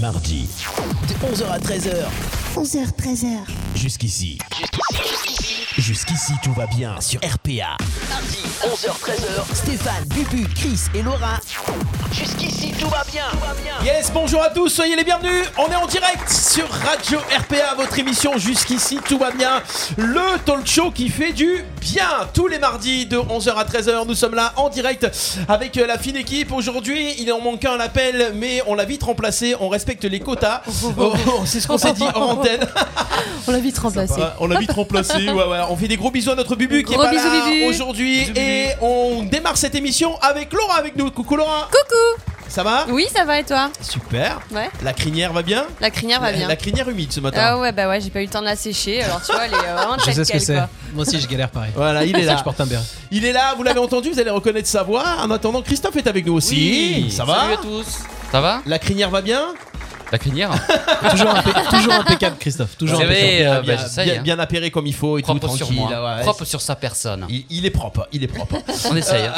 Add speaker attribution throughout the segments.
Speaker 1: mardi. De 11h à 13h.
Speaker 2: 11h, 13h.
Speaker 1: Jusqu'ici. Jusqu'ici. Jusqu'ici, tout va bien sur RPA. Mardi, 11h-13h, Stéphane, Bubu, Chris et Laura. Jusqu'ici, tout va bien. Tout va bien.
Speaker 3: Yes, bonjour à tous, soyez les bienvenus. On est en direct sur Radio RPA, votre émission jusqu'ici, tout va bien. Le talk show qui fait du bien tous les mardis de 11h à 13h. Nous sommes là en direct avec la fine équipe. Aujourd'hui, il en manque un l'appel, mais on l'a vite remplacé. On respecte les quotas. Oh, C'est ce qu'on s'est dit en antenne.
Speaker 4: On l'a vite remplacé.
Speaker 3: Voilà, on l'a vite remplacé. ouais, ouais. On fait des gros bisous à notre Bubu qui est
Speaker 4: Gros
Speaker 3: pas
Speaker 4: bisous,
Speaker 3: là
Speaker 4: Bubu.
Speaker 3: aujourd'hui. Et on démarre cette émission avec Laura avec nous. Coucou Laura,
Speaker 4: Coucou
Speaker 3: ça va
Speaker 4: Oui, ça va et toi
Speaker 3: Super.
Speaker 4: Ouais.
Speaker 3: La crinière va bien
Speaker 4: La crinière va
Speaker 3: La-
Speaker 4: bien.
Speaker 3: La crinière humide ce matin.
Speaker 4: Ah ouais, bah ouais, j'ai pas eu le temps de la sécher, alors tu vois, elle est euh, vraiment
Speaker 5: Je sais ce que
Speaker 4: tête-cale,
Speaker 5: c'est.
Speaker 4: quoi.
Speaker 5: Moi aussi, je galère pareil.
Speaker 3: Voilà, il est
Speaker 5: Ça,
Speaker 3: là.
Speaker 5: je porte un béret.
Speaker 3: Il est là, vous l'avez entendu, vous allez reconnaître sa voix. En attendant, Christophe est avec nous aussi. ça va
Speaker 6: Salut à tous. Ça va
Speaker 3: La crinière va bien
Speaker 6: La crinière
Speaker 5: toujours, impec- toujours impeccable, Christophe. Toujours
Speaker 6: Vous
Speaker 5: impeccable.
Speaker 6: savez, euh,
Speaker 3: bien,
Speaker 6: bah, j'essaye,
Speaker 3: bien-
Speaker 6: hein.
Speaker 3: bien appairé comme il faut et
Speaker 6: propre
Speaker 3: tout,
Speaker 6: sur
Speaker 3: tranquille.
Speaker 6: moi,
Speaker 3: ouais.
Speaker 6: propre sur sa personne.
Speaker 3: Il, il est propre, il est propre.
Speaker 6: On essaye. hein.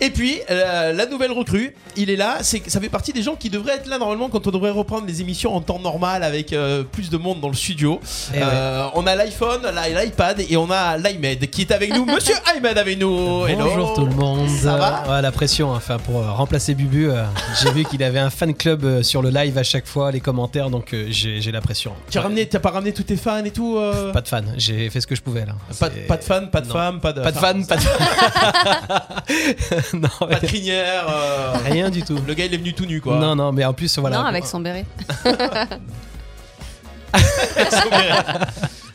Speaker 3: et puis, euh, la nouvelle recrue, il est là. C'est, ça fait partie des gens qui devraient être là normalement quand on devrait reprendre les émissions en temps normal avec euh, plus de monde dans le studio.
Speaker 5: Eh ouais.
Speaker 3: Euh, On a l'iPhone, la- l'iPad et on a l'iMed qui est avec nous. Monsieur iMed avec nous. Hello.
Speaker 5: Bonjour tout le monde.
Speaker 3: Ça va
Speaker 5: Ouais, la pression, hein. enfin pour euh, remplacer Bubu, euh, j'ai vu qu'il avait un fan club euh, sur le live à chaque fois, les commentaires, donc euh, j'ai j'ai la pression.
Speaker 3: Tu as ramené, t'as pas ramené tous tes fans et tout euh
Speaker 5: Pas de fan, j'ai fait ce que je pouvais là.
Speaker 3: Pas,
Speaker 5: C'est-
Speaker 3: pas de fans, pas de
Speaker 5: Non.
Speaker 3: femmes, pas de.
Speaker 5: Pas de
Speaker 3: enfin,
Speaker 5: fan, pas de. non,
Speaker 3: pas de crinière. euh,
Speaker 5: rien du tout.
Speaker 3: Le gars il est venu tout nu quoi.
Speaker 5: Non, non, mais en plus voilà.
Speaker 4: non, avec son béret.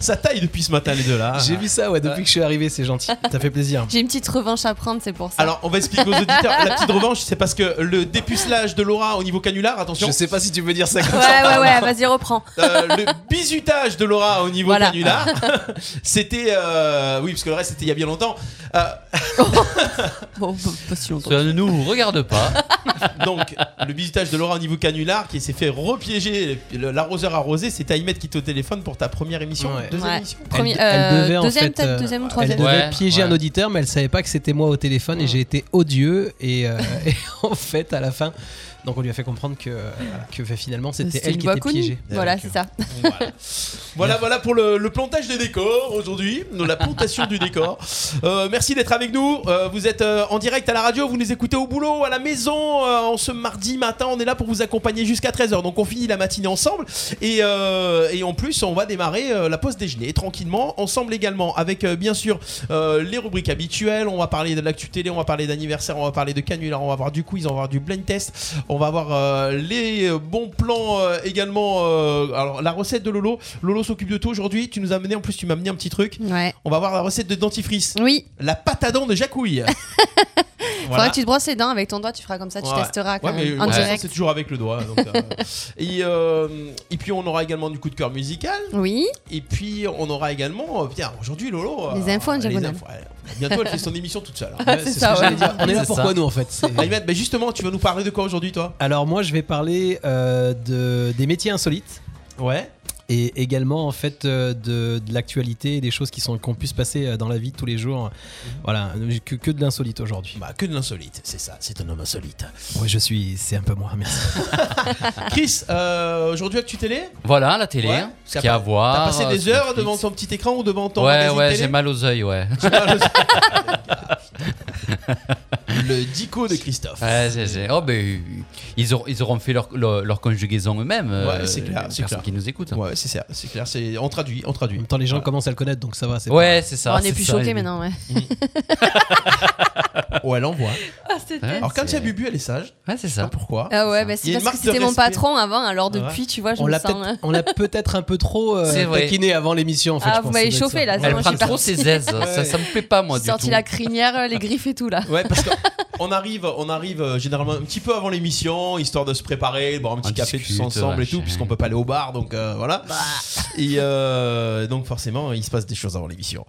Speaker 3: Ça taille depuis ce matin les deux là.
Speaker 5: Ah, J'ai vu ça, ouais,
Speaker 3: Euh.
Speaker 5: depuis que je suis arrivé, c'est gentil. Ça fait plaisir.
Speaker 4: J'ai une petite revanche à prendre, c'est pour ça.
Speaker 3: Alors on va expliquer aux auditeurs. La petite revanche c'est parce que le dépucelage de Laura au niveau canular, attention.
Speaker 5: Je sais pas si tu veux dire ça.
Speaker 4: ouais, ouais, ouais, vas-y, reprends.
Speaker 3: Euh, le bisutage de Laura au niveau
Speaker 4: Voilà.
Speaker 3: canular, c'était euh, oui parce que le reste c'était il y a bien longtemps. Euh,
Speaker 4: Bon, pas si longtemps.
Speaker 6: Ça ne nous regarde pas.
Speaker 3: donc le bisutage de Laura au niveau canular qui s'est fait repiéger le- l'arroseur arrosé, c'est Taïmet qui t'est au téléphone pour ta première émission,
Speaker 5: Ouais.
Speaker 3: deuxième
Speaker 4: Ouais.
Speaker 3: émission.
Speaker 4: Premier-
Speaker 5: Elle- elle
Speaker 4: euh,
Speaker 5: devait, en
Speaker 4: deuxième,
Speaker 5: fait,
Speaker 4: peut-être
Speaker 5: euh,
Speaker 4: deuxième ou
Speaker 5: Elle
Speaker 4: troisième.
Speaker 5: devait
Speaker 6: Ouais,
Speaker 5: piéger
Speaker 6: ouais.
Speaker 5: un auditeur, mais elle savait pas que c'était moi au téléphone et j'ai été odieux. Et, euh, et en fait, à la fin, donc on lui a fait comprendre que, euh, que finalement c'était elle
Speaker 4: une
Speaker 5: qui
Speaker 4: voix
Speaker 5: était
Speaker 4: connue.
Speaker 5: piégée.
Speaker 4: Voilà,
Speaker 3: Donc,
Speaker 4: c'est ça.
Speaker 3: Voilà. voilà, voilà pour le, le plantage des décors aujourd'hui, la plantation du décor. Euh, merci d'être avec nous. Euh, vous êtes euh, en direct à la radio, vous nous écoutez au boulot, à la maison, euh, en ce mardi matin. On est là pour vous accompagner jusqu'à 13h. Donc on finit la matinée ensemble. Et, euh, et en plus, on va démarrer euh, la pause déjeuner tranquillement, ensemble également, avec euh, bien sûr euh, les rubriques habituelles. On va parler de l'actu télé, on va parler d'anniversaire, on va parler de canular, on va avoir du quiz, on va avoir du blind test, on va avoir euh, les euh, bons plans euh, également. euh, alors la recette de Lolo, Lolo s'occupe de tout aujourd'hui. Tu nous as amené en plus, tu m'as amené un petit truc.
Speaker 4: Ouais.
Speaker 3: On va voir la recette de dentifrice,
Speaker 4: Oui,
Speaker 3: la pâte à dents de Jacouille.
Speaker 4: faudrait que tu te brosses les dents avec ton doigt, tu feras comme ça, tu
Speaker 3: Ouais.
Speaker 4: testeras quand
Speaker 3: Ouais, mais
Speaker 4: même, en
Speaker 3: ouais,
Speaker 4: direct.
Speaker 3: c'est toujours avec le doigt. donc, euh, et, euh, et puis on aura également du coup de cœur musical.
Speaker 4: Oui,
Speaker 3: Et puis on aura également, euh, tiens, aujourd'hui Lolo. euh,
Speaker 4: Les infos en
Speaker 3: les
Speaker 4: diagonale.
Speaker 3: infos, ouais. bientôt elle fait son émission toute seule. hein.
Speaker 5: Ouais,
Speaker 4: Ah, c'est
Speaker 5: ce
Speaker 4: ça,
Speaker 5: que
Speaker 4: ouais.
Speaker 5: j'allais dire. On est là
Speaker 6: C'est
Speaker 5: pour
Speaker 6: ça.
Speaker 5: quoi nous en fait C'est-
Speaker 3: Ahmed, bah justement, tu vas nous parler de quoi aujourd'hui, toi
Speaker 5: Alors moi, je vais parler euh, de, des métiers insolites
Speaker 3: Ouais.
Speaker 5: et également en fait euh, de, de l'actualité et des choses qui sont qu'on puisse passer euh, dans la vie de tous les jours. Voilà, que, que de l'insolite aujourd'hui.
Speaker 3: Bah, que de l'insolite, c'est ça, c'est un homme insolite.
Speaker 5: Oui, Bah, je suis, c'est un peu moi, merci.
Speaker 3: Chris, euh, aujourd'hui, Actu Télé
Speaker 6: Voilà la télé,
Speaker 3: Ouais,
Speaker 6: hein, ce
Speaker 3: t'as
Speaker 6: qu'il y a à
Speaker 3: pas-
Speaker 6: voir.
Speaker 3: T'as passé des
Speaker 6: euh,
Speaker 3: heures
Speaker 6: Netflix.
Speaker 3: devant ton petit écran ou devant ton
Speaker 6: Ouais,
Speaker 3: magazine
Speaker 6: ouais,
Speaker 3: télé
Speaker 6: j'ai mal aux yeux, ouais.
Speaker 3: Le dico de Christophe.
Speaker 6: Ouais, j'ai- j'ai- Oh, ben, ils, auront, ils auront fait leur, leur, leur conjugaison eux-mêmes. euh,
Speaker 3: Ouais, c'est clair,
Speaker 6: les
Speaker 3: c'est
Speaker 6: personnes
Speaker 3: clair.
Speaker 6: qui nous écoutent. Ouais,
Speaker 3: Ouais, c'est ça, c'est clair, c'est on traduit, on
Speaker 5: En
Speaker 3: traduit.
Speaker 5: même temps, les gens commencent à le connaître, donc ça va. c'est pas-
Speaker 6: c'est ça.
Speaker 4: on est
Speaker 6: c'est
Speaker 4: plus
Speaker 6: ça,
Speaker 4: choqués
Speaker 6: les-
Speaker 4: maintenant, ouais.
Speaker 3: Ouais, elle envoie.
Speaker 4: Ah, c'était
Speaker 6: Ouais,
Speaker 3: Alors quand il y a
Speaker 6: c'est-
Speaker 3: Bubu, elle est sage.
Speaker 6: Ouais, c'est ça.
Speaker 3: Pourquoi
Speaker 4: Ah ouais,
Speaker 5: Ça.
Speaker 4: bah
Speaker 3: Il y
Speaker 4: c'est
Speaker 3: a une
Speaker 4: parce que
Speaker 3: marque de
Speaker 4: c'était mon
Speaker 3: respect.
Speaker 4: patron avant, alors
Speaker 3: Ouais.
Speaker 4: depuis, tu vois, je
Speaker 5: On
Speaker 4: me
Speaker 5: l'a
Speaker 4: sens.
Speaker 5: peut-être,
Speaker 4: hein.
Speaker 5: on l'a peut-être un peu trop euh,
Speaker 6: C'est vrai.
Speaker 5: taquiné avant l'émission. En fait,
Speaker 4: Ah,
Speaker 5: je
Speaker 4: vous
Speaker 5: pense,
Speaker 4: m'avez
Speaker 5: ça doit être
Speaker 4: chauffé,
Speaker 5: ça.
Speaker 4: là, c'est
Speaker 6: Elle
Speaker 4: bon,
Speaker 6: prend
Speaker 4: je suis
Speaker 6: trop ses aises, ça, ça me plaît pas, moi,
Speaker 4: J'ai
Speaker 6: du
Speaker 4: sorti
Speaker 6: tout.
Speaker 4: la crinière, euh, les griffes et tout là.
Speaker 3: Ouais, parce qu'on arrive, on arrive euh, généralement un petit peu avant l'émission, histoire de se préparer, boire un petit
Speaker 6: On
Speaker 3: café
Speaker 6: discute,
Speaker 3: tous ensemble et tout,
Speaker 6: machin.
Speaker 3: puisqu'on peut pas aller au bar, donc euh, voilà.
Speaker 2: Bah. Mm.
Speaker 3: Et euh, donc forcément, il se passe des choses avant l'émission.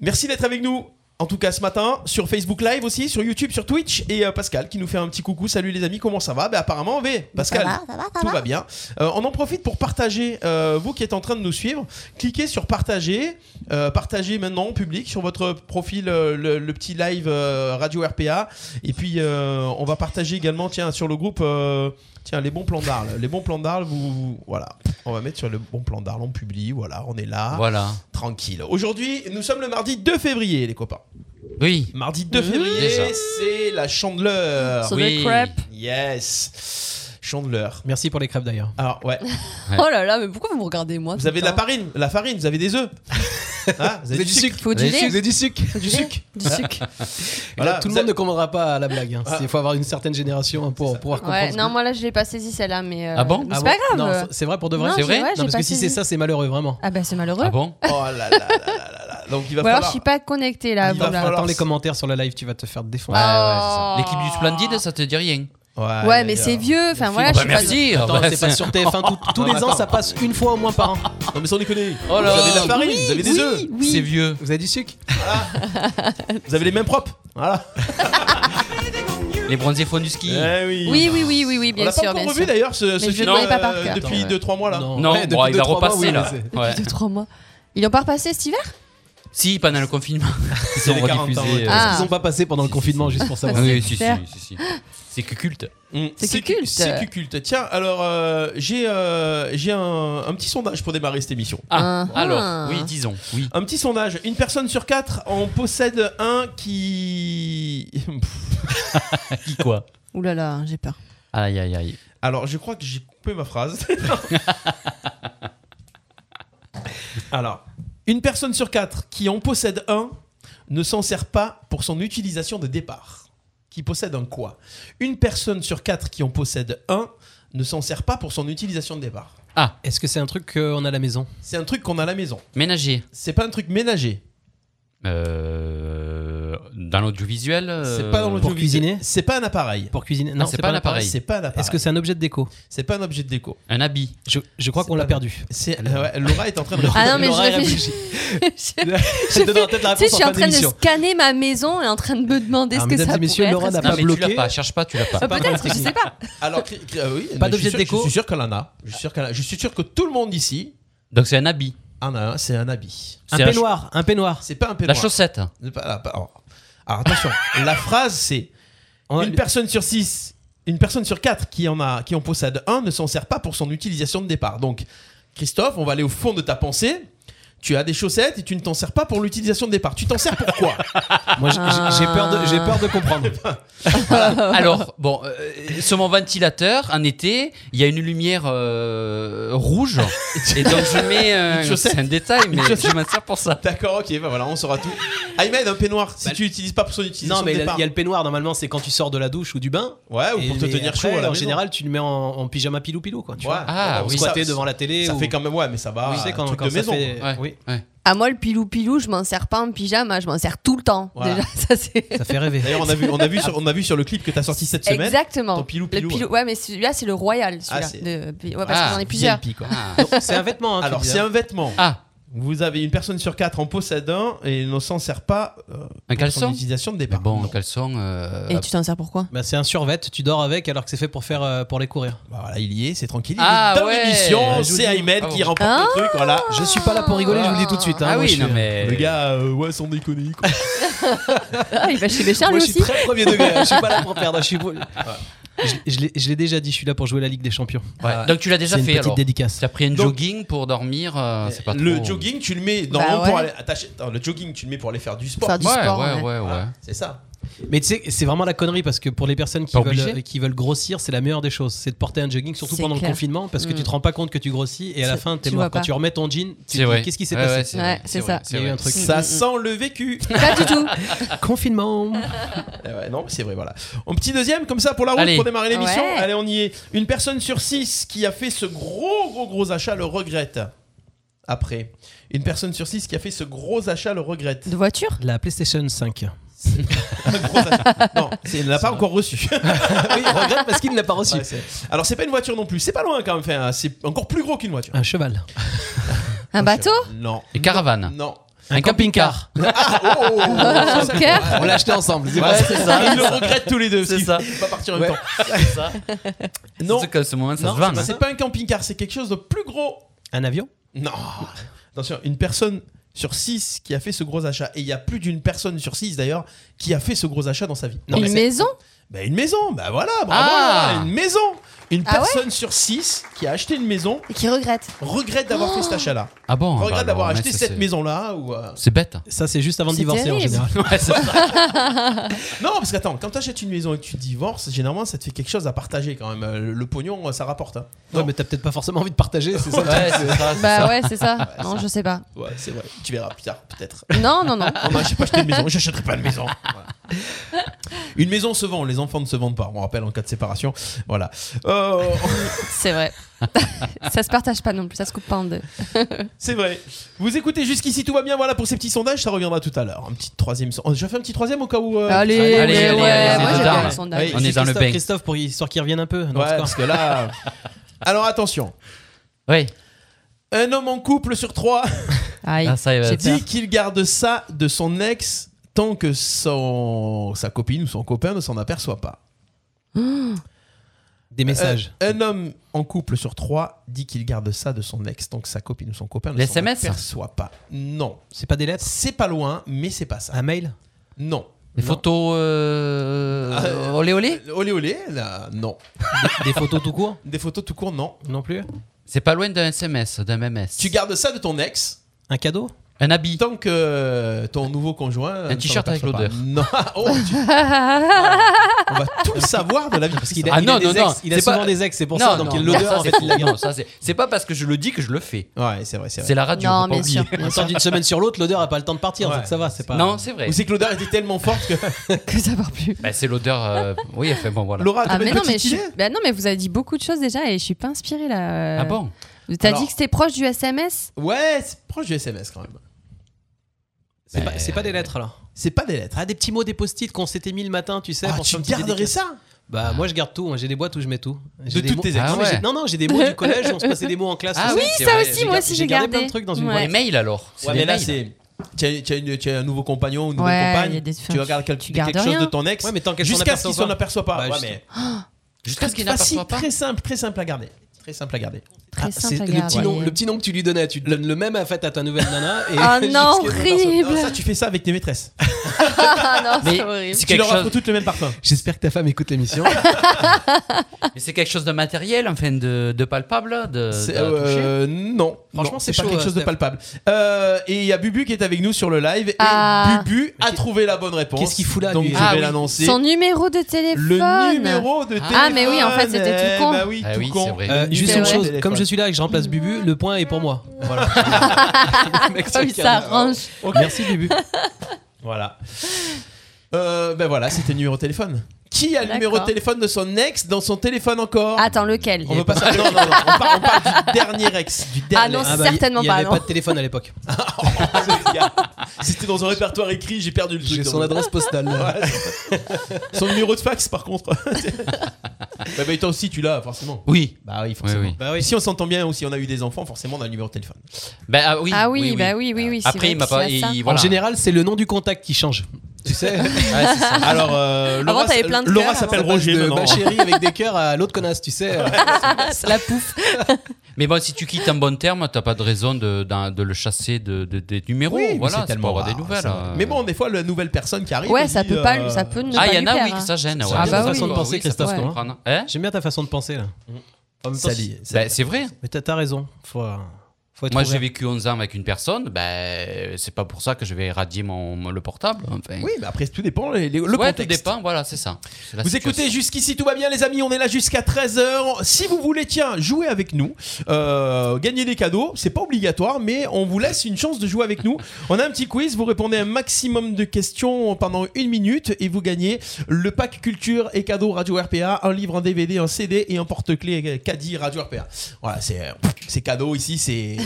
Speaker 3: Merci d'être avec nous. En tout cas, ce matin, sur Facebook Live aussi, sur YouTube, sur Twitch, et euh, Pascal qui nous fait un petit coucou. Salut les amis, comment ça va Bah apparemment, V, Pascal,
Speaker 2: va, ça va, ça
Speaker 3: tout
Speaker 2: va.
Speaker 3: va bien. Euh, on en profite pour partager, euh, vous qui êtes en train de nous suivre, cliquez sur partager, euh, partagez maintenant en public sur votre profil euh, le, le petit live euh, Radio RPA, et puis euh, on va partager également, tiens, sur le groupe, euh, tiens, les bons plans d'Arles, les bons plans d'Arles, vous, vous- voilà, on va mettre sur le bon plan d'Arles, on publie, voilà, on est là,
Speaker 6: Voilà.
Speaker 3: tranquille. Aujourd'hui, nous sommes le mardi 2 février, les copains.
Speaker 6: Oui.
Speaker 3: Mardi 2
Speaker 6: Déjà.
Speaker 3: février, c'est la chandeleur.
Speaker 4: So
Speaker 6: Oui.
Speaker 4: the crap.
Speaker 3: Yes. Chandeleur.
Speaker 5: Merci pour les crêpes d'ailleurs.
Speaker 3: Alors, ouais.
Speaker 4: Oh là là, mais pourquoi vous me regardez moi
Speaker 3: Ah, Vous avez de la farine, la farine, vous avez des œufs. Hein, vous avez du sucre.
Speaker 4: Faut du lait.
Speaker 5: du sucre.
Speaker 4: Du sucre. Du sucre.
Speaker 5: Et là,
Speaker 3: Voilà,
Speaker 5: tout le
Speaker 3: vous
Speaker 5: monde ne comprendra pas à la blague. hein.
Speaker 3: Ah.
Speaker 5: Il faut avoir une certaine génération hein, pour pouvoir comprendre.
Speaker 4: Ouais,
Speaker 5: ce
Speaker 4: non,
Speaker 5: que-
Speaker 4: moi là, je l'ai pas saisi celle-là, mais. euh,
Speaker 6: Ah bon
Speaker 4: mais
Speaker 5: Ah
Speaker 4: C'est
Speaker 5: bon
Speaker 4: pas
Speaker 5: Non,
Speaker 4: grave.
Speaker 5: c'est- c'est vrai pour de vrai.
Speaker 4: Non,
Speaker 6: C'est
Speaker 4: j'ai-
Speaker 6: vrai
Speaker 4: ouais, j'ai
Speaker 5: Non, parce
Speaker 4: pas
Speaker 5: que si
Speaker 4: saisi.
Speaker 5: c'est ça, c'est malheurez vraiment.
Speaker 4: Ah bah c'est malheureux.
Speaker 6: Ah bon
Speaker 3: avez- Oh là là là là là là. Donc il va
Speaker 4: Ou alors je
Speaker 3: falloir.
Speaker 4: suis pas connecté là.
Speaker 3: Il va
Speaker 4: voilà.
Speaker 3: falloir-
Speaker 5: Attends les commentaires sur la live, tu vas te faire défendre.
Speaker 6: Ouais,
Speaker 4: Ah.
Speaker 6: ouais, c'est ça. L'équipe du Splendide, ça te dit rien.
Speaker 3: Ouais,
Speaker 4: Ouais,
Speaker 3: les
Speaker 4: mais
Speaker 3: gars.
Speaker 4: c'est vieux. Enfin voilà,
Speaker 6: Ah
Speaker 4: je
Speaker 6: bah
Speaker 4: suis pas.
Speaker 6: merci. Ah
Speaker 5: Attends,
Speaker 6: bah,
Speaker 5: c'est pas sur TF1 tout- tous les ans, ça passe une fois au moins par an.
Speaker 3: Non, mais sans déconner.
Speaker 6: Oh là.
Speaker 3: Vous avez de la farine,
Speaker 4: Oui,
Speaker 3: vous avez des
Speaker 4: oui,
Speaker 3: œufs,
Speaker 4: oui.
Speaker 6: C'est vieux.
Speaker 5: Vous avez du sucre
Speaker 3: vous avez les mêmes propres. Voilà.
Speaker 6: Les bronzés font du ski.
Speaker 3: Eh oui.
Speaker 4: Oui, oui, oui, oui, oui,
Speaker 3: On
Speaker 4: bien
Speaker 3: l'a pas
Speaker 4: sûr,
Speaker 3: encore
Speaker 4: bien
Speaker 3: revu
Speaker 4: sûr.
Speaker 3: d'ailleurs ce, ce
Speaker 4: je le
Speaker 3: film
Speaker 4: connais pas
Speaker 3: euh,
Speaker 4: par cœur.
Speaker 3: depuis
Speaker 6: Attends,
Speaker 3: 2-3 mois là.
Speaker 6: Non,
Speaker 5: Ouais,
Speaker 6: bon,
Speaker 5: depuis
Speaker 6: il
Speaker 5: deux,
Speaker 6: va
Speaker 5: trois mois,
Speaker 6: repasser
Speaker 5: oui,
Speaker 6: là.
Speaker 5: mais
Speaker 6: Ouais.
Speaker 4: Depuis deux, trois mois. Ils l'ont pas repassé cet hiver
Speaker 6: Si, pendant le confinement. Ils
Speaker 3: C'est
Speaker 6: ont
Speaker 3: les 40 ans,
Speaker 6: rediffusé.
Speaker 3: ouais.
Speaker 6: euh,
Speaker 5: Parce
Speaker 4: Ah.
Speaker 5: qu'ils sont pas passés pendant le confinement, juste pour savoir.
Speaker 6: Oui, si, si,
Speaker 4: super.
Speaker 6: si, si. C'est que culte.
Speaker 3: Mm.
Speaker 4: C'est
Speaker 3: C'est
Speaker 4: culte.
Speaker 3: cu- C'est culte. Tiens, alors euh, j'ai euh, j'ai un, un petit sondage pour démarrer cette émission.
Speaker 6: Ah,
Speaker 4: Ah.
Speaker 6: alors, oui, disons. Oui.
Speaker 3: Un petit sondage. Une personne sur quatre en possède un qui.
Speaker 6: Qui quoi
Speaker 4: Ouh là là, j'ai peur.
Speaker 6: Aïe, aïe, aïe.
Speaker 3: Alors, je crois que j'ai coupé ma phrase. Alors, une personne sur quatre qui en possède un ne s'en sert pas pour son utilisation de départ. Qui possède un quoi Une personne sur quatre qui en possède un ne s'en sert pas pour son utilisation de départ.
Speaker 5: Est-ce que c'est un truc qu'on a à la maison
Speaker 3: C'est un truc qu'on a à la maison.
Speaker 6: Ménager.
Speaker 3: C'est pas un truc ménager.
Speaker 6: Euh, dans l'audiovisuel. euh,
Speaker 3: C'est pas dans
Speaker 5: Pour
Speaker 3: l'audiovisuel.
Speaker 5: cuisiner
Speaker 3: C'est pas un appareil.
Speaker 5: Pour cuisiner
Speaker 6: Ah, c'est pas un appareil.
Speaker 3: C'est pas un appareil.
Speaker 5: Est-ce que c'est un objet de déco
Speaker 3: c'est pas un objet de déco
Speaker 6: Un habit.
Speaker 5: je, je crois
Speaker 3: C'est
Speaker 5: qu'on l'a
Speaker 3: pas-
Speaker 5: perdu.
Speaker 3: C'est euh, ouais, Laura est en train de
Speaker 4: Ah non, mais je
Speaker 5: Laura, elle
Speaker 4: réfléchis. Je-
Speaker 5: Elle donnera peut-être la
Speaker 4: Tu sais, je
Speaker 5: réponse
Speaker 4: suis en
Speaker 5: en
Speaker 4: train
Speaker 5: fin
Speaker 4: de
Speaker 5: d'émission.
Speaker 4: scanner ma maison et en train de me demander
Speaker 5: Alors,
Speaker 4: ce que
Speaker 5: mesdames
Speaker 4: ça
Speaker 5: et messieurs,
Speaker 4: pourrait
Speaker 5: Laura
Speaker 4: être.
Speaker 5: n'a
Speaker 6: Non,
Speaker 5: pas
Speaker 6: mais tu
Speaker 5: bloqué.
Speaker 6: l'as pas, cherche pas, tu l'as pas.
Speaker 4: Ah,
Speaker 5: pas
Speaker 4: Peut-être,
Speaker 5: mal
Speaker 4: je sais pas.
Speaker 3: Alors, cri- cri- ah oui,
Speaker 5: Pas
Speaker 3: mais
Speaker 5: d'objet
Speaker 3: je suis
Speaker 5: de
Speaker 3: sûr-
Speaker 5: déco.
Speaker 3: Je suis sûr qu'elle en a. Je suis sûr, qu'elle a- je suis sûr que tout le monde ici
Speaker 6: Donc c'est un habit.
Speaker 3: en a un. C'est un habit.
Speaker 5: Un
Speaker 6: C'est la
Speaker 5: peignoir, un peignoir.
Speaker 3: C'est pas un
Speaker 6: cha-
Speaker 3: peignoir.
Speaker 6: La chaussette.
Speaker 3: C'est pas- ah, pas- alors, alors, attention, la phrase c'est
Speaker 5: On a-
Speaker 3: une personne sur six, une personne sur quatre qui en a, qui en possède un ne s'en sert pas pour son utilisation de départ. Donc, Christophe, on va aller au fond de ta pensée. Tu as des chaussettes et tu ne t'en sers pas pour l'utilisation de départ. Tu t'en sers pourquoi
Speaker 5: Moi, j'ai- j'ai j'ai peur, de- j'ai peur de comprendre.
Speaker 6: Alors, bon, euh, sur mon ventilateur, en été, il y a une lumière euh, rouge. Et donc je mets. euh,
Speaker 3: Une chaussette.
Speaker 6: c'est un détail, mais
Speaker 3: chaussette.
Speaker 6: je m'en sers pour ça.
Speaker 3: D'accord, ok, bah voilà, on saura tout. Ahmed, un peignoir, si tu l'utilises pas pour son utilisation
Speaker 5: Bah, Non, mais
Speaker 3: de
Speaker 5: il y a-
Speaker 3: départ.
Speaker 5: il y a le peignoir, normalement, c'est quand tu sors de la douche ou du bain.
Speaker 3: Ouais, Ah, ou
Speaker 5: Et-
Speaker 3: pour te
Speaker 5: mais
Speaker 3: tenir
Speaker 5: après,
Speaker 3: chaud à la
Speaker 5: En
Speaker 3: maison.
Speaker 5: général, tu le mets en, en pyjama pilou-pilou, quoi. Tu
Speaker 3: Ouais.
Speaker 5: vois
Speaker 6: Ah,
Speaker 5: Ou
Speaker 6: oui,
Speaker 5: squatter
Speaker 3: ça-
Speaker 5: devant la télé.
Speaker 3: Ça
Speaker 5: ou-
Speaker 3: fait quand même, ouais, mais ça va.
Speaker 5: Oui, c'est
Speaker 3: un
Speaker 5: quand,
Speaker 3: truc
Speaker 5: quand
Speaker 3: de
Speaker 5: ça
Speaker 3: maison.
Speaker 5: fait-
Speaker 6: Ouais.
Speaker 5: oui.
Speaker 6: Ouais.
Speaker 4: Ah, moi, le pilou-pilou, je m'en sers pas en pyjama, je m'en sers tout le temps.
Speaker 3: Voilà.
Speaker 4: Déjà, ça c'est.
Speaker 5: Ça fait rêver.
Speaker 3: D'ailleurs, on a vu, on a vu sur, on a vu sur le clip que t'as sorti cette semaine.
Speaker 4: Exactement.
Speaker 3: Ton pilou
Speaker 4: Le
Speaker 3: pilou.
Speaker 4: pilou- ouais, mais celui-là, c'est le royal, celui-là.
Speaker 3: c'est-
Speaker 4: de- euh, pi- Ouais, parce
Speaker 6: Ah,
Speaker 4: que j'en ai plusieurs.
Speaker 3: VIP, quoi.
Speaker 6: Ah.
Speaker 5: Donc, C'est un vêtement. hein,
Speaker 3: Alors,
Speaker 5: tu dis,
Speaker 3: c'est
Speaker 5: hein.
Speaker 3: un vêtement.
Speaker 6: Ah,
Speaker 3: Vous avez une personne sur quatre en possède un et ne s'en sert pas euh,
Speaker 6: un
Speaker 3: pour son
Speaker 6: caleçon
Speaker 3: utilisation de
Speaker 6: Mais
Speaker 3: départ.
Speaker 6: bon,
Speaker 3: Non.
Speaker 6: un caleçon. euh,
Speaker 4: Et Ah, tu t'en sers pourquoi
Speaker 5: Bah, c'est un survêt, tu dors avec alors que c'est fait pour faire euh, pour les courir.
Speaker 3: Bah voilà, il y est, c'est tranquille. Il
Speaker 6: Ah
Speaker 3: est dans
Speaker 6: ouais.
Speaker 3: l'émission,
Speaker 6: Ouais, je
Speaker 3: c'est
Speaker 6: vous dis.
Speaker 3: Ahmed
Speaker 6: Ah
Speaker 3: qui
Speaker 6: bon.
Speaker 3: remporte
Speaker 4: Ah.
Speaker 3: le truc. Voilà.
Speaker 5: Je suis pas là pour rigoler, je vous le dis tout de suite. hein.
Speaker 6: Ah
Speaker 5: Moi,
Speaker 6: oui,
Speaker 5: je suis-
Speaker 6: non mais.
Speaker 3: Le gars, euh, ouais, sans déconner. Quoi.
Speaker 4: Ah, il va chez Béchard
Speaker 5: Moi,
Speaker 4: lui
Speaker 5: je suis
Speaker 4: aussi.
Speaker 5: très premier degré. hein. Je suis pas là pour perdre. Je suis. Je, je l'ai- je l'ai déjà dit, je suis là pour jouer la Ligue des Champions.
Speaker 6: Ouais. Donc tu l'as
Speaker 5: C'est
Speaker 6: déjà
Speaker 5: une
Speaker 6: fait
Speaker 5: petite
Speaker 6: alors
Speaker 5: dédicace.
Speaker 6: Tu as pris un
Speaker 3: Donc-
Speaker 6: jogging pour dormir euh, c'est pas
Speaker 3: le
Speaker 6: trop-
Speaker 3: jogging, tu le mets dans
Speaker 4: Bah
Speaker 3: pour
Speaker 4: ouais.
Speaker 3: aller attacher. attends, le jogging, tu le mets pour aller faire du sport. Ah.
Speaker 4: Faire
Speaker 6: Ouais,
Speaker 4: du sport.
Speaker 6: ouais,
Speaker 4: ouais.
Speaker 6: ouais, ouais.
Speaker 3: Voilà, c'est ça.
Speaker 5: Mais tu sais, c'est vraiment la connerie parce que pour les personnes qui
Speaker 6: Pas
Speaker 5: veulent,
Speaker 6: obligé.
Speaker 5: qui veulent grossir, c'est la meilleure des choses. C'est de porter un jogging, surtout
Speaker 4: C'est
Speaker 5: pendant
Speaker 4: clair.
Speaker 5: le confinement, parce que
Speaker 4: Mm.
Speaker 5: tu te rends pas compte que tu grossis et à la
Speaker 4: C'est-
Speaker 5: fin, t'es
Speaker 4: tu
Speaker 5: mort.
Speaker 4: vois
Speaker 5: Quand
Speaker 4: pas.
Speaker 5: tu remets ton jean, tu te
Speaker 6: C'est vrai.
Speaker 5: dis qu'est-ce qui s'est
Speaker 6: Ouais, ouais,
Speaker 5: passé
Speaker 6: c'est vrai,
Speaker 4: Ouais, c'est
Speaker 6: vrai,
Speaker 4: ça.
Speaker 6: c'est
Speaker 5: Il y a eu
Speaker 6: vrai.
Speaker 5: un truc.
Speaker 3: Ça
Speaker 4: Mm, mm.
Speaker 3: sent le vécu.
Speaker 4: Pas du tout.
Speaker 5: Confinement
Speaker 3: Eh ouais, non, mais c'est vrai, voilà. Un petit deuxième, comme ça, pour la route,
Speaker 6: Allez.
Speaker 3: pour démarrer l'émission.
Speaker 4: Ouais.
Speaker 3: Allez, on y est. Une personne sur six qui a fait ce gros, gros, gros achat le regrette. Après. Une personne sur six qui a fait ce gros achat le regrette.
Speaker 4: De voiture
Speaker 5: La PlayStation 5.
Speaker 3: Un gros achat. Non, c'est- il ne l'a pas encore reçu.
Speaker 5: oui, regrette parce qu'il ne l'a pas reçu.
Speaker 3: Ouais, c'est- Alors, c'est pas une voiture non plus. C'est pas loin quand même. Enfin, c'est encore plus gros qu'une voiture.
Speaker 5: Un cheval.
Speaker 4: Un bateau
Speaker 3: Non.
Speaker 6: Et caravane.
Speaker 3: Non.
Speaker 6: Un camping-car.
Speaker 3: Oh,
Speaker 4: Un cœur
Speaker 5: On l'a acheté ensemble. c'est
Speaker 6: Ouais,
Speaker 5: pas ça.
Speaker 6: c'est ça.
Speaker 3: Ils le regrettent tous les deux.
Speaker 6: C'est ça.
Speaker 3: Pas partir en même
Speaker 5: Ouais.
Speaker 3: temps.
Speaker 6: C'est ça.
Speaker 3: Non,
Speaker 6: Surtout qu'à ce moment, ça
Speaker 3: non,
Speaker 6: se vend. hein.
Speaker 3: c'est pas- c'est pas un camping-car, c'est quelque chose de plus gros.
Speaker 5: Un avion
Speaker 3: Non. Attention, une personne sur six qui a fait ce gros achat. Et il y a plus d'une personne sur six d'ailleurs qui a fait ce gros achat dans sa vie.
Speaker 5: Non, mais
Speaker 4: Une
Speaker 5: c'est-
Speaker 4: maison
Speaker 3: Bah, une maison, bah voilà, bravo,
Speaker 6: Ah.
Speaker 3: voilà, une maison. Une
Speaker 4: Ah ouais
Speaker 3: personne sur six qui a acheté une maison
Speaker 4: et qui regrette.
Speaker 3: regrette d'avoir
Speaker 4: Oh.
Speaker 3: fait cet achat-là.
Speaker 6: Ah bon bah
Speaker 3: regrette
Speaker 6: alors,
Speaker 3: d'avoir
Speaker 6: mais
Speaker 3: acheté
Speaker 6: ça,
Speaker 3: cette
Speaker 6: c'est-
Speaker 3: maison-là ou. euh,
Speaker 6: C'est bête.
Speaker 5: Ça, c'est juste avant de
Speaker 4: C'est
Speaker 5: divorcer en
Speaker 4: terrible.
Speaker 5: général.
Speaker 6: Ouais, c'est ça.
Speaker 3: Non, parce qu'attends, quand t'achètes une maison et que tu divorces, généralement ça te fait quelque chose à partager quand même. Euh, Le pognon, ça rapporte. hein.
Speaker 5: Ouais,
Speaker 3: Non.
Speaker 5: mais t'as peut-être pas forcément envie de partager, c'est ça le
Speaker 6: Ouais,
Speaker 5: truc,
Speaker 6: c'est ça.
Speaker 4: Bah ouais, c'est ça. Non, je sais pas.
Speaker 3: Ouais, c'est vrai. Tu verras plus tard, peut-être.
Speaker 4: Non, non, non.
Speaker 3: Oh, moi, j'ai pas acheté de maison, j'achèterai pas de maison. Voilà. Une maison se vend, les enfants ne se vendent pas, on rappelle en cas de séparation. Voilà. Euh,
Speaker 4: C'est vrai. ça se partage pas non plus, ça se coupe pas en deux.
Speaker 3: c'est vrai. Vous écoutez jusqu'ici, tout va bien, voilà pour ces petits sondages, ça reviendra tout à l'heure. Un petit troisième son- oh, je fais un petit troisième au cas où. euh,
Speaker 4: Allez,
Speaker 3: ça-
Speaker 6: allez,
Speaker 4: mais
Speaker 6: allez,
Speaker 4: ouais,
Speaker 6: allez,
Speaker 4: moi
Speaker 6: c'est
Speaker 4: j'aime
Speaker 6: tard.
Speaker 4: bien le sondage.
Speaker 3: Oui.
Speaker 6: On
Speaker 5: c'est
Speaker 6: est dans le
Speaker 5: Christophe,
Speaker 6: bain.
Speaker 5: Christophe, pour y- histoire qu'il revienne un peu. dans le
Speaker 3: Ouais,
Speaker 5: score.
Speaker 3: parce que là. Alors attention,
Speaker 6: Ouais.
Speaker 3: un homme en couple sur trois
Speaker 4: Aïe,
Speaker 6: Ah, ça y est,
Speaker 4: j'ai
Speaker 6: c'est
Speaker 4: peur.
Speaker 3: dit qu'il garde ça de son ex tant que son, sa copine ou son copain ne s'en aperçoit pas.
Speaker 5: Des messages.
Speaker 3: Euh, Un, un homme en couple sur trois dit qu'il garde ça de son ex tant que sa copine ou son copain ne
Speaker 6: Les
Speaker 3: s'en
Speaker 6: SMS?
Speaker 3: aperçoit pas. Non.
Speaker 5: C'est pas des lettres
Speaker 3: C'est pas loin, mais c'est pas ça.
Speaker 5: Un mail
Speaker 3: Non.
Speaker 6: Des
Speaker 3: Non.
Speaker 6: photos. euh,
Speaker 3: Ah, euh,
Speaker 6: Olé olé
Speaker 3: Olé olé, là, non.
Speaker 5: Des- Des photos tout court
Speaker 3: Des photos tout court, non.
Speaker 5: Non plus
Speaker 6: C'est pas loin d'un SMS, d'un MMS.
Speaker 3: Tu gardes ça de ton ex
Speaker 5: Un cadeau
Speaker 6: Un habit.
Speaker 3: tant que ton nouveau conjoint. ne s'en
Speaker 6: t-shirt avec
Speaker 3: aperçoit pas.
Speaker 6: l'odeur.
Speaker 3: Non. Oh, tu- On va tout le savoir de la vie. Parce
Speaker 5: Il a,
Speaker 6: Ah
Speaker 5: il
Speaker 6: non,
Speaker 5: a des
Speaker 6: non,
Speaker 5: ex,
Speaker 6: non,
Speaker 5: Il a
Speaker 6: c'est
Speaker 5: souvent
Speaker 6: pas-
Speaker 5: des ex, c'est pour ça. Donc il l'odeur,
Speaker 6: ça,
Speaker 5: en fait,
Speaker 6: c'est faux.
Speaker 5: il la garde.
Speaker 6: Non, ça, c'est- c'est pas parce que je le dis que je le fais.
Speaker 3: Ouais, c'est vrai, c'est vrai.
Speaker 6: C'est la radio.
Speaker 4: Non,
Speaker 6: faut pas
Speaker 4: bien sûr.
Speaker 6: oublier.
Speaker 5: En même temps, d'une semaine sur l'autre, l'odeur a pas le temps de partir,
Speaker 3: Ouais.
Speaker 5: donc ça va, c'est pas.
Speaker 6: Non, c'est vrai.
Speaker 3: Ou c'est que l'odeur était tellement forte que.
Speaker 4: que ça part plus.
Speaker 6: Bah, c'est l'odeur. euh, Oui, enfin bon, voilà.
Speaker 3: Laura, te
Speaker 4: Ah mais
Speaker 3: mets
Speaker 4: non
Speaker 3: le
Speaker 4: mais,
Speaker 3: petit
Speaker 4: je...
Speaker 3: filet
Speaker 4: bah non mais vous avez dit beaucoup de choses déjà et je suis pas inspirée là.
Speaker 6: Ah bon
Speaker 4: T'as
Speaker 3: Alors-
Speaker 4: dit que c'était proche du SMS
Speaker 3: Ouais, c'est proche du SMS quand même.
Speaker 5: C'est pas, c'est pas des lettres alors.
Speaker 3: C'est pas des lettres.
Speaker 5: Ah, des petits mots, des post-it qu'on s'était mis le matin, tu sais.
Speaker 3: Ah,
Speaker 5: pour
Speaker 3: tu
Speaker 5: se faire une petite
Speaker 3: garderais
Speaker 5: dédicace.
Speaker 3: ça
Speaker 5: Bah, moi je garde tout. hein. J'ai des boîtes où je mets tout. J'ai
Speaker 3: De
Speaker 5: des
Speaker 3: toutes
Speaker 5: mots-
Speaker 3: tes ex.
Speaker 5: Non, mais
Speaker 6: Ah
Speaker 5: j'ai-
Speaker 6: ouais.
Speaker 5: Non, non, j'ai des mots du collège, on se passait des mots en classe. tout ça.
Speaker 6: c'est
Speaker 4: ça
Speaker 6: vrai,
Speaker 4: aussi
Speaker 6: j'ai
Speaker 4: moi
Speaker 6: gardé-
Speaker 4: aussi
Speaker 5: j'ai
Speaker 4: j'ai
Speaker 5: gardé
Speaker 4: gardé.
Speaker 5: plein de trucs dans une
Speaker 6: Les
Speaker 5: boîte.
Speaker 6: mails alors. C'est
Speaker 3: Ouais,
Speaker 6: des
Speaker 3: mais là,
Speaker 6: mails.
Speaker 3: c'est. Tu as, tu as une- tu as un nouveau compagnon, une nouvelle
Speaker 4: Ouais, il y
Speaker 3: compagne.
Speaker 4: a des- enfin,
Speaker 3: tu regardes quel-
Speaker 4: tu gardes
Speaker 3: quelque chose
Speaker 4: rien.
Speaker 3: de ton ex.
Speaker 5: Ouais, mais tant qu'elle s'en
Speaker 3: jusqu'à ce qu'il
Speaker 5: aperçoit
Speaker 3: s'en
Speaker 5: pas.
Speaker 3: aperçoit pas.
Speaker 5: Bah,
Speaker 3: Ouais,
Speaker 5: juste-
Speaker 3: mais-
Speaker 6: Jusqu'à ce qu'il
Speaker 3: Facile,
Speaker 6: n'aperçoit pas.
Speaker 3: très simple, très simple à garder. Très simple à garder.
Speaker 4: Très
Speaker 5: Ah,
Speaker 4: simple
Speaker 5: c'est
Speaker 4: à
Speaker 5: le
Speaker 4: garder.
Speaker 5: petit, nom, le petit nom que tu lui donnais, tu te donnes le même en fait à ta nouvelle nana. Et
Speaker 4: Ah
Speaker 5: jusqu'à
Speaker 4: non,
Speaker 5: ce qu'elle s'aperçoive.
Speaker 3: Non,
Speaker 4: horrible
Speaker 3: ça, tu fais ça avec tes maîtresses.
Speaker 4: Ah non
Speaker 6: Mais
Speaker 4: c'est horrible.
Speaker 6: c'est
Speaker 3: Tu
Speaker 6: quelque
Speaker 3: leur offres
Speaker 6: chose.
Speaker 3: toutes le même parfum.
Speaker 5: J'espère que ta femme écoute l'émission.
Speaker 6: mais c'est quelque chose de matériel, enfin de, de palpable, de,
Speaker 3: C'est-
Speaker 6: de à toucher.
Speaker 3: euh, non, franchement,
Speaker 5: Non,
Speaker 3: c'est pas
Speaker 5: c'est chaud,
Speaker 3: quelque chose de
Speaker 5: Steph.
Speaker 3: palpable. Euh, et il y a Bubu qui est avec nous sur le live. Et
Speaker 4: Ah.
Speaker 3: Bubu a trouvé la bonne réponse.
Speaker 5: qu'est-ce qu'il fout là,
Speaker 3: Donc,
Speaker 5: lui
Speaker 3: je
Speaker 6: Ah
Speaker 3: vais
Speaker 6: oui.
Speaker 3: l'annoncer.
Speaker 4: Son numéro de téléphone.
Speaker 3: Le numéro de téléphone.
Speaker 4: Ah, mais oui, en fait, c'était tout
Speaker 3: Eh
Speaker 4: con.
Speaker 3: Bah oui,
Speaker 6: Ah
Speaker 3: tout
Speaker 6: oui,
Speaker 3: con.
Speaker 6: c'est vrai.
Speaker 5: Euh, juste
Speaker 4: C'est
Speaker 5: une
Speaker 4: vrai.
Speaker 5: chose,
Speaker 3: Téléphone.
Speaker 5: comme je suis là et que je remplace Bubu, le point est pour moi. Voilà. Le mec sur
Speaker 4: Comme
Speaker 5: le
Speaker 4: Ah ça
Speaker 5: cadre.
Speaker 4: arrange.
Speaker 5: Merci Bubu.
Speaker 3: Voilà. Euh, ben voilà, c'était le numéro de téléphone. Qui a le
Speaker 4: D'accord. Ah,
Speaker 3: numéro de téléphone de son ex dans son téléphone encore
Speaker 4: Attends lequel
Speaker 3: On veut pas ça. Non, non, non. On parle, on parle du dernier ex. Du
Speaker 4: Ah
Speaker 3: dernier.
Speaker 4: non,
Speaker 3: ex.
Speaker 4: Ah bah, Certainement
Speaker 5: il y avait
Speaker 4: pas,
Speaker 5: pas
Speaker 4: non.
Speaker 5: de téléphone à l'époque.
Speaker 3: Les gars, C'était dans un répertoire écrit, j'ai perdu le truc.
Speaker 5: J'ai
Speaker 3: dans
Speaker 5: son
Speaker 3: mon-
Speaker 5: adresse postale.
Speaker 3: Ouais, c'est- son numéro de fax, par contre. bah, bah, toi aussi, tu l'as, forcément.
Speaker 6: Oui.
Speaker 3: Bah oui,
Speaker 6: forcément.
Speaker 3: Bah oui. Si on s'entend bien ou si on a eu des enfants, forcément, on a le numéro de téléphone.
Speaker 6: Bah, ah oui.
Speaker 4: Ah oui, bah oui, oui, oui, c'est
Speaker 6: Après,
Speaker 4: vrai
Speaker 6: il m'a
Speaker 4: qu'il y a
Speaker 6: pas. il-
Speaker 4: ça.
Speaker 6: voilà.
Speaker 5: En général, c'est le nom du contact qui change. Tu sais,
Speaker 6: Ouais, c'est ça.
Speaker 3: Alors, euh, Laura,
Speaker 4: t'avais plein de
Speaker 3: Laura
Speaker 4: cœurs, hein.
Speaker 3: s'appelle
Speaker 5: ça passe
Speaker 3: Roger
Speaker 5: de
Speaker 3: maintenant.
Speaker 5: ma chérie avec des cœurs à l'autre connasse, tu sais.
Speaker 4: la pouffe.
Speaker 6: Mais bon, si tu quittes en bon terme, t'as pas de raison de, d'un- de le chasser de, de- des numéros.
Speaker 3: Oui, mais
Speaker 6: voilà,
Speaker 3: c'est tellement
Speaker 6: pour avoir des
Speaker 3: rare,
Speaker 6: nouvelles.
Speaker 3: ça va.
Speaker 6: euh.
Speaker 3: Mais bon, des fois, la nouvelle personne qui arrive.
Speaker 4: Ouais,
Speaker 3: elle
Speaker 4: ça
Speaker 3: dit,
Speaker 4: peut pas,
Speaker 3: euh,
Speaker 4: ça peut ne
Speaker 6: Ah,
Speaker 4: pas
Speaker 6: il y en
Speaker 4: lui
Speaker 6: a,
Speaker 4: plaire,
Speaker 6: oui,
Speaker 4: hein.
Speaker 6: que ça gêne. ouais.
Speaker 4: bah
Speaker 6: Ça,
Speaker 5: Ah
Speaker 4: oui.
Speaker 6: ça peut
Speaker 5: Façon de penser,
Speaker 6: oui, ça peut
Speaker 5: Christophe,
Speaker 6: se
Speaker 5: non
Speaker 6: comprendre. Hein
Speaker 5: J'aime bien ta façon de penser là.
Speaker 6: Mhm.
Speaker 5: En même temps,
Speaker 3: ça
Speaker 5: si-
Speaker 3: dit- ça-
Speaker 6: Bah, c'est vrai.
Speaker 5: Mais t'as t'as raison. Faut, euh, faut être
Speaker 6: Moi,
Speaker 5: ouvert.
Speaker 6: j'ai vécu 11 ans avec une personne. Bah, c'est pas pour ça que je vais radier mon, mon- le portable. Enfin.
Speaker 3: Oui, mais après, tout dépend. les- les- le
Speaker 6: ouais, tout
Speaker 3: contexte.
Speaker 6: dépend. Voilà, c'est ça. C'est la
Speaker 3: Vous
Speaker 6: situation.
Speaker 3: écoutez jusqu'ici, tout va bien les amis, on est là jusqu'à 13h. Si vous voulez, tiens, jouer avec nous, euh, gagner des cadeaux, c'est pas obligatoire, mais on vous laisse une chance de jouer avec nous. On a un petit quiz, vous répondez à un maximum de questions pendant une minute et vous gagnez le pack culture et cadeaux Radio RPA, un livre, un DVD, un CD et un porte-clés euh, caddie euh, Radio RPA. Voilà, c'est c'est cadeau ici, c'est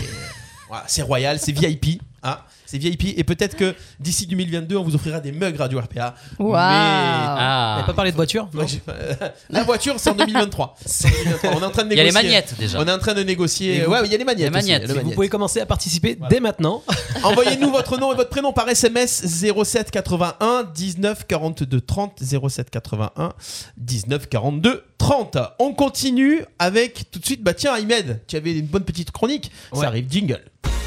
Speaker 3: voilà, c'est royal, c'est VIP. Ah, c'est VIP. Et peut-être que d'ici 2022, on vous offrira des mugs Radio RPA.
Speaker 4: Waouh.
Speaker 3: Mais-
Speaker 6: Ah.
Speaker 5: On n'a pas parlé de voiture non
Speaker 3: Ouais, j'ai pas- La voiture, c'est en 2023. C'est en 2023. On est en train de
Speaker 6: Il y
Speaker 3: négocier.
Speaker 6: a les magnettes, déjà.
Speaker 3: On est en train de négocier.
Speaker 6: Les-
Speaker 3: Ouais, il y a les magnettes.
Speaker 6: les
Speaker 3: aussi,
Speaker 6: magnettes.
Speaker 3: le
Speaker 6: Vous
Speaker 5: Vous
Speaker 3: magnète.
Speaker 5: pouvez commencer à participer dès maintenant.
Speaker 3: Envoyez-nous votre nom et votre prénom par SMS 07 81 19 42 30 07 81 19 42 30. On continue avec tout de suite bah tiens Ahmed, tu avais une bonne petite chronique.
Speaker 5: Ouais.
Speaker 3: Ça arrive jingle.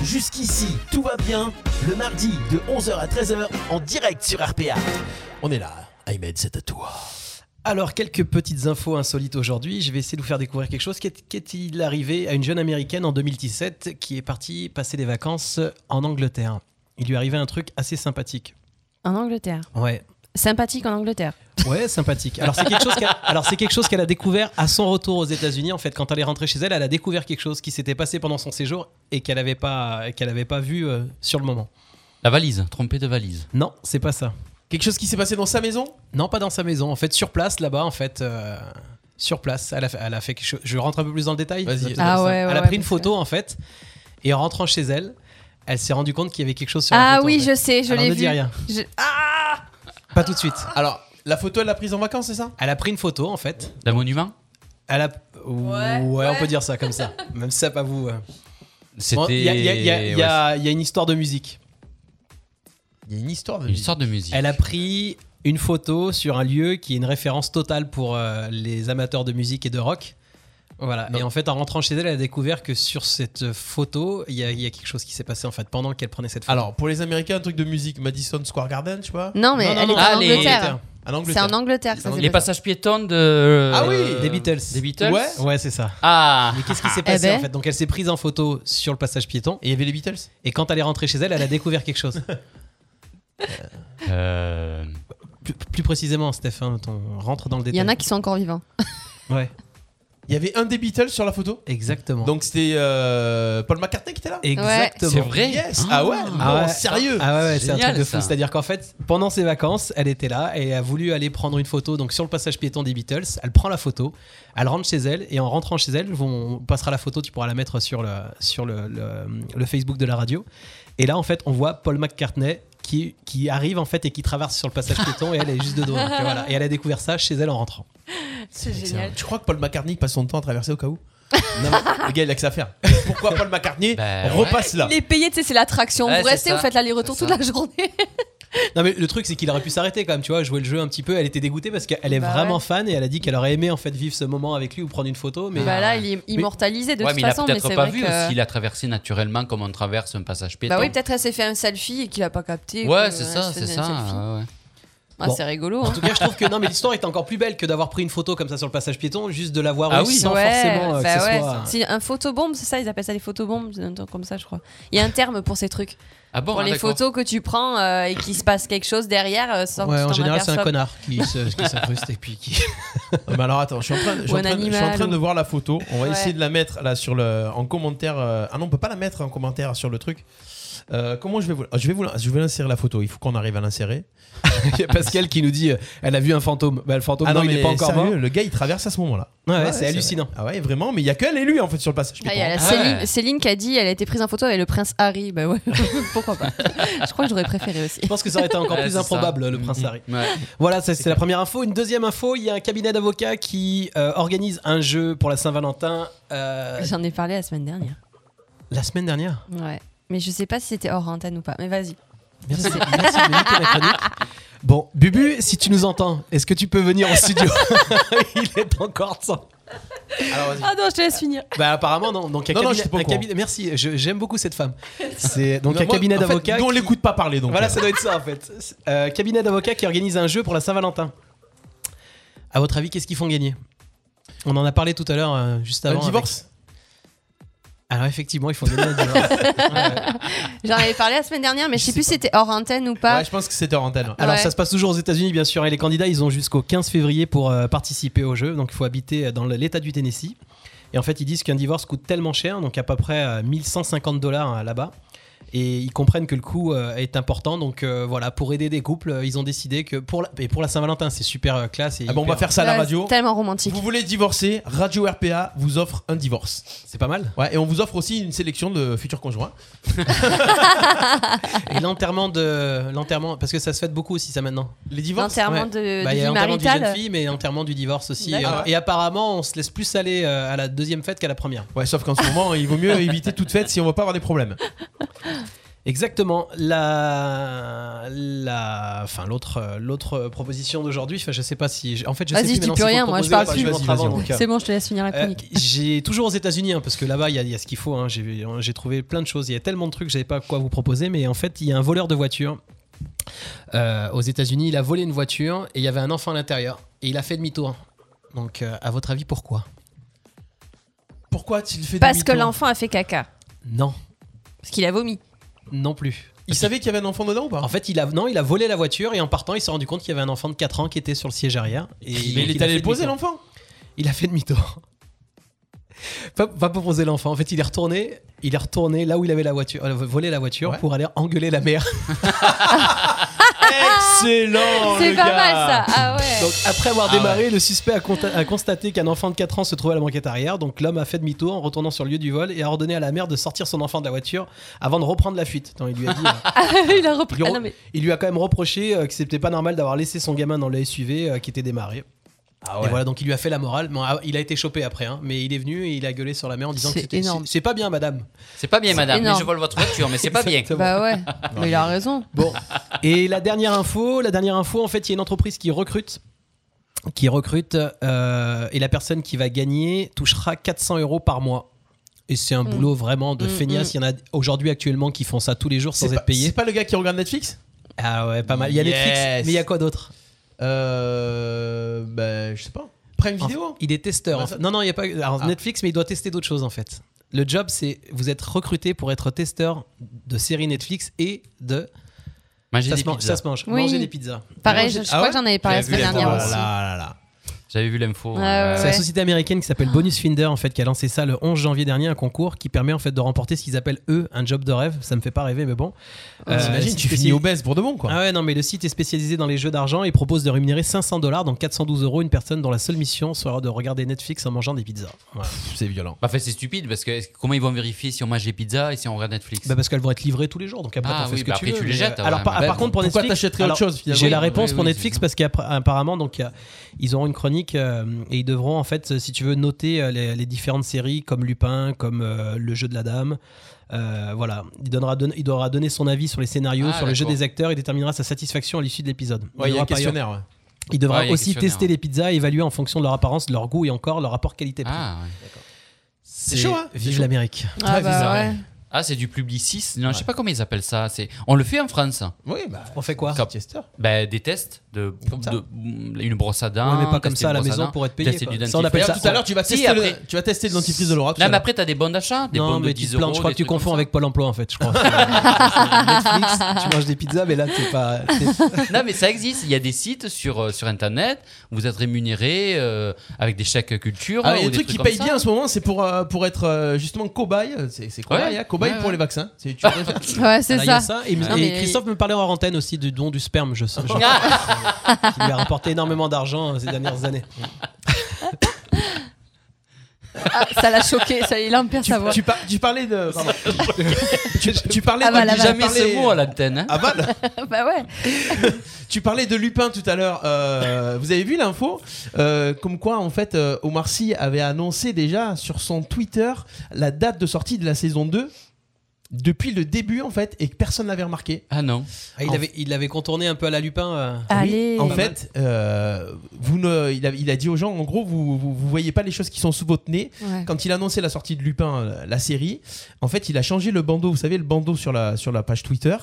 Speaker 1: Jusqu'ici, tout va bien. Le mardi de 11h à 13h en direct sur RPA.
Speaker 3: On est là. Ahmed, c'est à toi.
Speaker 5: Alors, quelques petites infos insolites aujourd'hui. Je vais essayer de vous faire découvrir quelque chose. Qu'est- Qu'est-il arrivé à une jeune américaine en 2017 qui est partie passer des vacances en Angleterre Il lui arrivait un truc assez sympathique.
Speaker 4: En Angleterre.
Speaker 5: Ouais.
Speaker 4: Sympathique en Angleterre.
Speaker 5: Ouais, sympathique. Alors, c'est quelque chose qu'elle alors, c'est quelque chose qu'elle a découvert à son retour aux États-Unis. En fait, quand elle est rentrée chez elle, elle a découvert quelque chose qui s'était passé pendant son séjour et qu'elle n'avait pas, qu'elle avait pas vu euh, sur le moment.
Speaker 6: La valise, trompée de valise.
Speaker 5: Non, c'est pas ça.
Speaker 3: Quelque chose qui s'est passé dans sa maison
Speaker 5: Non, pas dans sa maison. En fait, sur place, là-bas, en fait, euh, sur place, elle a, fait- elle a fait quelque chose. Je rentre un peu plus dans le détail.
Speaker 3: Vas-y.
Speaker 5: Ça fait
Speaker 4: Ah
Speaker 5: comme ça.
Speaker 4: ouais, ouais,
Speaker 5: elle a
Speaker 4: ouais,
Speaker 5: pris une
Speaker 4: parce
Speaker 5: photo, en fait, et en rentrant chez elle, elle s'est rendue compte qu'il y avait quelque chose sur la
Speaker 4: Ah
Speaker 5: photo,
Speaker 4: oui,
Speaker 5: en fait.
Speaker 4: je sais, je
Speaker 5: Alors,
Speaker 4: l'ai
Speaker 5: ne
Speaker 4: vu.
Speaker 5: dis rien.
Speaker 4: Je-
Speaker 5: Pas tout de suite.
Speaker 3: Alors, la photo elle l'a prise en vacances, c'est ça
Speaker 5: Elle a pris une photo, en fait.
Speaker 6: D'un monument
Speaker 5: Elle a... ouais, on peut dire ça comme ça. Même si ça, pas vous. euh.
Speaker 6: C'était.
Speaker 5: Bon, Il y, a- il y a- il y a- il y
Speaker 6: ouais,
Speaker 5: a- il y a une histoire de musique.
Speaker 3: Il y a une histoire de
Speaker 6: une sorte de musique.
Speaker 5: Elle a pris une photo sur un lieu qui est une référence totale pour euh, les amateurs de musique et de rock. Voilà.
Speaker 3: Non.
Speaker 5: Et en fait, en rentrant chez elle, elle a découvert que sur cette photo, il y, a- il y a quelque chose qui s'est passé en fait pendant qu'elle prenait cette photo.
Speaker 3: Alors, pour les Américains, un truc de musique, Madison Square Garden, tu vois
Speaker 4: Non, mais
Speaker 5: Non, non,
Speaker 4: elle
Speaker 5: non,
Speaker 4: est
Speaker 6: ah,
Speaker 4: en
Speaker 6: les-
Speaker 4: Angleterre.
Speaker 3: À
Speaker 4: C'est
Speaker 3: l'Angleterre.
Speaker 4: en Angleterre, ça s'est
Speaker 6: Les
Speaker 4: passé.
Speaker 6: passages piétons de.
Speaker 3: Ah oui,
Speaker 5: des Beatles.
Speaker 6: Euh, Des Beatles
Speaker 3: Ouais.
Speaker 5: Ouais, c'est ça.
Speaker 6: Ah
Speaker 5: Mais qu'est-ce qui s'est passé
Speaker 4: ben.
Speaker 5: en fait Donc, elle s'est prise en photo sur le passage piéton.
Speaker 3: Et il y avait les Beatles
Speaker 5: Et quand elle est rentrée chez elle, elle a découvert quelque chose.
Speaker 6: Euh,
Speaker 5: plus, plus précisément, Stéphane, on rentre dans le
Speaker 4: Il
Speaker 5: détail.
Speaker 4: y en a qui sont encore vivants.
Speaker 5: Ouais,
Speaker 3: Il y avait un des Beatles sur la photo
Speaker 5: exactement.
Speaker 3: Donc c'était euh, Paul McCartney qui était là
Speaker 5: exactement.
Speaker 6: C'est vrai
Speaker 3: Yes Ah ouais
Speaker 5: Ah
Speaker 3: Non,
Speaker 5: ouais.
Speaker 3: sérieux
Speaker 5: Ah ouais, ouais, c'est un
Speaker 6: Génial,
Speaker 5: truc de fou.
Speaker 6: ça.
Speaker 5: C'est-à-dire qu'en fait, pendant ses vacances, elle était là et a voulu aller prendre une photo donc sur le passage piéton des Beatles. Elle prend la photo, elle rentre chez elle et en rentrant chez elle, on passera la photo, tu pourras la mettre sur le, sur le, le- le Facebook de la radio. Et là, en fait, on voit Paul McCartney qui, qui arrive en fait et qui traverse sur le passage piéton et elle est juste dedans. Donc, voilà. Et elle a découvert ça chez elle en rentrant.
Speaker 4: C'est
Speaker 5: ah
Speaker 3: Tu crois que Paul McCartney passe son temps à traverser au cas où Non, mais le gars il a que ça à faire. Pourquoi Paul McCartney
Speaker 6: Bah,
Speaker 3: repasse là
Speaker 4: Les payés, tu sais, c'est l'attraction.
Speaker 6: Ouais,
Speaker 4: vous
Speaker 6: c'est
Speaker 4: restez,
Speaker 6: ça.
Speaker 4: vous faites l'aller-retour
Speaker 6: C'est
Speaker 4: toute la journée.
Speaker 5: Non mais le truc c'est qu'il aurait pu s'arrêter quand même, tu vois, jouer le jeu un petit peu. Elle était dégoûtée parce qu'elle est
Speaker 4: Bah
Speaker 5: vraiment
Speaker 4: ouais.
Speaker 5: fan et elle a dit qu'elle aurait aimé en fait vivre ce moment avec lui ou prendre une photo. Mais
Speaker 4: bah là, il est immortalisé de
Speaker 6: ouais,
Speaker 4: toute
Speaker 6: mais il a
Speaker 4: façon.
Speaker 6: peut-être
Speaker 4: c'est
Speaker 6: pas
Speaker 4: vrai
Speaker 6: vu
Speaker 4: que-
Speaker 6: aussi. Il a traversé naturellement comme on traverse un passage péton.
Speaker 4: Bah oui, peut-être elle s'est fait un selfie et qu'il a pas capté.
Speaker 6: Ouais,
Speaker 4: que,
Speaker 6: c'est
Speaker 4: euh,
Speaker 6: ça,
Speaker 4: elle se
Speaker 6: c'est
Speaker 4: faisait un
Speaker 6: ça.
Speaker 4: selfie.
Speaker 6: ouais, ouais.
Speaker 4: Ah,
Speaker 5: Bon.
Speaker 4: C'est rigolo.
Speaker 5: En
Speaker 4: hein.
Speaker 5: tout cas, je trouve que non, mais l'histoire est encore plus belle que d'avoir pris une photo comme ça sur le passage piéton, juste de l'avoir
Speaker 6: Ah
Speaker 5: eu
Speaker 6: oui.
Speaker 5: sans
Speaker 4: Ouais,
Speaker 5: forcément euh,
Speaker 4: bah
Speaker 5: que ce
Speaker 4: ouais.
Speaker 5: soit.
Speaker 4: C'est un photobombe, c'est ça, ils appellent ça des photobombes, c'est un truc comme ça, je crois. Il y a un terme pour ces trucs.
Speaker 6: Ah bon,
Speaker 4: pour
Speaker 6: ah,
Speaker 4: les
Speaker 6: d'accord.
Speaker 4: photos que tu prends euh, et qu'il se passe quelque chose derrière euh, sans que
Speaker 5: Ouais,
Speaker 4: tu
Speaker 5: en
Speaker 4: t'en
Speaker 5: général, c'est un
Speaker 4: aperçoives.
Speaker 5: connard qui se- qui s'incruste et puis qui.
Speaker 3: Non, mais alors attends, je suis en train, je suis
Speaker 4: Ou
Speaker 3: en
Speaker 4: un
Speaker 3: train- je suis en
Speaker 4: animal,
Speaker 3: train de
Speaker 4: ou-
Speaker 3: voir la photo. On va
Speaker 4: Ouais.
Speaker 3: essayer de la mettre là sur le, en commentaire. euh, Ah non, on peut pas la mettre en commentaire sur le truc. Euh, comment je vais vous, ah, je vais vous, la- je vais l'insérer la photo. Il faut qu'on arrive à l'insérer.
Speaker 5: Il y a Pascal qui nous dit euh, elle a vu un fantôme. Bah, le fantôme,
Speaker 3: Ah
Speaker 5: non, il est pas encore
Speaker 3: sérieux,
Speaker 5: mort.
Speaker 3: le gars il traverse à ce moment-là.
Speaker 5: Ouais,
Speaker 3: Ouais,
Speaker 5: c'est hallucinant.
Speaker 3: vrai. Ah ouais, vraiment, mais il y a que elle et lui en fait sur le passage.
Speaker 4: Ah, il y a la
Speaker 6: Ah
Speaker 4: Céline,
Speaker 6: ouais.
Speaker 4: Céline qui a dit elle a été prise en photo avec le prince Harry. Bah ouais, pourquoi pas. Je crois que j'aurais préféré aussi.
Speaker 5: Je pense que ça Mm-hmm. aurait été encore
Speaker 6: Ouais,
Speaker 5: plus
Speaker 6: c'est
Speaker 5: improbable, le prince
Speaker 6: Mhm.
Speaker 5: Harry.
Speaker 6: Ouais.
Speaker 5: Voilà, ça, c'est la première info. Une deuxième info il y a un cabinet d'avocats qui euh, organise un jeu pour la Saint-Valentin euh,
Speaker 4: J'en ai parlé la semaine dernière.
Speaker 5: la semaine dernière.
Speaker 4: Ouais. Mais je sais pas si c'était hors antenne ou pas. Mais vas-y.
Speaker 5: Merci, merci Bubu, pour la chronique. Bon, Bubu, si tu nous entends, est-ce que tu peux venir en studio Il est encore temps.
Speaker 3: Alors vas-y.
Speaker 4: Ah non, je te laisse finir.
Speaker 5: Bah apparemment non. Donc un
Speaker 3: Non, non,
Speaker 5: cabinet,
Speaker 3: j'étais pas au
Speaker 5: un
Speaker 3: courant.
Speaker 5: cabinet- Merci. je- J'aime beaucoup cette femme. C'est donc
Speaker 3: Non,
Speaker 5: un
Speaker 3: moi,
Speaker 5: cabinet
Speaker 3: en fait,
Speaker 5: d'avocats.
Speaker 3: nous, on
Speaker 5: qui-
Speaker 3: l'écoute pas parler donc.
Speaker 5: Voilà,
Speaker 3: euh,
Speaker 5: ça doit être ça en fait. Euh, cabinet d'avocats qui organise un jeu pour la Saint-Valentin. À votre avis, qu'est-ce qu'ils font gagner On en a parlé tout à l'heure, euh, juste
Speaker 3: un
Speaker 5: avant.
Speaker 3: divorce.
Speaker 5: avec- Alors effectivement, ils font gagner un divorce. Ouais.
Speaker 4: J'en avais parlé la semaine dernière, mais je sais plus si c'était hors antenne ou pas.
Speaker 3: Ouais, je pense que c'était hors antenne.
Speaker 5: Alors
Speaker 4: Ouais.
Speaker 5: ça se passe toujours aux États-Unis, bien sûr. Et les candidats, ils ont jusqu'au 15 février pour euh, participer au jeu. Donc il faut habiter euh, dans l'État du Tennessee. Et en fait, ils disent qu'un divorce coûte tellement cher, donc à peu près euh, 1150 dollars là-bas, et ils comprennent que le coût euh, est important. Donc euh, voilà, pour aider des couples, euh, ils ont décidé que pour la, et pour la Saint-Valentin, c'est super euh, classe. Et
Speaker 3: Ah bon, on
Speaker 5: hyper-
Speaker 3: va faire ça à la
Speaker 4: Ouais,
Speaker 3: radio.
Speaker 4: c'est Tellement romantique.
Speaker 3: Vous voulez divorcer, Radio RPA vous offre un divorce.
Speaker 5: C'est pas mal.
Speaker 3: Ouais, et on vous offre aussi une sélection de futurs conjoints.
Speaker 5: Et l'enterrement de l'enterrement parce que ça se fait beaucoup aussi ça maintenant.
Speaker 3: Les divorces
Speaker 4: L'enterrement
Speaker 5: ouais.
Speaker 4: de,
Speaker 5: Bah,
Speaker 4: de
Speaker 5: il y
Speaker 4: vie
Speaker 5: a l'enterrement du jeune
Speaker 4: maritale.
Speaker 5: fille, mais l'enterrement du divorce aussi. Et,
Speaker 4: D'accord.
Speaker 5: et apparemment, on se laisse plus aller euh, à la deuxième fête qu'à la première.
Speaker 3: Ouais, sauf qu'en ce moment, il vaut mieux éviter toute fête si on veut pas avoir des problèmes.
Speaker 5: Exactement. La, la, enfin l'autre, euh, l'autre proposition d'aujourd'hui. Enfin, je sais pas si, en fait, je sais
Speaker 4: Vas-y,
Speaker 5: plus
Speaker 4: je dis
Speaker 5: maintenant
Speaker 4: plus
Speaker 5: s'il
Speaker 4: rien,
Speaker 5: faut
Speaker 4: moi, je
Speaker 5: proposer ou
Speaker 4: parle
Speaker 5: pas,
Speaker 4: plus.
Speaker 5: vais rentrer
Speaker 3: Vas-y,
Speaker 5: avant,
Speaker 3: vas-y,
Speaker 5: donc, euh,
Speaker 4: C'est bon, je te laisse finir la
Speaker 5: Euh,
Speaker 4: chronique.
Speaker 5: j'ai toujours aux États-Unis hein, parce que là-bas il y, a- il y a ce qu'il faut. hein. J'ai j'ai trouvé plein de choses. Il y a tellement de trucs, je savais pas quoi vous proposer, mais en fait il y a un voleur de voiture euh, aux États-Unis. Il a volé une voiture et il y avait un enfant à l'intérieur et il a fait demi-tour. Donc euh, à votre avis pourquoi
Speaker 3: Pourquoi il fait
Speaker 4: Parce que
Speaker 3: demi-tour
Speaker 4: l'enfant a fait caca.
Speaker 5: Non,
Speaker 4: Parce qu'il a vomi.
Speaker 5: non plus.
Speaker 3: Il savait qu'il y avait un enfant dedans ou pas
Speaker 5: En fait, il a non, il a volé la voiture et en partant, il s'est rendu compte qu'il y avait un enfant de 4 ans qui était sur le siège arrière. Et
Speaker 3: Mais il
Speaker 5: donc,
Speaker 3: est
Speaker 5: a
Speaker 3: allé
Speaker 5: fait
Speaker 3: le poser
Speaker 5: demi-tour.
Speaker 3: l'enfant.
Speaker 5: Il a fait demi-tour. Pas, pas pour poser l'enfant. En fait, il est retourné. Il est retourné là où il avait la voiture, euh, volé la voiture
Speaker 3: Ouais.
Speaker 5: pour aller engueuler la mère. Ah.
Speaker 3: Excellent.
Speaker 4: c'est
Speaker 3: le
Speaker 4: pas
Speaker 3: gars.
Speaker 4: mal ça. Ah
Speaker 5: Donc
Speaker 4: ouais.
Speaker 5: après avoir
Speaker 3: Ah
Speaker 5: démarré, le suspect a, conta- a constaté qu'un enfant de 4 ans se trouvait à la banquette arrière. Donc l'homme a fait demi-tour en retournant sur le lieu du vol et a ordonné à la mère de sortir son enfant de la voiture avant de reprendre la fuite. Donc, il lui a dit. euh,
Speaker 4: il a repris.
Speaker 5: Bureau.
Speaker 4: Ah non, mais
Speaker 5: Il lui a quand même reproché euh, que c'était pas normal d'avoir laissé son gamin dans le SUV euh, qui était démarré. Et voilà, donc il lui a fait la morale. Bon, ah, il a été chopé après, hein, mais il est venu et il a gueulé sur la mère en disant que
Speaker 4: C'est
Speaker 5: c'était-
Speaker 4: énorme.
Speaker 5: c'est c'est pas bien, madame.
Speaker 6: C'est pas bien, madame, mais
Speaker 4: énorme.
Speaker 6: je vole votre voiture, mais c'est pas bien.
Speaker 5: Exactement.
Speaker 4: Bah ouais, mais il a raison.
Speaker 5: Bon, et la dernière info, la dernière info, en fait, il y a une entreprise qui recrute, qui recrute, euh, et la personne qui va gagner touchera 400 euros par mois. Et c'est un boulot vraiment de
Speaker 4: Mm,
Speaker 5: feignasse. Il y en a aujourd'hui actuellement qui font ça tous les jours sans
Speaker 3: C'est
Speaker 5: être
Speaker 3: pas- C'est
Speaker 5: payés.
Speaker 3: pas le gars qui regarde Netflix
Speaker 5: Ah ouais, pas mal. Il y a Netflix,
Speaker 3: Yes.
Speaker 5: mais il y a quoi d'autre
Speaker 3: Euh. Ben, je sais pas. Prime vidéo
Speaker 5: Il est testeur.
Speaker 3: Ouais,
Speaker 5: en
Speaker 3: ça-
Speaker 5: fait. Non, non, il y a pas. alors,
Speaker 3: Ah.
Speaker 5: Netflix, mais il doit tester d'autres choses en fait. Le job, c'est vous êtes recruté pour être testeur de séries Netflix et de
Speaker 6: Manger
Speaker 5: ça
Speaker 6: des
Speaker 5: se, man-
Speaker 6: pizzas.
Speaker 5: ça se mange,
Speaker 4: Oui.
Speaker 5: manger des pizzas.
Speaker 4: Pareil, je, je
Speaker 3: Ah
Speaker 4: crois
Speaker 3: ouais
Speaker 4: que j'en avais parlé la
Speaker 6: J'ai vu
Speaker 4: semaine
Speaker 6: la
Speaker 4: dernière
Speaker 6: photo,
Speaker 4: aussi.
Speaker 3: Oh là, là, là.
Speaker 6: J'avais vu l'info.
Speaker 4: Ouais,
Speaker 6: euh,
Speaker 4: ouais,
Speaker 5: C'est la société américaine qui s'appelle Bonus Finder en fait qui a lancé ça le 11 janvier dernier, un concours qui permet en fait de remporter ce qu'ils appellent eux un job de rêve. Ça me fait pas rêver, mais bon. Euh,
Speaker 3: T'imagines, Ah,
Speaker 5: c'est
Speaker 3: tu finis
Speaker 5: spécial-
Speaker 3: obèse pour de bon quoi.
Speaker 5: Ah ouais, non, mais le site est spécialisé dans les jeux d'argent et propose de rémunérer 500 dollars, donc 412 euros, une personne dont la seule mission sera de regarder Netflix en mangeant des pizzas. Voilà.
Speaker 3: Pff, C'est violent.
Speaker 6: Bah, en fait, c'est stupide parce que est-ce- comment ils vont vérifier si on mange des pizzas et si on regarde Netflix
Speaker 5: Bah parce qu'elles vont être livrées tous les jours, donc après
Speaker 6: Ah
Speaker 5: t'en fais
Speaker 6: oui,
Speaker 5: ce que
Speaker 6: bah
Speaker 5: tu
Speaker 6: après,
Speaker 5: veux.
Speaker 6: tu les
Speaker 5: mais,
Speaker 6: jettes,
Speaker 5: euh, alors,
Speaker 6: ouais,
Speaker 5: par,
Speaker 6: bah,
Speaker 5: par contre, pour
Speaker 3: Pourquoi
Speaker 5: Netflix,
Speaker 3: t'achèterais autre
Speaker 5: alors,
Speaker 3: chose finalement
Speaker 5: J'ai la
Speaker 6: Oui,
Speaker 5: réponse
Speaker 6: oui,
Speaker 5: pour
Speaker 6: oui,
Speaker 5: Netflix
Speaker 6: c'est
Speaker 5: parce qu'apparemment donc il y a- ils auront une chronique euh, et ils devront en fait euh, si tu veux noter euh, les, les différentes séries comme Lupin, comme euh, le jeu de la dame. Euh, voilà, il donnera don- il devra donner son avis sur les scénarios,
Speaker 6: Ah,
Speaker 5: sur le jeu
Speaker 6: d'accord.
Speaker 5: des acteurs et déterminera sa satisfaction à l'issue de l'épisode.
Speaker 3: Ouais, il y a un
Speaker 5: devra par ailleurs-
Speaker 3: questionnaire. ouais.
Speaker 5: il devra
Speaker 6: Ouais, il y a un
Speaker 5: aussi
Speaker 6: questionnaire,
Speaker 5: tester
Speaker 6: ouais.
Speaker 5: les pizzas et évaluer en fonction de leur apparence, leur goût et encore leur rapport qualité-prix.
Speaker 6: Ah, ouais.
Speaker 5: c'est
Speaker 3: chaud, hein C'est
Speaker 5: Vive
Speaker 3: chaud.
Speaker 5: l'Amérique.
Speaker 4: Ah
Speaker 3: Très bizarre,
Speaker 4: bah ouais.
Speaker 3: ouais.
Speaker 6: Ah, c'est du publicis. Non, je sais pas comment ils appellent ça. C'est... On le fait en France.
Speaker 3: Oui, bah.
Speaker 5: On fait quoi
Speaker 6: Comme-
Speaker 3: Chester.
Speaker 6: Bah, des tests de,
Speaker 5: Comme ça.
Speaker 6: de- mm, une brosse à dents.
Speaker 5: Ouais, mais pas comme
Speaker 6: tester
Speaker 5: ça à
Speaker 6: une
Speaker 5: la
Speaker 6: brosse
Speaker 5: maison
Speaker 6: dents,
Speaker 5: pour être payé,
Speaker 6: tester
Speaker 5: quoi.
Speaker 6: du
Speaker 5: Ça, on
Speaker 6: dentifrice.
Speaker 5: appelle
Speaker 3: D'ailleurs,
Speaker 5: ça-
Speaker 3: tout à l'heure, tu vas
Speaker 6: Si,
Speaker 3: tester
Speaker 6: après-
Speaker 3: le- Ah, tu vas tester le dentifrice de Laura. tout à
Speaker 6: Non, mais
Speaker 3: l'heure.
Speaker 6: après, t'as des bons d'achat, des
Speaker 5: non,
Speaker 6: bons de
Speaker 5: mais tu
Speaker 6: 10
Speaker 5: te
Speaker 6: euros.
Speaker 5: plains, je crois
Speaker 6: des
Speaker 5: que tu
Speaker 6: trucs comme
Speaker 5: confonds
Speaker 6: ça.
Speaker 5: avec Pôle emploi en fait. Je crois. Netflix, tu manges des pizzas, mais là, c'est pas. c'est-
Speaker 6: Non, mais ça existe. Il y a des sites sur, euh, sur Internet où vous êtes rémunéré euh, avec des chèques culture.
Speaker 3: Ah, il y
Speaker 6: ou
Speaker 3: a des trucs qui
Speaker 6: comme
Speaker 3: payent
Speaker 6: ça.
Speaker 3: bien en ce moment, c'est pour, euh, pour être euh, justement cobaye. C'est c'est cobaye,
Speaker 6: Ouais.
Speaker 3: hein, cobaye
Speaker 6: Ouais,
Speaker 3: pour
Speaker 6: ouais.
Speaker 3: les vaccins. C'est- tu vois,
Speaker 4: Ouais, c'est
Speaker 5: Voilà, il y
Speaker 4: ça.
Speaker 5: a ça. Et, et
Speaker 4: Non, mais-
Speaker 5: Christophe me parlait en antenne aussi du don du sperme, je sais. je-
Speaker 6: Ah,
Speaker 5: qui lui a rapporté énormément d'argent euh, ces dernières années.
Speaker 4: Ah, ça l'a choqué, ça, il a un peu
Speaker 3: tu,
Speaker 4: savoir.
Speaker 3: tu par- tu parlais de. pardon. tu, tu parlais
Speaker 4: Ah, bah,
Speaker 3: de.
Speaker 4: la
Speaker 6: j'ai
Speaker 4: vache.
Speaker 6: jamais
Speaker 3: parlais-
Speaker 6: ce mot à l'antenne. hein.
Speaker 3: Ah, bah, là,
Speaker 4: Bah ouais.
Speaker 3: tu parlais de Lupin tout à l'heure. Euh, vous avez vu l'info Euh, Comme quoi, en fait, euh, Omar Sy avait annoncé déjà sur son Twitter la date de sortie de la saison 2 depuis le début, en fait, et que personne n'avait remarqué.
Speaker 6: Ah non.
Speaker 5: Ah, il, avait, il avait contourné un peu à la Lupin. euh.
Speaker 4: Allez.
Speaker 3: En fait, euh, vous ne, il, a, il a dit aux gens, en gros, vous, vous, vous voyez pas les choses qui sont sous votre nez.
Speaker 4: Ouais.
Speaker 3: Quand il a annoncé la sortie de Lupin, euh, la série, en fait, il a changé le bandeau. Vous savez, le bandeau sur la, sur la page Twitter.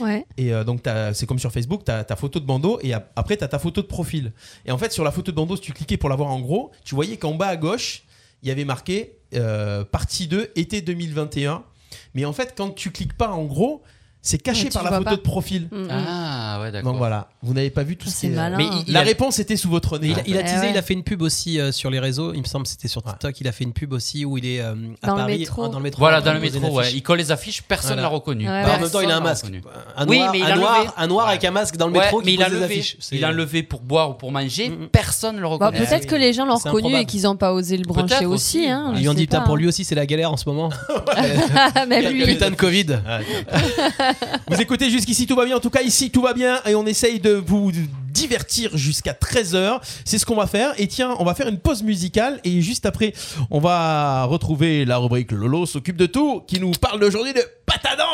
Speaker 4: Ouais.
Speaker 3: Et euh, donc, t'as- c'est comme sur Facebook, tu as ta photo de bandeau et ap- après, tu as ta photo de profil. Et en fait, sur la photo de bandeau, si tu cliquais pour la voir en gros, tu voyais qu'en bas à gauche, il y avait marqué euh, partie 2, été 2021. Mais en fait, quand tu cliques pas en gros, C'est caché
Speaker 6: Ouais, tu
Speaker 3: par la
Speaker 6: vois
Speaker 3: photo
Speaker 6: pas.
Speaker 3: de
Speaker 6: Ah,
Speaker 3: profil.
Speaker 6: Mm, mm. Ah, ouais, d'accord.
Speaker 3: Donc voilà, vous n'avez pas vu tout ce qui est. euh,
Speaker 5: malin. Mais il-
Speaker 3: la
Speaker 5: il a-
Speaker 3: réponse était sous votre nez.
Speaker 5: Il, a-
Speaker 4: Eh
Speaker 5: il a teasé, il a fait une pub aussi euh, sur les réseaux, il me semble c'était sur TikTok, il a fait une pub aussi où il est euh, à
Speaker 6: Dans le
Speaker 5: Paris,
Speaker 6: métro.
Speaker 5: euh, dans le métro.
Speaker 6: Voilà,
Speaker 5: en train
Speaker 6: dans
Speaker 5: de
Speaker 6: le
Speaker 5: poser
Speaker 6: métro,
Speaker 5: une affiche.
Speaker 6: ouais. Il colle les affiches, personne l'a reconnu. Ouais,
Speaker 5: Bah, en même temps,
Speaker 6: personne
Speaker 5: il a un
Speaker 6: l'a
Speaker 5: masque.
Speaker 6: reconnu.
Speaker 5: Un
Speaker 6: Oui,
Speaker 5: noir,
Speaker 6: mais il
Speaker 5: un
Speaker 6: l'a
Speaker 5: noir-
Speaker 6: levé.
Speaker 5: un noir avec un masque dans le métro
Speaker 6: Ouais,
Speaker 5: qui
Speaker 6: mais il a
Speaker 5: pose des
Speaker 6: levé.
Speaker 5: affiches. C'est- euh, Mm.
Speaker 6: Il a levé pour boire ou pour manger, personne ne le
Speaker 4: Bah,
Speaker 6: reconnaît.
Speaker 4: peut-être que les gens l'ont
Speaker 5: C'est
Speaker 4: reconnu et
Speaker 5: improbable.
Speaker 4: qu'ils n'ont pas osé le brancher
Speaker 5: Peut-être
Speaker 4: aussi. hein,
Speaker 5: Ils lui
Speaker 4: je
Speaker 5: ont
Speaker 4: sais
Speaker 5: dit, putain,
Speaker 4: pas.
Speaker 5: pour lui aussi, c'est la galère en ce moment.
Speaker 6: Ah,
Speaker 4: Même lui.
Speaker 5: Putain de Covid.
Speaker 3: Vous écoutez jusqu'ici, tout va bien. En tout cas, ici, tout va bien. Et on essaye de vous divertir jusqu'à 13h. C'est ce qu'on va faire. Et tiens, on va faire une pause musicale. Et juste après, on va retrouver la rubrique Lolo s'occupe de tout, qui nous parle aujourd'hui de pâte à dents.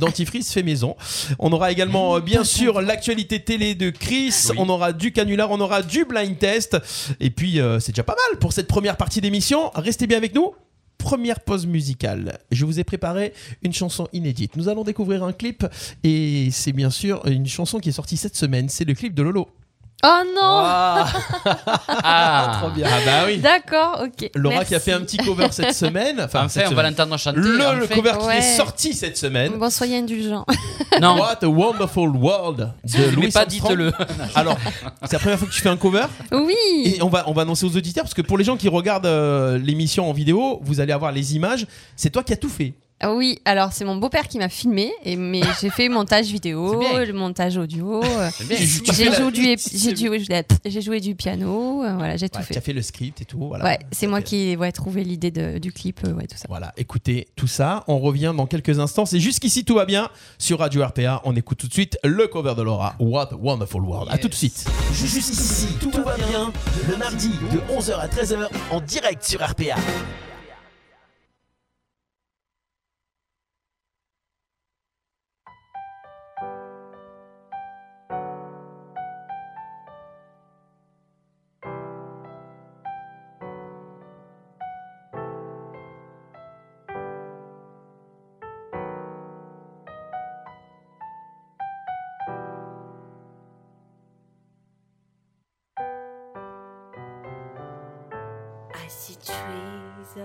Speaker 3: Dentifrice fait maison. On aura également, euh, bien sûr, l'actualité télé de Chris. On aura du canular. On aura du blind test. Et puis, euh, c'est déjà pas mal pour cette première partie d'émission. Restez bien avec nous. Première pause musicale. Je vous ai préparé une chanson inédite. Nous allons découvrir un clip et c'est bien sûr une chanson qui est sortie cette semaine. C'est le clip de Lolo.
Speaker 4: Oh non
Speaker 6: Ah,
Speaker 3: Trop bien. Ah bah oui.
Speaker 4: D'accord, ok.
Speaker 3: Laura
Speaker 4: Merci.
Speaker 3: qui a fait un petit cover cette semaine. Enfin,
Speaker 6: Enfin,
Speaker 3: cette
Speaker 6: on va
Speaker 3: semaine.
Speaker 6: l'entendre chanter.
Speaker 3: Le,
Speaker 6: en
Speaker 3: le
Speaker 6: fait.
Speaker 3: cover qui
Speaker 4: Ouais.
Speaker 3: est sorti cette semaine.
Speaker 4: Bon, soyez indulgents.
Speaker 6: Non.
Speaker 3: What a wonderful world
Speaker 6: vous
Speaker 3: de
Speaker 6: l'aimez
Speaker 3: Louis
Speaker 6: pas,
Speaker 3: Armstrong.
Speaker 6: dites-le.
Speaker 3: Alors, c'est la première fois que tu fais un cover.
Speaker 4: Oui.
Speaker 3: Et on va on va annoncer aux auditeurs parce que pour les gens qui regardent euh, l'émission en vidéo, vous allez avoir les images. C'est toi qui as tout fait.
Speaker 4: Ah Oui, alors c'est mon beau-père qui m'a filmé, et, mais
Speaker 3: Ah.
Speaker 4: j'ai fait montage vidéo, le montage audio. euh,
Speaker 3: C'est bien. Tu- tu fais
Speaker 4: J'ai
Speaker 3: la-
Speaker 4: joué, du, j'ai joué, j'ai joué du piano, euh, voilà, j'ai tout
Speaker 3: Ouais,
Speaker 4: fait.
Speaker 3: Tu as fait le script et tout. Voilà.
Speaker 4: Ouais, c'est moi qui ai ouais, trouvé l'idée de- du clip, euh, ouais, tout ça.
Speaker 3: Voilà, écoutez tout ça. On revient dans quelques instants. C'est jusqu'ici tout va bien sur Radio RPA. On écoute tout de suite le cover de Laura. What a wonderful world. À tout de suite.
Speaker 1: Jusqu'ici, tout va bien. Le mardi de 11h à 13h en direct sur RPA.
Speaker 2: I see trees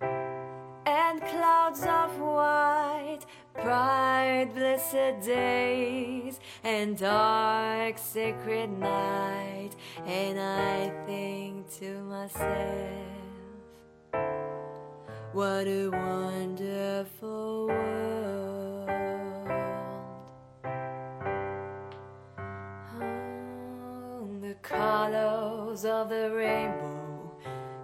Speaker 2: and clouds of white, bright, blessed days and dark, sacred night. And I think to myself, what a wonderful world. Oh, the colors of the rainbow,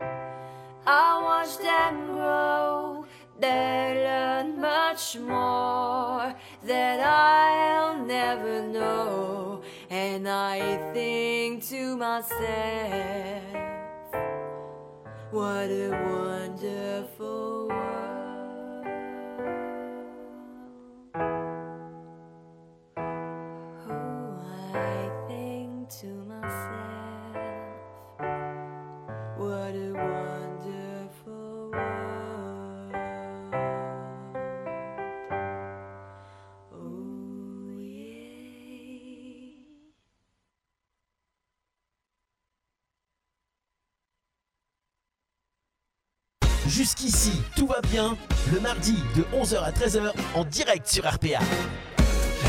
Speaker 2: I watch them grow. They learn much more that I'll never know. And I think to myself, what a wonderful world. I think to myself, what a wonderful world. Oh, yeah.
Speaker 1: Jusqu'ici, tout va bien. Le mardi de 11h à 13h en direct sur RPA.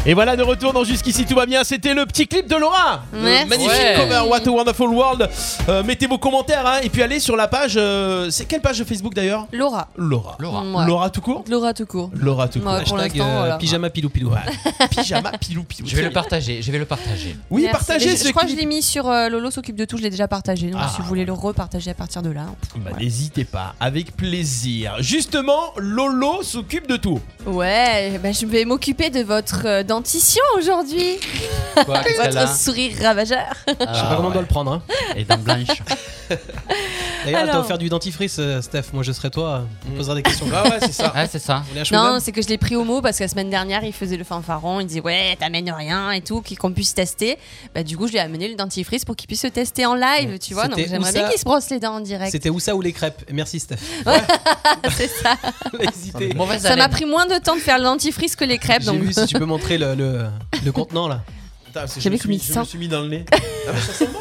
Speaker 3: Et voilà, de retour dans Jusqu'ici tout va bien. C'était le petit clip de Laura. Le
Speaker 4: Merci.
Speaker 3: Euh, Magnifique
Speaker 6: Ouais.
Speaker 3: cover What a Wonderful World. Euh, mettez vos commentaires hein, et puis allez sur la page. euh, c'est quelle page de Facebook d'ailleurs
Speaker 4: Laura. Mm,
Speaker 3: Laura.
Speaker 6: Laura.
Speaker 4: Ouais.
Speaker 3: Laura tout court
Speaker 4: Laura tout court.
Speaker 3: Laura tout court.
Speaker 4: Ouais, pour
Speaker 5: Hashtag
Speaker 4: l'instant,
Speaker 5: euh,
Speaker 4: voilà.
Speaker 5: pyjama pilou pilou.
Speaker 3: Pyjama pilou pilou.
Speaker 6: Je vais le partager, je vais le partager.
Speaker 3: Oui,
Speaker 4: Merci.
Speaker 3: partagez
Speaker 4: Mais
Speaker 3: ce
Speaker 4: Je, je crois que
Speaker 3: clip.
Speaker 4: je l'ai mis sur euh, Lolo s'occupe de tout, je l'ai déjà partagé. Donc
Speaker 3: Ah.
Speaker 4: si vous voulez le repartager à partir de là.
Speaker 3: Bah, N'hésitez pas, avec plaisir. Justement, Lolo s'occupe de tout.
Speaker 4: Ouais, bah, je vais m'occuper de votre euh, dentition aujourd'hui.
Speaker 6: Quoi, qu'est-ce qu'elle a Ah,
Speaker 4: Votre sourire ravageur.
Speaker 5: Je sais pas comment on doit le prendre. hein.
Speaker 6: Et dents blanches.
Speaker 5: D'ailleurs, elle t'a
Speaker 4: Alors.
Speaker 5: offert du dentifrice, euh, Steph. Moi, je serais toi. On
Speaker 6: Mm.
Speaker 5: posera des questions.
Speaker 3: Ah ouais, c'est ça.
Speaker 6: Ouais, c'est ça.
Speaker 5: Vous voulez un
Speaker 4: Non,
Speaker 5: chewing-gum
Speaker 4: c'est que je l'ai pris au mot parce que la semaine dernière, il faisait le fanfaron. Il disait Ouais, t'amènes rien et tout, qu'on puisse tester. Bah, du coup, je lui ai amené le dentifrice pour qu'il puisse se tester en live, tu vois. Donc,
Speaker 5: C'était où
Speaker 4: j'aimerais
Speaker 5: ça
Speaker 4: bien qu'il se brosse les dents en direct.
Speaker 5: C'était où ça ou les crêpes Merci, Steph.
Speaker 4: C'est ça.
Speaker 5: Elle a hésité.
Speaker 6: Mauvaise
Speaker 4: Ça m'a
Speaker 6: haleine.
Speaker 4: pris moins de temps de faire le dentifrice que les crêpes.
Speaker 5: J'ai
Speaker 4: Donc,
Speaker 5: vu si tu peux montrer le, le, le contenant là.
Speaker 3: Putain, parce que
Speaker 4: J'avais
Speaker 3: je me suis
Speaker 4: commis
Speaker 3: mis- je
Speaker 4: ça.
Speaker 3: me suis mis dans le nez. Ah ouais, ça sent bon.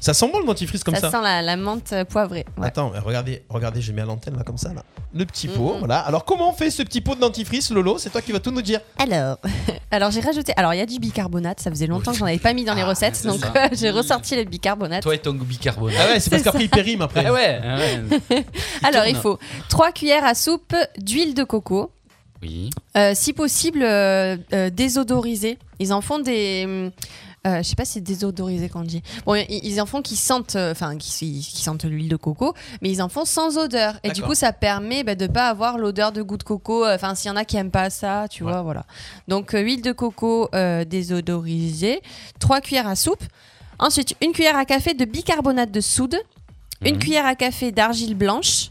Speaker 3: Ça sent bon le dentifrice comme
Speaker 4: ça,
Speaker 3: ça.
Speaker 4: sent la, la menthe euh, poivrée. Ouais.
Speaker 3: Attends, mais regardez, regardez, j'ai mis à l'antenne là comme ça là. Le petit pot,
Speaker 4: Mhm.
Speaker 3: voilà. Alors comment on fait ce petit pot de dentifrice, Lolo C'est toi qui vas tout nous dire.
Speaker 4: Alors, alors j'ai rajouté. Alors, il y a du bicarbonate. Ça faisait longtemps que j'en avais pas mis dans les
Speaker 6: Ah,
Speaker 4: recettes.
Speaker 6: c'est
Speaker 4: Donc,
Speaker 6: ça.
Speaker 4: euh, j'ai ressorti le bicarbonate.
Speaker 6: Toi et ton bicarbonate.
Speaker 3: Ah ouais, c'est parce qu'après il périme après.
Speaker 6: Ah ouais, ah ouais.
Speaker 4: alors,
Speaker 6: tourne.
Speaker 4: il faut 3 cuillères à soupe d'huile de coco.
Speaker 6: Oui.
Speaker 4: Euh, si possible, euh, euh, désodorisé. Ils en font des. hum, euh, je sais pas si c'est désodorisé qu'on dit. Bon, i- ils en font qui sentent, euh, enfin, qui, qui sentent l'huile de coco, mais ils en font sans odeur. Et du
Speaker 5: D'accord.
Speaker 4: coup, ça permet bah, de pas avoir l'odeur de goût de coco. Euh, Enfin, s'il y en a qui aiment pas ça, tu vois, voilà. Donc, euh, huile de coco euh, désodorisée, 3 cuillères à soupe. Ensuite, une cuillère à café de bicarbonate de soude, une
Speaker 6: Mhm.
Speaker 4: cuillère à café d'argile blanche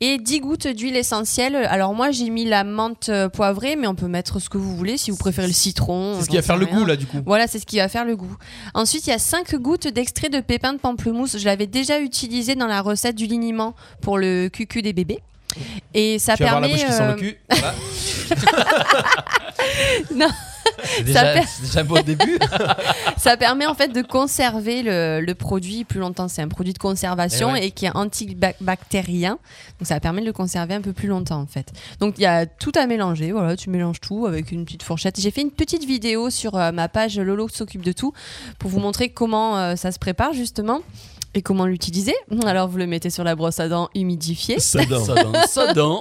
Speaker 4: et 10 gouttes d'huile essentielle. Alors moi, j'ai mis la menthe euh, poivrée, mais on peut mettre ce que vous voulez si vous préférez le citron.
Speaker 3: C'est ce qui va faire le goût
Speaker 4: goût
Speaker 3: là du coup.
Speaker 4: Voilà, c'est ce qui va faire le goût. Ensuite, il y a 5 gouttes d'extrait de pépins de pamplemousse. Je l'avais déjà utilisé dans la recette du liniment pour le cucu des bébés. Et ça
Speaker 3: tu vas avoir la
Speaker 4: permet.
Speaker 3: bouche qui sent le
Speaker 4: euh,
Speaker 3: cul.
Speaker 6: C'est déjà,
Speaker 4: perd-
Speaker 6: c'est déjà un bon début.
Speaker 4: Ça permet en fait de conserver le, le produit plus longtemps. C'est un produit de conservation
Speaker 6: Eh
Speaker 4: et,
Speaker 6: ouais.
Speaker 4: qui est antibactérien. Donc ça permet de le conserver un peu plus longtemps en fait. Donc il y a tout à mélanger. Voilà, tu mélanges tout avec une petite fourchette. J'ai fait une petite vidéo sur euh, ma page Lolo s'occupe de tout pour vous montrer comment euh, ça se prépare justement. Et comment l'utiliser Alors vous le mettez sur la brosse à dents humidifiée.
Speaker 3: Ça
Speaker 6: Ça donne, ça donne.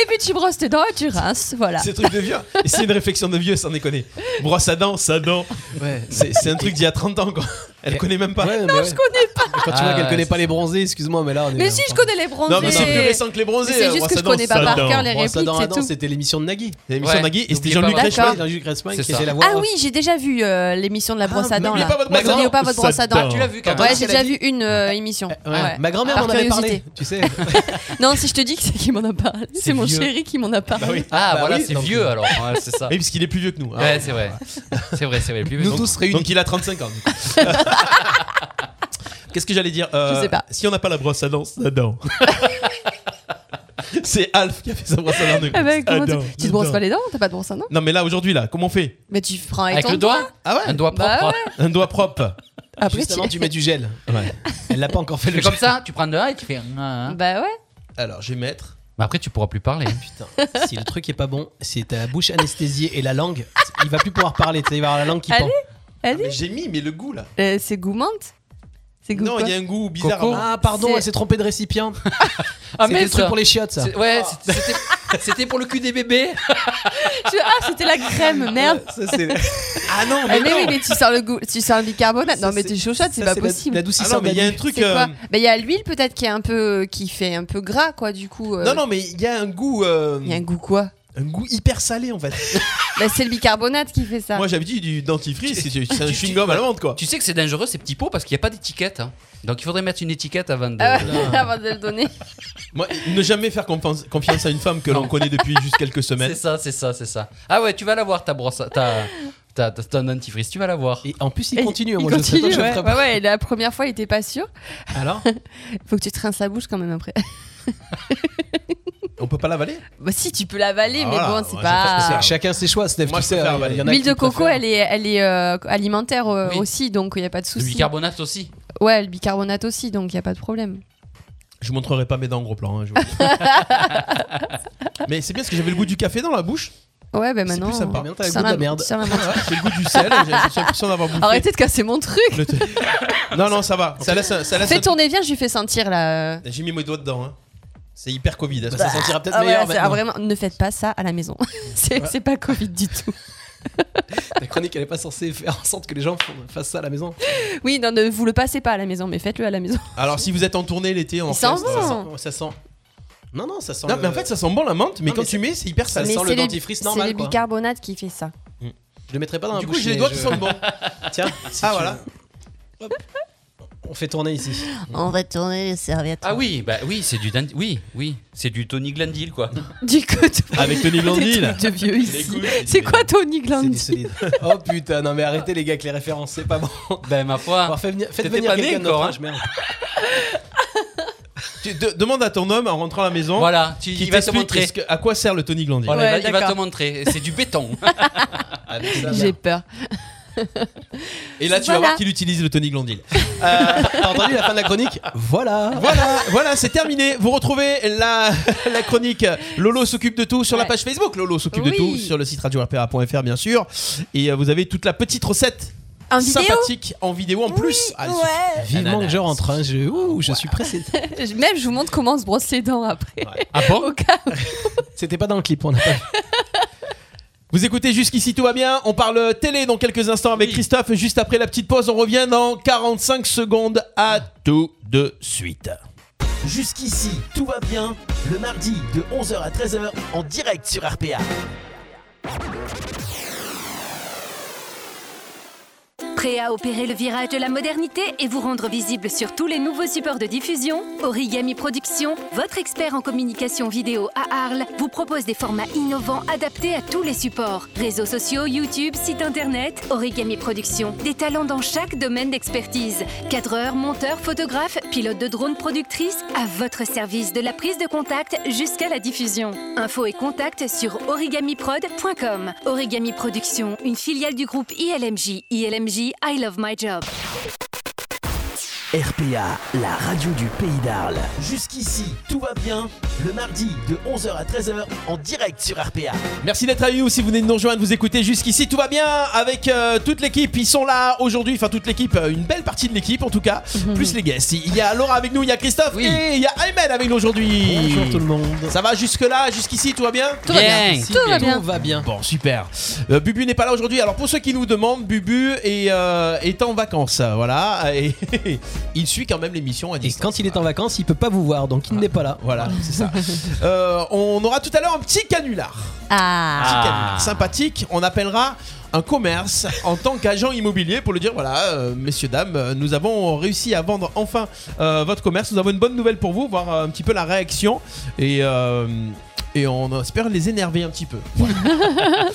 Speaker 4: Et puis tu brosses tes dents et tu rinces. Voilà.
Speaker 3: C'est un truc de vieux. hein. Et c'est une réflexion de vieux, sans déconner. Brosse à dents, ça dent.
Speaker 5: Ouais.
Speaker 3: C'est c'est un truc d'il y a 30 ans quoi. Elle
Speaker 5: Et-
Speaker 3: connaît même pas.
Speaker 5: non, je connais pas. Quand tu
Speaker 6: Ah
Speaker 5: vois qu'elle
Speaker 6: ouais,
Speaker 5: connaît
Speaker 6: c'est
Speaker 5: pas les bronzés, excuse-moi, mais là on est.
Speaker 4: Mais si je connais les bronzés.
Speaker 3: Non mais c'est plus récent que les bronzés. hein,
Speaker 4: Mais c'est juste
Speaker 3: Brosse
Speaker 4: que
Speaker 3: à
Speaker 4: je
Speaker 3: dents,
Speaker 4: connais pas
Speaker 3: ça
Speaker 4: par
Speaker 3: dent.
Speaker 4: cœur les
Speaker 5: Brosse à
Speaker 4: répliques,
Speaker 5: dents à
Speaker 4: c'est
Speaker 5: dents,
Speaker 4: tout.
Speaker 5: c'était l'émission de Nagui.
Speaker 3: L'émission
Speaker 6: Ouais.
Speaker 3: Nagui et c'était
Speaker 6: N'oubliez
Speaker 3: Jean-Luc
Speaker 6: pas.
Speaker 3: Reichmann.
Speaker 4: D'accord.
Speaker 5: Jean-Luc Reichmann
Speaker 6: C'est
Speaker 5: qui
Speaker 6: ça.
Speaker 5: faisait la voix
Speaker 4: Ah
Speaker 5: off.
Speaker 4: oui, j'ai déjà vu euh, l'émission de la brosse à dents.
Speaker 3: N'oubliez
Speaker 4: là.
Speaker 3: pas votre brosse à
Speaker 4: N'oubliez
Speaker 3: dents.
Speaker 4: pas votre brosse à
Speaker 3: Ça
Speaker 4: dents.
Speaker 3: dent.
Speaker 6: Tu l'as vu quand
Speaker 5: Quand
Speaker 6: même.
Speaker 4: Ouais,
Speaker 5: même.
Speaker 4: j'ai
Speaker 5: Ah, qu'elle a
Speaker 4: déjà vu une euh, émission.
Speaker 5: Ouais.
Speaker 4: Ouais.
Speaker 5: Ma grand-mère
Speaker 4: Par
Speaker 5: m'en avait
Speaker 4: curiosité.
Speaker 5: parlé, tu sais.
Speaker 4: Non, si je te dis que c'est qui m'en a parlé, c'est mon
Speaker 6: vieux.
Speaker 4: chéri qui m'en a parlé.
Speaker 3: Bah oui.
Speaker 6: Ah,
Speaker 5: Bah
Speaker 6: voilà,
Speaker 5: oui,
Speaker 6: c'est
Speaker 5: donc-
Speaker 6: vieux alors. Ouais, c'est ça.
Speaker 3: Oui, parce qu'il est plus vieux que nous. hein.
Speaker 6: Ah. Ouais, c'est vrai. C'est vrai, c'est vrai. Plus
Speaker 5: Nous
Speaker 6: donc-
Speaker 5: tous réunis.
Speaker 3: Donc il a 35 ans. du coup. Qu'est-ce que j'allais dire Euh,
Speaker 4: Je sais pas.
Speaker 3: Si on n'a pas la brosse à dents, ça dent. C'est Alf qui a fait sa brosse à dents. du coup.
Speaker 4: Eh ben, comment
Speaker 3: Ah, dent,
Speaker 4: tu, tu te
Speaker 3: dent.
Speaker 4: brosses pas les dents T'as pas de brosse à dents
Speaker 3: Non mais là aujourd'hui là, comment on fait
Speaker 4: Mais tu prends avec,
Speaker 6: Avec
Speaker 4: ton
Speaker 6: le doigt
Speaker 3: Ah
Speaker 6: Un doigt
Speaker 4: Bah
Speaker 6: propre.
Speaker 3: Un doigt propre.
Speaker 4: Après,
Speaker 5: Juste
Speaker 4: tu...
Speaker 5: avant, tu mets du gel.
Speaker 3: Ouais.
Speaker 5: Elle l'a pas encore fait
Speaker 6: Tu
Speaker 5: le
Speaker 6: fais comme
Speaker 5: gel.
Speaker 6: ça, tu prends le doigt et tu fais. un, un, un.
Speaker 4: Bah ouais.
Speaker 3: Alors je vais mettre.
Speaker 6: Mais Bah après, tu pourras plus parler.
Speaker 5: Putain, si le truc est pas bon, si ta bouche anesthésiée et la langue, il va plus pouvoir parler. Tu sais, il va avoir la langue qui
Speaker 4: Allez.
Speaker 5: pend.
Speaker 3: Ah, mais j'ai mis mais le goût là.
Speaker 4: Euh, c'est goûmante C'est goût
Speaker 3: Non
Speaker 4: quoi
Speaker 3: il y a un goût bizarre.
Speaker 6: Coco.
Speaker 3: avant.
Speaker 5: Ah, pardon,
Speaker 4: C'est-
Speaker 5: elle s'est trompée de récipient.
Speaker 6: Ah,
Speaker 5: C'était le truc pour les chiottes, ça.
Speaker 6: C'est- Ouais, c'était- c'était- c'était pour le cul des bébés.
Speaker 4: Tu- Ah, c'était la crème, merde.
Speaker 5: Ça, c'est- Ah non,
Speaker 4: Eh, mais oui, mais tu sors le goût, tu sors le bicarbonate.
Speaker 5: Ça,
Speaker 4: non, mais
Speaker 5: c'est-
Speaker 4: t'es chochotte, c'est
Speaker 5: ça,
Speaker 4: pas
Speaker 5: la-
Speaker 4: possible.
Speaker 3: Ah
Speaker 5: L'adoucisseur
Speaker 3: non mais il y a un
Speaker 5: d'Albi.
Speaker 3: truc.
Speaker 4: C'est quoi
Speaker 3: euh,
Speaker 4: Bah, il y a l'huile peut-être qui est un peu qui fait un peu gras quoi du coup. euh,
Speaker 3: Non non mais il y a un goût. euh,
Speaker 4: Il y a un goût quoi
Speaker 3: Un goût hyper salé en fait.
Speaker 4: Bah, c'est le bicarbonate qui fait ça.
Speaker 3: Moi j'avais dit du dentifrice, c'est c'est un
Speaker 6: tu-
Speaker 3: chewing-gum à la menthe quoi.
Speaker 6: Tu sais que c'est dangereux ces petits pots parce qu'il n'y a pas d'étiquette. hein. Donc il faudrait mettre une étiquette avant de.
Speaker 4: Ah ouais, avant de le donner.
Speaker 3: Moi, ne jamais faire confiance confiance à une femme que l'on connaît depuis juste quelques
Speaker 6: C'est
Speaker 3: semaines.
Speaker 6: ça, c'est ça, c'est ça. Ah ouais, tu vas l'avoir ta brosse, à- ta, ta, ta- ton dentifrice, tu vas l'avoir.
Speaker 5: Et en plus, il continue. hein,
Speaker 4: Il
Speaker 5: Moi,
Speaker 4: continue,
Speaker 5: je sais pas,
Speaker 4: ouais.
Speaker 5: je ferai
Speaker 4: Ouais,
Speaker 5: pas.
Speaker 4: ouais, la première fois, il était pas sûr.
Speaker 5: Alors
Speaker 4: Faut que tu te rinces la bouche quand même après.
Speaker 3: On peut pas l'avaler
Speaker 4: Bah, si, tu peux l'avaler,
Speaker 3: Ah,
Speaker 4: mais
Speaker 3: voilà,
Speaker 4: bon, c'est
Speaker 3: ouais,
Speaker 4: pas.
Speaker 5: Chacun ses choix, Steph.
Speaker 3: Moi,
Speaker 5: tu
Speaker 3: je
Speaker 5: sais,
Speaker 3: préfère,
Speaker 5: il y en a
Speaker 4: L'huile
Speaker 5: qui
Speaker 4: de coco,
Speaker 5: préfèrent.
Speaker 4: elle est, elle est euh, alimentaire euh,
Speaker 6: Oui.
Speaker 4: aussi, donc il n'y a pas de
Speaker 6: Le
Speaker 4: souci.
Speaker 6: bicarbonate aussi.
Speaker 4: Ouais, le bicarbonate aussi, donc il n'y a pas de problème.
Speaker 3: Je vous montrerai pas mes dents en gros plan. hein, je vous le dis. Mais c'est bien parce que j'avais le goût du café dans la bouche.
Speaker 4: Ouais, ben
Speaker 5: C'est
Speaker 4: maintenant.
Speaker 5: plus sympa. Maintenant, t'as le
Speaker 4: ça
Speaker 5: goût de la
Speaker 4: m'a-
Speaker 5: merde.
Speaker 4: ça m'a-
Speaker 3: J'ai le goût du sel, j'ai j'ai l'impression d'avoir bouffé.
Speaker 4: Arrêtez de casser mon truc.
Speaker 3: le thé. Non, non, ça va. Ça laisse, un- ça laisse
Speaker 4: Fais
Speaker 3: un-
Speaker 4: tourner, viens, je lui fais sentir là.
Speaker 3: J'ai mis mes doigts dedans. hein. C'est hyper Covid. hein. à ce
Speaker 5: Ça
Speaker 3: moment-là.
Speaker 5: sentira peut-être
Speaker 4: Ah ouais,
Speaker 5: meilleur
Speaker 4: c'est-
Speaker 5: maintenant.
Speaker 4: ah, vraiment, ne faites pas ça à la maison. c'est c'est pas Covid du tout.
Speaker 5: Ta chronique, elle est pas censée faire en sorte que les gens font- fassent ça à la maison.
Speaker 4: Oui, non, ne vous le passez pas à la maison, mais faites-le à la maison.
Speaker 3: Alors, si vous êtes en tournée l'été, en euh,
Speaker 4: Il sent
Speaker 3: orchestre,
Speaker 4: bon.
Speaker 3: ça sent-
Speaker 5: Oh, ça sent. Non, non, ça sent.
Speaker 3: Non,
Speaker 5: le-
Speaker 3: mais en fait, ça sent bon la menthe, mais
Speaker 5: Non,
Speaker 3: quand
Speaker 5: mais
Speaker 3: tu mets, c'est hyper
Speaker 5: Ça
Speaker 3: sale.
Speaker 4: Mais
Speaker 5: sent le
Speaker 4: c'est les-
Speaker 5: dentifrice
Speaker 4: C'est
Speaker 5: normal,
Speaker 4: le
Speaker 5: quoi.
Speaker 4: bicarbonate qui fait ça.
Speaker 5: je le mettrais pas dans la
Speaker 3: Du coup,
Speaker 5: bouche.
Speaker 3: j'ai les
Speaker 5: mais
Speaker 3: doigts
Speaker 5: je-
Speaker 3: qui sentent bon.
Speaker 5: Tiens,
Speaker 3: Ah, voilà.
Speaker 5: on fait tourner ici.
Speaker 4: On va tourner les serviettes.
Speaker 6: Ah oui, bah oui, c'est du dent- oui, oui, c'est du Tony Glendale quoi.
Speaker 4: Du coup, tout-
Speaker 3: Avec Tony
Speaker 4: des
Speaker 3: Glandy, là.
Speaker 4: trucs de vieux
Speaker 3: Les
Speaker 4: ici.
Speaker 3: couilles,
Speaker 4: C'est quoi Tony
Speaker 5: C'est du
Speaker 4: Glandy
Speaker 5: solide. Oh putain, non mais arrêtez les gars avec les références, c'est pas bon.
Speaker 3: Ah.
Speaker 6: ben ma foi.
Speaker 5: Alors, faites venir, faites
Speaker 6: T'étais
Speaker 5: venir
Speaker 6: pas né
Speaker 5: quelqu'un de
Speaker 6: encore,
Speaker 5: notre
Speaker 6: hein.
Speaker 5: âge, merde.
Speaker 3: Tu- de- demande à ton homme en rentrant à la maison.
Speaker 6: Voilà, tu,
Speaker 3: Qui
Speaker 6: il va te montrer.
Speaker 3: à quoi sert le Tony Glandy
Speaker 6: Voilà,
Speaker 4: Ouais,
Speaker 6: il, va, il va te
Speaker 4: d'accord.
Speaker 6: montrer. C'est du béton.
Speaker 4: J'ai peur.
Speaker 3: Et là, tu vas
Speaker 4: Voilà.
Speaker 3: voir qu'il utilise le Tony Glandy.
Speaker 5: T'as entendu la fin de la chronique Voilà.
Speaker 3: Voilà, voilà, c'est terminé. Vous retrouvez la, la chronique Lolo s'occupe de tout sur la
Speaker 4: Ouais.
Speaker 3: page Facebook. Lolo s'occupe de
Speaker 4: Oui.
Speaker 3: tout sur le site radio-rpa.fr bien sûr. Et euh, vous avez toute la petite recette
Speaker 4: En vidéo
Speaker 3: sympathique en vidéo en plus. Ah,
Speaker 4: Ouais.
Speaker 5: Vivement que je rentre, hein, je, ouh, je suis pressé.
Speaker 4: Même, je vous montre comment on se brosse les dents après.
Speaker 6: ah bon
Speaker 4: Au cas où.
Speaker 5: C'était pas dans le clip, on a pas.
Speaker 3: Vous écoutez jusqu'ici tout va bien. On parle télé dans quelques instants avec Christophe. Juste après la petite pause, on revient dans 45 secondes. À tout de suite.
Speaker 1: Jusqu'ici, tout va bien. Le mardi de 11h à 13h en direct sur RPA.
Speaker 7: Prêt à opérer le virage de la modernité et vous rendre visible sur tous les nouveaux supports de diffusion Origami Productions, votre expert en communication vidéo à Arles, vous propose des formats innovants adaptés à tous les supports. Réseaux sociaux, YouTube, site internet, Origami Productions, des talents dans chaque domaine d'expertise. Cadreur, monteur, photographe, pilote de drone, productrice, à votre service de la prise de contact jusqu'à la diffusion. Info et contact sur origamiprod.com. Origami Productions, une filiale du groupe ILMJ. ILMJ, I love my job.
Speaker 1: RPA, la radio du pays d'Arles. Jusqu'ici, tout va bien. Le mardi de 11h à 13h en direct sur RPA.
Speaker 3: Merci d'être avec nous. Si vous venez de nous rejoindre, vous écoutez jusqu'ici. Tout va bien avec euh, toute l'équipe. Ils sont là aujourd'hui. Enfin, toute l'équipe, euh, une belle partie de l'équipe en tout cas.
Speaker 4: Mhm.
Speaker 3: plus les guests. Il y a Laura avec nous, il y a Christophe
Speaker 6: Oui.
Speaker 3: et il y a Ayman avec nous aujourd'hui.
Speaker 5: Bonjour tout le monde.
Speaker 3: Ça va jusque-là, jusqu'ici, tout va bien
Speaker 4: Tout va bien.
Speaker 6: Bien.
Speaker 4: Tout va bien.
Speaker 5: Tout va bien.
Speaker 3: Bon, super. Euh, Bubu n'est pas là aujourd'hui. Alors, pour ceux qui nous demandent, Bubu est, euh, est en vacances. euh, Voilà. Et il suit quand même l'émission à
Speaker 5: Et
Speaker 3: distance.
Speaker 5: quand il est en vacances, il peut pas vous voir,
Speaker 3: Ah.
Speaker 5: donc il n'est pas là.
Speaker 3: Voilà, c'est ça. Euh, on aura tout à l'heure un petit canular.
Speaker 4: Ah.
Speaker 3: Petit
Speaker 6: Ah.
Speaker 3: canular Sympathique. On appellera un commerce en tant qu'agent immobilier pour le dire voilà, euh, messieurs, dames, euh, nous avons réussi à vendre enfin euh, votre commerce. Nous avons une bonne nouvelle pour vous, voir euh, un petit peu la réaction. Et. euh, et on espère les énerver un petit peu. Voilà.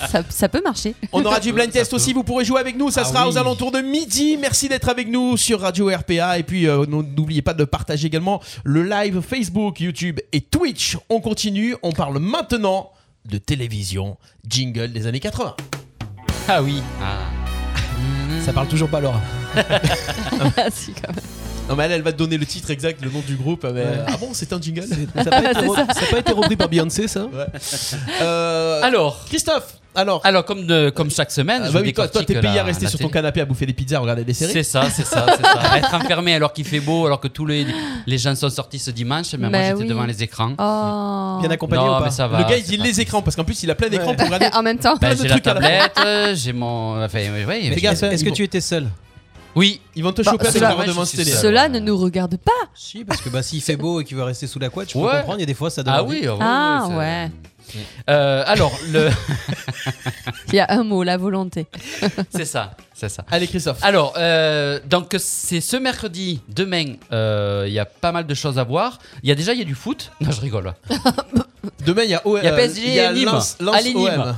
Speaker 4: Ça, ça peut marcher.
Speaker 3: On aura du blind
Speaker 6: peut, ça
Speaker 3: test
Speaker 6: peut.
Speaker 3: aussi, vous pourrez jouer avec nous, ça
Speaker 6: Ah
Speaker 3: sera
Speaker 6: oui.
Speaker 3: aux alentours de midi. Merci d'être avec nous sur Radio RPA et puis euh, non- n'oubliez pas de partager également le live Facebook, YouTube et Twitch. On continue, on parle maintenant de télévision, jingle des années 80.
Speaker 6: Ah oui.
Speaker 5: Ça parle toujours pas Laura.
Speaker 4: Ah, si, quand même.
Speaker 3: Non mais elle, elle va te donner le titre exact, le nom du groupe. mais,
Speaker 5: Ouais.
Speaker 3: euh, Ah bon, c'est un jingle
Speaker 5: Ça n'a pas, été re- ça a pas été repris par Beyoncé, ça
Speaker 3: Ouais. Euh,
Speaker 6: Alors,
Speaker 3: Christophe, alors,
Speaker 6: alors comme de- comme chaque semaine,
Speaker 3: Ah
Speaker 6: je
Speaker 3: bah oui, toi toi,
Speaker 6: décortique
Speaker 3: t'es payé
Speaker 6: la-
Speaker 3: à rester
Speaker 6: la
Speaker 3: sur ton
Speaker 6: télé.
Speaker 3: canapé à bouffer des pizzas, regarder des séries.
Speaker 6: C'est ça, c'est ça, c'est ça. Être enfermé alors qu'il fait beau, alors que tous les, les gens sont sortis ce dimanche, mais moi
Speaker 4: Bah
Speaker 6: j'étais
Speaker 4: oui.
Speaker 6: devant les écrans.
Speaker 4: Oh.
Speaker 5: Bien accompagné
Speaker 6: non,
Speaker 5: ou pas
Speaker 6: mais ça va.
Speaker 3: Le gars il
Speaker 6: c'est
Speaker 3: dit
Speaker 6: pas-
Speaker 3: les écrans parce qu'en plus il a plein d'écrans pour regarder.
Speaker 4: En même temps.
Speaker 6: Bah,
Speaker 3: plein de
Speaker 6: j'ai la
Speaker 3: trucs à la fois.
Speaker 6: tablette, euh, j'ai mon. Enfin, oui, oui,
Speaker 3: Les
Speaker 6: j'ai-
Speaker 3: gars,
Speaker 5: Est-ce est-ce que
Speaker 3: ils vont-
Speaker 5: tu étais seul
Speaker 6: oui.
Speaker 3: Ils vont te
Speaker 4: Bah,
Speaker 3: choper avec
Speaker 4: cela-
Speaker 3: leur redevance
Speaker 6: je suis
Speaker 3: télé.
Speaker 6: seul.
Speaker 4: Cela ne nous regarde pas.
Speaker 5: Si, parce que bah, s'il fait beau et qu'il veut rester sous la couette, je peux
Speaker 6: Ouais.
Speaker 5: comprendre. Il y a des fois, ça donne.
Speaker 6: Ah
Speaker 5: envie.
Speaker 6: oui, ah oui,
Speaker 4: Ah,
Speaker 6: oui, ça-
Speaker 4: ouais.
Speaker 6: Euh, alors, le...
Speaker 4: Il y a un mot, la volonté.
Speaker 6: c'est ça, c'est ça.
Speaker 3: Allez Christophe.
Speaker 6: Alors, euh, donc c'est ce mercredi, demain, euh, il y a pas mal de choses à voir. Il y a déjà, il y a du foot. Non, je rigole.
Speaker 3: Demain, il y a OM.
Speaker 6: Il y a PSG
Speaker 3: il y a
Speaker 6: Nîmes.
Speaker 3: Lens- Lens
Speaker 6: Allez, Nîmes.
Speaker 3: OM.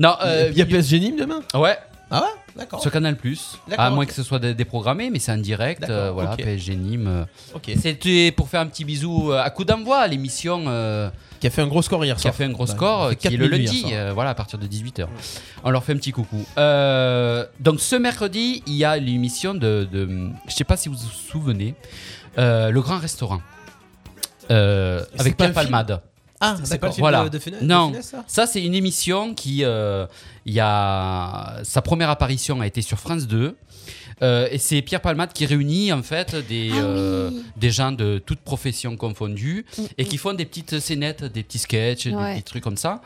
Speaker 6: Non, euh,
Speaker 3: il y a PSG Nîmes demain
Speaker 6: ouais,
Speaker 3: Ah ouais D'accord.
Speaker 6: sur Canal Plus.
Speaker 3: D'accord,
Speaker 6: À moins
Speaker 3: ok.
Speaker 6: que ce soit dé- déprogrammé, mais c'est en direct.
Speaker 3: D'accord,
Speaker 6: euh, voilà,
Speaker 3: ok.
Speaker 6: PSG Nîmes. euh.
Speaker 3: Ok.
Speaker 6: C'était pour faire un petit bisou euh, à coup d'envoi à l'émission euh,
Speaker 3: Qui a fait un gros score hier
Speaker 6: qui a
Speaker 3: soir.
Speaker 6: fait un gros
Speaker 3: Bah,
Speaker 6: score,
Speaker 3: on fait
Speaker 6: euh, qui est le
Speaker 3: 4000
Speaker 6: lundi,
Speaker 3: hier soir.
Speaker 6: euh, voilà, à partir de 18h. On leur fait un petit coucou. Euh, donc ce mercredi, il y a l'émission de, de- Je sais pas si vous vous souvenez, euh, Le Grand Restaurant. Euh,
Speaker 3: C'est
Speaker 6: avec
Speaker 3: pas
Speaker 6: Pierre
Speaker 3: un film
Speaker 6: Palmade.
Speaker 5: Ah, c'est pas le film
Speaker 6: voilà.
Speaker 5: de, de Funès- de
Speaker 6: Non, Euh,
Speaker 5: Funès, ça
Speaker 6: ça c'est une émission qui, euh, il y a sa première apparition a été sur France 2. euh, et c'est Pierre Palmade qui réunit en fait des, euh, des gens de toutes professions confondues et qui font des petites scénettes, des petits sketchs, des
Speaker 4: Ouais.
Speaker 6: petits trucs comme ça.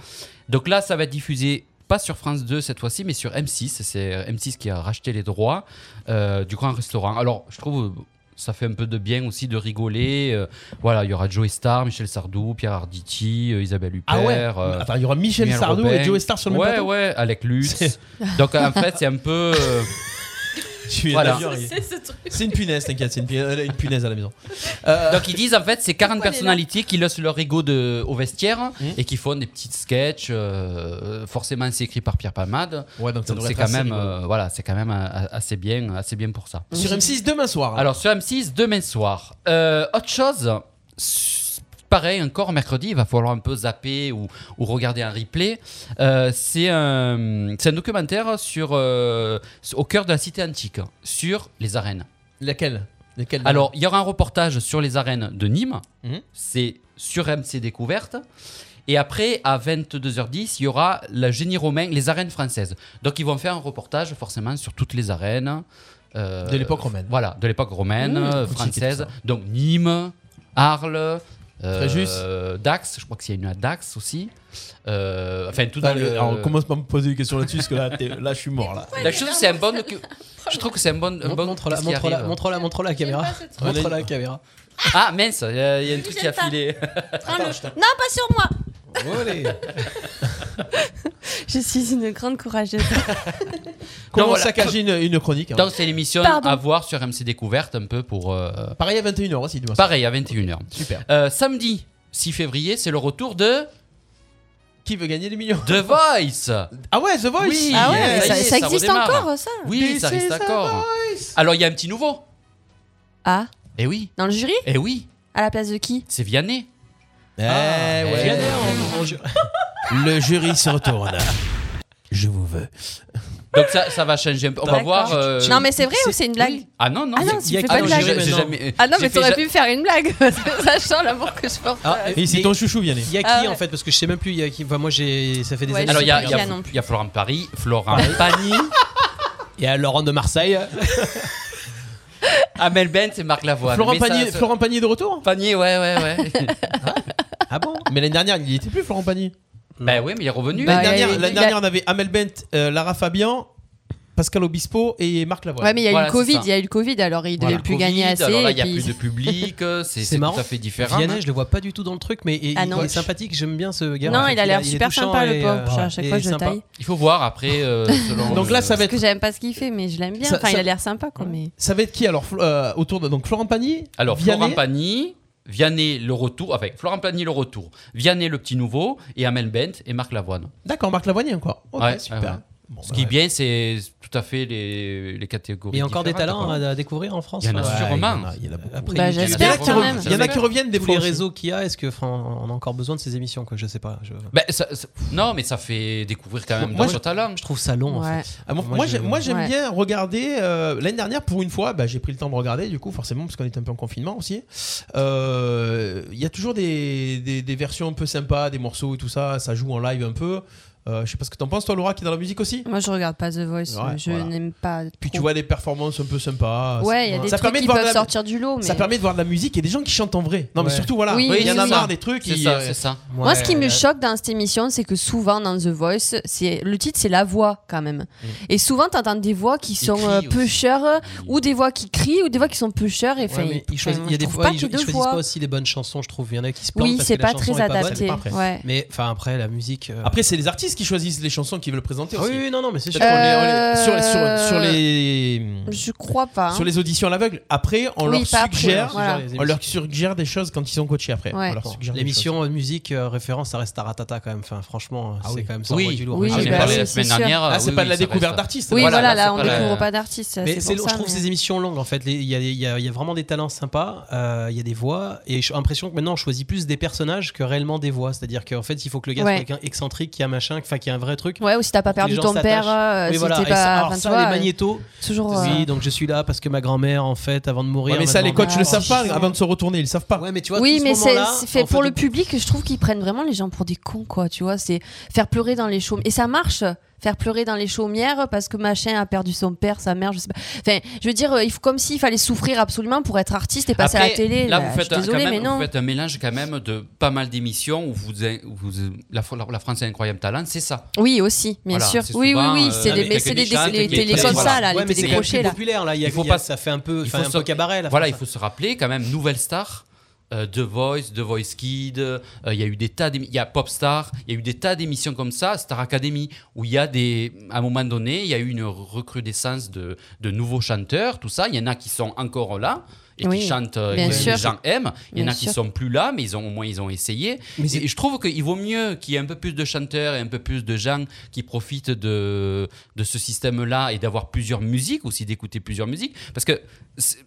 Speaker 6: Donc là, ça va être diffusé pas sur France 2 cette fois-ci, mais sur M6. C'est M6 qui a racheté les droits euh, du Grand Restaurant. Alors, je trouve euh, ça fait un peu de bien aussi de rigoler. euh, voilà, il y aura Joe Star, Michel Sardou, Pierre Arditi, euh, Isabelle Huppert.
Speaker 3: Ah ouais
Speaker 6: euh,
Speaker 3: Attends, il y aura Michel
Speaker 6: Muriel
Speaker 3: Sardou
Speaker 6: Robin.
Speaker 3: et Joe Star sur le même
Speaker 6: ouais,
Speaker 3: plateau
Speaker 6: Ouais, Alec Lutz.
Speaker 3: C'est-
Speaker 6: Donc en fait, c'est un peu. euh,
Speaker 3: Tu es
Speaker 6: Voilà.
Speaker 3: d'accord, il-
Speaker 8: C'est ce truc.
Speaker 3: C'est une punaise, t'inquiète, c'est une, pu- elle a une punaise à la maison.
Speaker 6: Donc ils disent en fait, c'est
Speaker 8: Pourquoi
Speaker 6: 40
Speaker 8: elle est là
Speaker 6: personnalités qui laissent leur ego de... au vestiaire
Speaker 3: Mmh.
Speaker 6: et qui font des petites sketchs. euh, Forcément, c'est écrit par Pierre Palmade.
Speaker 3: Ouais, donc ça
Speaker 6: Donc
Speaker 3: devrait
Speaker 6: c'est
Speaker 3: être
Speaker 6: quand
Speaker 3: assez
Speaker 6: même,
Speaker 3: rigolo.
Speaker 6: euh, voilà, c'est quand même euh, assez bien, assez bien pour ça.
Speaker 3: Sur M6 demain soir. hein.
Speaker 6: Alors sur M6 demain soir. Euh, autre chose, s- pareil encore mercredi, il va falloir un peu zapper ou, ou regarder un replay. Euh, c'est un, c'est un documentaire sur euh, au cœur de la cité antique, sur les arènes.
Speaker 3: laquelle Laquelle
Speaker 6: Alors il y aura un reportage sur les arènes de Nîmes.
Speaker 3: Mhm.
Speaker 6: C'est sur MC Découverte. Et après, à 22h10, il y aura la génie romain, les arènes françaises. Donc, ils vont faire un reportage forcément sur toutes les arènes. euh,
Speaker 3: De l'époque romaine.
Speaker 6: voilà, de l'époque romaine, euh, française. Donc Nîmes, Arles, euh,
Speaker 3: Fréjus.
Speaker 6: Dax, je crois qu'il y a une à Dax aussi. Euh, enfin, tout
Speaker 3: Putain,
Speaker 6: dans
Speaker 3: le-
Speaker 6: le.
Speaker 3: alors, on commence pas à me poser des questions là-dessus parce que là, t'es- là, je suis mort là.
Speaker 6: La chose, c'est un bon. docu- Je trouve que c'est un bon. un
Speaker 5: Mon-
Speaker 6: bon
Speaker 5: Montre-la,
Speaker 6: qu'est-ce qui
Speaker 5: montre-la,
Speaker 6: arrive hein
Speaker 5: montre-la, montre-la,
Speaker 8: J'aime
Speaker 5: caméra.
Speaker 8: pas ce truc.
Speaker 5: Montre-la, caméra.
Speaker 6: Ah mince, il y, a il y a un truc qui a
Speaker 8: J'aime pas.
Speaker 6: filé.
Speaker 8: Prends-le. Non, pas sur moi.
Speaker 5: Olé.
Speaker 4: Je suis une grande courageuse.
Speaker 3: Comment
Speaker 6: voilà.
Speaker 3: saccager une, une chronique hein.
Speaker 6: Donc, c'est l'émission
Speaker 4: Pardon.
Speaker 6: à voir sur MC Découverte un peu pour. euh,
Speaker 3: Pareil à 21h aussi demain soir.
Speaker 6: Pareil, à 21h.
Speaker 3: Super.
Speaker 6: Euh, samedi 6 février, c'est le retour de
Speaker 3: Qui veut gagner des millions
Speaker 6: The Voice.
Speaker 3: Ah ouais, The Voice
Speaker 6: Oui.
Speaker 4: Ah ouais,
Speaker 6: Yeah,
Speaker 4: mais
Speaker 6: ça
Speaker 4: ça,
Speaker 6: y est,
Speaker 4: ça
Speaker 6: ça
Speaker 4: existe
Speaker 6: redémarre.
Speaker 4: encore, ça
Speaker 6: Oui,
Speaker 3: This
Speaker 6: ça reste
Speaker 3: is The
Speaker 6: d'accord.
Speaker 3: Voice.
Speaker 6: Alors, il y a un petit nouveau.
Speaker 4: Ah,
Speaker 6: Eh oui,
Speaker 4: dans le jury
Speaker 6: eh oui,
Speaker 4: À la place de qui
Speaker 6: c'est Vianney.
Speaker 3: Eh
Speaker 4: Ah,
Speaker 6: ouais.
Speaker 5: Vianney, on- on- je-
Speaker 3: Le jury se retourne. Je vous veux.
Speaker 6: Donc ça, ça va changer un peu. On va
Speaker 4: D'accord.
Speaker 6: voir. euh,
Speaker 4: Non, mais c'est vrai ou c'est une blague
Speaker 6: oui. Ah non, non.
Speaker 4: Ah
Speaker 6: c'est-
Speaker 4: non,
Speaker 5: y
Speaker 4: tu
Speaker 5: a
Speaker 4: fais
Speaker 5: qui
Speaker 4: pas de
Speaker 5: dans
Speaker 6: j'ai-
Speaker 5: le
Speaker 4: blague.
Speaker 5: jury
Speaker 6: j'ai
Speaker 5: non.
Speaker 6: jamais- euh,
Speaker 4: Ah non,
Speaker 6: j'ai
Speaker 4: mais
Speaker 6: fait
Speaker 4: t'aurais
Speaker 6: ja-
Speaker 4: pu me faire une blague, sachant l'amour que je porte.
Speaker 5: Ah,
Speaker 3: Et c'est
Speaker 5: mais-
Speaker 3: ton chouchou, Vianney.
Speaker 5: Il y a qui
Speaker 4: Ah ouais.
Speaker 5: en fait Parce que je sais même plus. Il y a qui. Enfin, moi, j'ai. Ça fait des
Speaker 4: Ouais,
Speaker 5: années.
Speaker 6: Alors il y, a-
Speaker 4: Je sais
Speaker 6: il y a-
Speaker 4: pas qui a non plus.
Speaker 6: il y a Florent Paris, Florent Pagny,
Speaker 5: Il y a Laurent de Marseille.
Speaker 6: Amel Bent et Marc Lavoine.
Speaker 3: Florent,
Speaker 6: Mais ça-
Speaker 3: Pagny,
Speaker 6: ça-
Speaker 3: Florent Pagny est de retour
Speaker 6: Pagny, ouais, ouais, ouais.
Speaker 3: Ah bon Mais l'année dernière, il n'y était plus, Florent Pagny.
Speaker 6: ben oui, mais il est revenu.
Speaker 4: Bah,
Speaker 3: L'année dernière,
Speaker 4: il a-
Speaker 3: l'année
Speaker 4: il a-
Speaker 3: dernière, on avait Amel Bent, euh, Lara Fabian, Pascal Obispo et Marc Lavoie.
Speaker 4: Ouais, mais il y a eu
Speaker 6: Voilà,
Speaker 4: le
Speaker 6: c'est
Speaker 4: Covid,
Speaker 6: ça.
Speaker 4: il y a eu le Covid, alors il
Speaker 6: Voilà,
Speaker 4: devait plus
Speaker 6: Covid,
Speaker 4: gagner assez.
Speaker 6: Alors là,
Speaker 4: et
Speaker 6: il y a
Speaker 4: puis-
Speaker 6: plus de public. euh, C'est
Speaker 5: C'est
Speaker 6: c'est tout
Speaker 5: marrant.
Speaker 6: à fait différent.
Speaker 3: hein.
Speaker 5: Vianney, je le vois pas du tout dans le truc, mais et-
Speaker 4: Ah
Speaker 5: il
Speaker 4: non.
Speaker 5: est sympathique. J'aime bien ce gars.
Speaker 4: Non,
Speaker 3: hein,
Speaker 5: En fait,
Speaker 4: il a l'air
Speaker 5: est
Speaker 4: super
Speaker 5: touchant
Speaker 4: sympa, le
Speaker 5: et,
Speaker 4: pauvre.
Speaker 5: euh,
Speaker 4: À chaque
Speaker 5: et
Speaker 4: fois, je le
Speaker 5: sympa.
Speaker 4: taille.
Speaker 6: Il faut voir après. euh, selon
Speaker 3: Donc là,
Speaker 6: le-
Speaker 3: ça va
Speaker 4: Parce que
Speaker 3: être,
Speaker 4: j'aime pas ce qu'il fait, mais je l'aime bien.
Speaker 3: Ça-
Speaker 4: Enfin, il
Speaker 3: ça-
Speaker 4: a l'air sympa, quoi. Mais...
Speaker 3: ça va être qui alors Flo- euh, autour de donc Florent Pagny
Speaker 6: Alors,
Speaker 3: Vianney
Speaker 6: Florent Pagny, Vianney le retour, avec Florent Pagny le retour, Vianney le petit nouveau, et Amel Bent et Marc Lavoine.
Speaker 3: D'accord, Marc Lavoie encore. Ok,
Speaker 6: Ouais,
Speaker 3: super.
Speaker 5: Ah
Speaker 6: ouais, ouais.
Speaker 3: Bon,
Speaker 6: Ce
Speaker 3: bah,
Speaker 6: qui est
Speaker 3: ouais.
Speaker 6: bien, c'est tout à fait les, les catégories.
Speaker 5: Et encore des
Speaker 6: différentes,
Speaker 5: talents hein.
Speaker 6: quoi.
Speaker 5: à, à découvrir en France.
Speaker 6: Il y en a
Speaker 5: hein.
Speaker 3: Ouais,
Speaker 6: sûrement.
Speaker 3: il y en a- Il y en a beaucoup.
Speaker 5: Après,
Speaker 4: Bah,
Speaker 5: il y a-
Speaker 4: j'espère
Speaker 5: il y a-
Speaker 4: quand même.
Speaker 3: Il y en a qui reviennent des
Speaker 5: Tous
Speaker 3: fois
Speaker 5: les
Speaker 3: aussi.
Speaker 5: réseaux qu'il y a, est-ce que, enfin, on a encore besoin de ces émissions quoi Je sais pas. Je,
Speaker 6: Ben, ça- ça- non, mais ça fait découvrir quand même
Speaker 3: Moi,
Speaker 6: d'autres talents.
Speaker 5: je trouve ça long. En
Speaker 4: Ouais.
Speaker 5: fait.
Speaker 3: Ah, moi,
Speaker 5: Moi,
Speaker 3: moi,
Speaker 5: je-
Speaker 3: j'ai- moi, j'aime
Speaker 4: Ouais.
Speaker 3: bien regarder. euh, L'année dernière, pour une fois, bah, j'ai pris le temps de regarder, du coup, forcément, parce qu'on était un peu en confinement aussi. Euh, Il y a toujours des, des- des versions un peu sympas, des morceaux et tout ça. Ça joue en live un peu. Euh, je sais pas ce que t'en penses, toi, Laura, qui est dans la musique aussi
Speaker 4: Moi, je regarde pas The Voice,
Speaker 3: Ouais,
Speaker 4: je
Speaker 3: voilà.
Speaker 4: n'aime pas.
Speaker 3: Puis tu
Speaker 4: trop.
Speaker 3: vois des performances un peu sympas.
Speaker 4: Oh. Ouais, il y a des
Speaker 3: ça
Speaker 4: trucs
Speaker 3: permet
Speaker 4: qui
Speaker 3: de voir
Speaker 4: peuvent
Speaker 3: de la-
Speaker 4: sortir du lot. Mais...
Speaker 3: Ça permet de voir de la musique et des gens qui chantent en vrai. Non, mais
Speaker 5: Ouais.
Speaker 3: surtout, voilà,
Speaker 4: Oui,
Speaker 3: il y en a
Speaker 4: oui,
Speaker 3: marre
Speaker 4: oui.
Speaker 3: des trucs. euh,
Speaker 6: C'est
Speaker 3: qui-
Speaker 6: ça, c'est ça.
Speaker 4: Moi, ce qui
Speaker 5: Ouais.
Speaker 4: me choque dans cette émission, c'est que souvent dans The Voice, c'est le titre, c'est la voix quand même. Et souvent, t'entends des voix qui sont
Speaker 6: crient
Speaker 4: euh,
Speaker 6: aussi.
Speaker 4: pushers, euh, ou des voix qui crient, ou des voix qui sont pushers. Et
Speaker 5: Ouais,
Speaker 4: enfin,
Speaker 5: mais ils
Speaker 4: enfin,
Speaker 5: choisissent-
Speaker 4: moi,
Speaker 5: il y a
Speaker 4: je
Speaker 5: des
Speaker 4: trouve
Speaker 5: fois,
Speaker 4: pas
Speaker 5: ils
Speaker 4: que
Speaker 5: ils
Speaker 4: deux
Speaker 5: choisissent
Speaker 4: voix.
Speaker 5: pas aussi les bonnes chansons. Je trouve. Il y en a qui se plaignent
Speaker 4: Oui,
Speaker 5: parce
Speaker 4: c'est
Speaker 5: que la
Speaker 4: pas
Speaker 5: chanson
Speaker 4: très
Speaker 5: est bonne.
Speaker 4: adapté.
Speaker 3: après.
Speaker 4: ouais.
Speaker 5: Mais enfin, après, la musique. euh,
Speaker 3: Après, c'est les artistes qui choisissent les chansons qu'ils veulent présenter
Speaker 5: Ah
Speaker 3: aussi.
Speaker 5: oui, oui, non, non, mais c'est sûr.
Speaker 3: Peut-être qu'on les- on les-
Speaker 4: Euh,
Speaker 3: sur- sur- sur les.
Speaker 4: Je crois pas. hein.
Speaker 3: sur les auditions à l'aveugle. Après, on
Speaker 4: Oui,
Speaker 3: leur
Speaker 4: pas après,
Speaker 3: suggère,
Speaker 4: voilà.
Speaker 5: Les
Speaker 3: on
Speaker 5: émissions.
Speaker 3: leur suggère des choses quand ils sont coachés après.
Speaker 4: Ouais.
Speaker 3: On leur
Speaker 5: Bon,
Speaker 3: suggère des
Speaker 5: L'émission euh, musique euh, référence, ça reste Taratata quand même. Enfin, franchement, euh,
Speaker 3: Ah
Speaker 5: c'est
Speaker 3: oui.
Speaker 5: quand même ça envoie
Speaker 6: Oui,
Speaker 5: du lourd. Ah,
Speaker 4: Oui,
Speaker 6: Ah, j'en ai
Speaker 4: bah
Speaker 6: parlé
Speaker 4: oui,
Speaker 6: la
Speaker 4: c'est
Speaker 6: semaine
Speaker 4: sûr.
Speaker 6: dernière.
Speaker 3: choses. Ah, c'est
Speaker 6: oui,
Speaker 3: pas
Speaker 6: oui,
Speaker 3: de la
Speaker 6: ça
Speaker 3: découverte
Speaker 6: reste-
Speaker 3: d'artistes.
Speaker 4: Oui,
Speaker 6: Voilà,
Speaker 4: voilà,
Speaker 6: là,
Speaker 4: là,
Speaker 6: c'est
Speaker 4: on
Speaker 6: pas la-
Speaker 4: découvre pas d'artistes.
Speaker 5: Mais c'est
Speaker 4: pour
Speaker 5: long,
Speaker 4: ça,
Speaker 5: je trouve
Speaker 4: mais-
Speaker 5: ces émissions longues en fait. Les- Il y, a des- il y a- il y a vraiment des talents sympas, euh, il y a des voix, et j'ai l'impression que maintenant on choisit plus des personnages que réellement des voix. C'est-à-dire qu'en fait, il faut que le gars
Speaker 4: Ouais.
Speaker 5: soit quelqu'un excentrique, qui a machin, enfin qu'il y a un vrai truc.
Speaker 4: Ouais, ou si t'as pas
Speaker 5: Pour que les
Speaker 4: perdu
Speaker 5: gens
Speaker 4: ton père,
Speaker 5: s'attachent.
Speaker 4: euh,
Speaker 5: Oui,
Speaker 4: si
Speaker 5: voilà.
Speaker 4: t'es
Speaker 5: Et ça-
Speaker 4: pas-
Speaker 5: alors
Speaker 4: enfin, tu
Speaker 5: ça,
Speaker 4: vois,
Speaker 5: les
Speaker 4: euh,
Speaker 5: magnétos.
Speaker 4: toujours,
Speaker 5: Oui,
Speaker 4: euh,
Speaker 5: donc je suis là parce que ma grand-mère, en fait, avant de mourir.
Speaker 3: Ouais, mais ça,
Speaker 5: m'a
Speaker 3: les coachs
Speaker 5: demandé-
Speaker 3: le savent pas. Avant de se retourner, ils le savent pas.
Speaker 5: Ouais, mais tu vois,
Speaker 4: oui,
Speaker 5: tout ce
Speaker 4: mais c'est
Speaker 5: moment-là,
Speaker 4: c'est
Speaker 5: en
Speaker 4: fait
Speaker 5: fait,
Speaker 4: pour le public. Je trouve qu'ils prennent vraiment les gens pour des cons, quoi. Tu vois, c'est faire pleurer dans les chaumières. Et ça marche, faire pleurer dans les chaumières parce que machin a perdu son père, sa mère, je sais pas. Enfin, je veux dire, euh, il faut comme s'il fallait souffrir absolument pour être artiste et passer à la
Speaker 6: Après,
Speaker 4: télé.
Speaker 6: Là,
Speaker 4: Bah,
Speaker 6: vous
Speaker 4: je
Speaker 6: faites,
Speaker 4: suis
Speaker 6: un-
Speaker 4: désolée,
Speaker 6: quand
Speaker 4: mais
Speaker 6: même,
Speaker 4: non.
Speaker 6: vous faites un mélange quand même de pas mal d'émissions où vous, vous la, la- la France a un incroyable talent, c'est ça.
Speaker 4: Oui, aussi, bien
Speaker 6: Voilà,
Speaker 4: sûr.
Speaker 6: c'est
Speaker 4: Oui, oui,
Speaker 6: souvent,
Speaker 4: oui,
Speaker 6: euh,
Speaker 4: c'est des,
Speaker 6: avec
Speaker 4: mais c'est des,
Speaker 6: quelqu'un
Speaker 4: des-
Speaker 6: qui
Speaker 4: les
Speaker 6: est-
Speaker 4: télés
Speaker 6: qui est-
Speaker 4: comme
Speaker 6: voilà.
Speaker 4: ça là,
Speaker 5: Ouais,
Speaker 4: les
Speaker 5: mais
Speaker 4: télés
Speaker 5: c'est quand même
Speaker 4: crochés
Speaker 5: plus
Speaker 4: là.
Speaker 5: populaire là. Il,
Speaker 6: Il
Speaker 5: faut
Speaker 6: faut
Speaker 5: pas,
Speaker 6: pas-
Speaker 5: ça fait un peu,
Speaker 6: Il
Speaker 5: enfin,
Speaker 6: faut
Speaker 5: un
Speaker 6: se-
Speaker 5: peu cabaret là.
Speaker 6: Voilà, il
Speaker 5: Enfin,
Speaker 6: faut se rappeler quand même nouvelle star. euh, The Voice, The Voice Kid, euh, il y a eu des tas d'émi- il y a Popstar, il y a eu des tas d'émissions comme ça, Star Academy, où il y a des, à un moment donné, il y a eu une recrudescence de, de nouveaux chanteurs, tout ça. Il y en a qui sont encore là et
Speaker 4: Oui,
Speaker 6: qui chantent, euh,
Speaker 4: bien
Speaker 6: et que
Speaker 4: sûr.
Speaker 6: les gens aiment. Il y en
Speaker 4: Bien
Speaker 6: a qui
Speaker 4: sûr.
Speaker 6: sont plus là, mais ils ont au moins ils ont essayé.
Speaker 5: Mais c'est-
Speaker 6: et je trouve qu'il vaut mieux qu'il y ait un peu plus de chanteurs et un peu plus de gens qui profitent de, de ce système-là et d'avoir plusieurs musiques aussi, d'écouter plusieurs musiques. Parce que c'est-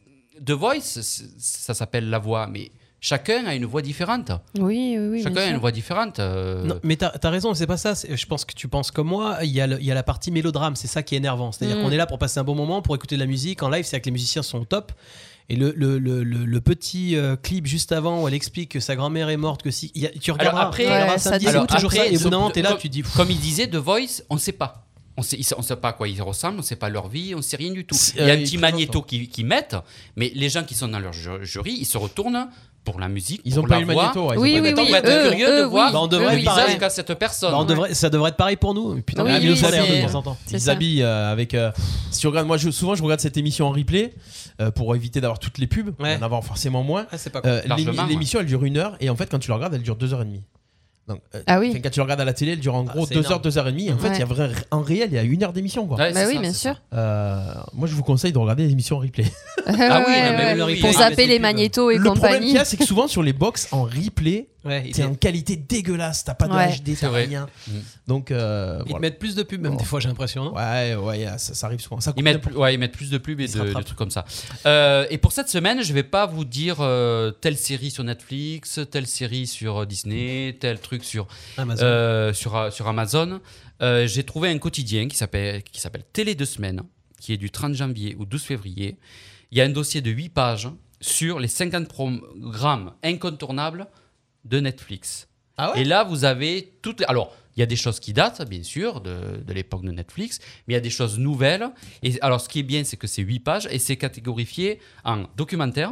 Speaker 6: The Voice, c'est- ça s'appelle la voix, mais chacun a une voix différente.
Speaker 4: Oui, oui, oui.
Speaker 6: chacun
Speaker 4: bien
Speaker 6: a une
Speaker 4: sûr.
Speaker 6: voix différente. euh,
Speaker 5: Non, mais t'as as raison, c'est pas ça. c'est- Je pense que tu penses comme moi. Il y a, le- il y a la partie mélodrame, c'est ça qui est énervant. C'est-à-dire
Speaker 4: Mm.
Speaker 5: qu'on est là pour passer un bon moment, pour écouter de la musique. En live, c'est que les musiciens sont au top. Et le, le- le- le- le petit euh, clip juste avant où elle explique que sa grand-mère est morte, que si. il y a- tu regarderas
Speaker 6: après-
Speaker 5: tu regarderas
Speaker 4: Ouais, ça
Speaker 5: samedi, c'est
Speaker 4: dégoûte.
Speaker 5: toujours ça. Et au bout d'un moment,
Speaker 6: The-
Speaker 5: t'es là,
Speaker 6: comme-
Speaker 5: tu dis. pff,
Speaker 6: Comme il disait, The Voice, on ne sait pas. On sait, ils- on sait pas à quoi ils ressemblent, on ne sait pas leur vie, on ne sait rien du tout.
Speaker 3: C'est-
Speaker 6: Il y a
Speaker 3: euh,
Speaker 6: un
Speaker 3: ils
Speaker 6: petit
Speaker 3: présentent,
Speaker 6: magnéto qui, qui mettent, mais les gens qui sont dans leur ju- jury, ils se retournent pour la musique.
Speaker 3: Ils
Speaker 6: pour
Speaker 3: ont pas
Speaker 6: la
Speaker 3: eu le
Speaker 6: voix.
Speaker 3: magnéto. ouais, ils ont
Speaker 4: Oui,
Speaker 3: pas eu-
Speaker 4: oui,
Speaker 6: Attends,
Speaker 4: oui.
Speaker 6: on va être
Speaker 4: eux,
Speaker 6: curieux de
Speaker 4: eux,
Speaker 6: voir
Speaker 4: oui,
Speaker 5: Bah, on
Speaker 4: eux,
Speaker 5: devrait
Speaker 6: le
Speaker 4: oui.
Speaker 5: parler.
Speaker 6: visage qu'a cette personne.
Speaker 5: bah, on devrait- ça devrait être pareil pour nous. Putain,
Speaker 4: Oui,
Speaker 5: on a
Speaker 4: oui,
Speaker 5: mis nos
Speaker 4: c'est-
Speaker 5: salaires de temps en temps.
Speaker 4: C'est
Speaker 3: Ils
Speaker 4: ça.
Speaker 3: habillent euh, avec. euh, si tu regardes, moi, je, souvent, je regarde cette émission en replay euh, pour éviter d'avoir toutes les pubs,
Speaker 5: Ouais.
Speaker 3: d'en avoir forcément moins.
Speaker 5: Ah, c'est pas
Speaker 3: Euh,
Speaker 6: Largement,
Speaker 3: l'émi-
Speaker 6: ouais.
Speaker 3: L'émission, elle dure une heure, et en fait, quand tu la regardes, elle dure deux heures et demie. Donc, euh,
Speaker 4: Ah oui.
Speaker 3: enfin, quand tu la regardes à la télé, elle dure en
Speaker 5: Ah,
Speaker 3: gros
Speaker 5: c'est
Speaker 3: deux
Speaker 5: énorme.
Speaker 3: heures, deux heures et demie. Et en fait,
Speaker 4: Ouais.
Speaker 3: il y a vrai- en réel, il y a une heure d'émission. quoi.
Speaker 6: Ouais,
Speaker 4: Bah
Speaker 6: c'est
Speaker 4: oui,
Speaker 6: ça,
Speaker 4: bien
Speaker 6: c'est
Speaker 4: sûr.
Speaker 3: Euh, moi, je vous conseille de regarder les émissions en replay.
Speaker 6: Ah oui,
Speaker 4: Ouais,
Speaker 6: non, mais
Speaker 4: ouais,
Speaker 6: oui,
Speaker 4: ouais.
Speaker 6: oui,
Speaker 4: Pour
Speaker 6: oui.
Speaker 4: zapper les
Speaker 5: Ah,
Speaker 4: magnétos et
Speaker 3: Le problème qu'il
Speaker 4: compagnie.
Speaker 3: y a, c'est que souvent sur les box en replay,
Speaker 5: Ouais, ils
Speaker 3: c'est en
Speaker 5: te-
Speaker 3: qualité dégueulasse. T'as pas de
Speaker 4: Ouais.
Speaker 3: HD,
Speaker 6: C'est
Speaker 3: t'as
Speaker 6: vrai.
Speaker 3: rien.
Speaker 6: Mm.
Speaker 3: Donc, euh,
Speaker 5: ils te
Speaker 3: voilà.
Speaker 5: mettent plus de pubs, même des fois, j'ai l'impression. non
Speaker 3: ouais, ouais, ça, ça arrive souvent. Ça
Speaker 6: Ils
Speaker 3: coûte
Speaker 6: mettent,
Speaker 3: n'importe
Speaker 6: plus- ouais, ils mettent plus de pubs et
Speaker 3: Ils se
Speaker 6: de, de
Speaker 3: rattrapent.
Speaker 6: trucs comme ça. Euh, et pour cette semaine, je vais pas vous dire euh, telle série sur Netflix, telle série sur euh, Disney, tel truc sur,
Speaker 5: Amazon.
Speaker 6: euh, sur, euh, sur Amazon. Euh, J'ai trouvé un quotidien qui s'appelle qui s'appelle Télé deux semaines, qui est du 30 janvier au 12 février. Il y a un dossier de 8 pages sur les 50 programmes incontournables de Netflix.
Speaker 3: Ah ouais
Speaker 6: Et là, vous avez toutes. les- Alors, il y a des choses qui datent, bien sûr, de, de l'époque de Netflix, mais il y a des choses nouvelles. Et alors, ce qui est bien, c'est que c'est 8 pages et c'est catégorifié en documentaire,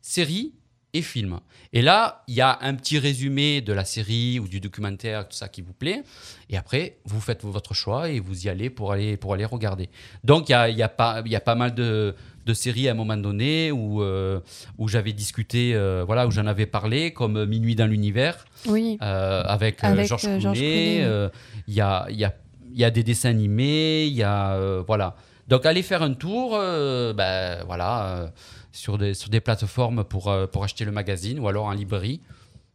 Speaker 6: série et film. Et là, il y a un petit résumé de la série ou du documentaire, tout ça qui vous plaît. Et après, vous faites votre choix et vous y allez pour aller, pour aller regarder. Donc, il y a, il y a pas, il y a pas mal de, de séries à un moment donné où, euh, où j'avais discuté, euh, voilà, où j'en avais parlé, comme Minuit dans l'univers.
Speaker 4: Oui.
Speaker 6: Euh, avec, euh,
Speaker 4: Avec,
Speaker 6: Georges
Speaker 4: euh, Georges
Speaker 6: Clooney.
Speaker 4: Clooney.
Speaker 6: euh, Il y, a, il y, a, il y a des dessins animés, il y a. euh, voilà. Donc, allez faire un tour euh, ben, voilà, euh, sur, des, sur des plateformes pour, euh, pour acheter le magazine ou alors en librairie,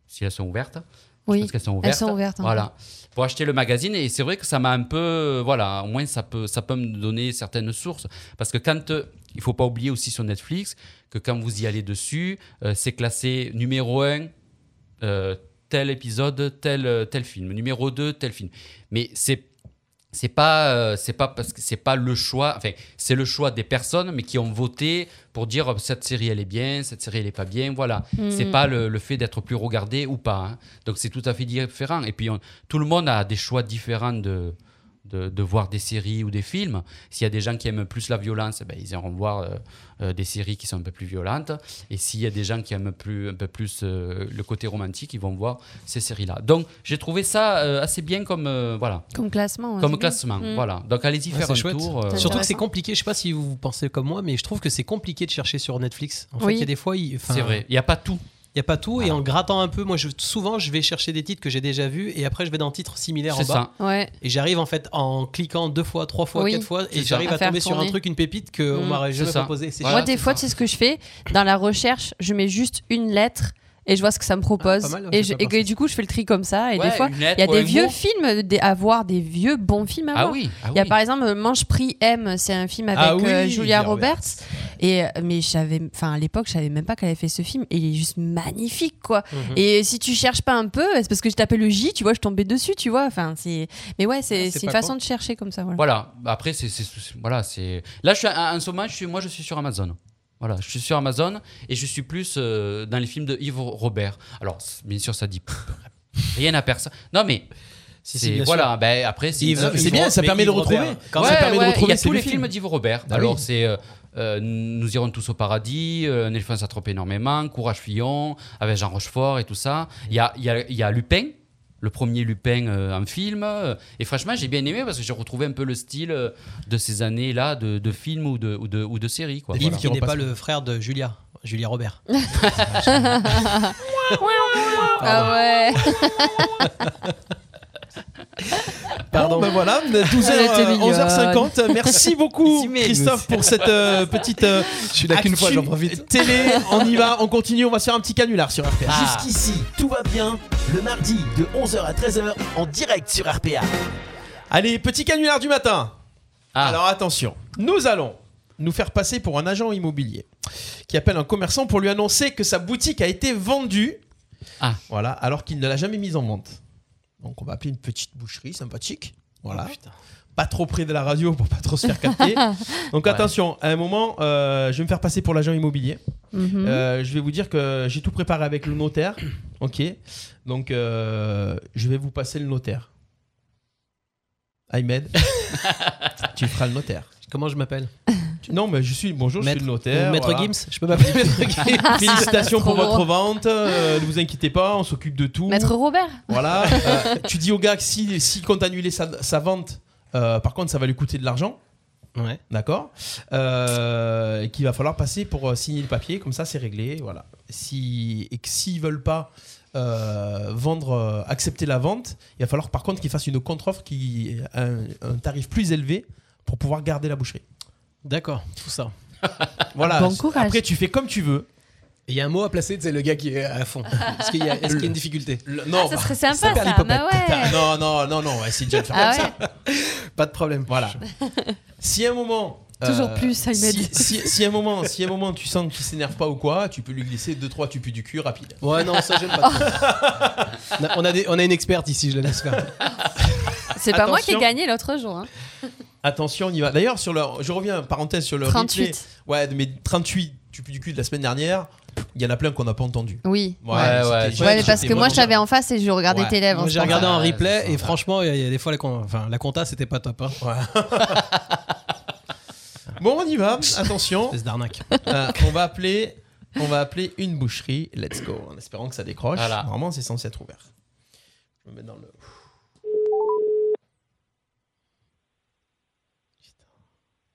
Speaker 6: si elles sont ouvertes. Je
Speaker 4: Oui.
Speaker 6: pense qu'elles sont ouvertes.
Speaker 4: Elles sont ouvertes. hein.
Speaker 6: Voilà. Pour acheter le magazine, et c'est vrai que ça m'a un peu. euh, Voilà, au moins ça peut, ça peut me donner certaines sources. Parce que quand. euh, il faut pas oublier aussi sur Netflix que quand vous y allez dessus, euh, c'est classé numéro 1, tel épisode, tel, euh, tel film. Numéro 2, tel film. Mais c'est. C'est pas, euh, c'est pas parce que c'est pas le choix. Enfin, c'est le choix des personnes, mais qui ont voté pour dire oh, cette série elle est bien, cette série elle est pas bien. Voilà.
Speaker 4: Mhm.
Speaker 6: C'est pas le, le fait d'être plus regardé ou pas. hein. Donc c'est tout à fait différent. Et puis on- tout le monde a des choix différents de, de, de voir des séries ou des films. S'il y a des gens qui aiment plus la violence, ben, ils iront voir euh, euh, des séries qui sont un peu plus violentes. Et s'il y a des gens qui aiment plus, un peu plus euh, le côté romantique, ils vont voir ces séries-là. Donc j'ai trouvé ça euh, assez bien comme, euh, voilà,
Speaker 4: Comme classement. hein, c'est
Speaker 6: comme
Speaker 4: bien.
Speaker 6: classement.
Speaker 4: Mm.
Speaker 6: Voilà. Donc allez-y
Speaker 5: Ouais,
Speaker 6: faire
Speaker 5: c'est
Speaker 6: un
Speaker 5: chouette.
Speaker 6: tour. euh,
Speaker 4: Ça,
Speaker 5: Surtout que c'est
Speaker 4: intéressant.
Speaker 5: compliqué, je sais pas si vous pensez comme moi, mais je trouve que c'est compliqué de chercher sur Netflix. En fait,
Speaker 4: Oui.
Speaker 5: il y a des fois, il- enfin,
Speaker 6: c'est vrai. Il n'y a pas tout.
Speaker 5: Il y a pas tout, et
Speaker 3: Ah.
Speaker 6: Voilà.
Speaker 5: en grattant un peu, moi, je, souvent, je vais chercher des titres que j'ai déjà vus, et après, je vais dans titres similaires en
Speaker 6: C'est
Speaker 5: bas,
Speaker 6: ça.
Speaker 4: Ouais.
Speaker 5: et j'arrive en fait en cliquant deux fois, trois fois,
Speaker 4: Oui.
Speaker 5: quatre fois,
Speaker 6: C'est
Speaker 5: et
Speaker 6: ça.
Speaker 5: j'arrive
Speaker 4: À
Speaker 5: à
Speaker 4: faire
Speaker 5: tomber sur un
Speaker 4: tourner.
Speaker 5: truc, une pépite que on
Speaker 4: Mm.
Speaker 5: m'aurait
Speaker 6: C'est
Speaker 5: jamais
Speaker 6: ça.
Speaker 5: proposé. C'est
Speaker 6: Voilà,
Speaker 4: Moi, des
Speaker 6: c'est
Speaker 4: fois,
Speaker 6: ça.
Speaker 4: tu sais ce que je fais Dans la recherche, je mets juste une lettre et je vois ce que ça me propose.
Speaker 5: Ah, pas mal,
Speaker 6: hein,
Speaker 5: ouais,
Speaker 4: et,
Speaker 5: j'ai
Speaker 4: je-
Speaker 5: pas
Speaker 4: et que
Speaker 5: pensé.
Speaker 4: du coup, je fais le tri comme ça. Et
Speaker 6: Ouais,
Speaker 4: des fois,
Speaker 6: une lettre
Speaker 4: il y a
Speaker 6: ou un
Speaker 4: des vieux
Speaker 6: mot.
Speaker 4: films des- à voir, des vieux bons films à voir.
Speaker 6: Ah oui. ah
Speaker 4: Il y a
Speaker 6: oui.
Speaker 4: par exemple Mange Prix M, c'est un film avec
Speaker 3: Ah oui,
Speaker 4: euh, Julia
Speaker 3: Julia
Speaker 4: Roberts. Et euh, mais je savais, enfin à l'époque, je savais même pas qu'elle avait fait ce film. Et il est juste magnifique, quoi.
Speaker 9: Mhm.
Speaker 4: Et si tu cherches pas un peu, c'est parce que je tapais le J, tu vois, je tombais dessus, tu vois. Enfin, c'est. Mais ouais, c'est
Speaker 6: Ah, c'est
Speaker 4: c'est une
Speaker 6: pas
Speaker 4: façon
Speaker 6: con.
Speaker 4: de chercher comme ça, voilà.
Speaker 6: Voilà. Après, c'est c'est- c'est- voilà, c'est. Là, je suis à un sommage. Je suis, moi, je suis sur Amazon. Voilà, je suis sur Amazon et je suis plus euh, dans les films de Yves Robert. Alors, c- bien sûr, ça dit rien à personne. Non, mais.
Speaker 5: si,
Speaker 6: c'est-
Speaker 5: bien
Speaker 6: voilà,
Speaker 5: sûr.
Speaker 6: ben, après, c'est
Speaker 5: Yves- c'est bien, ça Mais permet de Yves retrouver. Robert, quand
Speaker 6: Ouais,
Speaker 5: ça permet de
Speaker 6: ouais, Il y
Speaker 5: retrouver,
Speaker 6: a
Speaker 5: c'est
Speaker 6: tous
Speaker 5: le
Speaker 6: les
Speaker 5: film.
Speaker 6: films d'Yves Robert.
Speaker 5: Bah
Speaker 6: Alors,
Speaker 5: oui.
Speaker 6: c'est euh, euh, Nous irons tous au paradis, euh, Un éléphant s'attrape énormément, Courage Fillon, avec Jean Rochefort et tout ça. Il y a, il y a- il y a Lupin, le premier Lupin euh, en film. euh, Et franchement, j'ai bien aimé parce que j'ai retrouvé un peu le style euh, de ces années-là de, de films ou de, ou de, ou de séries. Quoi.
Speaker 5: Yves
Speaker 6: Voilà.
Speaker 5: qui n'est pas le frère de Julia, Julia Robert.
Speaker 4: ah ouais.
Speaker 3: Pardon. Ben voilà, 12 heures,
Speaker 5: Elle était
Speaker 3: euh,
Speaker 5: mignonne.
Speaker 3: 11h50. Merci beaucoup,
Speaker 5: Si, mais-
Speaker 3: Christophe, pour cette euh, petite. je suis
Speaker 5: là qu'une fois, j'en profite.
Speaker 3: Télé, on y va, on continue, on va se faire un petit canular sur RPA.
Speaker 5: Ah.
Speaker 1: Jusqu'ici, tout va bien. Le mardi de 11h à 13h en direct sur RPA.
Speaker 3: Allez, petit canular du matin.
Speaker 6: Ah.
Speaker 3: Alors attention, nous allons nous faire passer pour un agent immobilier qui appelle un commerçant pour lui annoncer que sa boutique a été vendue. Voilà, alors qu'il ne l'a jamais mise en vente. Donc on va appeler une petite boucherie sympathique. Voilà. pas trop près de la radio pour pas trop se faire capter. Donc
Speaker 5: Ouais.
Speaker 3: attention, à un moment, euh, je vais me faire passer pour l'agent immobilier.
Speaker 5: Mhm.
Speaker 3: Euh, je vais vous dire que j'ai tout préparé avec le notaire. Ok. Donc euh, je vais vous passer le notaire. Ahmed, tu feras le notaire.
Speaker 5: Comment je m'appelle
Speaker 3: Non, mais je suis. Bonjour, je suis le notaire.
Speaker 5: Maître
Speaker 3: voilà.
Speaker 5: Gims Je peux m'appeler Maître
Speaker 4: Ah,
Speaker 5: Gims
Speaker 3: Félicitations pour
Speaker 4: Trop
Speaker 3: votre
Speaker 4: drôle.
Speaker 3: vente. euh, ne vous inquiétez pas, on s'occupe de tout.
Speaker 4: Maître Robert.
Speaker 3: Voilà. euh, tu dis au gars que si, si compte annuler sa, sa vente, euh, par contre, ça va lui coûter de l'argent.
Speaker 5: Ouais.
Speaker 3: D'accord. Euh, et qu'il va falloir passer pour euh, signer le papier, comme ça c'est réglé. Voilà. Si, et que s'ils veulent pas euh, vendre, euh, accepter la vente, il va falloir par contre qu'ils fassent une contre-offre qui a un, un tarif plus élevé pour pouvoir garder la boucherie.
Speaker 5: D'accord, tout ça.
Speaker 3: Voilà. Après, tu fais comme tu veux.
Speaker 5: Il y a un mot à placer, c'est le gars qui est à fond. Est-ce qu'il y, a- est-ce qu'il y a une difficulté
Speaker 3: Non,
Speaker 5: ça
Speaker 4: serait sympa, Ah, ça. Bah ouais.
Speaker 3: Non, non, non, non, essayez déjà de faire
Speaker 4: Ah
Speaker 3: comme
Speaker 4: ouais.
Speaker 3: ça. Pas de problème. Voilà. Si à un moment. euh,
Speaker 4: Toujours plus, Ahmed.
Speaker 3: Si, si, si à un moment, si à un moment tu sens qu'il s'énerve pas ou quoi, tu peux lui glisser 2-3 tupus du cul rapide.
Speaker 5: Ouais, non, ça j'aime pas. trop. on, a des- on a une experte ici, je la laisse faire.
Speaker 4: C'est pas moi qui ai
Speaker 3: Attention.
Speaker 4: gagné l'autre jour. hein.
Speaker 3: Attention, on y va. D'ailleurs, sur le, je reviens parenthèse sur le
Speaker 4: 38.
Speaker 3: replay. Ouais, mais 38 tupus du cul de la semaine dernière. Il y en a plein qu'on n'a pas entendu.
Speaker 4: Oui.
Speaker 3: Ouais,
Speaker 6: Ouais,
Speaker 3: c'était-
Speaker 6: ouais,
Speaker 3: c'était
Speaker 4: Ouais, mais parce que moi, je
Speaker 3: vraiment-
Speaker 4: t'avais en face et je regardais
Speaker 3: Ouais.
Speaker 4: tes lèvres.
Speaker 5: Moi,
Speaker 4: c'est
Speaker 5: j'ai
Speaker 4: pour
Speaker 5: regardé
Speaker 4: ça.
Speaker 5: en replay et franchement, il y, a- il y a des fois, la, con- enfin, la compta, c'était pas top. hein.
Speaker 3: Bon, on y va. Attention.
Speaker 5: Espèce d'arnaque.
Speaker 3: Euh, on va appeler on va appeler une boucherie let's go en espérant que ça décroche
Speaker 6: Voilà.
Speaker 3: normalement c'est censé être ouvert je me mets dans le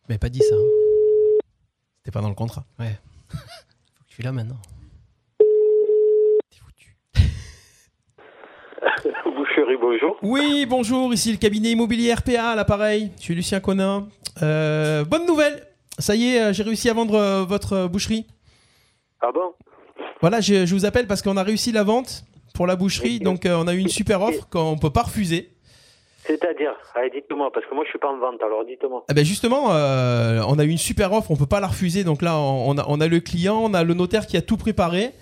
Speaker 5: Mais pas dit ça. hein.
Speaker 3: c'était pas dans le contrat
Speaker 5: Ouais. Faut que tu là maintenant.
Speaker 10: Boucherie, bonjour.
Speaker 3: oui bonjour ici le cabinet immobilier RPA à l'appareil je suis Lucien Conin Euh, bonne nouvelle ça y est euh, j'ai réussi à vendre euh, votre euh, boucherie
Speaker 10: Ah bon
Speaker 3: voilà je, je vous appelle parce qu'on a réussi la vente pour la boucherie donc euh, on a eu une super offre qu'on peut pas refuser
Speaker 10: C'est-à-dire Allez, dites-moi, parce que moi, je suis pas en vente, alors dites-moi.
Speaker 3: Ah ben justement, euh, on a eu une super offre, on peut pas la refuser. Donc là, on on a, on a le client, on a le notaire qui a tout préparé.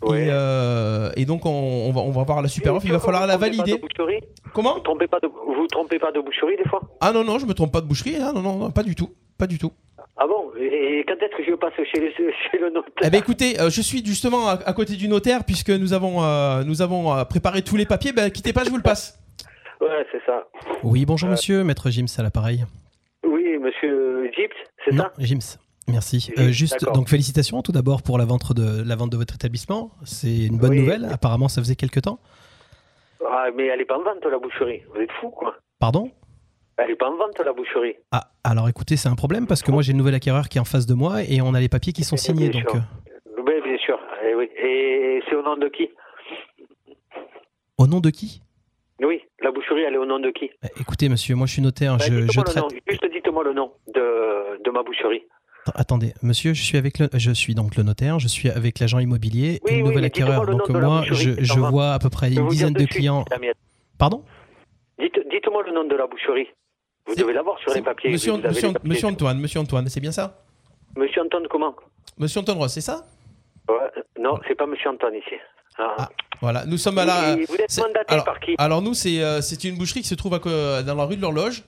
Speaker 10: Ouais.
Speaker 3: Et, euh, et donc, on, on va, on va voir la super offre. Il va falloir la
Speaker 10: Vous trompez pas
Speaker 3: valider.
Speaker 10: de boucherie
Speaker 3: Comment
Speaker 10: Vous trompez pas de vous trompez pas de boucherie des fois
Speaker 3: Ah non, non, je me trompe pas de boucherie. hein, non, non, non, pas du tout. Pas du tout.
Speaker 10: Ah bon Et quand est-ce que je passe chez le chez le notaire
Speaker 3: Eh ben écoutez, euh, je suis justement à, à côté du notaire puisque nous avons, euh, nous avons euh, préparé tous les papiers. Ben, quittez pas, je vous le passe.
Speaker 10: Ouais, c'est ça. Euh,
Speaker 5: Oui, bonjour monsieur, Maître Gims à l'appareil.
Speaker 10: Oui, monsieur Gips, c'est
Speaker 5: Non,
Speaker 10: ça
Speaker 5: Gims. Merci.
Speaker 10: Gims,
Speaker 5: Euh, juste,
Speaker 10: d'accord.
Speaker 5: donc félicitations tout d'abord pour la vente de la vente de votre établissement. C'est une bonne
Speaker 10: Oui.
Speaker 5: nouvelle. Apparemment, ça faisait quelques temps.
Speaker 10: Ah, mais elle est pas en vente la boucherie. Vous êtes fous quoi
Speaker 5: Pardon
Speaker 10: Elle est pas en vente la boucherie.
Speaker 5: Ah, alors écoutez, c'est un problème parce que moi j'ai le nouvel acquéreur qui est en face de moi et on a les papiers qui sont signés.
Speaker 10: bien
Speaker 5: Donc,
Speaker 10: sûr.
Speaker 5: euh,
Speaker 10: Oui, bien sûr. Eh oui. Et c'est au nom de qui
Speaker 5: au nom de qui
Speaker 10: Oui, la boucherie, elle est au nom de qui
Speaker 5: Eh, Écoutez, monsieur, moi je suis notaire.
Speaker 10: Bah,
Speaker 5: je,
Speaker 10: dites-moi
Speaker 5: je
Speaker 10: le
Speaker 5: traite.
Speaker 10: nom. Juste dites-moi le nom de, de ma boucherie.
Speaker 5: Att- Attendez, monsieur, je suis avec le, je suis donc le notaire. Je suis avec l'agent immobilier
Speaker 10: Oui,
Speaker 5: et le
Speaker 10: oui,
Speaker 5: nouvel
Speaker 10: mais dites-moi
Speaker 5: acquéreur.
Speaker 10: le nom
Speaker 5: Donc
Speaker 10: de la
Speaker 5: moi,
Speaker 10: boucherie,
Speaker 5: je,
Speaker 10: c'est
Speaker 5: je
Speaker 10: normal.
Speaker 5: vois à peu près
Speaker 10: Je vais
Speaker 5: une
Speaker 10: vous dire
Speaker 5: dizaine
Speaker 10: de
Speaker 5: de
Speaker 10: suite,
Speaker 5: clients.
Speaker 10: la mienne.
Speaker 5: Pardon
Speaker 10: Dites- Dites-moi le nom de la boucherie. Vous devez l'avoir sur les papiers.
Speaker 3: Monsieur,
Speaker 10: vous avez
Speaker 3: monsieur-
Speaker 10: les papiers.
Speaker 3: monsieur Antoine, monsieur Antoine, c'est bien ça
Speaker 10: Monsieur Anton, comment
Speaker 3: Monsieur Anton Roy, c'est ça
Speaker 10: Ouais, Euh, Non, c'est pas Monsieur Anton ici. Ah.
Speaker 3: Voilà, nous sommes à la.
Speaker 10: Oui, vous êtes
Speaker 3: c'est-
Speaker 10: mandaté
Speaker 3: alors,
Speaker 10: par qui
Speaker 3: alors nous, c'est euh, c'est une boucherie qui se trouve à co- dans la rue de l'Horloge.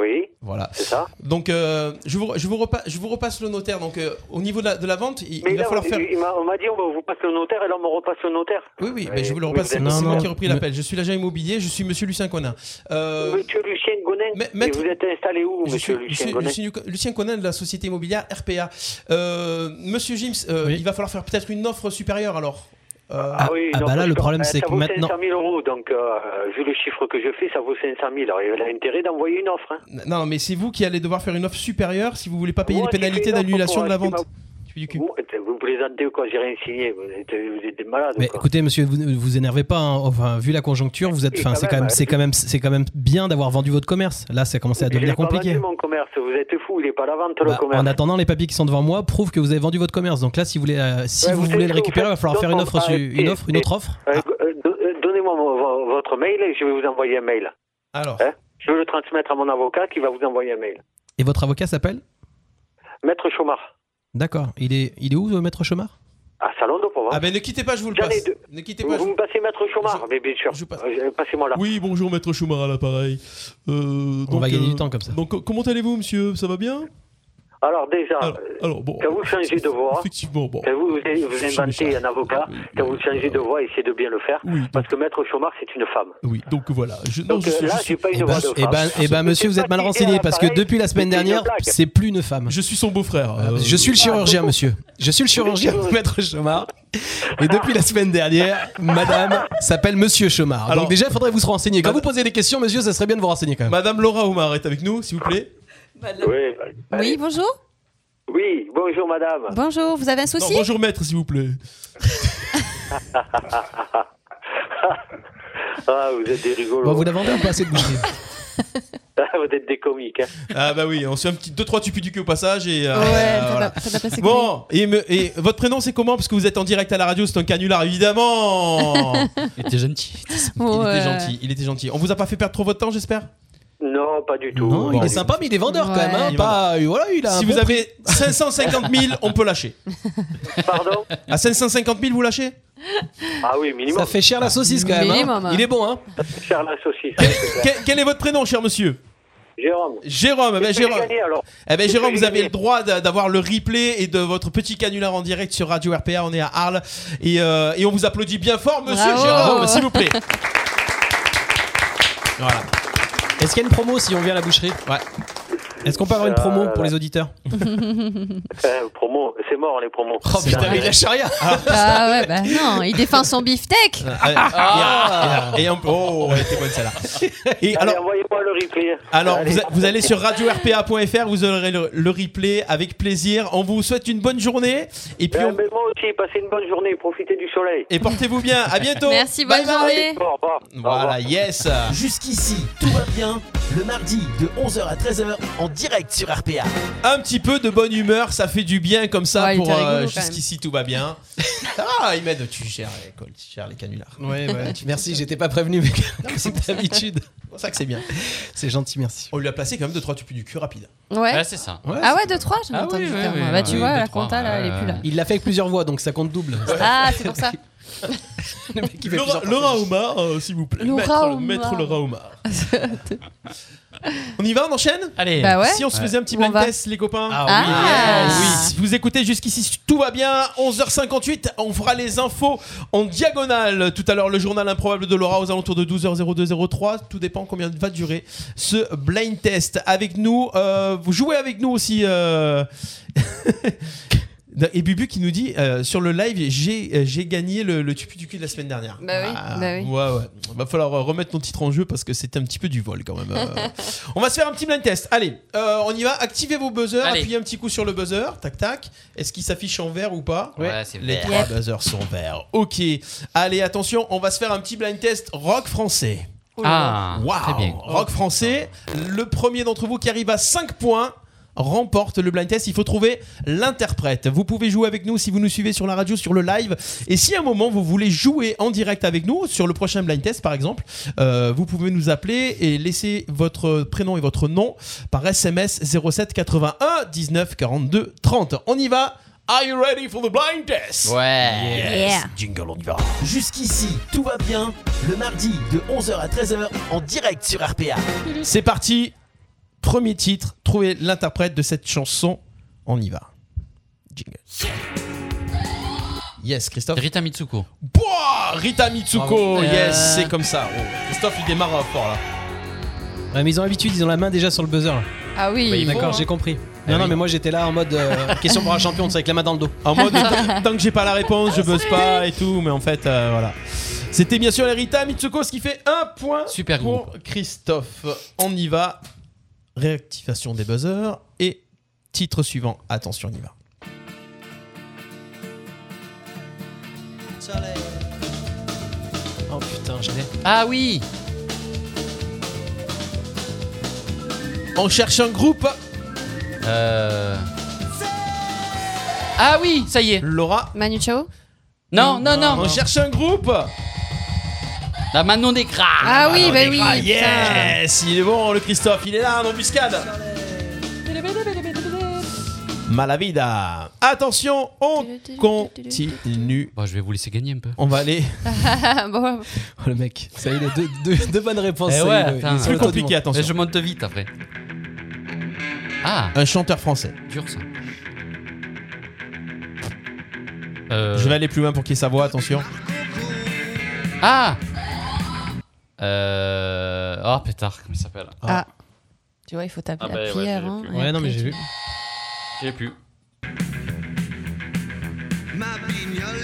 Speaker 10: Oui,
Speaker 3: Voilà.
Speaker 10: c'est ça.
Speaker 3: Donc, euh, je, vous, je, vous repa- je vous repasse le notaire. Donc, euh, au niveau de la, de la vente, il,
Speaker 10: Mais
Speaker 3: il va
Speaker 10: là,
Speaker 3: falloir
Speaker 10: on-
Speaker 3: faire.
Speaker 10: il m'a- on m'a dit on va vous passer au notaire et là on me repasse au notaire.
Speaker 3: Oui, oui, mais je vous le
Speaker 10: Oui,
Speaker 3: repasse.
Speaker 10: vous
Speaker 3: C'est
Speaker 10: êtes-
Speaker 3: c'est
Speaker 9: Non,
Speaker 3: moi
Speaker 9: non,
Speaker 3: qui ai repris
Speaker 9: mais-
Speaker 3: l'appel. Je suis l'agent immobilier, je suis monsieur Lucien Conin. Euh,
Speaker 10: Monsieur Lucien Gonin,
Speaker 3: mais-
Speaker 10: et
Speaker 3: maître-
Speaker 10: vous êtes installé où,
Speaker 3: je suis,
Speaker 10: monsieur
Speaker 3: je suis-
Speaker 10: Lucien Gonin
Speaker 3: je suis Lucien Conin de la société immobilière RPA. Euh, monsieur Gims, euh,
Speaker 5: Oui.
Speaker 3: il va falloir faire peut-être une offre supérieure alors. Euh,
Speaker 5: Ah, ah
Speaker 10: non,
Speaker 5: bah là,
Speaker 10: parce
Speaker 5: le problème,
Speaker 10: euh,
Speaker 5: c'est
Speaker 10: ça
Speaker 5: que
Speaker 10: vaut
Speaker 5: maintenant-
Speaker 10: 500 000 euros, donc euh, vu le chiffre que je fais, ça vaut 500 000. Alors, il a intérêt d'envoyer une offre. hein.
Speaker 3: Non, mais c'est vous qui allez devoir faire une offre supérieure si vous voulez pas payer
Speaker 10: Moi,
Speaker 3: les
Speaker 10: j'ai fait
Speaker 3: pénalités
Speaker 10: une offre
Speaker 3: d'annulation
Speaker 10: pour
Speaker 3: de la
Speaker 10: un
Speaker 3: vente.
Speaker 10: petit
Speaker 3: Tu fais du cul.
Speaker 10: Vous, vous plaisantez ou quoi J'ai rien signé. Vous êtes, vous êtes des malades. ou
Speaker 5: Mais
Speaker 10: quoi
Speaker 5: écoutez, monsieur, vous ne vous énervez pas. hein. Enfin, vu la conjoncture, vous êtes.
Speaker 10: Oui,
Speaker 5: Enfin,
Speaker 10: quand
Speaker 5: c'est quand
Speaker 10: même, bah,
Speaker 5: même,
Speaker 10: ouais.
Speaker 5: c'est quand même, c'est quand même bien d'avoir vendu votre commerce. Là, ça a commencé à
Speaker 10: Je l'ai
Speaker 5: devenir
Speaker 10: pas
Speaker 5: compliqué.
Speaker 10: vendu, mon commerce. Vous êtes fou. Il n'est pas à la vente,
Speaker 5: Bah,
Speaker 10: le commerce.
Speaker 5: en attendant, les papiers qui sont devant moi prouvent que vous avez vendu votre commerce. Donc là, si vous voulez, euh, si
Speaker 10: Ouais,
Speaker 5: vous
Speaker 10: vous savez
Speaker 5: voulez
Speaker 10: ce
Speaker 5: le
Speaker 10: que vous
Speaker 5: récupérer, il va
Speaker 10: faites
Speaker 5: falloir faire une
Speaker 10: Non,
Speaker 5: offre, su-
Speaker 10: arrêtez.
Speaker 5: une offre, une autre offre. Ah,
Speaker 10: Euh, euh, do- euh, Donnez-moi vo- vo- votre mail et je vais vous envoyer un mail.
Speaker 3: Alors,
Speaker 10: Hein je vais le transmettre à mon avocat qui va vous envoyer un mail.
Speaker 5: Et votre avocat s'appelle
Speaker 10: Maître Chomard,
Speaker 5: D'accord. Il est, il est où, euh, maître Chomard
Speaker 10: à Salon de Provence.
Speaker 3: ah ben ne quittez pas, je vous le
Speaker 10: J'en ai
Speaker 3: passe.
Speaker 10: deux.
Speaker 3: Ne quittez
Speaker 10: vous,
Speaker 3: pas. je-
Speaker 10: vous me passez Maître Chomard,
Speaker 3: je-
Speaker 10: mais bien sûr.
Speaker 3: je passe.
Speaker 10: Euh, Passez-moi là.
Speaker 3: Oui, bonjour maître Schumar à l'appareil. Euh,
Speaker 5: On
Speaker 3: donc,
Speaker 5: va gagner
Speaker 3: euh,
Speaker 5: du temps comme ça.
Speaker 3: Donc, co- comment allez-vous, monsieur Ça va bien
Speaker 10: Alors, déjà,
Speaker 3: alors, alors, bon.
Speaker 10: Ah, quand vous changez de voix,
Speaker 3: Effectivement, bon.
Speaker 10: quand vous, vous
Speaker 3: Je suis
Speaker 10: inventez
Speaker 3: méchant.
Speaker 10: un avocat,
Speaker 3: Oui,
Speaker 10: quand
Speaker 3: oui,
Speaker 10: vous changez de voix, essayez de bien le faire.
Speaker 3: Oui, donc,
Speaker 10: Parce que Maître Chomard, c'est une femme.
Speaker 3: oui, donc voilà. Je, non,
Speaker 10: Donc
Speaker 3: je,
Speaker 10: euh,
Speaker 3: suis-
Speaker 10: là,
Speaker 3: je suis,
Speaker 10: j'ai pas
Speaker 5: Eh
Speaker 10: une
Speaker 5: ben,
Speaker 10: voix de
Speaker 5: eh
Speaker 10: femme.
Speaker 5: ben, eh ben, monsieur, vous êtes mal renseigné parce que depuis la semaine
Speaker 10: c'était une
Speaker 5: dernière,
Speaker 10: blague.
Speaker 5: c'est plus une femme.
Speaker 3: je suis son beau-frère.
Speaker 5: Ah,
Speaker 3: euh,
Speaker 5: Je suis le chirurgien, monsieur. Je suis le chirurgien, maître Chomard. Et depuis la semaine dernière, madame s'appelle monsieur Chomard.
Speaker 3: Alors-
Speaker 5: Donc déjà, il faudrait vous se renseigner. Quand vous posez des questions, monsieur, ça serait bien de vous renseigner quand même.
Speaker 3: Madame Laura Omar est avec nous, s'il vous plaît.
Speaker 10: Oui,
Speaker 4: Oui,
Speaker 10: allez.
Speaker 4: bonjour.
Speaker 10: oui, bonjour madame.
Speaker 4: Bonjour, vous avez un
Speaker 3: Non,
Speaker 4: souci
Speaker 3: bonjour maître, s'il vous plaît.
Speaker 10: Ah, vous êtes des rigolos.
Speaker 5: Bon, vous la vendez ou pas cette bougie
Speaker 10: Ah, vous êtes des comiques. hein.
Speaker 3: Ah bah oui, on se fait un petit 2-3 tupis du cul au passage et. euh,
Speaker 4: Ouais, ça
Speaker 3: voilà.
Speaker 4: t'a- ça t'a passé combien
Speaker 3: Bon, et, me- et votre prénom c'est comment Parce que vous êtes en direct à la radio, c'est un canular évidemment
Speaker 6: Il était gentil.
Speaker 3: Il
Speaker 4: Ouais.
Speaker 3: était gentil, il était gentil. On vous a pas fait perdre trop votre temps, j'espère
Speaker 10: Non, pas du tout.
Speaker 5: Non, il
Speaker 10: Pas
Speaker 5: est
Speaker 10: du
Speaker 5: sympa, mais il est vendeur quand même. hein.
Speaker 4: Ouais.
Speaker 5: Pas, voilà, il a un
Speaker 3: Si
Speaker 5: bon
Speaker 3: vous avez 550 000, on peut lâcher.
Speaker 10: tout. Pardon
Speaker 3: À 550 000, vous lâchez
Speaker 10: Ah oui, minimum.
Speaker 5: Ça fait cher la saucisse quand même. hein.
Speaker 4: Minimum.
Speaker 5: Il est bon, hein
Speaker 10: Faire la saucisse.
Speaker 3: Que- Quel est votre prénom, cher monsieur
Speaker 10: Jérôme.
Speaker 3: Jérôme. Eh ben,
Speaker 10: Qu'est-ce que j'ai
Speaker 3: Jérôme,
Speaker 10: gagné, alors
Speaker 3: eh ben,
Speaker 10: Qu'est-ce
Speaker 3: Jérôme
Speaker 10: que
Speaker 3: vous
Speaker 10: j'ai
Speaker 3: avez le
Speaker 10: gagné
Speaker 3: droit d'a- d'avoir le replay et de votre petit canular en direct sur Radio RPA. On est à Arles. Et, euh, et on vous applaudit bien fort, monsieur
Speaker 4: Bravo.
Speaker 3: Jérôme, s'il vous plaît. Voilà.
Speaker 5: Est-ce qu'il y a une promo si on vient à la boucherie
Speaker 3: Ouais.
Speaker 5: Est-ce qu'on peut avoir une promo pour les auditeurs
Speaker 10: Euh, promo, c'est mort les promos.
Speaker 5: Oh putain,
Speaker 3: vrai.
Speaker 5: mais il a charia
Speaker 4: Ah ouais, bah non, il défend son beefsteak.
Speaker 3: Ah, et, et- et on- oh, elle était bonne celle-là.
Speaker 10: Allez,
Speaker 3: Et alors,
Speaker 10: envoyez-moi le replay.
Speaker 3: Alors,
Speaker 10: Allez.
Speaker 3: vous, a- vous allez sur radio-rpa.fr, vous aurez le, le replay avec plaisir. On vous souhaite une bonne journée et puis
Speaker 2: Eh
Speaker 10: Euh,
Speaker 2: ben,
Speaker 3: on-
Speaker 10: mais moi aussi, passez une bonne journée, profitez du soleil.
Speaker 3: et portez-vous bien. À bientôt.
Speaker 4: Merci, bonne
Speaker 3: Bye bye.
Speaker 4: journée.
Speaker 10: Allez, au revoir. Au revoir.
Speaker 3: Voilà, yes.
Speaker 1: Jusqu'ici, tout va bien. Le mardi de 11h à 13h en direct sur RPA.
Speaker 3: Un petit peu de bonne humeur, ça fait du bien comme ça
Speaker 4: Ouais, il
Speaker 3: pour euh,
Speaker 4: était rigolo, quand
Speaker 3: jusqu'ici tout va bien. Ça va, Ahmed, tu gères l'école, tu gères les canulars.
Speaker 5: Ouais, ouais. Merci, j'étais pas prévenu, mais c'est d'habitude.
Speaker 3: C'est pour ça que c'est bien.
Speaker 5: C'est gentil, merci.
Speaker 3: On lui a placé quand même deux trois tupus du cul rapide.
Speaker 4: Ouais.
Speaker 6: Ouais, c'est ça.
Speaker 4: Ah ouais, 2-3, j'en ai
Speaker 6: Ah oui,
Speaker 4: entendu
Speaker 6: oui,
Speaker 4: faire,
Speaker 6: oui,
Speaker 4: moi.
Speaker 6: oui,
Speaker 4: Bah tu
Speaker 6: oui,
Speaker 4: vois,
Speaker 6: deux,
Speaker 4: la
Speaker 6: trois,
Speaker 4: compta, là, elle est
Speaker 6: ouais.
Speaker 4: plus là.
Speaker 5: Il l'a fait avec plusieurs voix, donc ça compte double.
Speaker 4: Ah, c'est pour ça.
Speaker 5: Le mec, il fait
Speaker 3: Laura,
Speaker 5: plusieurs fois.
Speaker 3: Laura Omar, euh, s'il vous plaît.
Speaker 4: Laura
Speaker 3: Maître-
Speaker 4: Omar.
Speaker 3: Maître Laura Omar. On y va, on enchaîne
Speaker 6: Allez.
Speaker 4: Bah ouais.
Speaker 3: Si on se faisait un petit
Speaker 4: Où on
Speaker 3: blind
Speaker 4: va
Speaker 3: test, les copains.
Speaker 5: Ah oui.
Speaker 4: Ah.
Speaker 3: Yes. Vous écoutez jusqu'ici, tout va bien. 11h58, on fera les infos en diagonale. Tout à l'heure, le journal improbable de Laura aux alentours de 12h0203. Tout dépend combien va durer ce blind test. Avec nous, euh, vous jouez avec nous aussi. euh, Et Bubu qui nous dit euh, sur le live, j'ai euh, j'ai gagné le, le tupu du cul de la semaine dernière. Ah,
Speaker 4: Bah oui, bah oui.
Speaker 3: Ouais, ouais. Va falloir euh, remettre ton titre en jeu parce que c'était un petit peu du vol quand même. euh. on va se faire un petit blind test. Allez, euh, on y va. Activez vos buzzers,
Speaker 6: Allez.
Speaker 3: appuyez un petit coup sur le buzzer. Tac, tac. Est-ce qu'il s'affiche en vert ou pas
Speaker 6: Ouais, c'est
Speaker 3: Les
Speaker 6: vert.
Speaker 3: trois buzzers sont verts. Ok. Allez, attention, on va se faire un petit blind test rock français.
Speaker 6: Ah,
Speaker 3: Waouh
Speaker 6: très bien.
Speaker 3: Rock français, le premier d'entre vous qui arrive à 5 points remporte le blind test. Il faut trouver l'interprète. Vous pouvez jouer avec nous si vous nous suivez sur la radio, sur le live. Et si à un moment vous voulez jouer en direct avec nous, sur le prochain blind test par exemple, euh, vous pouvez nous appeler et laisser votre prénom et votre nom par SMS 07 81 19 42 30. On y va Are you ready for the blind test
Speaker 1: Ouais.
Speaker 3: Yes. Jingle, on y va.
Speaker 1: Jusqu'ici, tout va bien. Le mardi de 11h à 13h en direct sur RPA.
Speaker 3: C'est parti. Premier titre, trouvez l'interprète de cette chanson. On y va. Jingle. Yes, Christophe.
Speaker 6: Rita Mitsuko.
Speaker 3: Pouah, Rita Mitsuko.
Speaker 5: Bravo.
Speaker 3: Yes,
Speaker 5: Euh.
Speaker 3: c'est comme ça. Oh, Christophe, il démarre euh, fort là.
Speaker 5: Ouais, mais ils ont l'habitude, ils ont la main déjà sur le buzzer. là.
Speaker 4: Ah oui.
Speaker 3: Oui,
Speaker 5: D'accord,
Speaker 3: bon, hein.
Speaker 5: j'ai compris.
Speaker 4: Ah
Speaker 5: Non, non, mais moi j'étais là en mode euh, question pour un champion, c'est avec la main dans le dos.
Speaker 3: En mode, tant- tant que j'ai pas la réponse, je buzz pas et tout. Mais en fait, euh, voilà. C'était bien sûr les Rita Mitsuko, ce qui fait un point
Speaker 6: Super
Speaker 3: pour
Speaker 6: groupe.
Speaker 3: Christophe. On y va. Réactivation des buzzers et titre suivant. Attention, on y va.
Speaker 5: Oh putain, je l'ai.
Speaker 6: Ah oui
Speaker 3: On cherche un groupe.
Speaker 6: Euh. Ah oui, ça y est.
Speaker 3: Laura.
Speaker 4: Manu Chao
Speaker 6: Non, non, non.
Speaker 3: On cherche un groupe.
Speaker 6: La Manon des Gras.
Speaker 4: Ah oui, bah oui.
Speaker 3: Ah,
Speaker 4: putain.
Speaker 3: yes, il est bon le Christophe, il est là en embuscade. Malavida. Attention, on continue.
Speaker 6: Bon, Bah, je vais vous laisser gagner un peu.
Speaker 3: On va aller.
Speaker 4: Bon,
Speaker 5: Oh le mec, ça y est, il a deux, deux- deux bonnes réponses.
Speaker 6: Eh
Speaker 5: ça y est,
Speaker 6: ouais,
Speaker 5: il est- il est
Speaker 6: attends.
Speaker 5: sur
Speaker 3: C'est plus
Speaker 5: le toit du
Speaker 3: compliqué,
Speaker 5: monde.
Speaker 6: Mais
Speaker 3: attention.
Speaker 6: je monte vite après. Ah,
Speaker 3: Un chanteur français.
Speaker 6: dur ça. Euh,
Speaker 3: Je vais aller plus loin pour qu'il y ait sa voix, attention.
Speaker 6: Ah Euh. Oh pétard, comment il s'appelle
Speaker 4: Ah. Tu vois, il faut taper
Speaker 6: Ah bah ouais,
Speaker 4: la prière.
Speaker 6: j'ai
Speaker 4: hein,
Speaker 6: vu.
Speaker 4: et
Speaker 5: Ouais, non, mais
Speaker 4: après,
Speaker 5: j'ai
Speaker 4: tu-
Speaker 5: vu.
Speaker 6: J'ai plus.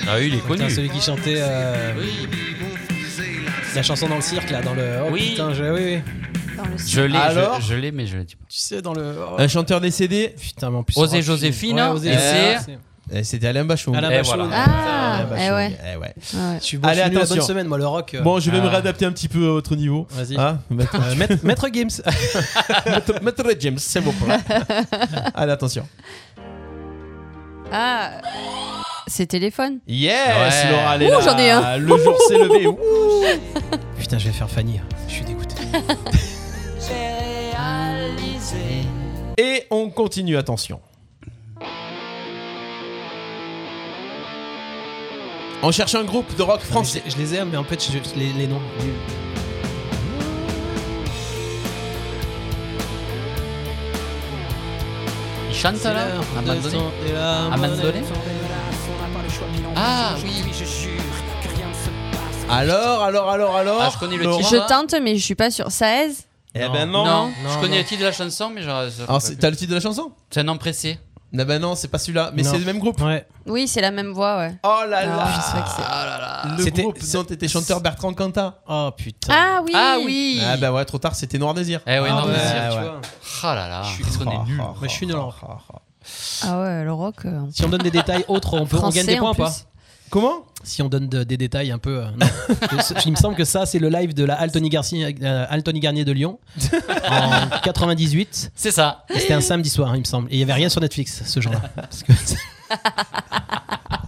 Speaker 6: Ah oui, il est
Speaker 5: Putain,
Speaker 6: connu.
Speaker 5: celui qui chantait euh,
Speaker 6: Oui.
Speaker 5: la chanson dans le cirque là, dans le. Oh
Speaker 6: Oui.
Speaker 5: putain, je- oui, oui.
Speaker 4: Dans le
Speaker 6: Je l'ai,
Speaker 3: Alors
Speaker 6: je, je l'ai, mais je le dis pas.
Speaker 5: Tu sais, dans le. oh,
Speaker 3: Un chanteur décédé.
Speaker 5: Putain, mais en plus.
Speaker 6: Osez
Speaker 5: oh,
Speaker 6: Joséphine,
Speaker 5: ouais,
Speaker 6: hein,
Speaker 5: Osez
Speaker 6: et
Speaker 5: Joséphine,
Speaker 6: c'est-
Speaker 5: c'est-
Speaker 3: Eh, C'était Alain Bachung.
Speaker 5: Alain
Speaker 6: Et
Speaker 5: Bachung.
Speaker 6: voilà.
Speaker 4: Ah,
Speaker 3: Alain Bachung,
Speaker 4: eh ouais.
Speaker 3: eh ouais.
Speaker 4: ouais.
Speaker 5: Tu vois,
Speaker 3: Allez,
Speaker 5: Allez,
Speaker 3: attention.
Speaker 5: attention. Bonne semaine, moi le rock. euh,
Speaker 3: Bon, je vais me
Speaker 6: Ah.
Speaker 3: réadapter un petit peu à votre niveau.
Speaker 5: Vas-y.
Speaker 3: Hein Maître,
Speaker 5: Euh, Maître, Maître Games.
Speaker 3: Maître- Maître James, c'est bon. Allez, attention.
Speaker 4: Ah, c'est téléphone.
Speaker 3: Yes,
Speaker 6: Ouais.
Speaker 3: Laura, elle est
Speaker 4: Ouh,
Speaker 3: là.
Speaker 4: j'en ai un.
Speaker 3: Le jour s'est levé. Ouh.
Speaker 5: Putain, je vais faire Fanny. Je suis dégoûté.
Speaker 3: Et on continue, attention. On cherche un groupe de rock français.
Speaker 5: Français. Je, les aime, mais en fait, je, je- les, les noms.
Speaker 6: Il chante là à un
Speaker 4: Ah,
Speaker 6: moment donné Abandonné Ah oui,
Speaker 3: Alors, alors, alors, alors.
Speaker 6: Ah, je connais le
Speaker 3: Laura.
Speaker 6: titre.
Speaker 4: Je tente, mais je suis pas sûre. Saez
Speaker 3: Eh ben non.
Speaker 6: non,
Speaker 5: non,
Speaker 6: je connais
Speaker 5: non.
Speaker 6: le titre de la chanson, mais genre. ça-
Speaker 3: Alors, Ah, c'est- t'as le titre de la chanson
Speaker 6: C'est un nom pressé.
Speaker 3: Eh ben non, c'est pas celui-là, mais
Speaker 5: Non.
Speaker 3: c'est le même groupe.
Speaker 5: Ah, Ouais.
Speaker 4: Oui, c'est la même voix, ouais.
Speaker 3: Oh là
Speaker 4: Ah,
Speaker 3: là.
Speaker 4: c'est vrai que c'est-
Speaker 3: Le
Speaker 5: C'était-
Speaker 3: groupe dont était chanteur Bertrand Cantat.
Speaker 5: Oh putain.
Speaker 4: Ah oui.
Speaker 6: Ah oui
Speaker 3: Ah bah ouais, trop tard, c'était Noir Désir.
Speaker 6: Eh ouais,
Speaker 5: Ah
Speaker 6: non,
Speaker 5: ouais,
Speaker 6: mais
Speaker 5: tu
Speaker 6: c'est-
Speaker 5: vois.
Speaker 6: Ah là là, qu'est-ce qu'on est nul.
Speaker 5: Moi, je suis
Speaker 6: ah,
Speaker 5: nul en rock.
Speaker 4: Ah ouais, le rock. euh,
Speaker 5: Si on donne des détails autres, on, peut, on
Speaker 4: Français,
Speaker 5: gagne des points
Speaker 4: en
Speaker 5: ou pas
Speaker 4: plus.
Speaker 3: Comment
Speaker 5: Si on donne de- des détails un peu. euh, non. Je- il me semble que ça, c'est le live de la Altony, Garcia- euh, Altony Garnier de Lyon en 98.
Speaker 6: C'est ça.
Speaker 5: Et C'était un samedi soir, hein, il me semble. Et il n'y avait rien sur Netflix, ce genre-là. Parce que-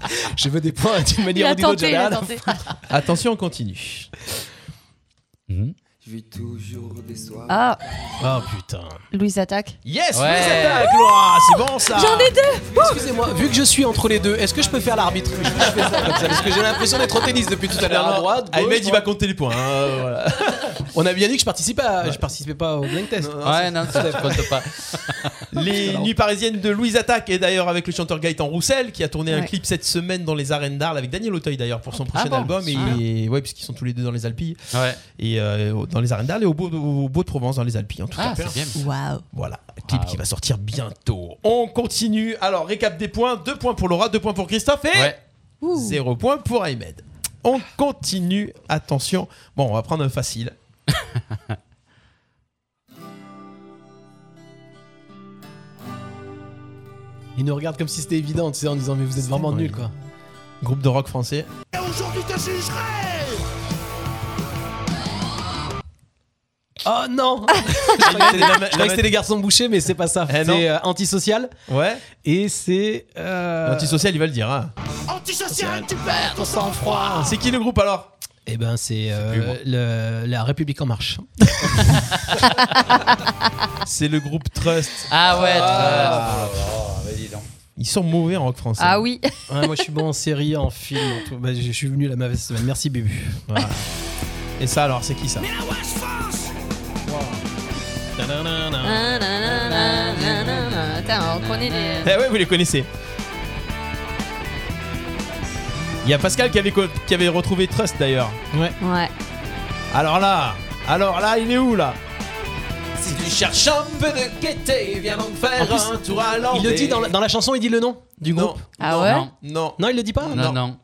Speaker 5: je veux des points, tu me dis
Speaker 4: Il a
Speaker 5: Rodrigo
Speaker 4: tenté, il a
Speaker 5: Jalal.
Speaker 4: tenté.
Speaker 3: Attention, on continue.
Speaker 4: Ah,
Speaker 5: Oh putain.
Speaker 4: Louise attaque.
Speaker 3: Yes,
Speaker 6: Ouais.
Speaker 3: Louise attaque, Laura, c'est bon ça.
Speaker 4: J'en ai deux.
Speaker 5: Excusez-moi, vu que je suis entre les deux, est-ce que je peux faire l'arbitre Je fais ça comme ça, Parce que j'ai l'impression d'être au tennis depuis tout à l'heure. À droite,
Speaker 3: Ah,
Speaker 5: gauche,
Speaker 3: Ahmed, il va
Speaker 5: droite.
Speaker 3: compter les points. hein, voilà.
Speaker 5: On a bien dit que je participais, à- je participais pas au blind test.
Speaker 6: Ouais, non, ça ça compte pas.
Speaker 3: Les nuits parisiennes de Louise Attaque et d'ailleurs avec le chanteur Gaëtan Roussel qui a tourné un
Speaker 4: Ouais. Ah,
Speaker 3: clip cette semaine dans les arènes d'Arles avec Daniel Auteuil d'ailleurs pour son prochain
Speaker 6: bon,
Speaker 3: album et ouais puisqu'ils sont tous les deux dans les Alpilles
Speaker 6: Ouais.
Speaker 3: et euh, au- dans les arènes d'Arles et au beau, au Beau de Provence dans les Alpilles en tout
Speaker 6: Ah,
Speaker 3: cas.
Speaker 6: c'est bien.
Speaker 4: Waouh.
Speaker 3: Voilà, clip
Speaker 4: Ah,
Speaker 3: qui va sortir bientôt. On continue. Alors récap des points, 2 points pour Laura, 2 points pour Christophe et
Speaker 6: Ouais.
Speaker 4: Ouh.
Speaker 3: 0 point pour Ahmed. On continue, attention. Bon, on va prendre un facile.
Speaker 5: Il nous regarde comme si c'était évident, tu sais, en disant mais vous êtes vraiment
Speaker 3: Ouais.
Speaker 5: nuls quoi.
Speaker 3: Groupe de rock français.
Speaker 5: Oh non Je croyais que c'était- je croyais que c'était les garçons bouchés, mais c'est pas ça.
Speaker 3: Eh non.
Speaker 5: c'est euh, antisocial.
Speaker 3: Ouais.
Speaker 5: Et c'est. euh,
Speaker 3: Antisocial, il va le dire. hein.
Speaker 5: Antisocial, tu perds ton sang-froid
Speaker 3: C'est qui le groupe alors
Speaker 5: Eh ben, c'est euh,
Speaker 3: plus, moi.
Speaker 5: le- la République en marche.
Speaker 3: C'est le groupe Trust.
Speaker 6: Ah ouais,
Speaker 3: Ah.
Speaker 6: Trust. Oh, bah, dis donc.
Speaker 3: Ils sont mauvais en rock français.
Speaker 4: Ah oui.
Speaker 5: Ouais, moi, je suis bon en série, en film. en tout. Bah, je je suis venu la mauvaise semaine. Merci, Bubu.
Speaker 3: Voilà. Et ça alors, c'est qui ça
Speaker 4: Attends, on reconnaît les.
Speaker 3: Eh ouais, vous les connaissez. Il y a Pascal qui avait, co- qui avait retrouvé Trust d'ailleurs.
Speaker 4: Ouais.
Speaker 3: Alors là, alors là, il est où là
Speaker 5: Si tu cherches un peu de gaieté, viens donc faire
Speaker 3: un tour à
Speaker 5: Il le dit dans la, dans la chanson, il dit le nom du
Speaker 3: Non.
Speaker 5: groupe.
Speaker 4: Ah ouais
Speaker 6: Non,
Speaker 3: Non.
Speaker 5: Non, il le dit pas
Speaker 6: non, non.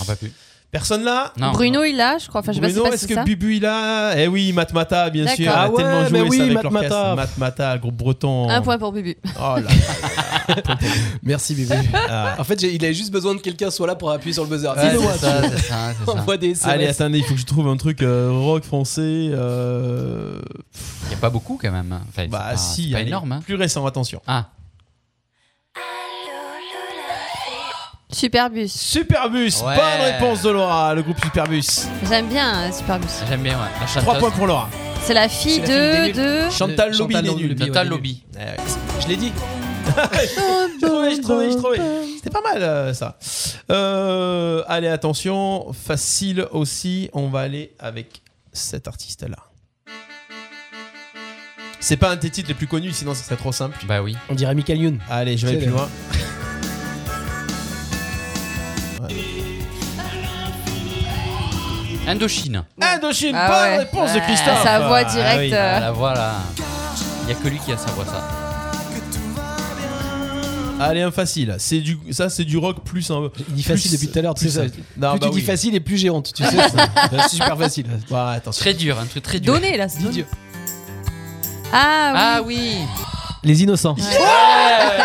Speaker 6: Ah, pas plus.
Speaker 3: Personne là
Speaker 6: Non,
Speaker 4: Bruno, il l'a, je crois. Enfin, je sais
Speaker 3: Bruno,
Speaker 4: pas si
Speaker 3: est-ce
Speaker 4: c'est
Speaker 3: que
Speaker 4: ça.
Speaker 3: Bubu il a Eh oui, Matmata, bien
Speaker 4: D'accord.
Speaker 3: sûr. Elle a
Speaker 5: Ah ouais,
Speaker 3: tellement joué
Speaker 5: mais oui,
Speaker 3: ça avec
Speaker 5: Mat
Speaker 3: l'orchestre.
Speaker 5: Mata.
Speaker 3: Matmata, le groupe breton.
Speaker 4: Un point pour Bubu.
Speaker 3: Oh là Ah.
Speaker 5: Merci, Bubu.
Speaker 3: là.
Speaker 5: En fait, j'ai- il a juste besoin que quelqu'un soit là pour appuyer sur le buzzer.
Speaker 6: Ouais,
Speaker 5: Dis-le-moi,
Speaker 6: c'est ça, c'est ça, c'est
Speaker 5: tu
Speaker 6: ça.
Speaker 5: envoies des
Speaker 3: Allez,
Speaker 5: SMS.
Speaker 3: attendez, il faut que je trouve un truc euh, rock français. euh,
Speaker 6: Il y a pas beaucoup quand même. hein. Enfin, c'est
Speaker 3: Bah
Speaker 6: pas-
Speaker 3: si,
Speaker 6: c'est pas
Speaker 3: allez,
Speaker 6: énorme. hein.
Speaker 3: plus récent, attention.
Speaker 6: Ah,
Speaker 4: Superbus.
Speaker 3: Superbus,
Speaker 6: Ouais.
Speaker 3: bonne réponse de Laura, le groupe Superbus.
Speaker 4: J'aime bien euh, Superbus.
Speaker 6: j'aime bien. Ouais. La chanteuse.
Speaker 3: 3 points pour Laura.
Speaker 4: C'est la fille
Speaker 5: C'est la fille
Speaker 4: de. de...
Speaker 3: Chantal Lobby, il est nul.
Speaker 5: Lobby,
Speaker 6: Chantal
Speaker 5: ouais,
Speaker 6: Lobby.
Speaker 3: Eh
Speaker 5: Je l'ai dit.
Speaker 3: Je trouvais, je trouvais, je trouvais. C'était pas mal euh, ça. Euh, allez, attention, facile aussi. On va aller avec cet artiste-là. C'est pas un des titres les plus connus, sinon ça serait trop simple.
Speaker 6: Bah oui.
Speaker 5: On dirait Michael Youn.
Speaker 3: Allez, je vais
Speaker 5: C'est
Speaker 3: aller plus
Speaker 5: le-
Speaker 3: loin.
Speaker 6: Indochine.
Speaker 3: Indochine,
Speaker 4: Ah
Speaker 3: bonne
Speaker 4: ouais.
Speaker 3: réponse de
Speaker 4: Ouais,
Speaker 3: Christophe.
Speaker 4: sa voix
Speaker 3: Ah
Speaker 4: directe,
Speaker 3: oui.
Speaker 4: euh.
Speaker 6: Ah, la voix là. Il y a que lui qui a sa voix ça.
Speaker 3: Allez, un facile. C'est du, ça, c'est du rock plus un.
Speaker 5: Il dit facile
Speaker 3: Plus-
Speaker 5: depuis tout à l'heure. Tu
Speaker 3: plus
Speaker 5: sais, ça.
Speaker 3: simple. Non,
Speaker 5: plus
Speaker 3: bah
Speaker 5: tu dis
Speaker 3: oui.
Speaker 5: facile et plus j'ai honte. Tu sais, ça. c'est super facile.
Speaker 3: Ouais, attention.
Speaker 6: Très dur, un truc très dur.
Speaker 4: Donné là, c'est
Speaker 5: Dieu.
Speaker 4: donné. Ah
Speaker 6: Ah oui.
Speaker 5: Les innocents.
Speaker 3: Ouais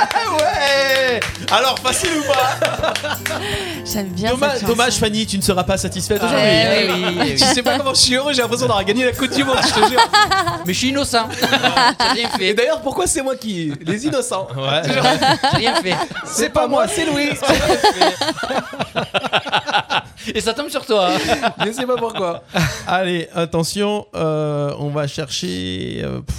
Speaker 3: Alors, facile ou pas
Speaker 4: oui, j'aime bien.
Speaker 3: dommage,
Speaker 4: cette
Speaker 3: dommage,
Speaker 4: chanson.
Speaker 3: Fanny, tu ne seras pas satisfaite
Speaker 4: Ah,
Speaker 3: aujourd'hui. hein.
Speaker 4: ouais,
Speaker 6: Eh oui, eh oui.
Speaker 5: Je sais pas comment je suis heureux, j'ai l'impression d'avoir gagné la Coupe du Monde, je te jure.
Speaker 6: Mais je suis innocent. J'ai rien
Speaker 5: Et
Speaker 6: fait.
Speaker 5: d'ailleurs, pourquoi c'est moi qui. Les innocents.
Speaker 3: Ouais.
Speaker 6: J'ai rien fait.
Speaker 5: C'est pas moi, c'est Louis.
Speaker 6: Et ça tombe sur toi.
Speaker 5: Je sais pas pourquoi.
Speaker 3: Allez, attention, euh, on va chercher. euh, pff,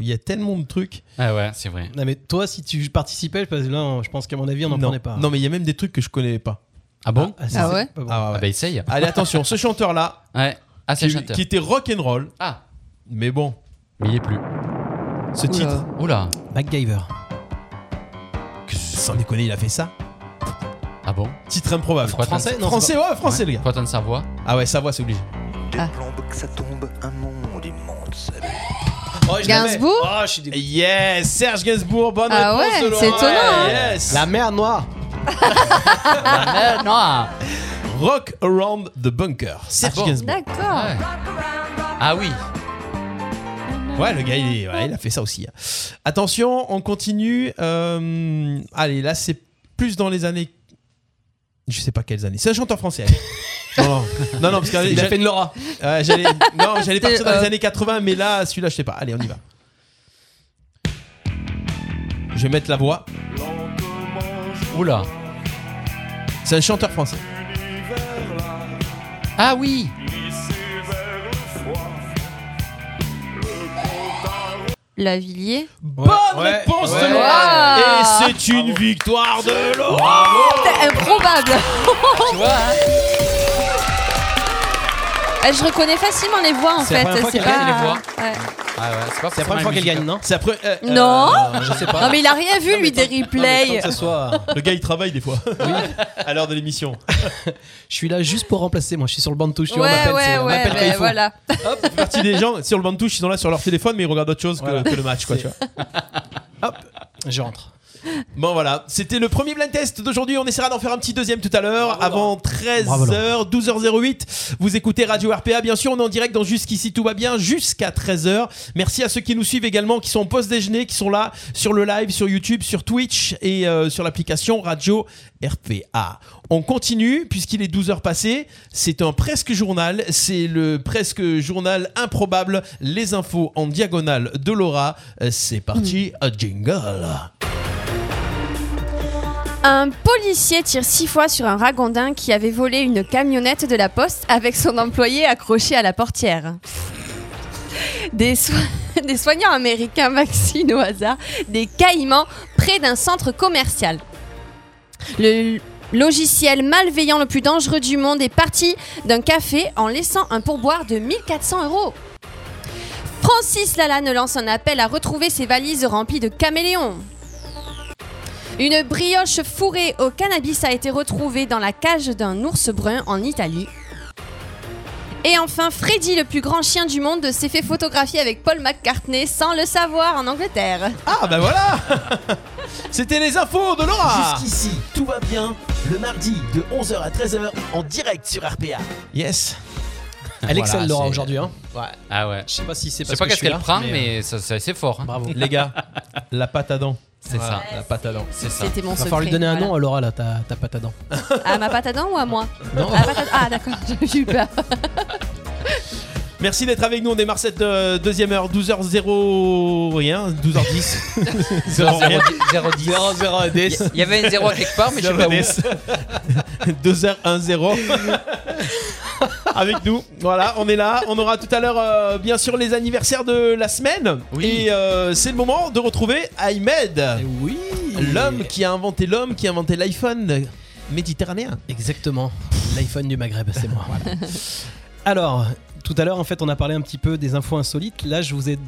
Speaker 3: Il y a tellement de trucs.
Speaker 6: Ah ouais, c'est vrai.
Speaker 5: Non, mais toi, si tu participais, parce que là, je pense qu'à mon avis, on n'en
Speaker 3: non.
Speaker 5: prenait pas.
Speaker 3: Non, mais il y a même des trucs que je connais pas.
Speaker 6: Ah bon
Speaker 5: ça,
Speaker 4: Ah
Speaker 5: c'est
Speaker 4: ouais
Speaker 5: pas bon.
Speaker 3: Ah ouais,
Speaker 6: Ah
Speaker 3: ouais.
Speaker 6: bah essaye.
Speaker 3: Allez, attention, ce chanteur-là,
Speaker 6: Ouais. Ah c'est
Speaker 3: qui,
Speaker 6: le chanteur.
Speaker 3: qui était rock and roll,
Speaker 6: Ah.
Speaker 3: mais bon,
Speaker 6: Mais il est plus.
Speaker 3: ce
Speaker 4: Oula.
Speaker 3: titre,
Speaker 6: Oula.
Speaker 5: MacGyver.
Speaker 3: que- sans déconner, il a fait ça.
Speaker 6: Ah bon
Speaker 3: Titre improbable.
Speaker 6: Quoi,
Speaker 5: Français
Speaker 6: t'entends-
Speaker 5: Non,
Speaker 3: français, ouais, français, le gars.
Speaker 6: Quoi t'entends sa voix
Speaker 3: Ah ouais, sa voix, c'est obligé.
Speaker 9: Des
Speaker 4: Ah.
Speaker 9: plombes que ça tombe, un monde immonde salut.
Speaker 5: Oh, je l'avais.
Speaker 4: Gainsbourg
Speaker 5: Oh, je suis dégoûté.
Speaker 3: Yes, Serge Gainsbourg, bonne
Speaker 4: Ah
Speaker 3: réponse
Speaker 4: ouais,
Speaker 3: de Laurent.
Speaker 4: c'est étonnant, hein.
Speaker 3: Yes.
Speaker 5: La mer noire.
Speaker 6: Ah non
Speaker 3: Rock Around the Bunker, Serge
Speaker 6: bon
Speaker 3: Gainsbourg.
Speaker 4: D'accord.
Speaker 6: Ouais. Ah oui.
Speaker 3: Ouais, le gars, il, est- ouais, il a fait ça aussi. hein. Attention, on continue. Euh, allez, là, c'est plus dans les années. Je sais pas quelles années. C'est un chanteur français. allez. Non, non, non, non, parce qu'il
Speaker 5: Il
Speaker 3: a
Speaker 5: a fait une Laura.
Speaker 3: j'allais, non, j'allais partir dans
Speaker 4: euh,
Speaker 3: les années 80, mais là, celui-là, je sais pas. Allez, on y va. Je vais mettre la voix.
Speaker 6: Oula.
Speaker 3: C'est un chanteur français.
Speaker 6: Ah oui.
Speaker 4: Lavillier.
Speaker 3: Bonne
Speaker 5: Ouais.
Speaker 3: réponse
Speaker 5: Ouais.
Speaker 3: de Laura.
Speaker 4: Wow.
Speaker 3: Et c'est une victoire de Laura.
Speaker 4: Putain, Improbable
Speaker 6: Tu vois hein
Speaker 4: Eh, Je reconnais facilement les voix en
Speaker 5: C'est la
Speaker 4: fait.
Speaker 5: première fois
Speaker 4: c'est
Speaker 5: qu'elle
Speaker 4: pas...
Speaker 5: gagne les voix.
Speaker 4: Ouais.
Speaker 6: Ah ouais, c'est pas
Speaker 5: C'est la première fois qu'elle gagne, non
Speaker 3: C'est après. euh, euh,
Speaker 4: Non
Speaker 5: Je sais pas.
Speaker 4: Non, mais il a rien vu lui des
Speaker 5: Non, mais
Speaker 4: replays.
Speaker 5: tant que ce soit. euh,
Speaker 3: le gars, il travaille des fois. À l'heure de l'émission.
Speaker 5: Je suis là juste pour remplacer. Moi, je suis sur le banc de touche. tu
Speaker 4: Ouais,
Speaker 5: vois,
Speaker 4: ouais,
Speaker 5: on m'appelle, c'est-
Speaker 4: ouais,
Speaker 5: on m'appelle quand il
Speaker 4: ben
Speaker 5: faut.
Speaker 4: voilà.
Speaker 3: partie des gens sur le banc de touche ils sont là sur leur téléphone mais ils regardent autre chose que,
Speaker 5: Voilà.
Speaker 3: que le match quoi tu vois
Speaker 5: Hop, je rentre.
Speaker 3: Bon voilà, c'était le premier blind test d'aujourd'hui. On essaiera d'en faire un petit deuxième tout à l'heure avant 13h, 12h08. Vous écoutez Radio RPA, bien sûr. On est en direct dans Jusqu'ici tout va bien jusqu'à 13h. Merci à ceux qui nous suivent également, qui sont en pause déjeuner, qui sont là sur le live, sur YouTube, sur Twitch et euh, sur l'application Radio RPA. On continue puisqu'il est 12h passé. C'est un presque journal. C'est le presque journal improbable. Les infos en diagonale de Laura. Euh, C'est parti, euh, jingle.
Speaker 4: Un policier tire six fois sur un ragondin qui avait volé une camionnette de la poste avec son employé accroché à la portière. Des, so- des soignants américains vaccinent au hasard des caïmans près d'un centre commercial. Le logiciel malveillant le plus dangereux du monde est parti d'un café en laissant un pourboire de 1400 euros. Francis Lalanne lance un appel à retrouver ses valises remplies de caméléons. Une brioche fourrée au cannabis a été retrouvée dans la cage d'un ours brun en Italie. Et enfin, Freddy, le plus grand chien du monde, s'est fait photographier avec Paul McCartney sans le savoir en Angleterre.
Speaker 3: Ah bah voilà C'était les infos de
Speaker 6: ah.
Speaker 3: Laura
Speaker 1: Jusqu'ici, tout va bien. Le mardi de 11h à 13h en direct sur RPA.
Speaker 3: Yes
Speaker 5: Elle excelle
Speaker 6: Voilà,
Speaker 5: Laura
Speaker 6: c'est-
Speaker 5: aujourd'hui. Hein.
Speaker 6: Ah ouais.
Speaker 5: Je sais pas si c'est
Speaker 6: Je sais
Speaker 5: parce
Speaker 6: pas
Speaker 5: que je
Speaker 6: qu'est-ce
Speaker 5: suis
Speaker 6: qu'elle
Speaker 5: là,
Speaker 6: prend,
Speaker 5: mais, bah,
Speaker 6: mais, ça- ça- c'est fort. hein.
Speaker 5: bravo.
Speaker 3: Les gars, la pâte à dents.
Speaker 6: C'est ça.
Speaker 3: La pâte à dents.
Speaker 6: C'est ça.
Speaker 4: C'était mon
Speaker 5: Il va
Speaker 4: secret.
Speaker 5: falloir lui donner un
Speaker 4: voilà.
Speaker 5: nom à Laura là, ta, ta pâte à dents.
Speaker 4: À ma patate à dents ou à moi À la patate- Ah d'accord, j'ai eu peur.
Speaker 3: Merci d'être avec nous. On démarre cette euh, deuxième heure, 12h0 rien, 12h10. 0
Speaker 6: 010. Il y avait un 0 à quelque part, mais je sais pas où.
Speaker 3: 2h10 avec nous. Voilà, on est là. On aura tout à l'heure, euh, bien sûr, les anniversaires de la semaine. Et euh, c'est le moment de retrouver Ahmed,
Speaker 5: Eh Oui.
Speaker 3: l'homme qui a inventé l'homme, qui a inventé l'iPhone méditerranéen.
Speaker 5: Exactement. L'iPhone du Maghreb, c'est moi. Alors, tout à l'heure, en fait, on a parlé un petit peu des infos insolites. Là, je vous ai,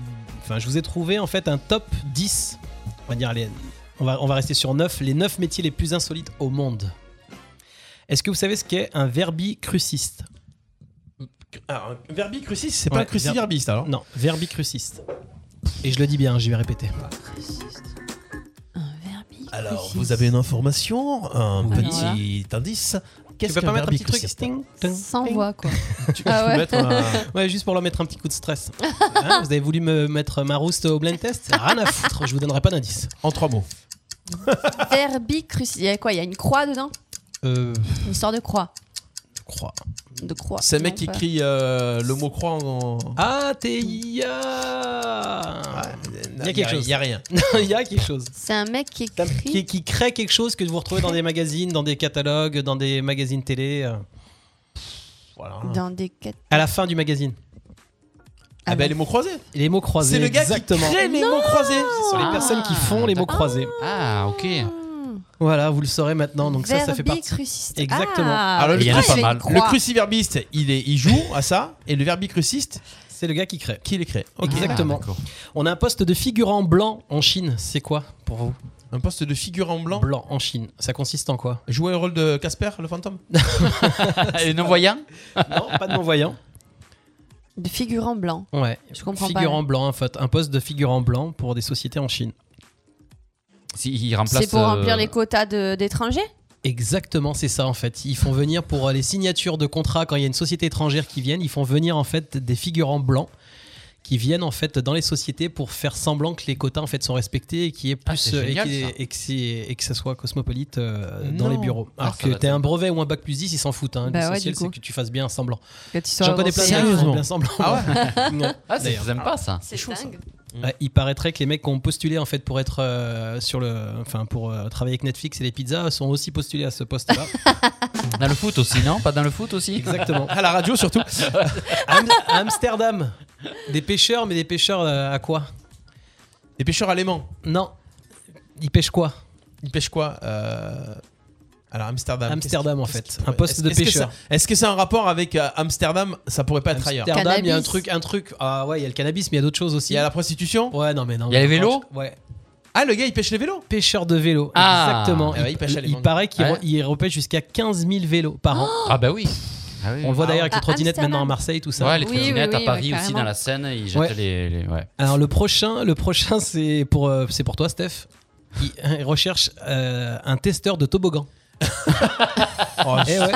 Speaker 5: enfin, je vous ai trouvé en fait un top 10. On va dire les, on va, on va rester sur 9, les 9 métiers les plus insolites au monde. Est-ce que vous savez ce qu'est un verbicruciste
Speaker 3: Alors, Ah, un verbicrucis, c'est
Speaker 5: Ouais,
Speaker 3: pas un cruciverbiste alors
Speaker 5: Non, verbicruciste. Et je le dis bien, je vais répéter.
Speaker 3: Alors, vous avez une information, un
Speaker 4: Ah, Alors
Speaker 3: petit indice. Qu'est-ce
Speaker 5: tu peux
Speaker 3: qu'un
Speaker 5: pas mettre un petit truc
Speaker 3: verbicruciste
Speaker 5: Ting, ting,
Speaker 4: Sans
Speaker 5: ting.
Speaker 4: voix quoi.
Speaker 3: Tu
Speaker 4: Ah
Speaker 3: peux
Speaker 4: ouais.
Speaker 3: mettre un-
Speaker 5: Ouais, juste pour leur mettre un petit coup de stress. Hein, vous avez voulu me mettre ma rouste au blind test Rien à foutre, je vous donnerai pas d'indice.
Speaker 3: en trois mots.
Speaker 4: Verbicrucis. Il y a quoi Il y a une croix dedans
Speaker 5: Euh,
Speaker 4: Une histoire de croix.
Speaker 5: je crois.
Speaker 4: De croix.
Speaker 3: C'est le mec
Speaker 4: Non,
Speaker 3: qui
Speaker 4: pas.
Speaker 3: écrit euh, le mot croix en.
Speaker 5: Ah, TIA
Speaker 3: Il
Speaker 5: y a quelque chose.
Speaker 3: Il y a rien.
Speaker 5: Il y a quelque chose.
Speaker 4: C'est un mec qui
Speaker 5: Qui,
Speaker 4: écrit.
Speaker 5: qui crée quelque chose que vous retrouvez dans des magazines, dans des catalogues, dans des magazines télé. euh,
Speaker 3: Voilà.
Speaker 4: Dans des quêtes.
Speaker 5: à la fin du magazine.
Speaker 3: Ah,
Speaker 4: Ah
Speaker 3: bah,
Speaker 4: bon.
Speaker 3: les mots croisés.
Speaker 5: Les mots croisés.
Speaker 3: C'est le gars
Speaker 5: exactement.
Speaker 3: qui crée les mots croisés.
Speaker 5: Ce sont les
Speaker 6: Ah.
Speaker 5: personnes qui font les mots croisés.
Speaker 6: Ah, ok.
Speaker 5: Voilà, vous le saurez maintenant. Donc ça, ça fait partie.
Speaker 4: Verbicruciste.
Speaker 5: Exactement.
Speaker 4: Ah,
Speaker 3: Alors, le
Speaker 6: Il y en a
Speaker 4: croix, il
Speaker 6: pas
Speaker 4: y avait
Speaker 6: mal.
Speaker 4: une
Speaker 3: Le
Speaker 4: croix.
Speaker 3: cruciverbiste, il, est, il joue à ça, et le verbicruciste,
Speaker 5: C'est le gars qui crée.
Speaker 3: qui l'écrit. Ok.
Speaker 5: Exactement.
Speaker 6: Ah, d'accord.
Speaker 5: On a un poste de figurant blanc en Chine. C'est quoi pour vous
Speaker 3: Un poste de figurant blanc.
Speaker 5: Blanc en Chine. Ça consiste en quoi
Speaker 3: Jouer le rôle de Casper, le fantôme
Speaker 6: Ah, Les non-voyants
Speaker 5: Non, pas de non-voyant.
Speaker 4: De figurant blanc.
Speaker 5: Ouais.
Speaker 4: Je comprends pas.
Speaker 5: figurant blanc, en fait. Un poste de figurant blanc pour des sociétés en Chine.
Speaker 6: Si, ils remplacent.
Speaker 4: C'est pour
Speaker 6: euh,
Speaker 4: remplir les quotas de- d'étrangers
Speaker 5: Exactement, c'est ça en fait. Ils font venir pour euh, les signatures de contrats quand il y a une société étrangère qui vient, ils font venir en fait des figurants blancs qui viennent en fait dans les sociétés pour faire semblant que les quotas en fait sont respectés et qu'il y ait
Speaker 6: Ah,
Speaker 5: plus
Speaker 6: c'est
Speaker 5: euh, et,
Speaker 6: génial,
Speaker 5: qu'il y ait-
Speaker 6: ça.
Speaker 5: et que c'est- et que ça soit cosmopolite euh, dans
Speaker 3: Non.
Speaker 5: les bureaux.
Speaker 6: Ah,
Speaker 5: Alors
Speaker 6: ça
Speaker 5: que
Speaker 6: va,
Speaker 5: t'es
Speaker 6: ça
Speaker 5: un brevet ou un bac plus 10, ils s'en foutent. Hein.
Speaker 4: Bah ouais,
Speaker 5: L'essentiel
Speaker 4: du coup.
Speaker 5: c'est que tu fasses bien semblant.
Speaker 4: Que tu sois
Speaker 5: J'en connais plein
Speaker 4: européen.
Speaker 5: qui font
Speaker 3: Sérieusement.
Speaker 5: bien semblant. Non.
Speaker 6: Ah, c'est
Speaker 5: D'ailleurs.
Speaker 6: j'aime pas ça.
Speaker 4: C'est dingue.
Speaker 5: Ouais, il paraîtrait que les mecs qui ont postulé en fait pour être euh, sur le, enfin pour euh, travailler avec Netflix et les pizzas sont aussi postulés à ce poste-là.
Speaker 6: Dans le foot aussi, non Pas dans le foot aussi
Speaker 5: Exactement.
Speaker 3: À la radio surtout.
Speaker 5: Am- à Amsterdam. Des pêcheurs, mais des pêcheurs euh, à quoi
Speaker 3: Les pêcheurs allemands,
Speaker 5: Non. Ils pêchent
Speaker 3: Euh,
Speaker 5: quoi
Speaker 3: ils pêchent quoi Euh, Alors Amsterdam.
Speaker 5: Amsterdam, en
Speaker 3: qu'est-ce
Speaker 5: fait.
Speaker 3: qui pourrait-
Speaker 5: Un poste
Speaker 3: est-ce-
Speaker 5: de
Speaker 3: est-ce que
Speaker 5: pêcheur.
Speaker 3: ça- Est-ce que c'est un rapport avec euh, Amsterdam Ça pourrait pas être ailleurs.
Speaker 5: Amsterdam, il y a un
Speaker 4: Cannabis.
Speaker 5: truc, un truc. Ah ouais, il y a le cannabis, mais il y a d'autres choses aussi.
Speaker 3: Il y a la prostitution.
Speaker 5: Ouais, non mais non.
Speaker 6: Il y a les vélos
Speaker 5: Ouais.
Speaker 3: Ah, le gars, il pêche les vélos.
Speaker 5: Pêcheurs de vélos.
Speaker 6: Ah.
Speaker 5: Exactement.
Speaker 3: Ah ouais, Oh. ils pêchent à
Speaker 5: il,
Speaker 3: les vendre.
Speaker 5: paraît qu'il
Speaker 6: Ouais.
Speaker 5: re- il repêche jusqu'à 15 000 vélos par an.
Speaker 6: Ah, bah oui. Ah oui.
Speaker 5: On le voit
Speaker 3: Ah
Speaker 5: d'ailleurs avec
Speaker 4: ouais.
Speaker 5: les trottinettes
Speaker 4: À Amsterdam.
Speaker 5: maintenant à Marseille, tout ça.
Speaker 6: Ouais, les
Speaker 4: Oui, oui,
Speaker 6: trottinettes
Speaker 4: oui,
Speaker 6: à Paris
Speaker 4: ouais,
Speaker 6: aussi
Speaker 4: carrément.
Speaker 6: dans la Seine, ils jetaient
Speaker 5: Ouais.
Speaker 6: les, les- ouais.
Speaker 5: Alors le prochain, le prochain c'est pour, euh, c'est pour toi, Steph. il, il recherche euh, un testeur de toboggan. Eh ouais.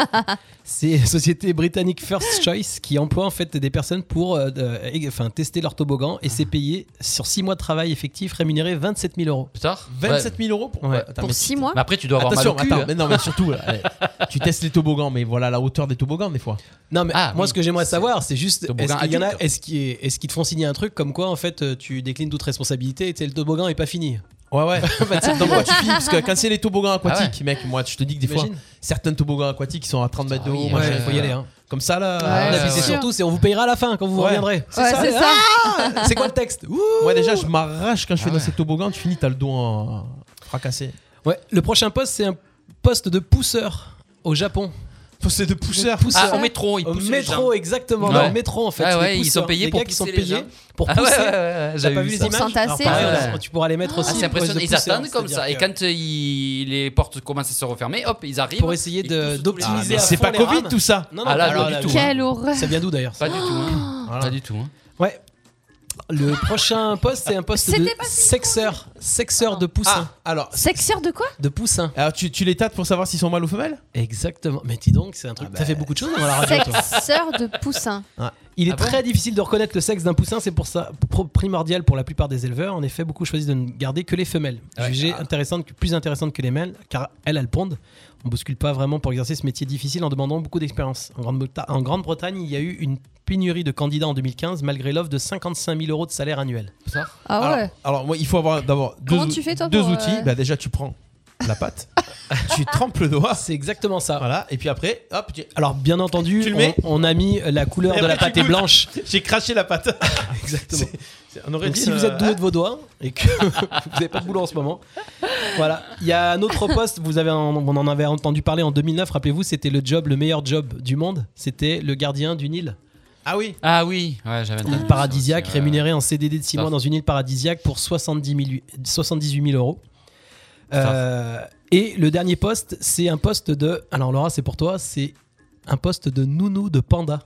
Speaker 5: C'est la société britannique First Choice qui emploie en fait des personnes pour euh, de- ég- enfin, tester leur toboggan et c'est payé sur 6 mois de travail effectif rémunéré 27 000 euros.
Speaker 6: Putain
Speaker 3: 27 000 euros pour-
Speaker 5: ouais.
Speaker 3: attends,
Speaker 4: Pour
Speaker 3: mais-
Speaker 4: six mois
Speaker 5: Bah,
Speaker 6: Mais après, tu dois avoir
Speaker 3: Attention,
Speaker 6: mal au cul.
Speaker 3: attends,
Speaker 6: hein.
Speaker 3: mais non, mais surtout, euh, tu testes les toboggans, mais voilà la hauteur des toboggans des fois.
Speaker 5: Non mais
Speaker 6: Ah,
Speaker 5: moi
Speaker 6: oui.
Speaker 5: ce que j'aimerais savoir c'est juste est-ce
Speaker 6: Toboggan
Speaker 5: qu'il y en a
Speaker 6: adulte.
Speaker 5: est-ce qu'ils est-ce qu'ils te font signer un truc comme quoi en fait euh, tu déclines toute responsabilité et tu sais, le toboggan est pas fini.
Speaker 3: Ouais, ouais. Bah, tu sais, dans quoi tu finis Parce que quand c'est les toboggans
Speaker 6: Ah
Speaker 3: aquatiques, mec, moi, je te dis que des fois,
Speaker 5: T'imagines
Speaker 3: certains toboggans aquatiques ils sont à 30 mètres de
Speaker 6: Ah
Speaker 3: haut.
Speaker 6: oui,
Speaker 3: machin,
Speaker 5: Ouais, faut y aller hein.
Speaker 3: Comme ça, là.
Speaker 4: Ouais,
Speaker 5: La
Speaker 3: là,
Speaker 6: ouais,
Speaker 5: visée
Speaker 6: ouais.
Speaker 5: surtout c'est on vous payera à la fin quand vous
Speaker 3: Ouais.
Speaker 5: reviendrez.
Speaker 4: Ouais, c'est ça.
Speaker 5: Ah, c'est quoi le texte Ouh.
Speaker 3: Moi, déjà, je m'arrache quand je fais
Speaker 6: Ah
Speaker 3: dans
Speaker 6: ouais.
Speaker 3: ces toboggans, tu finis, t'as le dos en- fracassé.
Speaker 5: Ouais, le prochain poste c'est un poste de pousseur au Japon.
Speaker 3: C'est de pousseur.
Speaker 6: Ah, au métro, ils
Speaker 5: Au
Speaker 6: poussent les gens.
Speaker 5: métro, exactement.
Speaker 6: Ouais.
Speaker 5: Dans le métro, en fait.
Speaker 6: Ah
Speaker 5: c'est des
Speaker 6: ouais, ils
Speaker 5: pousseurs,
Speaker 6: sont payés
Speaker 5: des
Speaker 6: pour
Speaker 5: gars qui sont
Speaker 6: pousser les
Speaker 5: payés
Speaker 6: gens.
Speaker 5: pour
Speaker 6: Ah ouais, ouais,
Speaker 5: pousser.
Speaker 6: ouais, ouais,
Speaker 5: T'as
Speaker 6: j'avais
Speaker 5: pas
Speaker 6: vu
Speaker 5: vu les
Speaker 6: ça.
Speaker 5: images
Speaker 4: S'entasser,
Speaker 5: Alors, pareil,
Speaker 6: ouais.
Speaker 5: on- Tu pourras les mettre
Speaker 6: Ah,
Speaker 5: aussi.
Speaker 6: c'est
Speaker 5: une pose
Speaker 6: impressionnant.
Speaker 5: de
Speaker 6: Ils
Speaker 5: pousseur,
Speaker 6: attendent comme ça. Et
Speaker 5: c'est-à-dire que
Speaker 6: quand euh, il- les portes commencent à se refermer, hop, ils arrivent.
Speaker 5: Pour essayer
Speaker 6: ils
Speaker 5: de-
Speaker 6: poussent tous les
Speaker 5: d'optimiser
Speaker 6: gens.
Speaker 5: Ah,
Speaker 3: Mais
Speaker 5: à
Speaker 3: c'est
Speaker 5: fond
Speaker 3: pas
Speaker 5: les
Speaker 3: Covid
Speaker 5: rames.
Speaker 3: tout ça.
Speaker 5: Non, non,
Speaker 6: Ah là,
Speaker 5: alors,
Speaker 6: pas du
Speaker 5: là,
Speaker 6: tout.
Speaker 5: oui.
Speaker 4: Quelle horreur
Speaker 5: Ça vient d'où d'ailleurs ça
Speaker 6: Pas du tout.
Speaker 5: Ah.
Speaker 6: hein.
Speaker 3: Voilà.
Speaker 6: Pas du tout. hein.
Speaker 5: Ouais. Le prochain poste, c'est un poste de
Speaker 8: C'était pas si
Speaker 5: sexeur. Sexeur de poussin.
Speaker 3: Ah, alors,
Speaker 8: Sexeur de quoi
Speaker 5: De poussin.
Speaker 3: alors tu, tu les tâtes pour savoir s'ils sont mâles ou femelles
Speaker 5: Exactement. Mais dis donc, c'est un truc. T'as fait beaucoup de choses dans la radio, toi.
Speaker 4: Sexeur de poussin.
Speaker 5: Il est
Speaker 6: Ah bon
Speaker 5: très difficile de reconnaître le sexe d'un poussin, c'est pour ça pro- primordial pour la plupart des éleveurs. En effet, beaucoup choisissent de ne garder que les femelles,
Speaker 6: Ouais.
Speaker 5: jugées
Speaker 3: ah.
Speaker 5: intéressantes, plus intéressantes que les mâles, car elles, elles pondent. On bouscule pas vraiment pour exercer ce métier difficile en demandant beaucoup d'expérience. En Grande-Breta- en Grande-Bretagne, il y a eu une pénurie de candidats en 2015, malgré l'offre de 55 000 euros de salaire annuel.
Speaker 6: Ça
Speaker 4: Ah
Speaker 3: alors,
Speaker 4: ouais.
Speaker 3: alors, moi, il faut avoir d'abord deux,
Speaker 4: Comment
Speaker 3: ou-
Speaker 4: tu fais, toi,
Speaker 3: deux
Speaker 4: pour, euh,
Speaker 3: outils. Bah, déjà, tu prends la pâte, tu trempes le doigt,
Speaker 5: C'est exactement ça.
Speaker 3: voilà, et puis après, hop, tu-
Speaker 5: Alors, bien entendu,
Speaker 3: Tu le
Speaker 5: on-
Speaker 3: mets
Speaker 5: on, a mis la couleur
Speaker 3: Et
Speaker 5: de la
Speaker 3: après, tu
Speaker 5: pâte est
Speaker 3: goûtes.
Speaker 5: blanche.
Speaker 3: j'ai craché la pâte.
Speaker 5: Exactement.
Speaker 3: C'est- on aurait
Speaker 5: Donc
Speaker 3: dit,
Speaker 5: si vous
Speaker 3: euh,
Speaker 5: êtes doué de vos doigts et que vous n'avez pas de boulot en ce moment, voilà. Il y a un autre poste, vous avez, en- on en avait entendu parler en 2009, rappelez-vous, c'était le job, le meilleur job du monde, c'était le gardien d'une île
Speaker 3: Ah oui,
Speaker 6: Ah oui, ouais, j'avais entendu ça euh,
Speaker 5: paradisiaque,
Speaker 6: aussi, ouais.
Speaker 5: rémunéré en CDD de 6
Speaker 6: Putain.
Speaker 5: mois dans une île paradisiaque pour 70 000 78 000 euros. Euh, et le dernier poste, c'est un poste de... Alors Laura, c'est pour toi, c'est un poste de nounou de panda.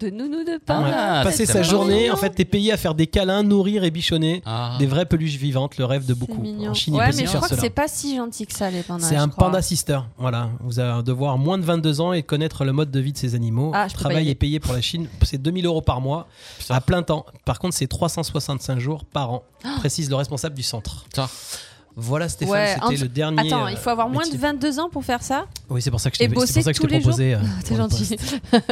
Speaker 4: De nounou de
Speaker 5: Ouais.
Speaker 4: pain.
Speaker 6: Ah,
Speaker 5: Passer
Speaker 6: c'est
Speaker 5: sa
Speaker 6: mignon.
Speaker 5: journée, en fait, t'es payé à faire des câlins, nourrir et bichonner.
Speaker 6: Ah.
Speaker 5: Des vraies peluches vivantes, le rêve de beaucoup.
Speaker 4: mignon.
Speaker 5: En Chine, il
Speaker 4: ouais,
Speaker 5: peut se
Speaker 4: mais je
Speaker 5: faire
Speaker 4: crois que
Speaker 5: cela.
Speaker 4: c'est pas si gentil que ça, les pandas.
Speaker 5: C'est
Speaker 4: je
Speaker 5: un
Speaker 4: crois.
Speaker 5: panda sister. Voilà, vous avez un devoir moins de 22 ans et connaître le mode de vie de ces animaux.
Speaker 4: Ah, je peux pas y
Speaker 5: Travail
Speaker 4: aller.
Speaker 5: est payé pour la Chine, c'est 2000 euros par mois à plein temps. Par contre, c'est 365 jours par an, précise le responsable du centre.
Speaker 6: Putain.
Speaker 5: Voilà Stéphane,
Speaker 4: Ah. Ouais, en-
Speaker 5: c'était le dernier.
Speaker 4: Attends,
Speaker 5: euh,
Speaker 4: il faut avoir moins de
Speaker 5: métier.
Speaker 4: 22 ans pour faire ça
Speaker 5: Oui, c'est pour ça que je
Speaker 4: Et
Speaker 5: t'ai c'est pour
Speaker 4: bosser
Speaker 5: ça que je
Speaker 4: tous
Speaker 5: t'ai
Speaker 4: les jours.
Speaker 5: proposé. euh,
Speaker 4: T'es
Speaker 5: pour le
Speaker 4: gentil.
Speaker 5: poste.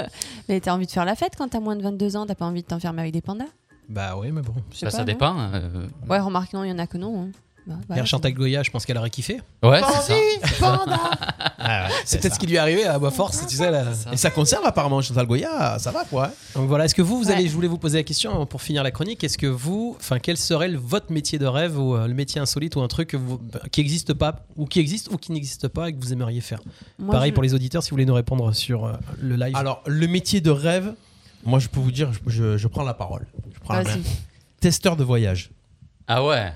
Speaker 4: mais t'as envie de faire la fête quand t'as moins de 22 ans, t'as pas envie de t'enfermer avec des pandas
Speaker 5: Bah oui, mais bon.
Speaker 4: Je sais
Speaker 6: Ça,
Speaker 4: pas,
Speaker 6: ça
Speaker 4: non
Speaker 6: dépend. euh,
Speaker 4: Ouais, remarque, non, il y en a que non. hein. Bah, voilà.
Speaker 5: Mère Chantal Goya, je pense qu'elle aurait kiffé.
Speaker 6: Ouais, c'est ça.
Speaker 5: Ah C'est peut-être ce qui lui est arrivé à bois force, tu sais. là.
Speaker 3: et ça conserve apparemment Chantal Goya, ça va quoi. hein.
Speaker 5: Donc voilà, est-ce que vous, vous avez,
Speaker 4: Ouais.
Speaker 5: je voulais vous poser la question pour finir la chronique, est-ce que vous, enfin, quel serait le- votre métier de rêve ou euh, le métier insolite ou un truc que vous- bah, qui n'existe pas ou qui existe ou qui n'existe pas et que vous aimeriez faire
Speaker 4: Moi,
Speaker 5: Pareil
Speaker 4: je-
Speaker 5: pour les auditeurs, si vous voulez nous répondre sur euh, le live.
Speaker 3: Alors, le métier de rêve, moi, je peux vous dire, je, je- je prends la parole. Je prends la main.
Speaker 4: Vas-y.
Speaker 3: Testeur de voyage.
Speaker 6: Ah ouais.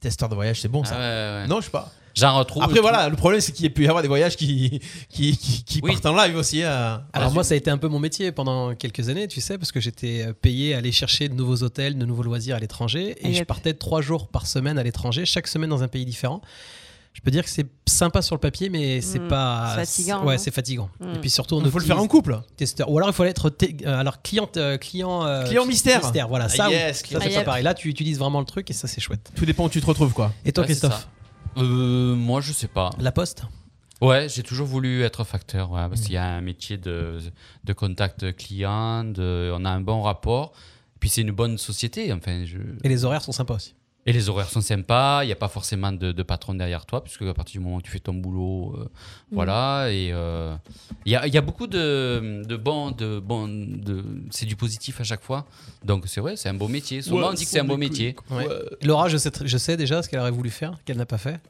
Speaker 3: Testeur de voyage, c'est bon
Speaker 6: Ah
Speaker 3: ça.
Speaker 6: ouais, ouais.
Speaker 3: Non, je sais pas.
Speaker 6: J'en retrouve.
Speaker 3: Après, voilà, le problème, c'est qu'il peut y avoir des voyages qui, qui, qui, qui
Speaker 6: Oui.
Speaker 3: partent en live aussi. euh.
Speaker 5: Ah, Alors moi, ça a été un peu mon métier pendant quelques années, tu sais, parce que j'étais euh, payé à aller chercher de nouveaux hôtels, de nouveaux loisirs à l'étranger, et
Speaker 4: Et
Speaker 5: je
Speaker 4: hop.
Speaker 5: partais trois jours par semaine à l'étranger, chaque semaine dans un pays différent. Je peux dire que c'est sympa sur le papier, mais c'est
Speaker 4: Mm.
Speaker 5: pas.
Speaker 4: C'est fatigant,
Speaker 5: Ouais,
Speaker 4: non
Speaker 5: c'est fatigant.
Speaker 4: Mm.
Speaker 5: Et puis surtout, on
Speaker 3: il faut le faire
Speaker 5: optimise-
Speaker 3: en couple.
Speaker 5: testeur. Ou alors il faut être té- euh, alors client, euh, client, euh,
Speaker 3: Client
Speaker 5: cli-
Speaker 3: mystère.
Speaker 5: Voilà,
Speaker 3: Ah,
Speaker 5: ça,
Speaker 3: yes,
Speaker 5: oui.
Speaker 3: client
Speaker 5: Ça, c'est
Speaker 4: mystère.
Speaker 5: pas pareil. Là, tu utilises vraiment le truc et ça, c'est chouette.
Speaker 3: Tout dépend où tu te retrouves, quoi.
Speaker 5: Et toi,
Speaker 6: Ouais, c'est
Speaker 5: Christophe,
Speaker 6: ça. Euh, Moi, je sais pas.
Speaker 5: la poste
Speaker 6: Ouais, j'ai toujours voulu être facteur, ouais,
Speaker 3: Mm.
Speaker 6: parce qu'il y a un métier de, de contact client, de, on a un bon rapport, puis c'est une bonne société. Enfin, je...
Speaker 5: et les horaires sont sympas aussi.
Speaker 6: Et les horaires sont sympas, il n'y a pas forcément de, de patron derrière toi, puisque à partir du moment où tu fais ton boulot,
Speaker 3: Mm.
Speaker 6: euh, voilà, et euh, il y, a, il y a beaucoup de, de bons, de bons, de, c'est du positif à chaque fois, donc c'est vrai, c'est un beau métier. Souvent on dit que c'est un beau métier.
Speaker 5: Ouais. Laura, je sais, tr- je sais déjà ce qu'elle aurait voulu faire, qu'elle n'a pas fait.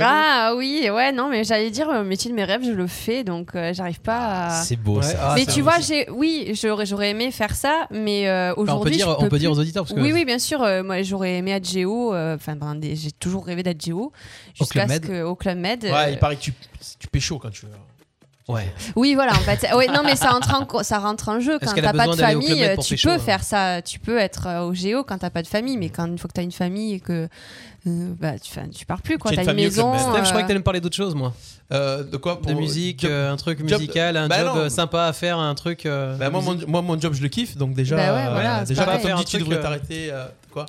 Speaker 4: Ah oui, ouais, non, mais j'allais dire, euh, métier de mes rêves, je le fais, donc euh, j'arrive pas à.
Speaker 3: C'est beau
Speaker 5: Ouais,
Speaker 3: ça.
Speaker 5: ah,
Speaker 4: mais
Speaker 5: c'est
Speaker 4: tu
Speaker 5: vrai
Speaker 4: vois,
Speaker 5: aussi.
Speaker 4: j'ai, oui, j'aurais, j'aurais aimé faire ça, mais euh,
Speaker 5: Enfin, Bah, on peut
Speaker 4: aujourd'hui,
Speaker 5: dire,
Speaker 4: je
Speaker 5: on peut
Speaker 4: plus.
Speaker 5: dire aux auditeurs parce que
Speaker 4: Oui, oui, bien sûr. euh, moi, j'aurais aimé être géo. euh, Enfin, ben, des- j'ai toujours rêvé d'être géo. Jusqu'à
Speaker 5: Club
Speaker 4: ce
Speaker 5: Med.
Speaker 4: que au Club Med. euh,
Speaker 3: Ouais, il paraît que tu, tu pécho quand tu.
Speaker 5: Ouais.
Speaker 4: Oui, voilà, en fait. Ouais, non, mais ça rentre en, co- ça rentre en jeu.
Speaker 5: Est-ce
Speaker 4: Quand
Speaker 5: qu'elle a
Speaker 4: t'as pas de
Speaker 5: besoin d'aller au
Speaker 4: famille, euh,
Speaker 5: Club Med pour
Speaker 4: tu
Speaker 5: pécho,
Speaker 4: peux
Speaker 5: hein
Speaker 4: faire ça. Tu peux être euh, au géo quand t'as pas de famille, mais quand une fois que t'as une famille et que. euh, bah, tu, 'fin, tu pars plus, quoi. T'as une, maison.
Speaker 5: Steph, je crois
Speaker 4: euh,
Speaker 5: que t'allais me parler d'autre chose, moi.
Speaker 3: Euh, de quoi
Speaker 5: De musique, euh, un truc
Speaker 3: job-
Speaker 5: musical, un
Speaker 3: Bah
Speaker 5: job
Speaker 3: non.
Speaker 5: euh, sympa à faire, un truc. euh,
Speaker 3: Bah, moi, mon,
Speaker 5: musique.
Speaker 3: moi, mon job, je le kiffe, donc déjà,
Speaker 5: Bah ouais,
Speaker 3: euh,
Speaker 5: voilà, c'est
Speaker 3: déjà
Speaker 5: pareil.
Speaker 3: quand on me
Speaker 5: Faire un
Speaker 3: dit tu
Speaker 5: truc,
Speaker 3: devrais
Speaker 5: euh,
Speaker 3: t'arrêter, euh, quoi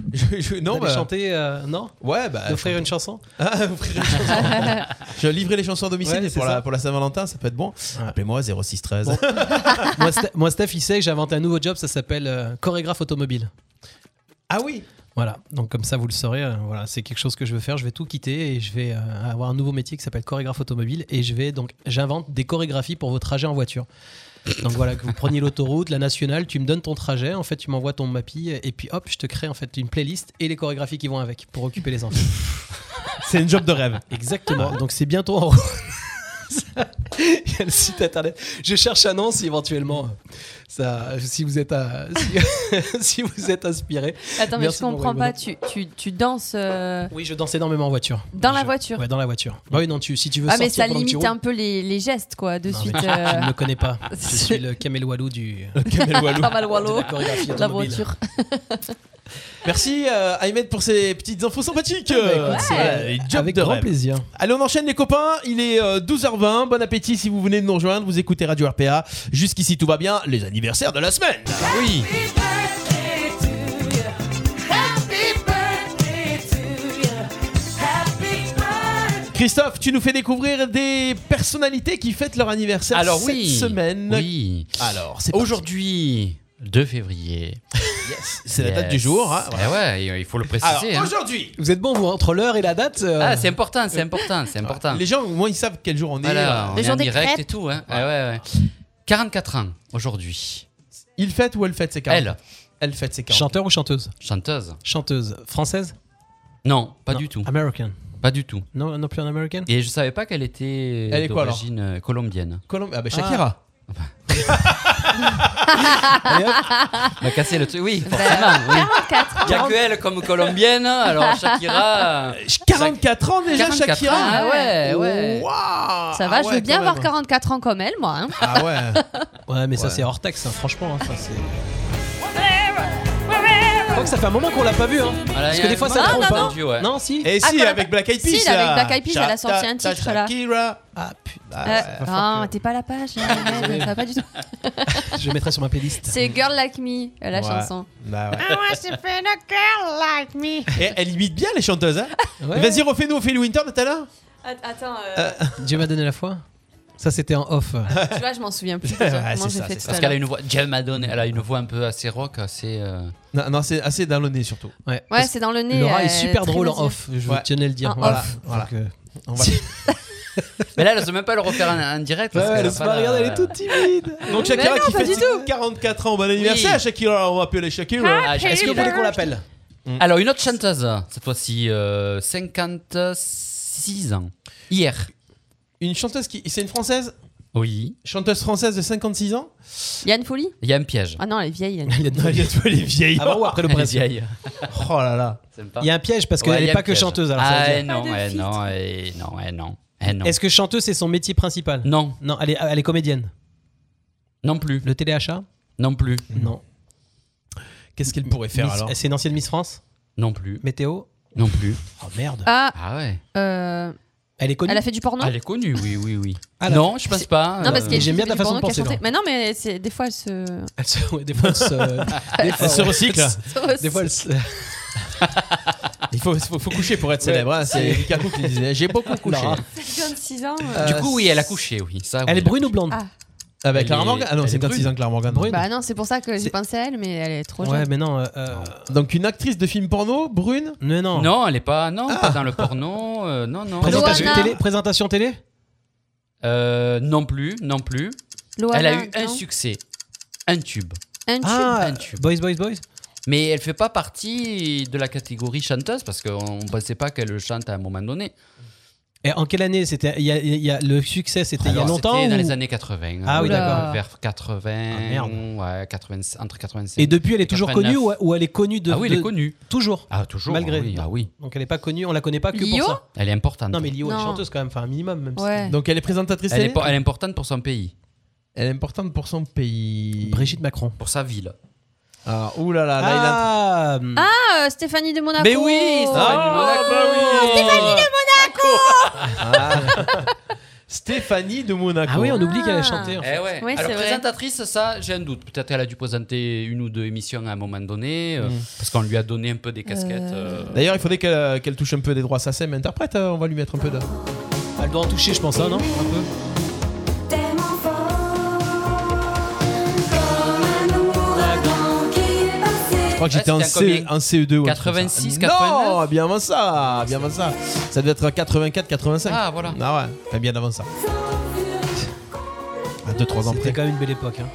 Speaker 3: Je- je- Non,
Speaker 5: D'aller
Speaker 3: bah,
Speaker 5: chanter, euh, non
Speaker 3: Ouais, bah.
Speaker 5: D'offrir une chanson
Speaker 3: Ah, offrir une chanson. je vais livrer les chansons à domicile
Speaker 5: Ouais,
Speaker 3: et
Speaker 5: c'est
Speaker 3: pour,
Speaker 5: ça.
Speaker 3: la, pour la Saint-Valentin, ça peut être bon. Appelez-moi 0613.
Speaker 5: moi, Ste- moi, Steph, il sait que j'ai inventé un nouveau job, ça s'appelle euh, chorégraphe automobile.
Speaker 3: Ah oui
Speaker 5: Voilà, donc comme ça vous le saurez, euh, voilà, c'est quelque chose que je veux faire. Je vais tout quitter et je vais euh, avoir un nouveau métier qui s'appelle chorégraphe automobile et je vais donc j'invente des chorégraphies pour vos trajets en voiture. Donc voilà, que vous preniez l'autoroute, la nationale, tu me donnes ton trajet, en fait tu m'envoies ton mappy et puis hop, je te crée en fait une playlist et les chorégraphies qui vont avec pour occuper les enfants.
Speaker 3: C'est une job de rêve.
Speaker 5: Exactement. Donc c'est bientôt en route. Il y a le site internet. Je cherche annonce si éventuellement ça, si vous êtes à- si, si vous êtes inspiré.
Speaker 4: Attends, mais
Speaker 5: Merci
Speaker 4: je
Speaker 5: pour
Speaker 4: comprends
Speaker 5: m'envoyer
Speaker 4: pas.
Speaker 5: le
Speaker 4: Tu, tu, tu danses. euh,
Speaker 5: Oui, je danse énormément en voiture.
Speaker 4: Dans la voiture.
Speaker 5: Ouais, dans la voiture. Bah oui, non, tu, si tu veux
Speaker 4: ah,
Speaker 5: sortir
Speaker 4: mais ça
Speaker 5: pendant que tu
Speaker 4: limite
Speaker 5: roules-
Speaker 4: un peu les, les gestes, quoi, de
Speaker 5: Non, mais
Speaker 4: suite.
Speaker 5: tu-
Speaker 4: euh.
Speaker 5: Tu ne me connais pas. Je suis le camel walou du.
Speaker 3: Kamel Walou.
Speaker 4: Kamel Walou.
Speaker 5: de la chorégraphie
Speaker 4: bah, Oh, La
Speaker 5: automobile.
Speaker 4: voiture.
Speaker 3: Merci euh, Ahmed pour ces petites infos sympathiques.
Speaker 5: Bah, écoute, c'est-
Speaker 3: Voilà, les jobs
Speaker 5: Avec
Speaker 3: de
Speaker 5: grand
Speaker 3: rêve.
Speaker 5: plaisir.
Speaker 3: Allez, on enchaîne les copains. Il est euh, 12h20. Bon appétit si vous venez de nous rejoindre. Vous écoutez Radio RPA. Jusqu'ici, tout va bien. Les anniversaires de la semaine.
Speaker 6: Ah
Speaker 3: Oui. Christophe, tu nous fais découvrir des personnalités qui fêtent leur anniversaire
Speaker 6: Alors
Speaker 3: cette
Speaker 6: oui,
Speaker 3: semaine.
Speaker 6: Oui.
Speaker 3: Alors, c'est
Speaker 6: aujourd'hui 2 février.
Speaker 3: c'est la date du jour, hein,
Speaker 6: Eh
Speaker 3: voilà.
Speaker 6: ouais, il faut le
Speaker 3: Alors,
Speaker 6: préciser. hein.
Speaker 3: aujourd'hui,
Speaker 5: Vous êtes bon, vous, entre l'heure et la date euh,
Speaker 6: Ah, c'est important, c'est important, c'est important.
Speaker 3: euh, les gens, au moins, ils savent quel jour on est.
Speaker 6: Voilà,
Speaker 3: euh,
Speaker 6: on
Speaker 4: Le
Speaker 6: est
Speaker 4: jour
Speaker 6: en
Speaker 4: des
Speaker 6: direct
Speaker 4: crêpes.
Speaker 6: et tout. hein. Ah ouais, ouais. 44 ans aujourd'hui.
Speaker 3: Il fête ou elle fête ses 40
Speaker 6: Elle,
Speaker 3: Elle fête ses 40.
Speaker 5: Chanteur ou chanteuse
Speaker 6: chanteuse.
Speaker 5: Chanteuse. Française
Speaker 6: Non, pas
Speaker 5: Non,
Speaker 6: du
Speaker 3: Ah.
Speaker 6: tout.
Speaker 5: American.
Speaker 6: Pas du tout.
Speaker 5: Non, non plus un American
Speaker 6: Et je savais pas qu'elle était
Speaker 3: Elle est quoi,
Speaker 6: d'origine euh, colombienne.
Speaker 3: Colombe- Ah, bah, Shakira.
Speaker 6: On va casser le truc. Oui, forcément. oui. Il y a que elle comme colombienne. hein. Alors Shakira. euh,
Speaker 3: 44 ans déjà,
Speaker 6: 44
Speaker 3: Shakira.
Speaker 6: ans, ah ouais, ouais.
Speaker 3: Waouh.
Speaker 4: Ça va,
Speaker 3: Ah
Speaker 4: je
Speaker 3: ouais,
Speaker 4: veux bien
Speaker 3: quand
Speaker 4: avoir
Speaker 3: même.
Speaker 4: 44 ans comme elle, moi. hein.
Speaker 3: Ah ouais.
Speaker 5: Ouais, mais ça,
Speaker 3: Ouais.
Speaker 5: c'est hors texte, hein, franchement. hein, ça, c'est- Je crois que ça fait un moment qu'on l'a pas vu. Hein.
Speaker 3: Oh.
Speaker 6: voilà,
Speaker 5: Parce
Speaker 6: il y
Speaker 5: que
Speaker 6: a
Speaker 5: des fois,
Speaker 6: un
Speaker 5: ça
Speaker 6: moment
Speaker 5: trompe
Speaker 3: hein.
Speaker 5: pas.
Speaker 6: entendu, ouais.
Speaker 5: Non, si.
Speaker 3: Et
Speaker 4: Ah,
Speaker 3: Eh, si,
Speaker 4: quand
Speaker 3: avec Black Eyed Peas.
Speaker 4: Si, avec
Speaker 3: là.
Speaker 4: Black Eyed Peas, elle a sorti un
Speaker 3: Cha-cha-cha,
Speaker 4: titre, là.
Speaker 3: Shakira.
Speaker 5: Ah putain,
Speaker 4: Euh,
Speaker 5: ça va faire
Speaker 4: ah,
Speaker 5: que-
Speaker 4: t'es pas à la page, hein, Ahmed,
Speaker 5: Désolé.
Speaker 4: ça va pas du tout.
Speaker 5: Je vais mettre ça sur ma playlist.
Speaker 4: C'est Girl Like Me, euh, la
Speaker 3: Ouais.
Speaker 4: chanson.
Speaker 3: Bah
Speaker 4: Ah.
Speaker 3: ouais.
Speaker 8: girl like me.
Speaker 3: Et elle imite bien les chanteuses. Hein.
Speaker 5: Ouais.
Speaker 3: Vas-y, refais-nous Ophélie Winter de tout à l'heure.
Speaker 4: Attends,
Speaker 5: Dieu m'a donné la foi. Ça, c'était en off.
Speaker 4: tu vois, je m'en souviens plus.
Speaker 3: Ouais,
Speaker 4: Déjà. Comment
Speaker 3: c'est
Speaker 4: j'ai
Speaker 3: ça,
Speaker 4: fait
Speaker 3: c'est
Speaker 4: tout
Speaker 3: ça.
Speaker 4: à
Speaker 6: Parce
Speaker 4: l'heure.
Speaker 6: qu'elle a une voix. Jel Madone, elle a une voix un peu assez rock, assez. euh,
Speaker 3: Non, non c'est assez dans le nez surtout.
Speaker 5: Ouais.
Speaker 4: Ouais, c'est dans le nez.
Speaker 5: Laura est
Speaker 4: euh,
Speaker 5: super
Speaker 4: très
Speaker 5: drôle en
Speaker 4: nasilleux.
Speaker 5: off. Je
Speaker 3: Ouais.
Speaker 5: vous tenais à le dire.
Speaker 4: En
Speaker 5: voilà.
Speaker 4: off.
Speaker 5: Voilà. Donc, euh,
Speaker 3: On va-
Speaker 6: Mais là, elle ose même pas le refaire en, en direct. parce qu'elle a pas la-
Speaker 5: timide.
Speaker 3: Donc Shakira
Speaker 4: Mais non,
Speaker 3: qui
Speaker 4: pas
Speaker 3: fait
Speaker 4: du tout.
Speaker 3: 44 ans, bon anniversaire
Speaker 6: Oui.
Speaker 3: Shakira, on va appeler Shakira.
Speaker 6: Ah, j'ai-
Speaker 5: Est-ce que vous voulez qu'on l'appelle
Speaker 6: Alors, une autre chanteuse, cette fois-ci, euh, 56 ans. Hier.
Speaker 3: Une chanteuse qui... C'est une française
Speaker 6: Oui.
Speaker 3: Chanteuse française de 56 ans
Speaker 4: Il y a une folie
Speaker 6: Il y a un piège.
Speaker 4: Ah non, elle est vieille. elle.
Speaker 5: Il y a
Speaker 3: Non, il y a tous les vieilles.
Speaker 5: Avant ou Ah bah après le
Speaker 6: Elle est
Speaker 5: Brésil
Speaker 6: vieille.
Speaker 3: Ah, bah, Oh là là.
Speaker 6: Sympa.
Speaker 5: Il y a un piège parce qu'elle
Speaker 6: Ouais, il y
Speaker 5: n'est
Speaker 6: a
Speaker 5: pas
Speaker 6: un
Speaker 5: que
Speaker 6: piège.
Speaker 5: chanteuse. alors ça veut
Speaker 6: Ah,
Speaker 5: dire.
Speaker 6: eh non, eh non, eh non, eh non, eh non.
Speaker 5: Est-ce que chanteuse, c'est son métier principal
Speaker 6: Non,
Speaker 5: Non, elle est, elle est comédienne.
Speaker 6: non plus,
Speaker 5: Le téléachat
Speaker 6: non plus,
Speaker 5: Non.
Speaker 3: Qu'est-ce qu'elle pourrait faire
Speaker 5: Miss-
Speaker 3: alors
Speaker 5: C'est une ancienne Miss France
Speaker 6: non plus,
Speaker 5: Météo
Speaker 6: non plus.
Speaker 5: Oh merde.
Speaker 4: Ah,
Speaker 6: Ah ouais.
Speaker 4: euh,
Speaker 5: Elle est connue.
Speaker 4: elle a fait du porno
Speaker 6: Elle est connue, oui, oui, oui.
Speaker 5: Ah, la-
Speaker 6: non, je pense pas.
Speaker 4: Non, parce
Speaker 6: euh,
Speaker 4: qu'elle
Speaker 5: j'aime bien
Speaker 4: fait
Speaker 5: ta
Speaker 4: du
Speaker 5: façon
Speaker 4: porno
Speaker 5: de penser,
Speaker 4: qu'elle chantait.
Speaker 5: Laura.
Speaker 4: Mais non, mais c'est- des fois, elle se.
Speaker 5: Elle se- ouais, des fois, elle se, des fois,
Speaker 3: Elle se
Speaker 5: ouais.
Speaker 3: recycle
Speaker 5: Des fois, elle se-
Speaker 3: Il faut, faut, faut coucher pour être célèbre. hein. C'est Lukaku qui disait J'ai beaucoup couché.
Speaker 5: Laura.
Speaker 4: C'est 26 ans.
Speaker 6: Euh,
Speaker 4: euh.
Speaker 6: du coup, oui, elle a couché, oui. Ça,
Speaker 5: Elle
Speaker 6: oui,
Speaker 5: est brune ou blonde
Speaker 4: Ah.
Speaker 3: Avec
Speaker 6: Elle
Speaker 3: Clara
Speaker 6: est-
Speaker 3: Morgan Ah non,
Speaker 6: elle
Speaker 3: c'est
Speaker 6: est brune.
Speaker 3: 56 ans Clara Morgan.
Speaker 5: Brune.
Speaker 4: Bah non, c'est pour ça que j'ai pensé à elle, mais elle est trop
Speaker 5: Ouais,
Speaker 4: jeune.
Speaker 5: mais non. euh, euh,
Speaker 3: Donc une actrice de film porno, brune.
Speaker 5: mais non. Ah.
Speaker 6: Non, elle est pas. Non, pas dans le porno. euh, non, non.
Speaker 5: Présentation
Speaker 4: Loana.
Speaker 5: télé, présentation télé
Speaker 6: Euh, non plus, non plus.
Speaker 4: Loana,
Speaker 6: elle a eu un
Speaker 4: non
Speaker 6: succès, un tube.
Speaker 4: Un tube.
Speaker 5: Ah,
Speaker 6: Un tube.
Speaker 5: Boys, Boys, Boys
Speaker 6: Mais elle fait pas
Speaker 5: Ah,
Speaker 6: partie de la catégorie chanteuse parce qu'on ne pensait pas qu'elle chante à un moment donné.
Speaker 5: Et en quelle année c'était il y a- il y a- Le succès, c'était il y a
Speaker 6: Alors,
Speaker 5: longtemps
Speaker 6: C'était dans
Speaker 5: ou-
Speaker 6: les années 80.
Speaker 5: Ah oui,
Speaker 6: euh,
Speaker 5: d'accord. Ah,
Speaker 6: Vers 80.
Speaker 5: merde.
Speaker 6: ouais, 80 entre 85.
Speaker 5: Et depuis, elle est toujours
Speaker 6: 89.
Speaker 5: connue ou, ou elle est connue de.
Speaker 6: Ah oui, elle
Speaker 5: de-
Speaker 6: est connue.
Speaker 5: Toujours.
Speaker 6: Ah, toujours.
Speaker 5: Malgré.
Speaker 6: ah oui, ah oui.
Speaker 5: Donc elle est pas connue, on la connaît pas que
Speaker 4: Lio
Speaker 5: pour ça.
Speaker 6: Elle est importante.
Speaker 5: Non, mais Lio est
Speaker 4: Non.
Speaker 5: chanteuse quand même, enfin un minimum même. si-
Speaker 4: Ouais.
Speaker 3: Donc elle est présentatrice
Speaker 6: elle, est,
Speaker 3: télé
Speaker 6: po- elle est importante pour son pays,
Speaker 3: Elle est importante pour son pays.
Speaker 5: Brigitte Macron.
Speaker 6: pour sa ville.
Speaker 3: Ah, oulala, là, il a-
Speaker 5: Ah, hum.
Speaker 4: Ah, euh, Stéphanie de Monaco. Ah.
Speaker 6: Mais oui, Stéphanie de Monaco.
Speaker 3: Stéphanie de Monaco Stéphanie de Monaco.
Speaker 5: Ah oui, on oublie
Speaker 4: Ah.
Speaker 5: qu'elle a chanté. en fait.
Speaker 6: Eh ouais.
Speaker 4: Oui,
Speaker 6: Alors
Speaker 4: c'est vrai.
Speaker 6: présentatrice, ça, j'ai un doute. Peut-être elle a dû présenter une ou deux émissions à un moment donné, euh,
Speaker 5: Mm.
Speaker 6: parce qu'on lui a donné un peu des casquettes.
Speaker 4: Euh.
Speaker 6: euh.
Speaker 3: D'ailleurs, il faudrait qu'elle euh, qu'elle touche un peu des droits à mais interprète. euh, On va lui mettre un peu de.
Speaker 5: Elle doit en toucher, je pense, hein, non Un peu.
Speaker 2: tellement fort, comme un ouragan qui est passé.
Speaker 3: Je crois que
Speaker 6: Ah,
Speaker 3: j'étais en,
Speaker 6: c'était en
Speaker 3: CE,
Speaker 6: combien
Speaker 3: en CE2. ouais,
Speaker 6: 86,
Speaker 3: comme ça.
Speaker 6: 89.
Speaker 3: Non, bien avant ça, bien avant ça. Ça devait être 84, 85.
Speaker 6: Ah voilà.
Speaker 3: Ah ouais, enfin, bien avant ça. À 2-3 ans
Speaker 5: C'était
Speaker 3: près.
Speaker 5: quand même une belle époque. hein.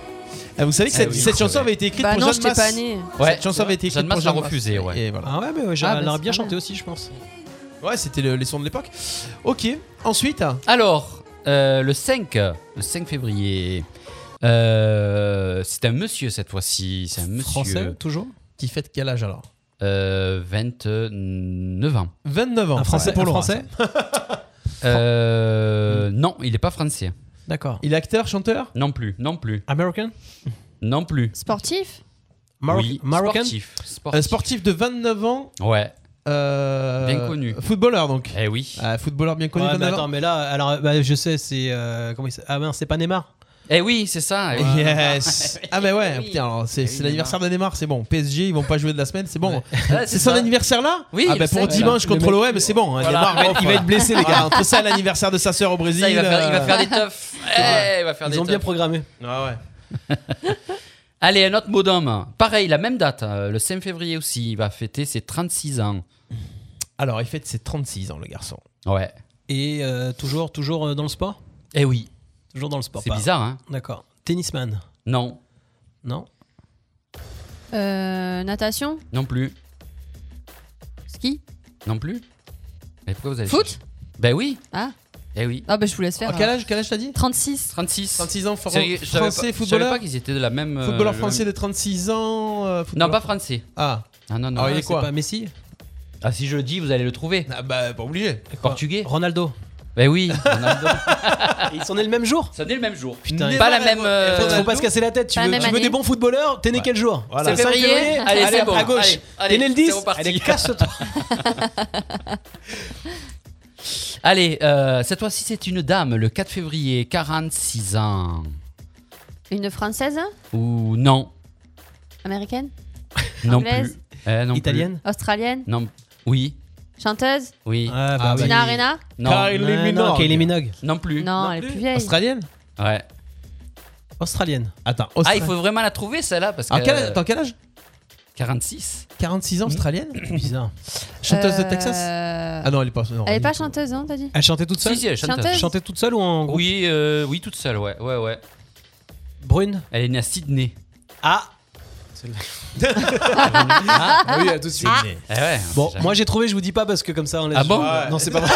Speaker 3: Ah, vous savez que cette,
Speaker 6: oui,
Speaker 3: cette
Speaker 6: crevé.
Speaker 3: chanson avait été écrite
Speaker 4: Bah
Speaker 3: pour
Speaker 4: non,
Speaker 3: Jeanne
Speaker 4: j'étais
Speaker 3: Masse.
Speaker 4: pas née.
Speaker 6: Ouais.
Speaker 3: Cette chanson avait été écrite
Speaker 6: Jeanne
Speaker 3: pour
Speaker 6: Masse l'a
Speaker 3: Jeanne Masse.
Speaker 6: refusé, ouais.
Speaker 3: Et voilà.
Speaker 5: Ah ouais, mais ouais,
Speaker 4: Ah,
Speaker 5: j'aurais-
Speaker 4: bah,
Speaker 5: elle aurait
Speaker 4: c'est
Speaker 5: bien
Speaker 4: pas
Speaker 5: chanté
Speaker 4: mal.
Speaker 5: aussi, je pense.
Speaker 3: Ouais, c'était le- les sons de l'époque. Ok, ensuite.
Speaker 6: Alors, euh, le 5, le 5 février, euh, c'est un monsieur cette fois-ci. C'est un monsieur.
Speaker 5: Français, toujours
Speaker 3: Qui fête quel âge alors
Speaker 6: Euh, 29 ans.
Speaker 3: 29 ans.
Speaker 5: Un français
Speaker 3: pour
Speaker 5: un
Speaker 3: Laura,
Speaker 5: français
Speaker 6: Euh, non, il n'est pas français.
Speaker 5: D'accord.
Speaker 3: Il est acteur, chanteur
Speaker 6: Non plus, non plus,
Speaker 5: American
Speaker 6: non plus.
Speaker 4: Sportif
Speaker 5: Maroc- Euh,
Speaker 6: Oui,
Speaker 5: Marocan
Speaker 6: sportif. sportif.
Speaker 3: Un euh, sportif de 29 ans.
Speaker 6: Ouais.
Speaker 3: euh,
Speaker 6: Bien connu.
Speaker 3: Footballeur donc.
Speaker 6: Eh oui.
Speaker 5: Ah.
Speaker 3: Euh, footballeur bien connu.
Speaker 5: Ouais, mais
Speaker 3: 29
Speaker 5: attends,
Speaker 3: ans.
Speaker 5: mais là, alors, bah, je sais, c'est. euh, comment il s'appelle Ah, mince, c'est pas Neymar
Speaker 6: Eh oui, c'est ça. eh oui.
Speaker 3: Yes. ah mais ouais,
Speaker 6: Oui.
Speaker 3: putain, alors, c'est
Speaker 6: Eh
Speaker 3: c'est
Speaker 6: oui,
Speaker 3: l'anniversaire de Neymar, c'est bon. PSG, ils vont pas jouer de la semaine, c'est bon.
Speaker 6: Ah,
Speaker 3: C'est son
Speaker 6: ça.
Speaker 3: anniversaire là
Speaker 6: Oui,
Speaker 3: Ah bah
Speaker 6: le
Speaker 3: pour
Speaker 6: cinq.
Speaker 3: dimanche
Speaker 5: Le
Speaker 3: contre
Speaker 5: mec-
Speaker 3: l'OM, c'est bon. hein, Neymar, off,
Speaker 5: il va être blessé, les
Speaker 3: voilà.
Speaker 5: gars.
Speaker 3: Entre ça, et l'anniversaire de sa sœur au Brésil.
Speaker 6: Ça, il va faire, il va
Speaker 3: euh,
Speaker 6: faire des teufs. Eh, il va faire des
Speaker 5: Ils ont bien
Speaker 6: teufs.
Speaker 5: programmé.
Speaker 3: Ah ouais.
Speaker 6: Allez, un autre modem. Pareil, la même date, euh, le 5 février aussi, il va fêter ses 36 ans.
Speaker 3: Alors, il fête ses 36 ans, le garçon.
Speaker 6: Ouais.
Speaker 5: Et euh, toujours, toujours euh, dans le sport
Speaker 6: Eh oui.
Speaker 5: Toujours dans le sport.
Speaker 6: C'est
Speaker 5: pas-
Speaker 6: bizarre, hein
Speaker 5: D'accord. Tennisman
Speaker 6: Non,
Speaker 5: Non
Speaker 4: Euh, Natation
Speaker 6: non plus,
Speaker 4: Ski
Speaker 6: non plus. Mais pourquoi vous avez
Speaker 4: Foot
Speaker 6: cherché Ben oui.
Speaker 4: Ah.
Speaker 6: Eh oui.
Speaker 4: Ah, bah je vous laisse faire.
Speaker 3: quel
Speaker 4: alors.
Speaker 3: âge, quel âge t'as dit
Speaker 4: 36.
Speaker 6: 36.
Speaker 3: 36 ans,
Speaker 6: C'est- je savais
Speaker 3: français,
Speaker 6: pas- Je savais
Speaker 3: footballeur
Speaker 6: pas qu'ils étaient de la même. euh,
Speaker 3: Footballeur
Speaker 6: le-
Speaker 3: français de 36 ans. euh,
Speaker 6: Non,
Speaker 3: footballeur-
Speaker 6: pas français.
Speaker 3: Ah.
Speaker 6: Ah non, non.
Speaker 3: Ah,
Speaker 6: Ah,
Speaker 3: il est
Speaker 5: C'est
Speaker 3: quoi
Speaker 5: pas Messi
Speaker 6: si je le dis, vous allez le trouver.
Speaker 3: Ah bah, pas obligé.
Speaker 6: Portugais.
Speaker 5: Ronaldo.
Speaker 6: Ben oui. Ronaldo.
Speaker 5: Ils sont nés le même jour
Speaker 6: Ça naît le même jour.
Speaker 5: Putain,
Speaker 3: Neymar
Speaker 6: pas la
Speaker 3: et
Speaker 6: même,
Speaker 3: Ro-
Speaker 6: euh,
Speaker 3: et
Speaker 5: Faut
Speaker 3: Ronaldo.
Speaker 5: pas se casser la tête. Tu
Speaker 4: Pas
Speaker 5: veux,
Speaker 4: la même
Speaker 5: tu veux
Speaker 4: année.
Speaker 5: des bons footballeurs T'es né quel jour
Speaker 3: Voilà.
Speaker 5: C'est le 5
Speaker 6: Février
Speaker 5: février
Speaker 6: Allez, c'est
Speaker 5: hop,
Speaker 6: bon.
Speaker 5: À gauche.
Speaker 6: Allez, allez,
Speaker 5: T'es né le 10
Speaker 6: c'est reparti.
Speaker 5: Allez, casse-toi.
Speaker 6: Allez, euh, cette fois-ci, c'est une dame, le 4 février, 46 ans.
Speaker 4: Une Française hein
Speaker 6: Ou non.
Speaker 4: Américaine
Speaker 6: Non
Speaker 4: Anglaise
Speaker 6: plus. Eh, non plus.
Speaker 5: Italienne
Speaker 4: Australienne
Speaker 6: Non. Oui.
Speaker 4: Chanteuse
Speaker 6: Oui.
Speaker 5: Ah,
Speaker 3: bah oui.
Speaker 4: Tina Arena
Speaker 6: Non.
Speaker 3: Kylie
Speaker 5: Non, non,
Speaker 3: Minogue.
Speaker 5: Kylie Minogue.
Speaker 6: Non plus.
Speaker 4: Non, elle est plus vieille.
Speaker 3: Australienne
Speaker 6: Ouais.
Speaker 5: Australienne.
Speaker 3: Attends,
Speaker 6: Ah,
Speaker 3: Australienne.
Speaker 6: il faut vraiment la trouver celle-là parce que
Speaker 3: Ah,
Speaker 5: Euh,
Speaker 3: quel âge- attends, quel âge
Speaker 6: 46.
Speaker 3: 46 ans, australienne
Speaker 5: Hmm. Bizarre.
Speaker 3: Chanteuse de
Speaker 4: Euh,
Speaker 3: Texas Ah non, elle est pas. non,
Speaker 4: Elle est
Speaker 3: du
Speaker 4: pas
Speaker 3: tout.
Speaker 4: chanteuse, non, t'as dit
Speaker 5: Elle chantait toute seule
Speaker 6: Si si, elle est chanteuse.
Speaker 4: Chanteuse.
Speaker 5: Chantait toute seule ou en groupe
Speaker 6: Oui, euh, oui, toute seule, ouais, ouais, ouais.
Speaker 5: Brune
Speaker 6: Elle est née à Sydney.
Speaker 5: Ah
Speaker 3: Ah oui, elle a tout de suite. né.
Speaker 6: Eh ouais.
Speaker 5: Bon, moi j'ai trouvé, je vous dis pas parce que comme ça on laisse.
Speaker 6: Ah bon
Speaker 5: Ouais. Non, c'est pas vrai.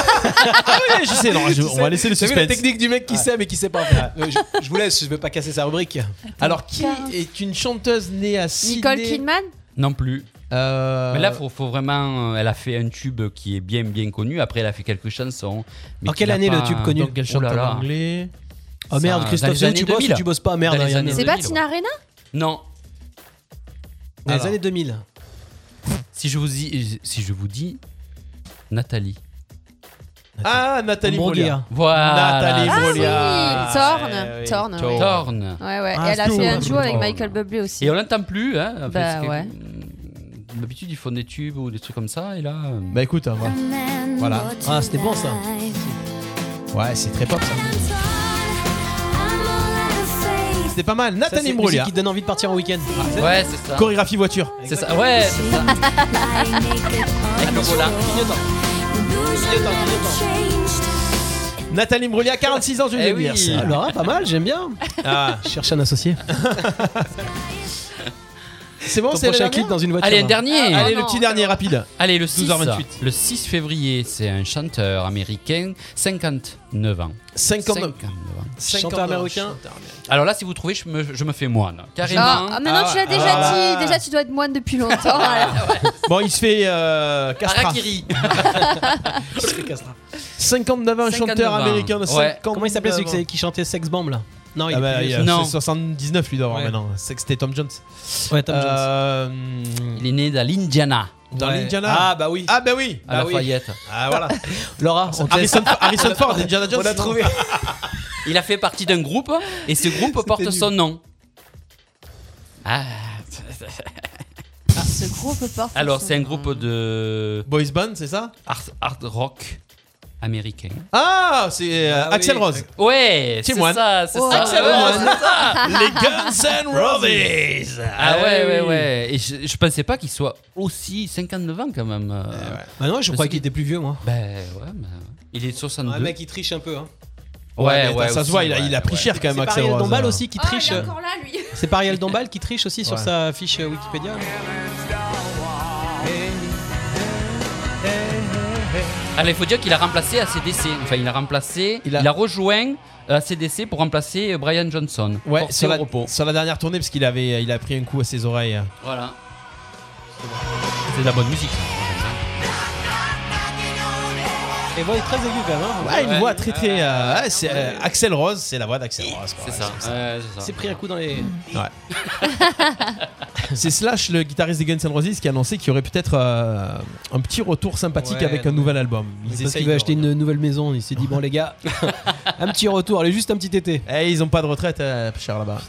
Speaker 3: Ah, je sais, non, je- on va laisser le
Speaker 5: T'as vu la
Speaker 3: suspense.
Speaker 5: technique du mec qui
Speaker 3: Ouais.
Speaker 5: sait mais qui sait pas en faire. Euh, je, je vous laisse, je veux pas casser sa rubrique.
Speaker 3: Alors, qui est une chanteuse née à Sydney
Speaker 4: Ah. Nicole Kidman
Speaker 6: non plus.
Speaker 3: Euh,
Speaker 6: Mais là, faut, faut vraiment. euh, Elle a fait un tube qui est bien, bien connu. Après, elle a fait quelques chansons. mais
Speaker 5: En
Speaker 6: qui
Speaker 5: quelle
Speaker 6: n'a
Speaker 5: année le
Speaker 6: pas-
Speaker 5: tube connu
Speaker 3: Donc, elle chante
Speaker 6: Oh là là.
Speaker 3: en anglais.
Speaker 5: Oh merde,
Speaker 6: Ça,
Speaker 5: Christophe,
Speaker 6: dans les
Speaker 5: c'est où
Speaker 6: années
Speaker 5: tu bosses
Speaker 6: 2000.
Speaker 5: ou tu bosses pas Merde,
Speaker 6: Dans les
Speaker 5: il y en a-
Speaker 6: années-
Speaker 4: C'est pas
Speaker 6: 2000,
Speaker 4: Tina Arena
Speaker 6: Non.
Speaker 5: dans les
Speaker 3: Alors.
Speaker 5: années 2000.
Speaker 6: Si je vous dis, si je vous dis, Nathalie.
Speaker 3: Ah, Nathalie Broglia.
Speaker 5: Broglia.
Speaker 6: Voilà. Ah,
Speaker 3: Nathalie
Speaker 6: c'est
Speaker 3: Broglia.
Speaker 4: oui, Thorne,
Speaker 3: Eh oui,
Speaker 4: Thorne,
Speaker 6: ça.
Speaker 4: Ah oui.
Speaker 6: Ah Thorne.
Speaker 4: Ouais, ouais.
Speaker 5: Ah,
Speaker 4: Et elle a
Speaker 5: c'est
Speaker 4: fait
Speaker 5: tout.
Speaker 4: un duo avec
Speaker 6: Oh.
Speaker 4: Michael Bublé aussi.
Speaker 6: Et on l'entend plus, hein. en fait,
Speaker 4: Bah,
Speaker 6: c'est que-
Speaker 4: ouais.
Speaker 6: D'habitude, ils font des tubes ou des trucs comme ça, et là. euh,
Speaker 3: Bah écoute, hein, voilà. Voilà.
Speaker 5: Ah, c'était bon, ça.
Speaker 3: ouais, c'est très pop ça. C'était pas mal. Nathalie Broglia.
Speaker 5: qui te donne envie de partir en week-end.
Speaker 6: Ouais, Ah, c'est ça.
Speaker 3: Chorégraphie voiture.
Speaker 6: C'est ça. Ouais, c'est ça. Avec le volant.
Speaker 3: Nathalie Broglia, 46 ans, je vais
Speaker 6: Eh oui.
Speaker 3: dire. ça.
Speaker 5: Ah, Laura, pas mal, j'aime bien.
Speaker 3: Ah.
Speaker 5: Je cherche un associé.
Speaker 3: C'est bon,
Speaker 5: Ton
Speaker 3: c'est la
Speaker 5: prochain
Speaker 3: dernière
Speaker 5: clip dans une voiture.
Speaker 6: hein. Allez, le dernier
Speaker 3: Ah, allez, le petit dernier rapide.
Speaker 6: Allez, le 6,
Speaker 3: 12h28.
Speaker 6: le 6 février, c'est un chanteur américain, 59 ans.
Speaker 3: 59.
Speaker 6: 59 ans.
Speaker 5: hein Chanteur américain.
Speaker 6: Alors là, si vous trouvez, je me, je me fais moine. Carrément. Hein.
Speaker 4: Ah, ah, maintenant,
Speaker 5: Ah,
Speaker 4: tu l'as
Speaker 5: ouais.
Speaker 4: déjà
Speaker 3: Ah.
Speaker 4: dit. Déjà, tu dois être moine depuis longtemps.
Speaker 6: Ah.
Speaker 4: alors.
Speaker 3: Bon, il se fait euh, castra.
Speaker 6: Harakiri.
Speaker 3: 59 ans,
Speaker 6: 59
Speaker 3: chanteur
Speaker 6: ans.
Speaker 3: américain de
Speaker 6: Ouais.
Speaker 3: 59
Speaker 5: Comment il s'appelait celui
Speaker 3: ans.
Speaker 5: qui- qui chantait Sex Bomb là Non, il
Speaker 3: Ah
Speaker 5: est
Speaker 3: bah,
Speaker 5: plus
Speaker 3: il y
Speaker 5: vieux,
Speaker 3: a
Speaker 6: Non.
Speaker 3: 79 lui d'avoir
Speaker 5: Ouais.
Speaker 3: maintenant. C'est que c'était Tom Jones.
Speaker 5: ça. Ouais, Tom Jones.
Speaker 3: Euh,
Speaker 6: Il est né dans l'Indiana,
Speaker 3: Dans
Speaker 5: Ouais.
Speaker 3: l'Indiana.
Speaker 5: Ah bah oui.
Speaker 3: Ah bah oui.
Speaker 6: à
Speaker 5: Bah
Speaker 6: la
Speaker 5: oui.
Speaker 6: Fayette.
Speaker 3: Ah voilà.
Speaker 5: Laura, on te laisse-
Speaker 3: Harrison, Harrison Ford, Indiana Jones.
Speaker 5: on a trouvé.
Speaker 6: Il a fait partie d'un groupe et ce groupe porte
Speaker 5: nul.
Speaker 6: son nom. Ah,
Speaker 4: Ce groupe porte.
Speaker 6: alors,
Speaker 4: son
Speaker 6: c'est un
Speaker 4: nom.
Speaker 6: groupe de
Speaker 3: Boys Band, c'est ça
Speaker 6: hard, hard rock américain.
Speaker 3: Ah, c'est euh,
Speaker 5: Ah oui.
Speaker 3: Axel Rose.
Speaker 6: Ouais, c'est
Speaker 3: Moine.
Speaker 6: ça, c'est
Speaker 4: Oh.
Speaker 6: ça.
Speaker 4: Axel
Speaker 6: Ouais,
Speaker 3: Rose.
Speaker 6: c'est ça.
Speaker 3: Les Guns N' Roses.
Speaker 6: Ah ouais, ouais,
Speaker 3: oui.
Speaker 6: ouais. Et je, je pensais pas qu'il soit aussi 59 ans quand même. euh.
Speaker 3: Eh
Speaker 5: Bah non, je
Speaker 6: croyais
Speaker 5: croyais qu'il
Speaker 6: qu'il
Speaker 5: était plus vieux moi.
Speaker 6: Ben ouais, mais il est 62.
Speaker 5: Un mec il triche un peu hein.
Speaker 6: Ouais,
Speaker 3: mais
Speaker 6: ouais,
Speaker 3: attends, ça se
Speaker 6: aussi,
Speaker 3: voit, il a,
Speaker 6: ouais,
Speaker 3: il a pris
Speaker 6: ouais.
Speaker 3: cher quand
Speaker 5: C'est
Speaker 3: même,
Speaker 5: pas
Speaker 3: Axel
Speaker 5: Ariel
Speaker 3: Eh, Rose.
Speaker 5: Dombal aussi qui
Speaker 4: Ah,
Speaker 5: triche.
Speaker 4: il est encore là, lui.
Speaker 5: C'est pas Ariel Dombal qui triche aussi sur
Speaker 3: Ouais.
Speaker 5: sa fiche euh, Wikipédia. non
Speaker 6: Alors Ah, il faut dire qu'il a remplacé ACDC. Enfin, il a remplacé.
Speaker 3: Il
Speaker 6: Il
Speaker 3: a-
Speaker 6: a, rejoint euh, ACDC pour remplacer euh, Brian Johnson.
Speaker 3: Ouais,
Speaker 6: Forcé
Speaker 3: sur
Speaker 6: au
Speaker 3: la,
Speaker 6: repos.
Speaker 3: sur la dernière tournée, parce qu'il avait, il a pris un coup à ses oreilles.
Speaker 6: Voilà. C'est de la bonne musique.
Speaker 5: Et bon, il est très aigu quand même. hein.
Speaker 3: Ouais, une
Speaker 6: Ouais.
Speaker 3: voix très très. euh, ouais, c'est, euh, Axel Rose, c'est la voix d'Axel Rose. quoi.
Speaker 6: C'est ça. Ouais, c'est ça.
Speaker 5: C'est pris un coup dans les.
Speaker 3: C'est Slash, le guitariste des Guns N' Roses, qui a annoncé qu'il y aurait peut-être euh, un petit retour sympathique
Speaker 5: Ouais,
Speaker 3: avec un
Speaker 5: non.
Speaker 3: nouvel album.
Speaker 5: Ils parce
Speaker 3: essayent
Speaker 5: qu'il veut
Speaker 3: de-
Speaker 5: acheter une nouvelle maison. Il s'est dit bon les gars, un petit retour, allez juste un petit été.
Speaker 3: Eh, ils ont pas de retraite, euh, cher là-bas.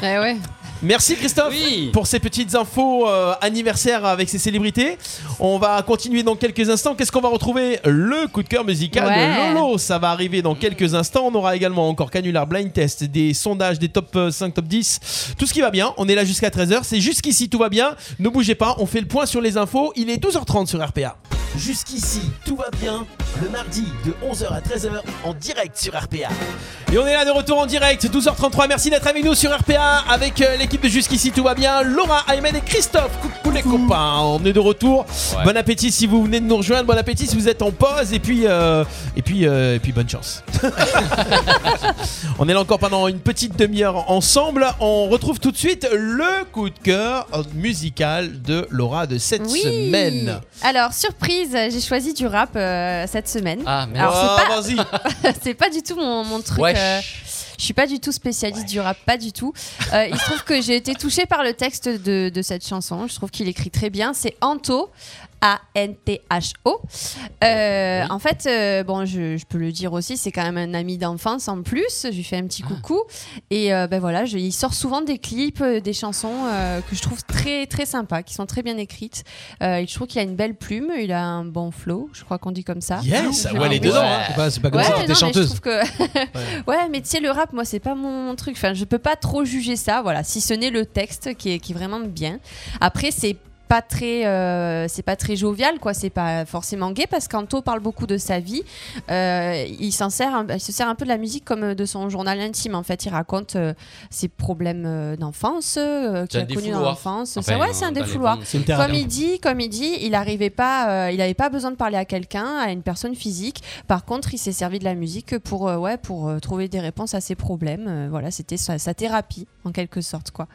Speaker 4: Ouais, Eh ouais.
Speaker 3: Merci Christophe
Speaker 6: Ah Oui.
Speaker 3: pour ces petites infos euh, anniversaires avec ces célébrités. On va continuer dans quelques instants. Qu'est-ce qu'on va retrouver Le coup de cœur musical
Speaker 4: Ouais.
Speaker 3: de Lolo. Ça va arriver dans quelques instants. On aura également encore Canular Blind Test, des sondages, des top euh, 5, top 10. Tout ce qui va bien. On est là jusqu'à 13h. C'est jusqu'ici, tout va bien. Ne bougez pas. On fait le point sur les infos. Il est 12h30 sur RPA.
Speaker 1: Jusqu'ici, tout va bien. Le mardi de 11h à 13h en direct sur RPA.
Speaker 3: Et on est là de retour en direct, 12h33. Merci d'être avec nous sur RPA avec euh, l'équipe de Jusqu'ici Tout va bien, Laura, Ayman et Christophe. Coucou les copains, on est de retour.
Speaker 6: Ouais.
Speaker 3: Bon appétit si vous venez de nous rejoindre, bon appétit si vous êtes en pause et puis euh, et puis euh, et puis bonne chance. on est là encore pendant une petite demi-heure ensemble. On retrouve tout de suite le coup de cœur musical de Laura de cette
Speaker 4: Oui.
Speaker 3: semaine.
Speaker 4: Alors, surprise, j'ai choisi du rap euh, cette semaine.
Speaker 6: Ah, merde.
Speaker 4: Alors, c'est
Speaker 3: Ah,
Speaker 4: pas-
Speaker 3: vas-y.
Speaker 4: c'est pas du tout mon, mon truc.
Speaker 6: Wesh.
Speaker 4: euh, Je suis pas du tout spécialiste du rap, pas du tout. Euh, il se trouve que j'ai été touchée par le texte de, de cette chanson. Je trouve qu'il écrit très bien. C'est Anto. A-N-T-H-O. Euh,
Speaker 6: Oui.
Speaker 4: En fait, euh, bon, je, je peux le dire aussi, c'est quand même un ami d'enfance en plus. Je lui fais un
Speaker 3: Ah.
Speaker 4: petit coucou. Et euh, ben voilà, je- il sort souvent des clips, euh, des chansons euh, que je trouve très très sympas, qui sont très bien écrites. Euh, je trouve qu'il a une belle plume, il a un bon flow, je crois qu'on dit comme ça.
Speaker 3: Yes, ouais, elle est
Speaker 4: oui.
Speaker 3: dedans. hein.
Speaker 5: C'est pas, Bah, c'est pas comme
Speaker 4: Ouais,
Speaker 5: si
Speaker 4: non, mais
Speaker 5: t'étais
Speaker 4: je
Speaker 5: chanteuse.
Speaker 4: trouve que. ouais. mais tu sais, le rap, moi, c'est pas mon truc. Enfin, je peux pas trop juger ça, voilà, si ce n'est le texte qui est, qui est vraiment bien. Après, c'est pas très euh, c'est pas très jovial quoi c'est pas forcément gay parce qu'Anto parle beaucoup de sa vie Euh, il s'en sert un- il se sert un peu de la musique comme de son journal intime en fait il raconte euh, ses problèmes euh, d'enfance euh, qu'il a
Speaker 6: C'est un
Speaker 4: connus dans
Speaker 6: défouloir.
Speaker 4: l'enfance
Speaker 6: Enfin,
Speaker 4: Ça, ouais c'est un
Speaker 6: dans les
Speaker 4: défouloir
Speaker 6: bandes.
Speaker 5: C'est une
Speaker 4: comme
Speaker 5: thérapie.
Speaker 4: il dit, comme il dit, il n'arrivait pas, euh, il n'avait pas besoin de parler à quelqu'un, à une personne physique. Par contre, il s'est servi de la musique pour, euh, ouais, pour euh, trouver des réponses à ses problèmes. Euh, voilà, c'était sa, sa thérapie en quelque sorte, quoi.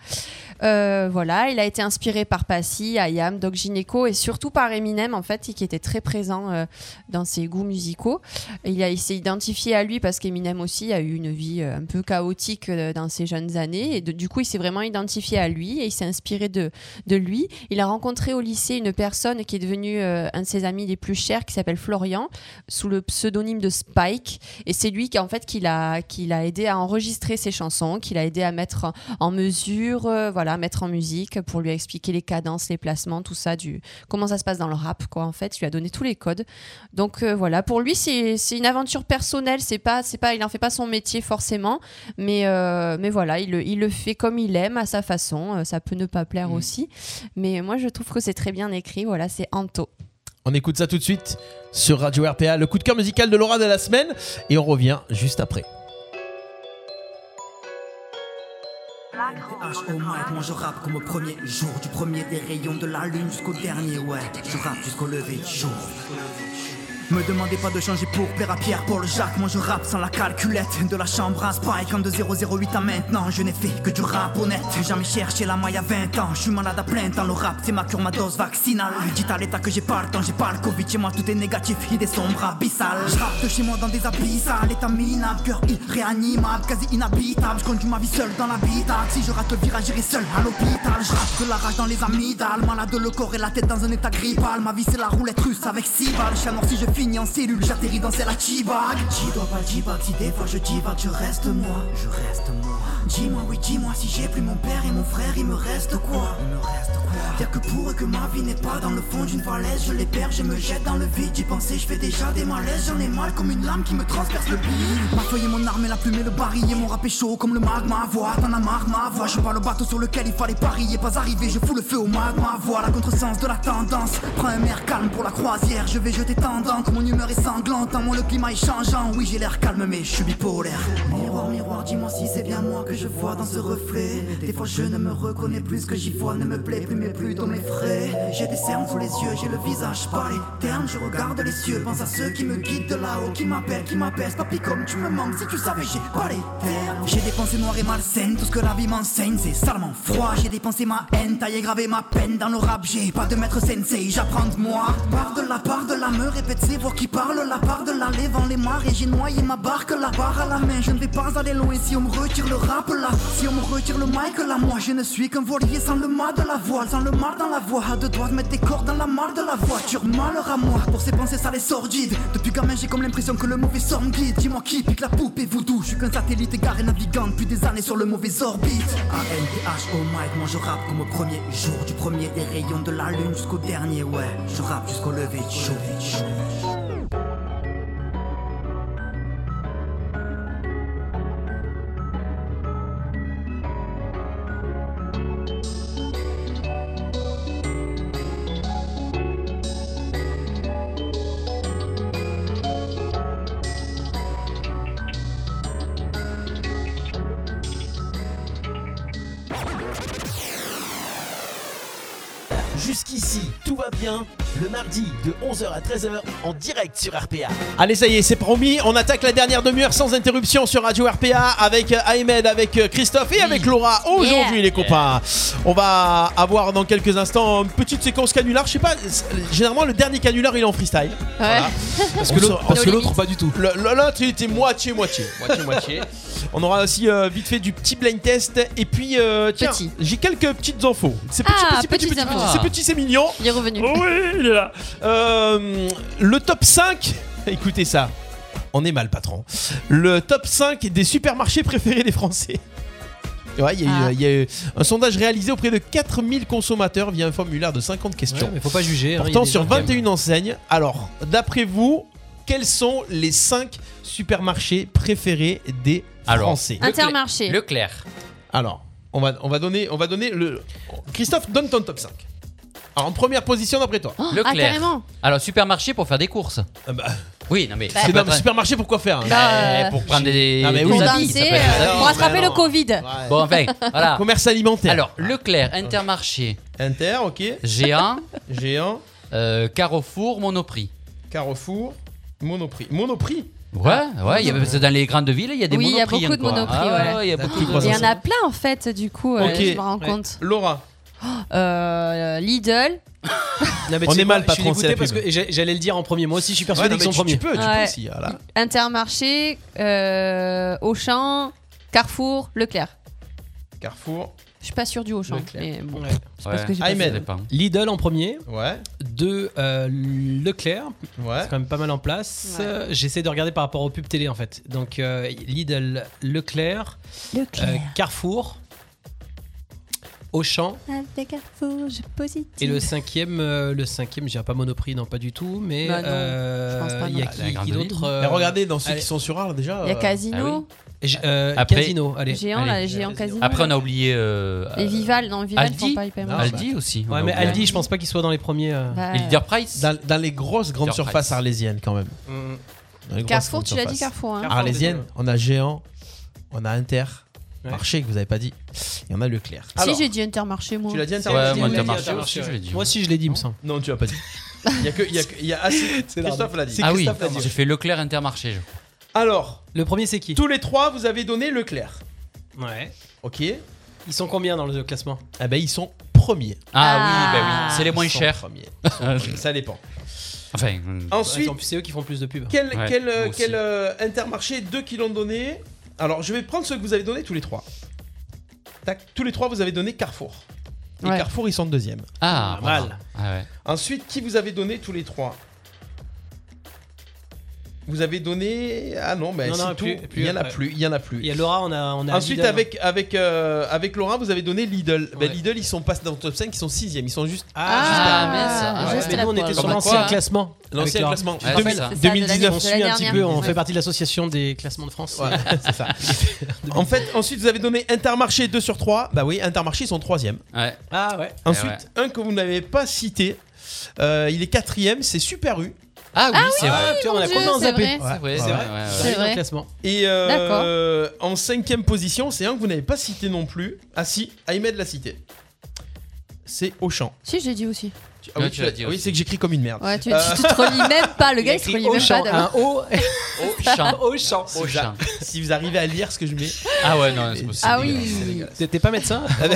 Speaker 4: Euh, voilà, il a été inspiré par Passy, Ayam, Doc Gineco et surtout par Eminem en fait, qui était très présent euh, dans ses goûts musicaux. Il, a- il s'est identifié à lui parce qu'Eminem aussi a eu une vie euh, un peu chaotique euh, dans ses jeunes années et de- du coup, il s'est vraiment identifié à lui et il s'est inspiré de, de lui. Il a rencontré au lycée une personne qui est devenue euh, un de ses amis les plus chers, qui s'appelle Florian, sous le pseudonyme de Spike. Et c'est lui qui, en fait, qui l'a, qui l'a aidé à enregistrer ses chansons, qui l'a aidé à mettre en mesure, euh, voilà, à mettre en musique, pour lui expliquer les cadences, les placements, tout ça, du comment ça se passe dans le rap, quoi. En fait, il lui a donné tous les codes. Donc euh, voilà, pour lui, c'est, c'est une aventure personnelle. C'est pas, c'est pas, il n'en fait pas son métier forcément, mais euh, mais voilà, il, le- il le fait comme il aime, à sa façon. Euh, ça peut ne pas plaire
Speaker 6: Mhm.
Speaker 4: aussi. Mais moi, je trouve que c'est très bien écrit. Voilà, c'est Anto.
Speaker 3: On écoute ça tout de suite sur Radio RPA, le coup de cœur musical de Laura de la semaine, et on revient juste après.
Speaker 11: H au mic, moi je rappe comme au premier jour Du premier des rayons de la lune jusqu'au dernier Ouais, je rappe jusqu'au lever du jour me demandez pas de changer pour plaire à Pierre, Paul, Jacques Moi je rappe sans la calculette De la chambre à Spike en de 008 à maintenant Je n'ai fait que du rap honnête J'ai Jamais cherché la maille à 20 ans Je suis malade à plein temps Le rap c'est ma cure, ma dose vaccinale Dites à l'état que j'ai pas le temps J'ai pas le Covid Chez moi tout est négatif Idée sombre, abyssale Je rappe de chez moi dans des abysses À l'état minable Cœur irréanimable Quasi inhabitable Je conduis ma vie seule dans l'habitacle Si je rate le virage j'irai seul à l'hôpital Je rappe de la rage dans les amygdales Malade le corps et la tête dans un état grippal Ma vie c'est la roulette russe avec 6 balles Je suis amorci, je finis en cellule, j'atterris dans celle à T-Bag. J'y dois pas T-Bag, si des fois je divague, je reste moi. Je reste moi. Dis-moi, oui, dis-moi si j'ai plus mon père et mon frère, il me reste quoi Il me reste quoi Dire que pour eux que ma vie n'est pas dans le fond d'une falaise, je les perds, je me jette dans le vide, j'y pensais, je fais déjà des malaises, j'en ai mal comme une lame qui me transperce le bide. Ma feuille est mon arme et la plume et le baril et mon rap est chaud comme le magma, voix, t'en as marre, ma voix. Je parle le bateau sur lequel il fallait parier, pas arriver, je fous le feu au magma, voix, la contresens de la tendance. Prends un air calme pour la croisière, je vais jeter tendant que mon humeur est sanglante, en moi le climat est changeant. Oui, j'ai l'air calme, mais je suis bipolaire. Miroir, miroir, dis-moi si c'est bien moi que je vois dans ce reflet. Des fois, je ne me reconnais plus, ce que j'y vois ne me plaît plus, mais plutôt m'effraie. J'ai des cernes sous les yeux, j'ai le visage pâle et terne. Je regarde les cieux, pense à ceux qui me guident de là-haut, qui m'appellent, qui m'apaisent. Papy, comme tu me manques, si tu savais, j'ai pas les termes. J'ai des pensées noires et malsaines, tout ce que la vie m'enseigne, c'est salement froid. J'ai dépensé ma haine, taillé, gravé ma peine dans le rap. J'ai pas de maître sensei, j'apprends de moi. Part de la part de la me répète, c'est voix qui parle, la part de l'allée vent les mares. Et j'ai noyé ma barque, la barre à la main. Je ne vais pas aller loin si on me retire le rap là. Si on me retire le mic là, moi je ne suis qu'un voilier sans le mât de la voile, sans le mar dans la voie. À deux doigts de mettre des cordes dans la mare de la voiture. Malheur à moi pour ces pensées sales et sordides. Depuis gamin, j'ai comme l'impression que le mauvais sort me guide. Dis-moi qui pique la poupée voodoo. Je suis qu'un satellite égaré navigant depuis des années sur le mauvais orbite. A-N-T-H au mic, oh moi je rappe comme au premier jour. Du premier des rayons de la lune jusqu'au dernier, ouais. Je rappe jusqu'au lever du jour.
Speaker 1: Jusqu'ici, tout va bien. Le mardi de 11h à 13h en direct sur RPA.
Speaker 3: Allez, ça y est, c'est promis. On attaque la dernière demi-heure sans interruption sur Radio RPA avec euh, Ahmed, avec euh, Christophe et avec Laura aujourd'hui,
Speaker 12: Yeah.
Speaker 3: les copains. On va avoir dans quelques instants une petite séquence canular. Je sais pas, c'est- généralement, le dernier canular, il est en freestyle. Voilà.
Speaker 5: Parce que
Speaker 3: On
Speaker 5: l'autre-
Speaker 3: se-
Speaker 5: parce
Speaker 3: on se-
Speaker 5: que l'autre, pas du tout.
Speaker 3: Le- le- L'autre, il était moitié-moitié. Moitié-moitié. On aura aussi euh, vite fait du petit blind test. Et puis, euh, tiens, j'ai quelques petites infos. C'est petit,
Speaker 4: Ah,
Speaker 3: petit, petit,
Speaker 4: petites
Speaker 3: petit,
Speaker 4: infos.
Speaker 3: petit, c'est petit, c'est mignon.
Speaker 4: Il est revenu.
Speaker 3: Oh Oui, il est là. Euh, le top 5, écoutez ça, on est mal patron. Le top 5 des supermarchés préférés des Français. Ouais, il y, a eu-
Speaker 5: Ah.
Speaker 3: il y a eu un sondage réalisé auprès de 4000 consommateurs via un formulaire de 50 questions.
Speaker 5: Ouais, mais faut pas juger, hein, il y a
Speaker 3: Pourtant,
Speaker 5: des
Speaker 3: sur
Speaker 5: gens qui aiment.
Speaker 3: 21 enseignes, alors, d'après vous, quels sont les 5 supermarchés préférés des
Speaker 6: Alors,
Speaker 3: Français
Speaker 4: Intermarché.
Speaker 6: Leclerc.
Speaker 3: Alors, on va, on va donner, on va donner le. Christophe, donne ton top 5. Alors, en première position d'après toi.
Speaker 4: Oh, ah,
Speaker 3: Ah bah,
Speaker 6: Leclerc. Alors, supermarché pour faire des courses. Oui, non mais.
Speaker 4: Ah,
Speaker 3: Parce que dans le supermarché, pourquoi faire hein
Speaker 6: Bah, pour prendre des.
Speaker 3: Non, mais
Speaker 6: des
Speaker 3: oui.
Speaker 6: habits,
Speaker 4: danser,
Speaker 6: ça peut être des
Speaker 4: euh,
Speaker 6: habits.
Speaker 4: pour attraper le Covid.
Speaker 6: Bon, enfin, voilà.
Speaker 3: Commerce alimentaire.
Speaker 6: Alors, Leclerc, Intermarché.
Speaker 3: Inter, ok.
Speaker 6: Géant.
Speaker 3: Géant.
Speaker 4: euh,
Speaker 6: Carrefour, Monoprix.
Speaker 3: Carrefour, Monoprix. Monoprix
Speaker 6: Ouais, ouais, il y a- parce que dans les grandes villes, il y a des
Speaker 4: Ah. Oui, il y a
Speaker 6: monoprix.
Speaker 4: beaucoup de
Speaker 6: encore.
Speaker 4: monoprix.
Speaker 6: Ah,
Speaker 4: ouais.
Speaker 6: ouais, il y a beaucoup de
Speaker 4: Il y en a plein en fait, du coup, euh, je me rends compte.
Speaker 3: Laura.
Speaker 4: Oh, euh, Lidl.
Speaker 3: On
Speaker 5: Non, mais tu sais
Speaker 3: est
Speaker 5: quoi,
Speaker 3: mal
Speaker 5: Je suis
Speaker 3: patron, c'est la
Speaker 5: dégoûté parce
Speaker 3: pub.
Speaker 5: que j'ai- j'allais le dire en premier. Moi aussi, je suis persuadé
Speaker 3: Ouais, non,
Speaker 5: qu'ils sont
Speaker 3: mais tu-
Speaker 5: premiers.
Speaker 3: tu peux, tu
Speaker 4: Ouais.
Speaker 3: peux aussi, voilà.
Speaker 4: Intermarché, euh, Auchan, Carrefour, Leclerc.
Speaker 3: Carrefour.
Speaker 4: Je suis pas sûr du Auchan,
Speaker 5: Leclerc.
Speaker 4: mais bon.
Speaker 5: Ouais.
Speaker 4: C'est parce que j'ai pas fait.
Speaker 5: Lidl en premier.
Speaker 3: Ouais.
Speaker 5: Deux, euh, Leclerc.
Speaker 3: Ouais.
Speaker 5: C'est quand même pas mal en place.
Speaker 4: Ouais.
Speaker 5: Euh, J'essaie de regarder par rapport aux pubs télé en fait. Donc euh, Lidl, Leclerc,
Speaker 4: Leclerc.
Speaker 5: euh, Carrefour, Auchan.
Speaker 4: Avec Carrefour, je positive.
Speaker 5: Et le cinquième, euh, le cinquième, je dirais pas Monoprix, non pas du tout, mais
Speaker 4: Bah non,
Speaker 5: euh,
Speaker 4: je pense pas,
Speaker 5: il y a
Speaker 4: non.
Speaker 5: qui,
Speaker 4: Ah, la grande
Speaker 5: qui
Speaker 4: ville.
Speaker 5: d'autre
Speaker 3: Mais regardez dans ceux
Speaker 5: allez.
Speaker 3: qui sont sur Arles déjà. euh,
Speaker 4: Il y a Casino.
Speaker 5: J- euh,
Speaker 6: Après-
Speaker 5: Casino, allez.
Speaker 4: Géant,
Speaker 5: Allez.
Speaker 4: là, Géant Casino.
Speaker 6: Après, on a oublié. euh,
Speaker 4: Et Vival, non, Vival, ils
Speaker 6: Aldi.
Speaker 4: font pas hyper mal.
Speaker 6: Aldi aussi. on
Speaker 5: Ouais,
Speaker 6: a
Speaker 5: mais
Speaker 6: oublié.
Speaker 5: Aldi, je pense pas qu'il soit dans les premiers. euh.
Speaker 4: Bah,
Speaker 6: Et Leader Price
Speaker 3: Dans, dans les grosses grandes
Speaker 6: Leader
Speaker 3: surfaces
Speaker 6: Price.
Speaker 3: arlésiennes quand même. Dans les grosses
Speaker 4: Mm. Carrefour,
Speaker 3: grandes
Speaker 4: tu l'as dit,
Speaker 3: surfaces.
Speaker 4: Carrefour, hein.
Speaker 3: Arlésienne, on a Géant, on a Inter. Marché que vous avez pas dit. Il y en a Leclerc. Alors,
Speaker 4: si j'ai dit Intermarché moi.
Speaker 3: tu l'as dit
Speaker 5: Ouais,
Speaker 3: Intermarché
Speaker 5: moi,
Speaker 3: tu l'as dit,
Speaker 5: Intermarché
Speaker 3: Intermarché,
Speaker 5: aussi,
Speaker 3: ouais.
Speaker 5: je l'ai dit.
Speaker 3: Moi aussi je l'ai dit, me semble. Non, tu l'as pas dit. Il y a que il y a, que- il y a assez. Christophe l'a dit.
Speaker 6: Ah oui,
Speaker 3: Christophe l'a dit.
Speaker 6: j'ai fait Leclerc Intermarché. je-
Speaker 3: Alors,
Speaker 5: le premier c'est qui
Speaker 3: Tous les trois, vous avez donné Leclerc.
Speaker 5: Ouais.
Speaker 3: Ok.
Speaker 5: Ils sont combien dans le classement
Speaker 3: Ah bah ils sont premiers.
Speaker 6: Ah,
Speaker 4: ben
Speaker 6: oui, bah oui, c'est les moins
Speaker 3: Ils sont
Speaker 6: chers.
Speaker 3: premiers. Ça dépend.
Speaker 6: Enfin, euh,
Speaker 5: Oh,
Speaker 3: Ensuite-
Speaker 5: en plus c'est eux qui font le plus de pubs.
Speaker 3: Quel, quel, euh,
Speaker 5: moi aussi.
Speaker 3: quel, euh, intermarché Deux qui l'ont donné. Alors, je vais prendre ceux que vous avez donné tous les trois. Tac, tous les trois, vous avez donné Carrefour. Et
Speaker 6: Ouais.
Speaker 3: Carrefour, ils sont deuxième.
Speaker 6: Ah,
Speaker 3: Pas
Speaker 6: voilà.
Speaker 3: mal.
Speaker 6: Ah ouais.
Speaker 3: Ensuite, qui vous avez donné tous les trois Vous avez donné. Ah non, mais
Speaker 5: Non, non,
Speaker 3: c'est tout.
Speaker 5: plus- plus
Speaker 3: Il y en a
Speaker 5: après.
Speaker 3: plus. Il y en a plus.
Speaker 5: Il y a Laura, on a on a
Speaker 3: Ensuite,
Speaker 5: Lidl.
Speaker 3: avec, avec, euh, avec Laura, vous avez donné Lidl. Ben,
Speaker 5: Ouais.
Speaker 3: Lidl, ils sont pas dans le top 5, ils sont 6 Ils sont juste.
Speaker 5: Ah,
Speaker 3: juste derrière.
Speaker 5: mince.
Speaker 3: Ouais.
Speaker 5: Juste Mais nous, on la était poire. sur Comme l'ancien quoi. classement. Avec
Speaker 3: L'ancien
Speaker 5: Laura.
Speaker 3: classement.
Speaker 5: Ouais,
Speaker 3: 2000-
Speaker 5: c'est ça.
Speaker 3: 2019,
Speaker 5: on suit un petit peu, on fait partie de l'association des classements de France.
Speaker 3: Ouais, c'est ça. en fait, ensuite, vous avez donné Intermarché 2 sur 3. Bah oui, Intermarché, ils sont 3
Speaker 6: Ouais.
Speaker 5: Ah ouais.
Speaker 3: Ensuite, un que vous n'avez pas cité, euh, il est 4 c'est Super U.
Speaker 6: Ah
Speaker 5: oui, Ah c'est oui, vrai. mon
Speaker 3: on a
Speaker 5: Dieu,
Speaker 3: complètement
Speaker 5: c'est
Speaker 3: zappé.
Speaker 5: vrai. C'est vrai, c'est vrai. C'est vrai. Dans le classement.
Speaker 3: Et euh, en cinquième position, c'est un que vous n'avez pas cité non plus. Ah si, Ahmed l'a cité. C'est Auchan.
Speaker 4: Si j'ai dit aussi.
Speaker 3: Ah oui, tu l'as dit oui, c'est que j'écris comme une merde.
Speaker 4: Ouais, tu,
Speaker 3: Euh,
Speaker 4: tu- tu te relis même pas, le
Speaker 3: Il
Speaker 4: gars
Speaker 3: a
Speaker 4: il se
Speaker 3: écrit
Speaker 4: relit même
Speaker 3: Auchan,
Speaker 4: pas
Speaker 3: un O.
Speaker 4: Auchan.
Speaker 5: Auchan.
Speaker 3: Si vous a- Si vous arrivez à lire ce que je mets. Ah
Speaker 6: Ah ouais, non,
Speaker 3: c'est
Speaker 4: Ah oui.
Speaker 5: T'étais pas médecin
Speaker 3: ben,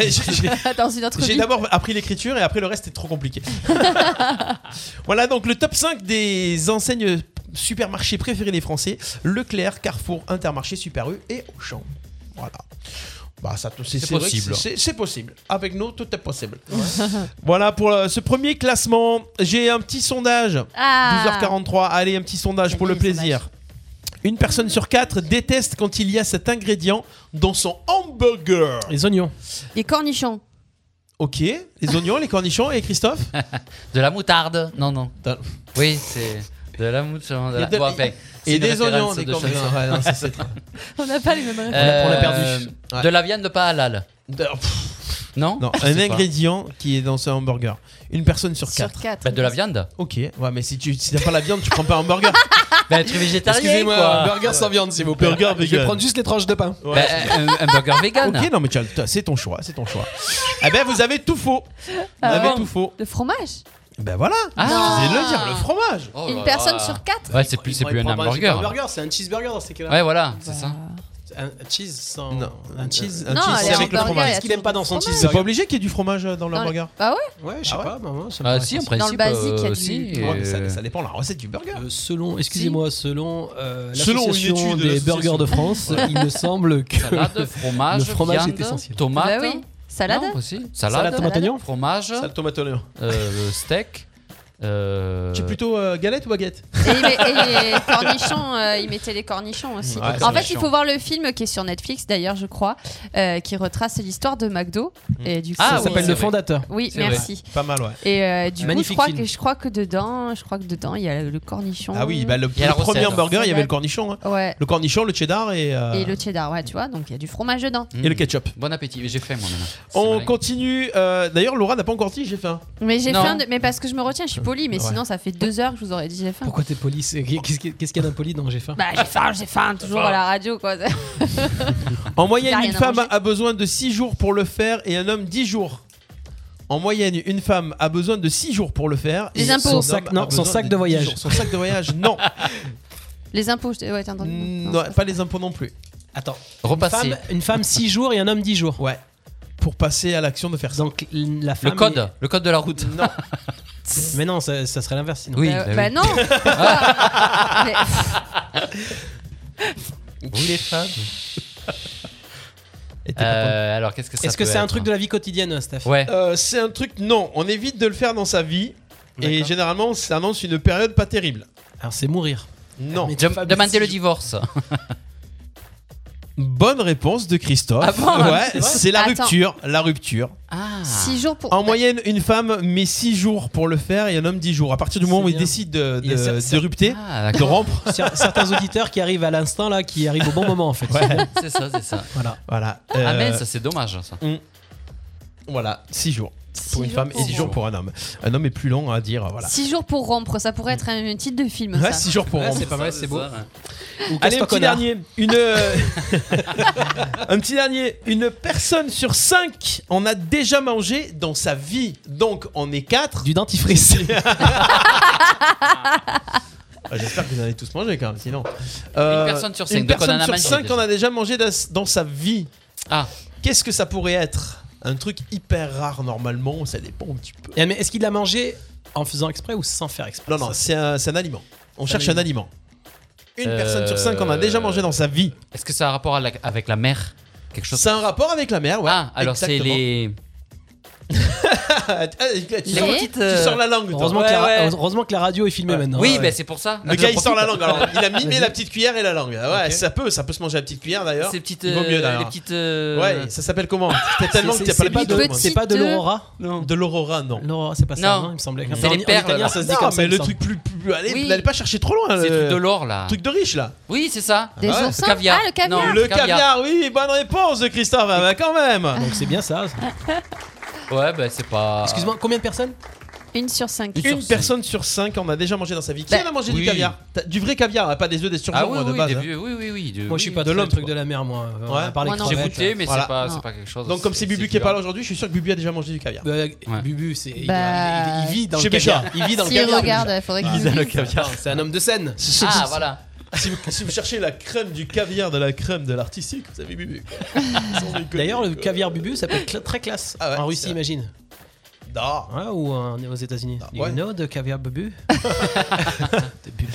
Speaker 4: Dans une autre
Speaker 3: J'ai
Speaker 4: vie.
Speaker 3: d'abord appris l'écriture et après le reste est trop compliqué. voilà donc le top 5 des enseignes supermarchés préférées des Français Leclerc, Carrefour, Intermarché, Super U et Auchan. Voilà. Bah, ça, te- c'est
Speaker 6: C'est
Speaker 3: c'est vrai que
Speaker 6: possible.
Speaker 3: c'est- C'est possible. Avec nous, tout est possible. voilà pour euh, ce premier classement. J'ai un petit sondage.
Speaker 1: Ah.
Speaker 3: 12h43. Allez, un petit sondage pour le plaisir. Une personne sur quatre déteste quand il y a cet ingrédient dans son hamburger.
Speaker 5: Les oignons.
Speaker 4: Les cornichons.
Speaker 3: Ok, les oignons, les cornichons et Christophe
Speaker 6: De la moutarde Non, non. Oui, c'est de la moutarde. de
Speaker 3: Et
Speaker 6: la-
Speaker 3: de-
Speaker 6: bon, enfin, c'est
Speaker 3: et
Speaker 6: une
Speaker 3: des oignons,
Speaker 6: référence
Speaker 3: des
Speaker 6: de
Speaker 3: cornichons.
Speaker 6: chanson.
Speaker 3: Ouais, non, ça, c'est-
Speaker 4: On n'a pas les mêmes
Speaker 6: Euh,
Speaker 4: références.
Speaker 3: Ouais.
Speaker 6: De la viande pas halal. Non
Speaker 3: Non,
Speaker 6: Je
Speaker 3: un
Speaker 6: sais pas.
Speaker 3: ingrédient qui est dans ce hamburger. Une personne Euh, sur quatre.
Speaker 4: quatre.
Speaker 6: Bah, de la viande.
Speaker 3: Ok, ouais, mais si tu si t'as pas la viande, tu prends pas un hamburger.
Speaker 6: Bah, tu es végétarien.
Speaker 3: Ah. Excusez-moi,
Speaker 6: quoi.
Speaker 3: burger sans viande, s'il vous plaît. Burger
Speaker 5: Je vais
Speaker 3: vegan.
Speaker 5: prendre juste les tranches de pain.
Speaker 3: Ouais.
Speaker 6: Bah, un, un burger vegan.
Speaker 3: Ok, non, mais tu as le- t'as- c'est ton choix, c'est ton choix. eh ben, vous avez tout faux. Vous
Speaker 4: Ah
Speaker 3: avez
Speaker 4: bon
Speaker 3: tout faux.
Speaker 4: Le fromage.
Speaker 3: Ben voilà,
Speaker 6: Ah.
Speaker 3: je disais de le dire, le fromage.
Speaker 6: Oh là
Speaker 4: Une
Speaker 6: là.
Speaker 4: personne sur quatre.
Speaker 6: Ouais, c'est plus, c'est plus un hamburger.
Speaker 5: C'est un burger, c'est un cheeseburger dans ces cas-là.
Speaker 6: Ouais, voilà, c'est ça.
Speaker 5: Un cheese sans.
Speaker 3: Non,
Speaker 5: Un cheese.
Speaker 3: un Non, cheese,
Speaker 5: c'est
Speaker 3: c'est
Speaker 5: avec le
Speaker 3: hamburger, il y
Speaker 5: fromage.
Speaker 3: a
Speaker 5: Ce qu'il aime pas dans son
Speaker 3: C'est
Speaker 5: cheeseburger.
Speaker 3: pas obligé qu'il y ait du fromage euh, dans le
Speaker 4: Dans le-
Speaker 3: hamburger.
Speaker 4: Bah
Speaker 5: Ouais, je sais
Speaker 3: Ah ouais.
Speaker 5: pas. bah, moi, ça me
Speaker 6: Ah,
Speaker 5: paraît
Speaker 6: si, en
Speaker 5: pas-
Speaker 6: principe.
Speaker 4: Dans le basique, il y a
Speaker 6: euh,
Speaker 4: du-
Speaker 6: si,
Speaker 3: Ouais, Oh, mais ça,
Speaker 6: euh,
Speaker 3: ça dépend de la recette du burger.
Speaker 5: Euh, selon, excusez-moi, selon euh,
Speaker 3: Selon une
Speaker 5: l'association
Speaker 3: étude de
Speaker 5: des
Speaker 3: l'association.
Speaker 5: burgers de France, il me semble que
Speaker 6: Salade, fromage,
Speaker 5: le fromage
Speaker 6: viande,
Speaker 5: est essentiel.
Speaker 6: tomate.
Speaker 4: Bah oui. Salade.
Speaker 6: Non, aussi. Salade,
Speaker 5: Salade, tomate, oignon
Speaker 6: fromage,
Speaker 3: Ça, le tomate oignon.
Speaker 6: euh, steak. euh,
Speaker 3: Tu es plutôt euh, galette ou baguette
Speaker 4: Et, il met- et les cornichons, euh, ils mettaient les cornichons aussi.
Speaker 3: Ouais,
Speaker 4: en fait,
Speaker 3: cornichons.
Speaker 4: il faut voir le film qui est sur Netflix, d'ailleurs, je crois, euh, qui retrace l'histoire de McDo. Et du coup, euh,
Speaker 5: ça s'appelle
Speaker 6: c'est
Speaker 5: le
Speaker 6: vrai.
Speaker 5: fondateur.
Speaker 4: Oui,
Speaker 6: C'est
Speaker 4: merci.
Speaker 3: Pas mal, ouais.
Speaker 4: Et euh, du coup, je
Speaker 5: Magnifique
Speaker 4: crois,
Speaker 5: film.
Speaker 4: que, je crois que dedans, je crois que dedans, il y a le cornichon.
Speaker 3: Ah oui, bah, le,
Speaker 6: y a
Speaker 3: le
Speaker 6: la recette,
Speaker 3: premier
Speaker 6: hein.
Speaker 3: hamburger, il y avait
Speaker 4: Salade.
Speaker 3: le cornichon. hein.
Speaker 4: Ouais.
Speaker 3: Le cornichon, le cheddar et, euh,
Speaker 4: Et le cheddar, ouais, tu vois, donc il y a du fromage dedans.
Speaker 6: mm.
Speaker 3: et le ketchup.
Speaker 6: Bon appétit, j'ai faim moi maintenant. C'est
Speaker 3: On
Speaker 6: malin.
Speaker 3: continue. euh, D'ailleurs, Laura n'a pas encore dit j'ai faim.
Speaker 4: Mais j'ai
Speaker 6: Non.
Speaker 4: faim, de- mais parce que je me retiens, je suis polie, mais
Speaker 3: Ouais.
Speaker 4: sinon ça fait deux heures que je vous aurais dit j'ai faim.
Speaker 5: Pourquoi t'es poli c'est- Qu'est-ce qu'il qu'est-ce qu'il y a d'impoli dans J'ai faim
Speaker 4: bah j'ai faim, j'ai faim, toujours à la radio quoi.
Speaker 3: En
Speaker 4: Y a
Speaker 3: moyenne,
Speaker 4: rien
Speaker 3: une
Speaker 4: à
Speaker 3: femme
Speaker 4: manger.
Speaker 3: a besoin de 6 jours pour le faire et un homme 10 jours. En moyenne, une femme a besoin de 6 jours pour le faire.
Speaker 4: Les
Speaker 3: et
Speaker 4: impôts.
Speaker 3: un
Speaker 4: Son
Speaker 3: homme
Speaker 5: sac-
Speaker 3: a
Speaker 5: non,
Speaker 3: besoin
Speaker 5: son sac de
Speaker 3: 10
Speaker 5: voyage.
Speaker 3: jours. Son sac de voyage, non. Mm,
Speaker 4: Les impôts, je t'ai- ouais, t'as entendu. Non,
Speaker 3: Non,
Speaker 4: c'est
Speaker 3: pas les impôts non plus.
Speaker 5: Attends.
Speaker 6: Repasser.
Speaker 5: Femme- une femme 6 jours et un homme 10 jours.
Speaker 3: Ouais. Pour passer à l'action de faire ça.
Speaker 5: Donc la femme.
Speaker 6: Le code,
Speaker 5: est-
Speaker 6: le code de la route.
Speaker 3: Non.
Speaker 5: Mais non, ça, ça serait l'inverse sinon.
Speaker 6: Oui,
Speaker 4: pas-
Speaker 6: bah
Speaker 4: bah,
Speaker 6: oui.
Speaker 4: non Pourquoi Mais-
Speaker 6: Vous les femmes.
Speaker 3: Et t'es pas
Speaker 6: Euh, alors qu'est-ce que ça
Speaker 5: Est-ce que
Speaker 6: peut
Speaker 5: c'est un
Speaker 6: être
Speaker 5: truc de la vie quotidienne, Steph
Speaker 6: Ouais.
Speaker 3: con. Euh, c'est un truc, non. On évite de le faire dans sa vie. Et
Speaker 5: D'accord.
Speaker 3: généralement, ça annonce une période pas terrible.
Speaker 5: Alors c'est mourir.
Speaker 3: Non.
Speaker 5: Mais-
Speaker 6: Dem-
Speaker 5: Femme,
Speaker 6: Demander
Speaker 5: si
Speaker 6: le
Speaker 5: je-
Speaker 6: divorce.
Speaker 3: Bonne réponse de Christophe.
Speaker 6: Ah bon
Speaker 3: ouais, c'est la
Speaker 4: Attends.
Speaker 3: rupture. La rupture.
Speaker 6: Ah.
Speaker 4: Six jours pour.
Speaker 3: En moyenne, une femme met 6 jours pour le faire et un homme 10 jours. À partir du moment
Speaker 5: C'est
Speaker 3: où il
Speaker 5: bien.
Speaker 3: décide de,
Speaker 5: Il y a cer-
Speaker 3: de, de
Speaker 5: cer-
Speaker 3: rupter,
Speaker 6: Ah,
Speaker 3: de
Speaker 6: d'accord.
Speaker 3: rompre,
Speaker 5: Cer- Certains auditeurs qui arrivent à l'instant là, qui arrivent au bon moment en fait.
Speaker 6: c'est ça, c'est ça.
Speaker 5: Voilà.
Speaker 3: voilà.
Speaker 6: Ah
Speaker 3: Euh,
Speaker 6: mince, c'est dommage ça.
Speaker 3: Voilà, 6 jours. pour une
Speaker 4: jours
Speaker 3: femme et
Speaker 4: pour
Speaker 3: 10 jours
Speaker 4: rompre.
Speaker 3: pour un homme. Un homme est plus lent à dire, voilà.
Speaker 4: 6 jours pour rompre, ça pourrait être un titre de film.
Speaker 3: Ouais,
Speaker 4: ça.
Speaker 3: six jours pour rompre. Allez,
Speaker 5: casse-toi,
Speaker 3: un petit
Speaker 5: connard.
Speaker 3: dernier. Une, euh, un petit dernier. Une personne sur 5 en a déjà mangé dans sa vie. Donc, on est 4. Du dentifrice. Ah, J'espère que vous en avez tous mangé quand même, sinon. Euh,
Speaker 6: personne sur cinq,
Speaker 3: Une
Speaker 6: donc on en a
Speaker 3: personne sur
Speaker 6: mangé
Speaker 3: 5
Speaker 6: déjà.
Speaker 3: en a déjà mangé dans- dans sa vie. Ah. Qu'est-ce que ça pourrait être Un truc hyper rare normalement, ça dépend un petit peu.
Speaker 5: Mais est-ce qu'il l'a mangé en faisant exprès ou sans faire exprès
Speaker 3: Non, non, c'est un, c'est un aliment. On
Speaker 5: C'est
Speaker 3: cherche
Speaker 5: un
Speaker 3: un aliment. Une personne sur cinq en a déjà mangé dans sa vie.
Speaker 6: Est-ce que ça a un rapport à la- avec la mer Quelque chose
Speaker 3: C'est un rapport avec la mer, ouais.
Speaker 6: Ah, alors c'est
Speaker 3: exactement.
Speaker 6: les.
Speaker 3: Ah, tu- tu,
Speaker 6: Les
Speaker 3: sors,
Speaker 6: petites,
Speaker 3: tu
Speaker 6: euh,
Speaker 3: sors la langue. toi.
Speaker 5: Heureusement, que la, ra- Ah, heureusement que la radio est filmée maintenant.
Speaker 6: Oui,
Speaker 5: Ouais,
Speaker 6: mais
Speaker 5: ouais.
Speaker 6: c'est pour ça.
Speaker 3: Le gars il sort la langue. Alors, il a mimé
Speaker 5: Vas-y.
Speaker 3: la petite cuillère et la langue. Ah, Ouais, ça peut, ça peut se manger la petite cuillère d'ailleurs.
Speaker 6: Ces petites,
Speaker 3: Il vaut
Speaker 6: euh,
Speaker 3: mieux d'ailleurs.
Speaker 6: les petites, euh,
Speaker 3: Ouais, ça s'appelle comment T'as tellement
Speaker 5: C'est-
Speaker 3: que t'as
Speaker 5: c'est
Speaker 3: parlé
Speaker 5: pas
Speaker 3: pas
Speaker 5: de-
Speaker 3: de.
Speaker 5: c'est pas de l'aurora
Speaker 3: Non. De l'aurora, non.
Speaker 5: L'aurora, c'est pas ça, hein, il me semblait. Enfin, en- en italien, ça se dit
Speaker 3: Non,
Speaker 5: comme ça,
Speaker 3: mais
Speaker 5: il
Speaker 3: le
Speaker 5: me
Speaker 3: truc plus, plus- allez,
Speaker 6: Oui.
Speaker 3: n'allez pas chercher trop loin.
Speaker 6: C'est
Speaker 3: le-
Speaker 6: truc de l'or, là.
Speaker 3: Euh, Truc de riche là.
Speaker 6: Oui, c'est ça.
Speaker 3: Des
Speaker 6: Le
Speaker 3: oursins
Speaker 6: caviar.
Speaker 4: Ah, le caviar.
Speaker 6: Non,
Speaker 3: Le caviar, oui, bonne réponse de Christophe, ah bah, quand même. Donc c'est bien ça.
Speaker 6: Ouais, bah c'est pas.
Speaker 5: Excuse-moi, combien de personnes
Speaker 4: Une sur 5.
Speaker 3: Une, personne sur cinq en a déjà mangé dans sa vie. Qui
Speaker 6: Ben,
Speaker 4: Bah,
Speaker 3: en a mangé du
Speaker 6: oui.
Speaker 3: caviar T'as- Du vrai caviar, hein, pas des œufs, des surgelés,
Speaker 6: Ah oui,
Speaker 3: moi, de
Speaker 6: oui,
Speaker 3: base.
Speaker 6: des
Speaker 3: hein.
Speaker 6: vieux, oui, oui, oui. de-
Speaker 5: Moi, je suis
Speaker 6: oui,
Speaker 5: pas de
Speaker 6: de
Speaker 5: l'homme,
Speaker 6: l'homme,
Speaker 5: truc
Speaker 6: quoi.
Speaker 5: de la mer, moi. On
Speaker 6: Ouais.
Speaker 5: a parlé
Speaker 6: Moi non.
Speaker 5: crevettes.
Speaker 6: J'ai goûté, mais c'est pas- c'est pas quelque chose-
Speaker 3: Donc, comme c'est
Speaker 6: c'est-
Speaker 3: Bubu
Speaker 6: c'est
Speaker 3: qui est pas
Speaker 6: dur.
Speaker 3: là aujourd'hui, je suis sûr que Bubu a déjà mangé du caviar.
Speaker 5: Euh, Bubu, c'est, il,
Speaker 4: Bah,
Speaker 5: doit- il- il vit dans
Speaker 3: chez
Speaker 5: le caviar.
Speaker 3: Béchard.
Speaker 5: Il vit dans le
Speaker 4: S'il
Speaker 5: caviar.
Speaker 4: regarde,
Speaker 5: Bubu.
Speaker 4: il faudrait
Speaker 5: Ah,
Speaker 4: qu'il
Speaker 5: il vit dans le
Speaker 4: dise.
Speaker 5: caviar. C'est un homme de scène.
Speaker 6: Ah, voilà.
Speaker 3: Si vous, si vous cherchez la crème du caviar de la crème de l'artistique, vous avez Bubu. quoi.
Speaker 5: D'ailleurs, le caviar Bubu, ça peut être cla- très classe.
Speaker 3: Ah ouais,
Speaker 5: en
Speaker 3: c'est
Speaker 5: Russie,
Speaker 3: vrai.
Speaker 5: imagine.
Speaker 3: Da.
Speaker 5: Ouais, ou en- aux États-Unis.
Speaker 10: Ah,
Speaker 5: You
Speaker 3: ouais.
Speaker 5: know de caviar Bubu De Bubu.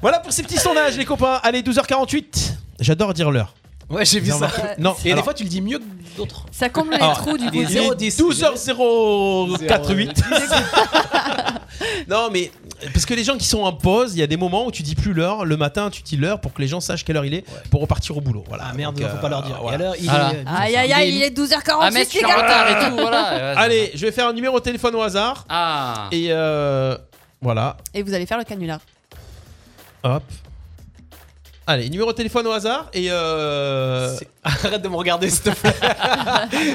Speaker 3: Voilà pour ces petits sondages, les copains. Allez, 12h48. J'adore dire l'heure.
Speaker 5: Ouais, j'ai vu
Speaker 3: J'ai
Speaker 5: ça.
Speaker 3: remarqué. Non,
Speaker 5: Et
Speaker 3: alors-
Speaker 5: des fois, tu le dis mieux que d'autres.
Speaker 4: Ça comble les
Speaker 3: Alors,
Speaker 4: trous du
Speaker 3: il
Speaker 4: coup.
Speaker 3: est 12h048. non, mais parce que les gens qui sont en pause, il y a des moments où tu dis plus l'heure. Le matin, tu dis l'heure pour que les gens sachent quelle heure il est pour repartir au boulot. Voilà.
Speaker 5: Ah merde,
Speaker 3: Donc, euh,
Speaker 5: faut pas leur dire.
Speaker 3: voilà.
Speaker 5: Et alors, il
Speaker 3: Voilà.
Speaker 5: est.
Speaker 4: Aïe aïe aïe, il est 12h48.
Speaker 6: Ah, mais je suis en
Speaker 4: les gars.
Speaker 6: retard et tout, voilà. Ouais,
Speaker 3: Allez, je vais faire un numéro de téléphone au hasard.
Speaker 6: Ah.
Speaker 3: Et euh, voilà.
Speaker 4: Et vous allez faire le canular.
Speaker 3: Hop. Allez, numéro de téléphone au hasard et euh...
Speaker 5: Arrête de me regarder, s'il te plaît.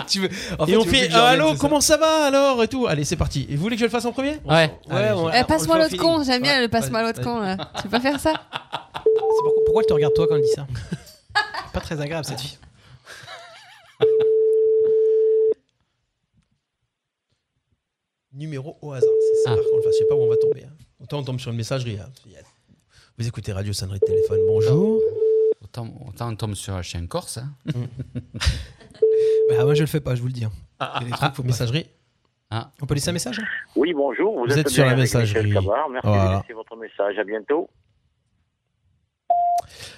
Speaker 5: tu veux... en
Speaker 3: et on
Speaker 5: tu veux plus
Speaker 3: fait
Speaker 5: que je
Speaker 3: euh,
Speaker 5: regarde
Speaker 3: allô,
Speaker 5: tout ça.
Speaker 3: comment ça va alors et tout. Allez, c'est parti. Et vous voulez que je le fasse en premier
Speaker 6: Ouais.
Speaker 5: Ouais, on- on le
Speaker 4: Eh,
Speaker 5: fait
Speaker 4: passe-moi
Speaker 5: au
Speaker 4: l'autre
Speaker 5: feeling.
Speaker 4: con, j'aime bien
Speaker 5: Ouais,
Speaker 4: le passe-moi
Speaker 5: vas-y,
Speaker 4: l'autre
Speaker 5: vas-y.
Speaker 4: con là. Tu peux pas faire ça
Speaker 5: C'est pourquoi- Pourquoi elle te regarde toi quand elle dit ça Pas très agréable cette fille.
Speaker 3: Numéro au hasard. C'est ça qu'on le fasse. Je sais pas où on va tomber. hein. Autant on tombe sur une messagerie. hein. Vous écoutez Radio Sonnerie de Téléphone. Bonjour.
Speaker 6: Autant, autant on tombe sur chez un Corse. hein.
Speaker 5: Bah, moi je le fais pas, je vous le dis. hein.
Speaker 3: Ah,
Speaker 5: Il y a des trucs, faut pas
Speaker 3: messagerie.
Speaker 5: faire.
Speaker 3: Ah.
Speaker 5: On peut laisser un message hein
Speaker 10: Oui, bonjour. Vous,
Speaker 3: Vous êtes sur
Speaker 10: bien
Speaker 3: la
Speaker 10: avec Michel
Speaker 3: messagerie.
Speaker 10: Cabard. Merci
Speaker 3: Voilà.
Speaker 10: de laisser votre message. À bientôt.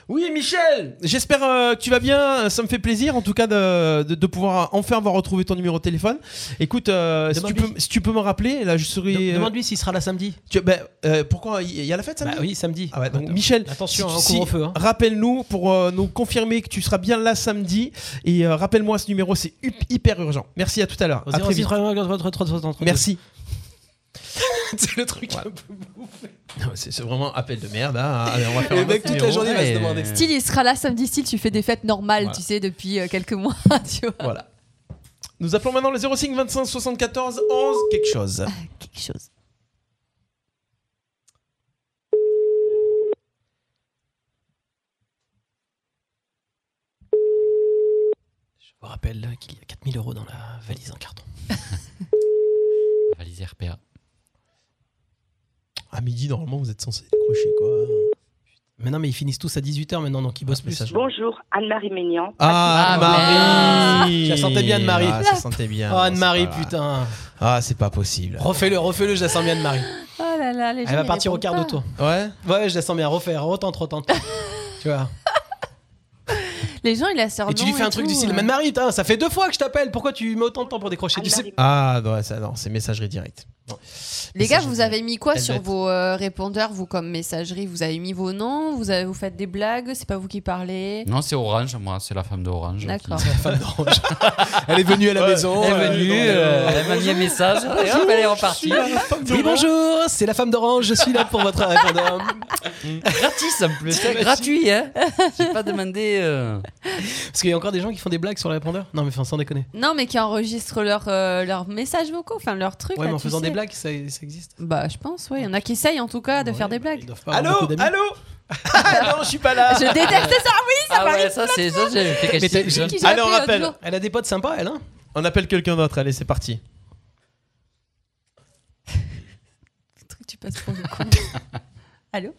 Speaker 3: Oui, Michel. J'espère euh, que tu vas bien. Ça me fait plaisir, en tout cas, de, de- de pouvoir enfin avoir retrouvé ton numéro de téléphone. Écoute, euh, si, tu
Speaker 5: Demande-lui.
Speaker 3: peux, si tu peux me rappeler, là, je serai.
Speaker 5: Dem- Demande-lui s'il sera là samedi.
Speaker 3: Tu- ben, euh, pourquoi il y- il y a la fête
Speaker 5: Bah
Speaker 3: samedi
Speaker 5: oui, samedi.
Speaker 3: Ah ouais, donc Michel,
Speaker 5: Attention,
Speaker 3: si
Speaker 5: hein, au
Speaker 3: tu- si-
Speaker 5: couvre-feu. hein.
Speaker 3: rappelle-nous pour euh, nous confirmer que tu seras bien là samedi et euh, rappelle-moi ce numéro, c'est hup- hyper urgent. Merci à tout à l'heure.
Speaker 5: Au
Speaker 3: À très
Speaker 5: 06
Speaker 3: vite.
Speaker 5: 33 33 33 33.
Speaker 3: Merci.
Speaker 5: C'est le truc un peu bouffé.
Speaker 3: Non, C'est c'est vraiment appel de merde. hein. Allez, on va faire
Speaker 5: Le
Speaker 3: un
Speaker 5: mec,
Speaker 3: autre
Speaker 5: toute la
Speaker 3: numéro.
Speaker 5: journée, va se
Speaker 3: Et-
Speaker 5: demander.
Speaker 4: Style, il sera là samedi. Style, tu fais des fêtes normales,
Speaker 3: Voilà.
Speaker 4: tu sais, depuis euh, quelques mois. tu vois.
Speaker 3: Voilà. Nous appelons maintenant le 05 25 74 11 quelque chose.
Speaker 4: Quelque chose.
Speaker 5: Je vous rappelle là, qu'il y a 4000 euros dans la valise en carton.
Speaker 6: Valise RPA.
Speaker 3: À midi, normalement, vous êtes censé décrocher quoi.
Speaker 5: Mais non, mais ils finissent tous à 18h maintenant, donc ils bossent plus.
Speaker 12: Bonjour, Anne-Marie Ménian.
Speaker 3: Ah,
Speaker 5: Ah,
Speaker 3: Marie
Speaker 5: merde. Ça sentait bien, Anne-Marie.
Speaker 3: Ah, ça sentait bien.
Speaker 5: Oh,
Speaker 3: Non, c'est
Speaker 5: Anne-Marie,
Speaker 3: pas grave.
Speaker 5: putain.
Speaker 3: Ah, c'est pas possible.
Speaker 5: Refais-le, refais-le, je la sens bien, Anne-Marie.
Speaker 4: Oh là là, les gens,
Speaker 5: Elle va
Speaker 4: ils
Speaker 5: partir au quart de
Speaker 4: répondent
Speaker 5: tour.
Speaker 3: Ouais.
Speaker 5: Ouais, je la sens bien, refaire, retente, retente. tu vois.
Speaker 4: pas. Les gens, ils la sortent.
Speaker 5: Et tu lui fais un truc du style, Man Marie, putain, ça fait deux fois que je t'appelle, pourquoi tu mets autant de temps pour décrocher Tu sais,
Speaker 3: Ah, non, ça, non, c'est messagerie directe.
Speaker 4: Les gars, vous avez mis quoi
Speaker 3: Elle
Speaker 4: sur
Speaker 3: va être-
Speaker 4: vos euh, répondeurs, vous comme messagerie Vous avez mis vos noms, vous avez vous faites des blagues, c'est pas vous qui parlez.
Speaker 6: Non, c'est Orange, moi, c'est la femme d'Orange.
Speaker 4: D'accord.
Speaker 6: qui-
Speaker 5: la femme d'Orange. elle est venue à la maison.
Speaker 6: Elle est
Speaker 3: Oh,
Speaker 6: venue, euh, elle m'a mis un message, et hop, elle est repartie.
Speaker 5: Oui, bonjour, c'est la femme d'Orange, je suis là pour votre répondeur.
Speaker 6: Gratis, ça me plaît. C'est gratuit, hein J'ai pas demandé. euh.
Speaker 5: Parce qu'il y a encore des gens qui font des blagues sur le répondeur. Non, mais enfin, sans déconner.
Speaker 4: Non, mais qui enregistrent leurs euh, leurs messages vocaux, enfin leurs trucs.
Speaker 5: Ouais,
Speaker 4: là,
Speaker 5: mais en
Speaker 4: bah, tu
Speaker 5: faisant
Speaker 4: sais.
Speaker 5: des blagues, ça, ça existe. bah,
Speaker 4: Bah, je pense, ouais. Il y en a qui essayent en tout cas de faire des blagues.
Speaker 5: pas avoir Allô beaucoup d'amis.
Speaker 3: Allô Ah non, je suis pas là.
Speaker 4: Je déteste ça, oui, ça
Speaker 6: Ah
Speaker 4: m'arrive
Speaker 6: ouais, ça, c'est ça, j'ai fait
Speaker 5: Mais t'as-
Speaker 6: cacher.
Speaker 5: j'ai-
Speaker 4: Qui j'ai
Speaker 3: Allez, on
Speaker 4: appelé l'autre
Speaker 3: rappelle.
Speaker 4: jour.
Speaker 5: Elle a des potes sympas, elle, hein
Speaker 3: On appelle quelqu'un d'autre. Allez, c'est parti.
Speaker 4: que tu passes pour le con. Allô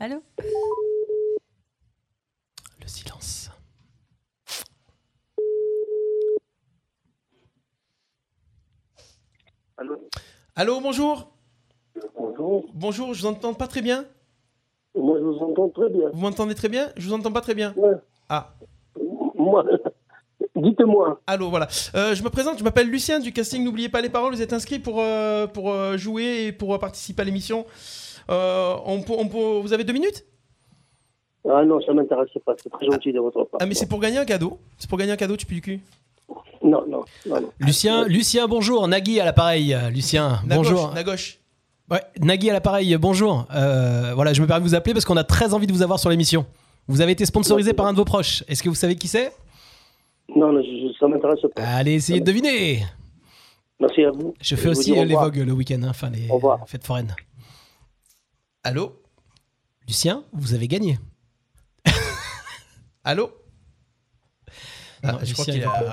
Speaker 4: Allô
Speaker 5: Le silence.
Speaker 3: Allô, bonjour.
Speaker 13: Bonjour.
Speaker 3: Bonjour, je vous entends pas très bien.
Speaker 13: Moi, je vous entends très bien.
Speaker 3: Vous m'entendez très bien Je vous entends pas très bien. Ah.
Speaker 13: Moi, dites-moi.
Speaker 3: Allô, voilà. Euh, je me présente, je m'appelle Lucien du casting N'oubliez pas les paroles, vous êtes inscrit pour, euh, pour euh, jouer et pour euh, participer à l'émission. Euh, on peut- on peut- vous avez deux minutes
Speaker 13: Ah non, ça m'intéresse pas. C'est très gentil de votre part.
Speaker 3: Ah, mais c'est pour gagner un cadeau. C'est pour gagner un cadeau, tu peux du cul.
Speaker 13: Non, non, non. non.
Speaker 5: Lucien, Lucien, bonjour. Nagui à l'appareil. Euh, Lucien, bonjour.
Speaker 3: Nagoche.
Speaker 5: Ouais, Nagui à l'appareil, bonjour. Euh, voilà, je me permets de vous appeler parce qu'on a très envie de vous avoir sur l'émission. Vous avez été sponsorisé par un de vos proches. Est-ce que vous savez qui c'est
Speaker 13: Non, non, je- je- ça m'intéresse pas.
Speaker 5: Allez, essayez de deviner.
Speaker 13: Merci à vous.
Speaker 5: Je
Speaker 13: vous
Speaker 5: fais
Speaker 13: dis
Speaker 5: aussi
Speaker 13: au
Speaker 5: euh, les
Speaker 13: revoir.
Speaker 5: vogues le week-end, hein, enfin les fêtes foraines.
Speaker 3: Allô
Speaker 5: Lucien, vous avez gagné.
Speaker 3: Allô
Speaker 5: Ah,
Speaker 3: Non, je crois
Speaker 5: Lucien,
Speaker 3: qu'il
Speaker 5: il
Speaker 3: a. Ah,
Speaker 5: veut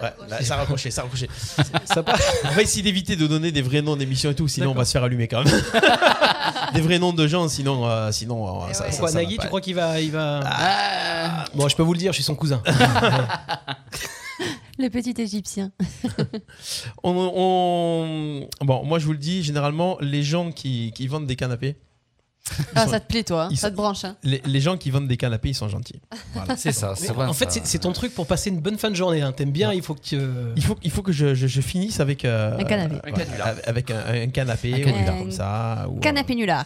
Speaker 3: Ouais, là, ça a raccroché, ça a raccroché. On va essayer d'éviter de donner des vrais noms d'émissions et tout, sinon on va se faire allumer quand même. des vrais noms de gens, sinon. euh, sinon euh, ça, ça-
Speaker 5: Pourquoi
Speaker 3: ça va
Speaker 5: Nagui,
Speaker 3: pas être.
Speaker 5: tu
Speaker 3: Ah.
Speaker 5: crois qu'il va, il va... Bon, je peux vous le dire, je suis son cousin.
Speaker 4: Le petit égyptien.
Speaker 3: On, on- Bon, moi je vous le dis, généralement, les gens qui, qui vendent des canapés.
Speaker 4: Ah,
Speaker 3: sont-
Speaker 4: ça te plaît, toi. hein
Speaker 3: ils
Speaker 4: Ça
Speaker 3: sont-
Speaker 4: te branche, hein
Speaker 3: Les, les gens qui vendent des canapés, ils sont gentils. Voilà.
Speaker 6: C'est ça, c'est
Speaker 5: Mais
Speaker 6: vrai,
Speaker 5: en fait,
Speaker 6: ça.
Speaker 5: c'est- c'est ton truc pour passer une bonne fin de journée. hein. T'aimes bien, il faut que. euh,
Speaker 3: Il faut, il faut que je, je- je finisse avec euh,
Speaker 4: Un canapé.
Speaker 3: ouais,
Speaker 4: Un canular.
Speaker 3: avec- avec un, un canapé,
Speaker 5: Un
Speaker 3: ou
Speaker 5: canular.
Speaker 3: comme ça. ou, euh,
Speaker 4: Canapé nulard.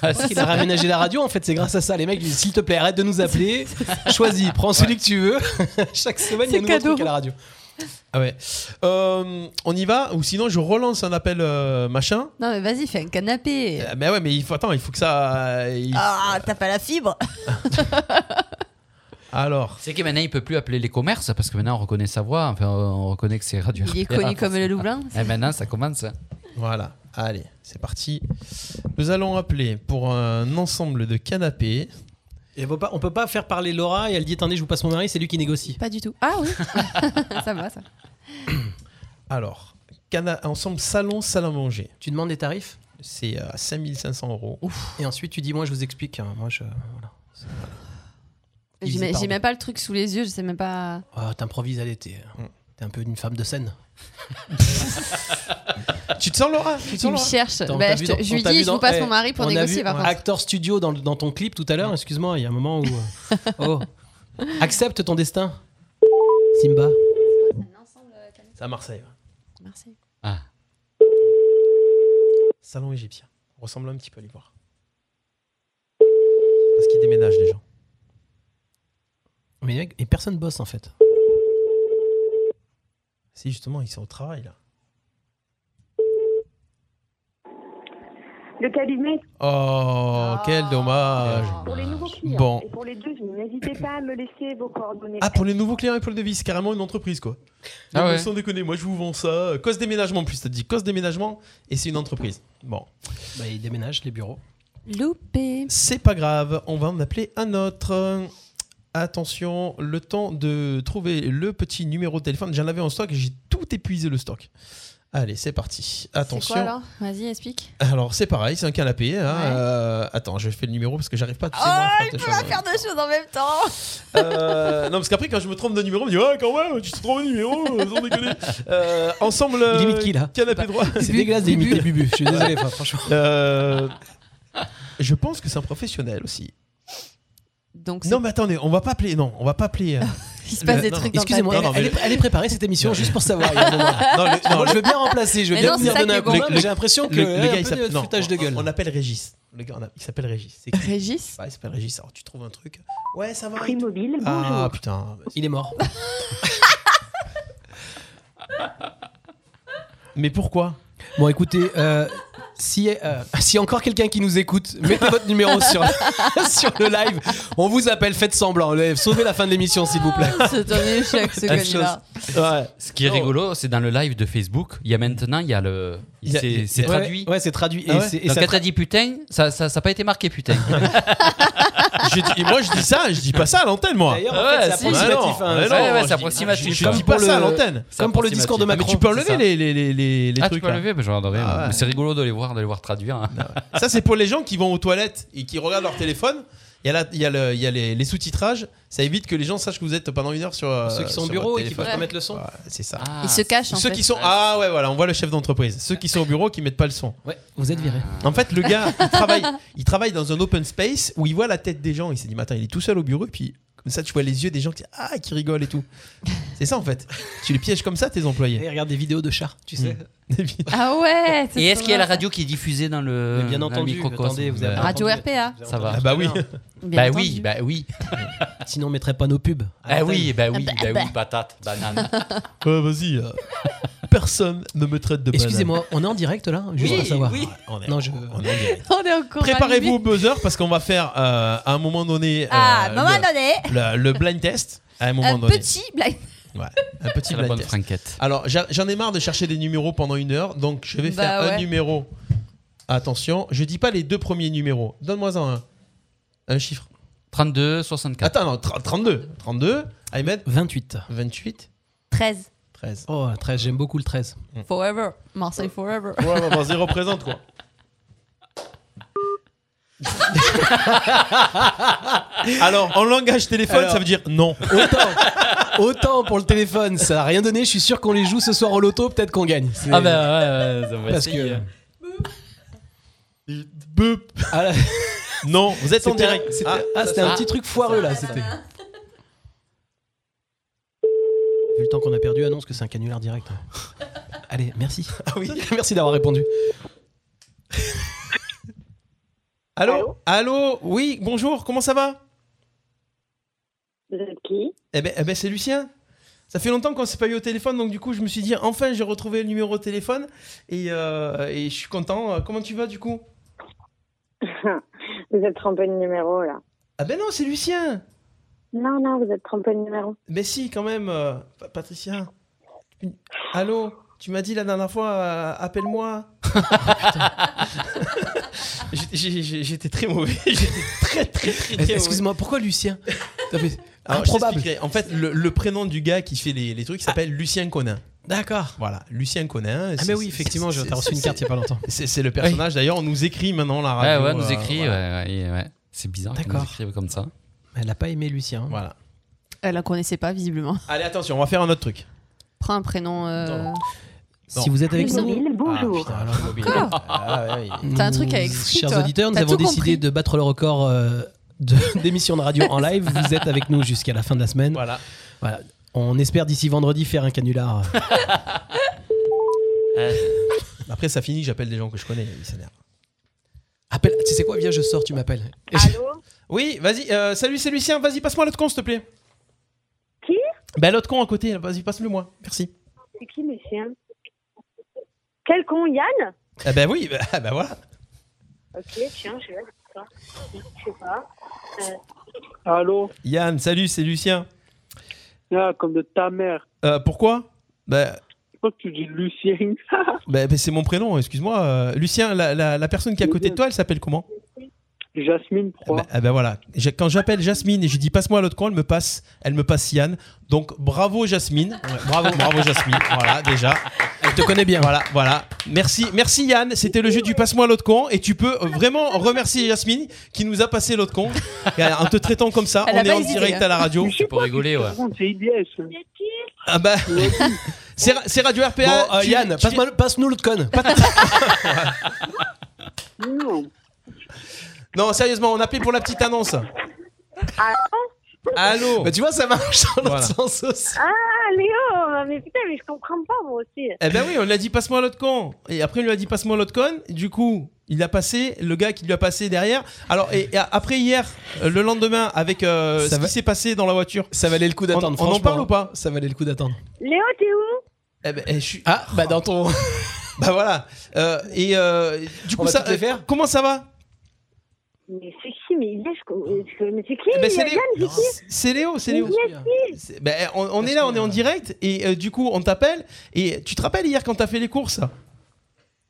Speaker 3: Ah,
Speaker 5: Je crois qu'il a réaménagé la radio en fait, c'est grâce à ça. Les mecs, ils disent, s'il te plaît, arrête de nous appeler. Choisis, prends celui que tu veux. Chaque semaine, il y
Speaker 3: C'est
Speaker 5: a un nouveau
Speaker 3: cadeau.
Speaker 5: truc à la radio.
Speaker 3: Ah ouais. Euh, on y va ou sinon je relance un appel euh, machin.
Speaker 4: Non, mais vas-y, fais un canapé.
Speaker 3: Euh, Mais ouais, mais il faut attends, il faut que ça. euh, il-
Speaker 4: Ah, t'as pas la fibre
Speaker 3: Alors.
Speaker 6: C'est que maintenant, il peut plus appeler les commerces parce que maintenant, on reconnaît sa voix. Enfin, on reconnaît que c'est Radio
Speaker 4: Il est
Speaker 6: RPA.
Speaker 4: connu comme le Loublin.
Speaker 5: Ah,
Speaker 6: Et maintenant, ça commence. hein.
Speaker 3: Voilà. Allez, c'est parti. Nous allons appeler pour un ensemble de canapés.
Speaker 5: Et on peut pas- on peut pas faire parler Laura et elle dit attendez, je vous passe mon mari, c'est lui qui négocie.
Speaker 4: Pas du tout. Ah oui Ça va, ça.
Speaker 3: Alors, cana- ensemble salon, salle à manger.
Speaker 5: Tu demandes les tarifs
Speaker 3: C'est euh, 5500 euros.
Speaker 5: Et ensuite, tu dis moi, je vous explique. hein. Moi, je. Voilà.
Speaker 4: J'ai
Speaker 5: Easy,
Speaker 4: même- j'ai
Speaker 5: pardon.
Speaker 4: même pas le truc sous les yeux, je sais même pas.
Speaker 5: Oh, T'improvises à l'été.
Speaker 3: Mm.
Speaker 5: T'es un peu une femme de scène.
Speaker 3: tu te sens Laura Tu
Speaker 4: te sens, Il me Laura cherche. Bah, je te- je lui dis, je vous
Speaker 5: eh,
Speaker 4: passe mon mari pour négocier, par contre.
Speaker 5: Acteur studio dans, le- dans ton clip tout à l'heure, excuse-moi, il y a un moment où. euh, oh. Accepte ton destin, Simba.
Speaker 3: C'est à Marseille.
Speaker 4: Marseille.
Speaker 6: Ah.
Speaker 3: Salon égyptien. On ressemble un petit peu à l'ivoire. Parce qu'ils déménagent les gens.
Speaker 5: Mais mec, et personne bosse en fait.
Speaker 3: Si justement, ils sont au travail là.
Speaker 12: Le cabinet
Speaker 3: Oh, quel dommage.
Speaker 12: pour les nouveaux clients
Speaker 3: Bon.
Speaker 12: et pour les devis, n'hésitez pas à me laisser vos coordonnées.
Speaker 3: Ah, pour les nouveaux clients et pour le devis, c'est carrément une entreprise quoi.
Speaker 6: Ah
Speaker 3: Non, mais
Speaker 6: ouais.
Speaker 3: Sans déconner, moi je vous vends ça. euh, Cause déménagement en plus, t'as dit cause déménagement et c'est une entreprise. Bon.
Speaker 5: Bah, ils déménagent les bureaux.
Speaker 4: Ah. Loupé.
Speaker 3: C'est pas grave, on va en appeler un autre. Attention, le temps de trouver le petit numéro de téléphone. J'en avais en stock, j'ai tout épuisé le stock. Allez, c'est parti.
Speaker 4: C'est
Speaker 3: Attention.
Speaker 4: quoi alors Vas-y, explique.
Speaker 3: alors c'est pareil, c'est un canapé. hein, euh, attends, je fais le numéro parce que j'arrive pas. tu sais, moi,
Speaker 4: Oh,
Speaker 3: à faire tes choses.
Speaker 4: deux choses en même temps
Speaker 3: Euh, non, parce qu'après, quand je me trompe de numéro, on me dit Ouais, quand même, tu te trompes de numéro, euh, sans déconner. Euh, ensemble, euh,
Speaker 5: Il imite qui, là
Speaker 3: canapé droit.
Speaker 5: C'est dégueulasse d'imiter Bubu. Je suis désolé, enfin, franchement.
Speaker 3: Euh, je pense que c'est un professionnel aussi.
Speaker 4: Donc,
Speaker 3: non, mais attendez, on va pas appeler. Non, on va pas appeler. euh,
Speaker 4: Il se passe
Speaker 3: le-
Speaker 4: des
Speaker 3: non,
Speaker 4: trucs
Speaker 3: non,
Speaker 4: dans ta
Speaker 5: Excusez-moi,
Speaker 4: tête.
Speaker 3: Non, non, mais-
Speaker 5: elle, est- elle est préparée cette émission juste pour savoir. il y a un moment.
Speaker 3: Non, le- non,
Speaker 5: Moi,
Speaker 3: le-
Speaker 5: je veux bien remplacer, je veux
Speaker 4: Mais
Speaker 5: bien
Speaker 4: non,
Speaker 5: venir
Speaker 4: c'est ça
Speaker 5: donner
Speaker 4: qui
Speaker 5: un
Speaker 4: est
Speaker 5: coup de
Speaker 4: bon.
Speaker 5: main, mais j'ai l'impression que
Speaker 3: Le, le
Speaker 5: elle
Speaker 3: gars,
Speaker 5: a un
Speaker 3: il
Speaker 5: peu de
Speaker 3: s'appelle. non,
Speaker 5: foutage de
Speaker 3: on-
Speaker 5: gueule.
Speaker 3: On appelle Régis. Le gars, on a- il s'appelle Régis. C'est-
Speaker 4: Régis
Speaker 3: Ouais, il s'appelle Régis. Alors, tu trouves un truc. Ouais, ça va.
Speaker 12: Prix mobile,
Speaker 3: Ah
Speaker 12: bonjour.
Speaker 3: putain.
Speaker 5: Il est mort.
Speaker 3: Mais pourquoi
Speaker 5: Bon, écoutez, euh, si, euh, si encore quelqu'un qui nous écoute, mettez votre numéro sur, sur le live. On vous appelle, faites semblant. Le- Sauvez la fin de l'émission, s'il vous plaît.
Speaker 4: C'est un échec, ce
Speaker 5: Quelque
Speaker 4: connard.
Speaker 5: chose. Ouais.
Speaker 6: Ce qui est rigolo, c'est dans le live de Facebook, il y a maintenant, il y a le.
Speaker 5: Il y a-
Speaker 6: C'est c'est
Speaker 5: ouais,
Speaker 6: traduit.
Speaker 5: ouais, c'est traduit. Et
Speaker 6: Ah
Speaker 5: c'est- et
Speaker 6: Donc
Speaker 5: ça
Speaker 6: quand
Speaker 5: tra-
Speaker 6: t'as dit putain, ça ça- ça a pas été marqué putain.
Speaker 3: J'ai dit- et moi je dis ça, je dis pas ça à l'antenne moi. Ah,
Speaker 5: D'ailleurs, en fait, c'est
Speaker 3: Mais
Speaker 5: approximatif,
Speaker 3: non,
Speaker 5: hein.
Speaker 3: mais
Speaker 5: Ouais,
Speaker 3: non,
Speaker 5: ouais,
Speaker 3: moi,
Speaker 5: c'est
Speaker 3: je dis-
Speaker 5: approximatif.
Speaker 3: Je
Speaker 5: Comme
Speaker 3: dis pas
Speaker 5: pour
Speaker 3: ça à
Speaker 5: le-
Speaker 3: l'antenne.
Speaker 5: c'est Comme pour le discours de
Speaker 3: Ah, mais
Speaker 5: Macron,
Speaker 3: tu peux
Speaker 5: c'est ça.
Speaker 3: enlever les, les, les, les, les
Speaker 6: Ah, tu
Speaker 3: trucs.
Speaker 6: peux
Speaker 3: là.
Speaker 6: enlever Mais j'en adorais,
Speaker 3: Ah ouais.
Speaker 6: mais C'est rigolo de les voir, de les voir traduire. hein.
Speaker 3: Ça, c'est pour les gens qui vont aux toilettes et qui regardent leur téléphone. Il y a, la- il y a le- il y a les, les sous-titrages. Ça évite que les gens sachent que vous êtes pendant une heure sur. euh,
Speaker 5: Ceux qui sont au
Speaker 3: sur
Speaker 5: bureau
Speaker 3: votre
Speaker 5: et qui peuvent
Speaker 3: téléphone.
Speaker 5: pas mettre le son.
Speaker 3: c'est ça.
Speaker 5: Ah.
Speaker 4: Ils se cachent, en
Speaker 3: Ceux
Speaker 4: fait.
Speaker 3: qui sont ah ouais voilà on voit le chef d'entreprise ceux qui sont au bureau qui mettent pas le son
Speaker 5: ouais vous êtes viré
Speaker 3: en fait le gars il travaille il travaille dans un open space où il voit la tête des gens il s'est dit matin il est tout seul au bureau et puis comme ça tu vois les yeux des gens qui ah qui rigolent et tout c'est ça en fait tu les pièges comme ça tes employés
Speaker 5: et regarde des vidéos de chars tu sais
Speaker 4: Ah ouais c'est
Speaker 6: Et est-ce
Speaker 4: trop
Speaker 6: qu'il y a la
Speaker 4: marrant.
Speaker 6: radio qui est diffusée dans le.
Speaker 5: Mais bien
Speaker 6: dans le
Speaker 5: entendu,
Speaker 6: microcosme
Speaker 5: attendez, vous avez
Speaker 6: Ouais.
Speaker 5: pas
Speaker 4: Radio RPA.
Speaker 6: Ça va.
Speaker 5: Ah bah oui.
Speaker 6: Bah oui, bah oui.
Speaker 5: Sinon, on mettrait pas nos pubs.
Speaker 6: Ah oui, bah oui,
Speaker 5: Ah bah,
Speaker 6: bah
Speaker 5: bah.
Speaker 6: oui, patate, banane.
Speaker 3: Ouais, vas-y euh, personne ne me traite de banane.
Speaker 5: Excusez-moi, on est en direct là Juste
Speaker 3: Oui,
Speaker 5: pour savoir.
Speaker 3: oui.
Speaker 5: On est, non, je... on
Speaker 3: est en direct.
Speaker 4: On est encore
Speaker 3: Préparez-vous Euh, au
Speaker 4: allumé.
Speaker 3: buzzer parce qu'on va faire euh, à un moment donné. euh,
Speaker 4: Ah, maman
Speaker 3: le-
Speaker 4: donné.
Speaker 3: Le, le blind test. À un moment
Speaker 4: Un
Speaker 3: donné.
Speaker 4: petit blague.
Speaker 3: Ouais, un petit
Speaker 6: la
Speaker 3: blind
Speaker 6: bonne
Speaker 3: test.
Speaker 6: franquette.
Speaker 3: Alors, j'a- j'en ai marre de chercher des numéros pendant une heure, donc je vais
Speaker 4: Bah
Speaker 3: faire un
Speaker 4: ouais.
Speaker 3: numéro. Attention, je dis pas les deux premiers numéros. Donne-moi un, un chiffre.
Speaker 6: 32, 64.
Speaker 3: Attends, non, tra- 32. 32. Ahmed
Speaker 5: 28.
Speaker 3: 28.
Speaker 4: 13.
Speaker 3: 13.
Speaker 5: Oh, 13, j'aime beaucoup le 13.
Speaker 4: Forever. Marseille Forever.
Speaker 3: Ouais, bah, vas-y, représente quoi. Alors, en langage téléphone,
Speaker 5: Alors.
Speaker 3: ça veut dire non.
Speaker 5: Autant, autant pour le téléphone, ça a rien donné. Je suis sûr qu'on les joue ce soir au loto, peut-être qu'on gagne. C'est-
Speaker 6: Ah bah ouais, ouais, ça va
Speaker 5: Parce
Speaker 6: essayer.
Speaker 5: que.
Speaker 3: Beup.
Speaker 5: Ah, là-
Speaker 3: Non, vous êtes en
Speaker 5: C'était un-
Speaker 3: direct.
Speaker 5: c'était-
Speaker 3: Ah,
Speaker 5: Ah, c'était
Speaker 3: ça-
Speaker 5: un petit truc foireux là. C'était. Vu le temps qu'on a perdu, annonce que c'est un canular direct.
Speaker 3: hein.
Speaker 5: Allez, merci.
Speaker 3: Ah oui.
Speaker 5: merci d'avoir répondu.
Speaker 3: Allô Allô Oui, bonjour, comment ça va
Speaker 12: Vous êtes qui
Speaker 3: Eh ben, eh ben, c'est Lucien. Ça fait longtemps qu'on s'est pas eu au téléphone, donc du coup, je me suis dit, enfin, j'ai retrouvé le numéro de téléphone et, euh, et je suis content. Euh, Comment tu vas du coup
Speaker 12: Vous êtes trompé de numéro, là.
Speaker 3: Ah ben non, c'est Lucien.
Speaker 12: Non, non, vous êtes trompé de numéro.
Speaker 3: Mais si, quand même, euh, Pa- Patricia. Allô Tu m'as dit la dernière fois, euh, appelle-moi. J'ai- j'ai- j'ai- J'étais très mauvais. J'étais très, très, très, très mauvais.
Speaker 5: Eh, Excuse-moi, pourquoi Lucien Ça fait-
Speaker 3: Alors, je
Speaker 5: Improbable.
Speaker 3: t'expliquerai. En fait, le, le prénom du gars qui fait les, les trucs s'appelle Lucien Conin.
Speaker 5: D'accord.
Speaker 3: Voilà, Lucien Conin.
Speaker 5: Ah, mais oui, effectivement, j'ai reçu une carte il y a pas longtemps.
Speaker 3: C'est c'est le personnage. D'ailleurs, on nous écrit maintenant la
Speaker 6: Ouais,
Speaker 3: radio.
Speaker 6: ouais, nous
Speaker 3: euh,
Speaker 6: écrit,
Speaker 3: voilà.
Speaker 6: ouais, ouais, ouais. C'est bizarre qu'ils nous
Speaker 5: D'accord.
Speaker 6: écrivent comme ça.
Speaker 5: Elle a pas aimé hein. Lucien.
Speaker 3: Voilà.
Speaker 4: Elle la connaissait pas, visiblement.
Speaker 3: Allez, attention, on va faire un autre truc.
Speaker 4: Prends un prénom. euh,
Speaker 3: Non.
Speaker 5: Si vous êtes avec
Speaker 12: Lucien
Speaker 5: nous,
Speaker 12: Mille, bonjour.
Speaker 3: Ah, putain, alors, mobile.
Speaker 4: Encore
Speaker 3: Ah, ouais, ouais.
Speaker 4: T'as un truc à
Speaker 5: avec
Speaker 4: écrire,
Speaker 5: Chers
Speaker 4: toi.
Speaker 5: auditeurs, nous
Speaker 4: T'as
Speaker 5: avons
Speaker 4: tout
Speaker 5: décidé
Speaker 4: compris.
Speaker 5: de battre le record euh, de- d'émission de radio en live. Vous êtes avec nous jusqu'à la fin de la semaine.
Speaker 3: Voilà.
Speaker 5: Voilà. On espère d'ici vendredi faire un canular. Euh.
Speaker 3: Après, ça finit, j'appelle des gens que je connais. Ils s'énervent.
Speaker 5: Appelle, tu sais quoi, viens, je sors, tu m'appelles.
Speaker 12: Allô
Speaker 3: Oui, vas-y, euh, salut, c'est Lucien. Vas-y, passe-moi l'autre con, s'il te plaît.
Speaker 12: Qui
Speaker 5: Bah,
Speaker 3: Ben, l'autre con à côté, là, vas-y, passe-le moi. Merci.
Speaker 12: C'est qui, monsieur Quel con, Yann
Speaker 3: Ah, ben oui, ben, ah, ben voilà.
Speaker 12: Ok, tiens, je vais voir ça. Je sais pas.
Speaker 13: Allô
Speaker 3: Yann, salut, c'est Lucien.
Speaker 13: Ah, comme de ta mère.
Speaker 3: Euh, pourquoi Ben,
Speaker 13: Pourquoi tu dis Lucien
Speaker 3: ben, ben, c'est mon prénom, excuse-moi. Euh, Lucien, la, la- la personne qui est à côté de toi, elle s'appelle comment
Speaker 13: Jasmine, pourquoi
Speaker 3: Ah ben voilà, J'ai- quand j'appelle Jasmine et je dis passe-moi l'autre con, elle me passe, elle me passe Yann. Donc bravo Jasmine, bravo, bravo Jasmine. Voilà déjà,
Speaker 5: Elle te connaît bien.
Speaker 3: voilà, voilà. Merci, merci Yann. C'était le jeu du passe-moi l'autre con et tu peux vraiment remercier Jasmine qui nous a passé l'autre con Et en te traitant comme ça.
Speaker 4: Elle
Speaker 3: on
Speaker 4: a
Speaker 3: est
Speaker 4: pas
Speaker 3: en
Speaker 4: hésité,
Speaker 3: direct
Speaker 4: hein.
Speaker 3: à la radio.
Speaker 6: Oh, C'est pour rigoler, ouais.
Speaker 13: C'est IDS.
Speaker 3: Ah bah, c'est ra- c'est radio RPA.
Speaker 5: Bon, euh,
Speaker 3: tu-
Speaker 5: Yann,
Speaker 3: tu-
Speaker 5: passe-moi- passe-nous l'autre con.
Speaker 13: Non.
Speaker 3: Non, sérieusement, on appelait pour la petite annonce. Allô.
Speaker 5: Bah, tu vois, ça marche dans l'autre
Speaker 3: Voilà.
Speaker 5: sens aussi.
Speaker 12: Ah, Léo Mais putain, mais je comprends pas, moi aussi.
Speaker 3: Eh ben oui, on lui a dit passe-moi l'autre con. Et après, on lui a dit passe-moi l'autre con. Du coup, il a passé, le gars qui lui a passé derrière. Alors, et, et après hier, euh, le lendemain, avec euh,
Speaker 5: Ça
Speaker 3: ce
Speaker 5: va-
Speaker 3: qui s'est passé dans la voiture.
Speaker 5: Ça valait le coup hein.
Speaker 3: On- on en
Speaker 5: d'attendre. franchement.
Speaker 3: parle ou pas
Speaker 5: Ça valait le coup d'attendre.
Speaker 12: Léo, t'es où
Speaker 3: Eh ben, eh, je suis.
Speaker 5: Ah, bah dans ton.
Speaker 3: Bah voilà. Euh, et euh, du
Speaker 5: On
Speaker 3: coup,
Speaker 5: va
Speaker 3: ça,
Speaker 5: toutes les faire
Speaker 3: comment ça va
Speaker 12: Mais c'est qui Mais il est, je euh, je- mais c'est qui
Speaker 3: Eh ben, c'est
Speaker 12: Yann,
Speaker 3: Léo.
Speaker 12: c'est qui
Speaker 3: C'est Léo, c'est
Speaker 12: Mais
Speaker 3: Léo.
Speaker 12: qui est-ce qui
Speaker 3: C'est- bah, on, on est là, on est en direct et euh, du coup, on t'appelle. Et tu te rappelles hier quand t'as fait les courses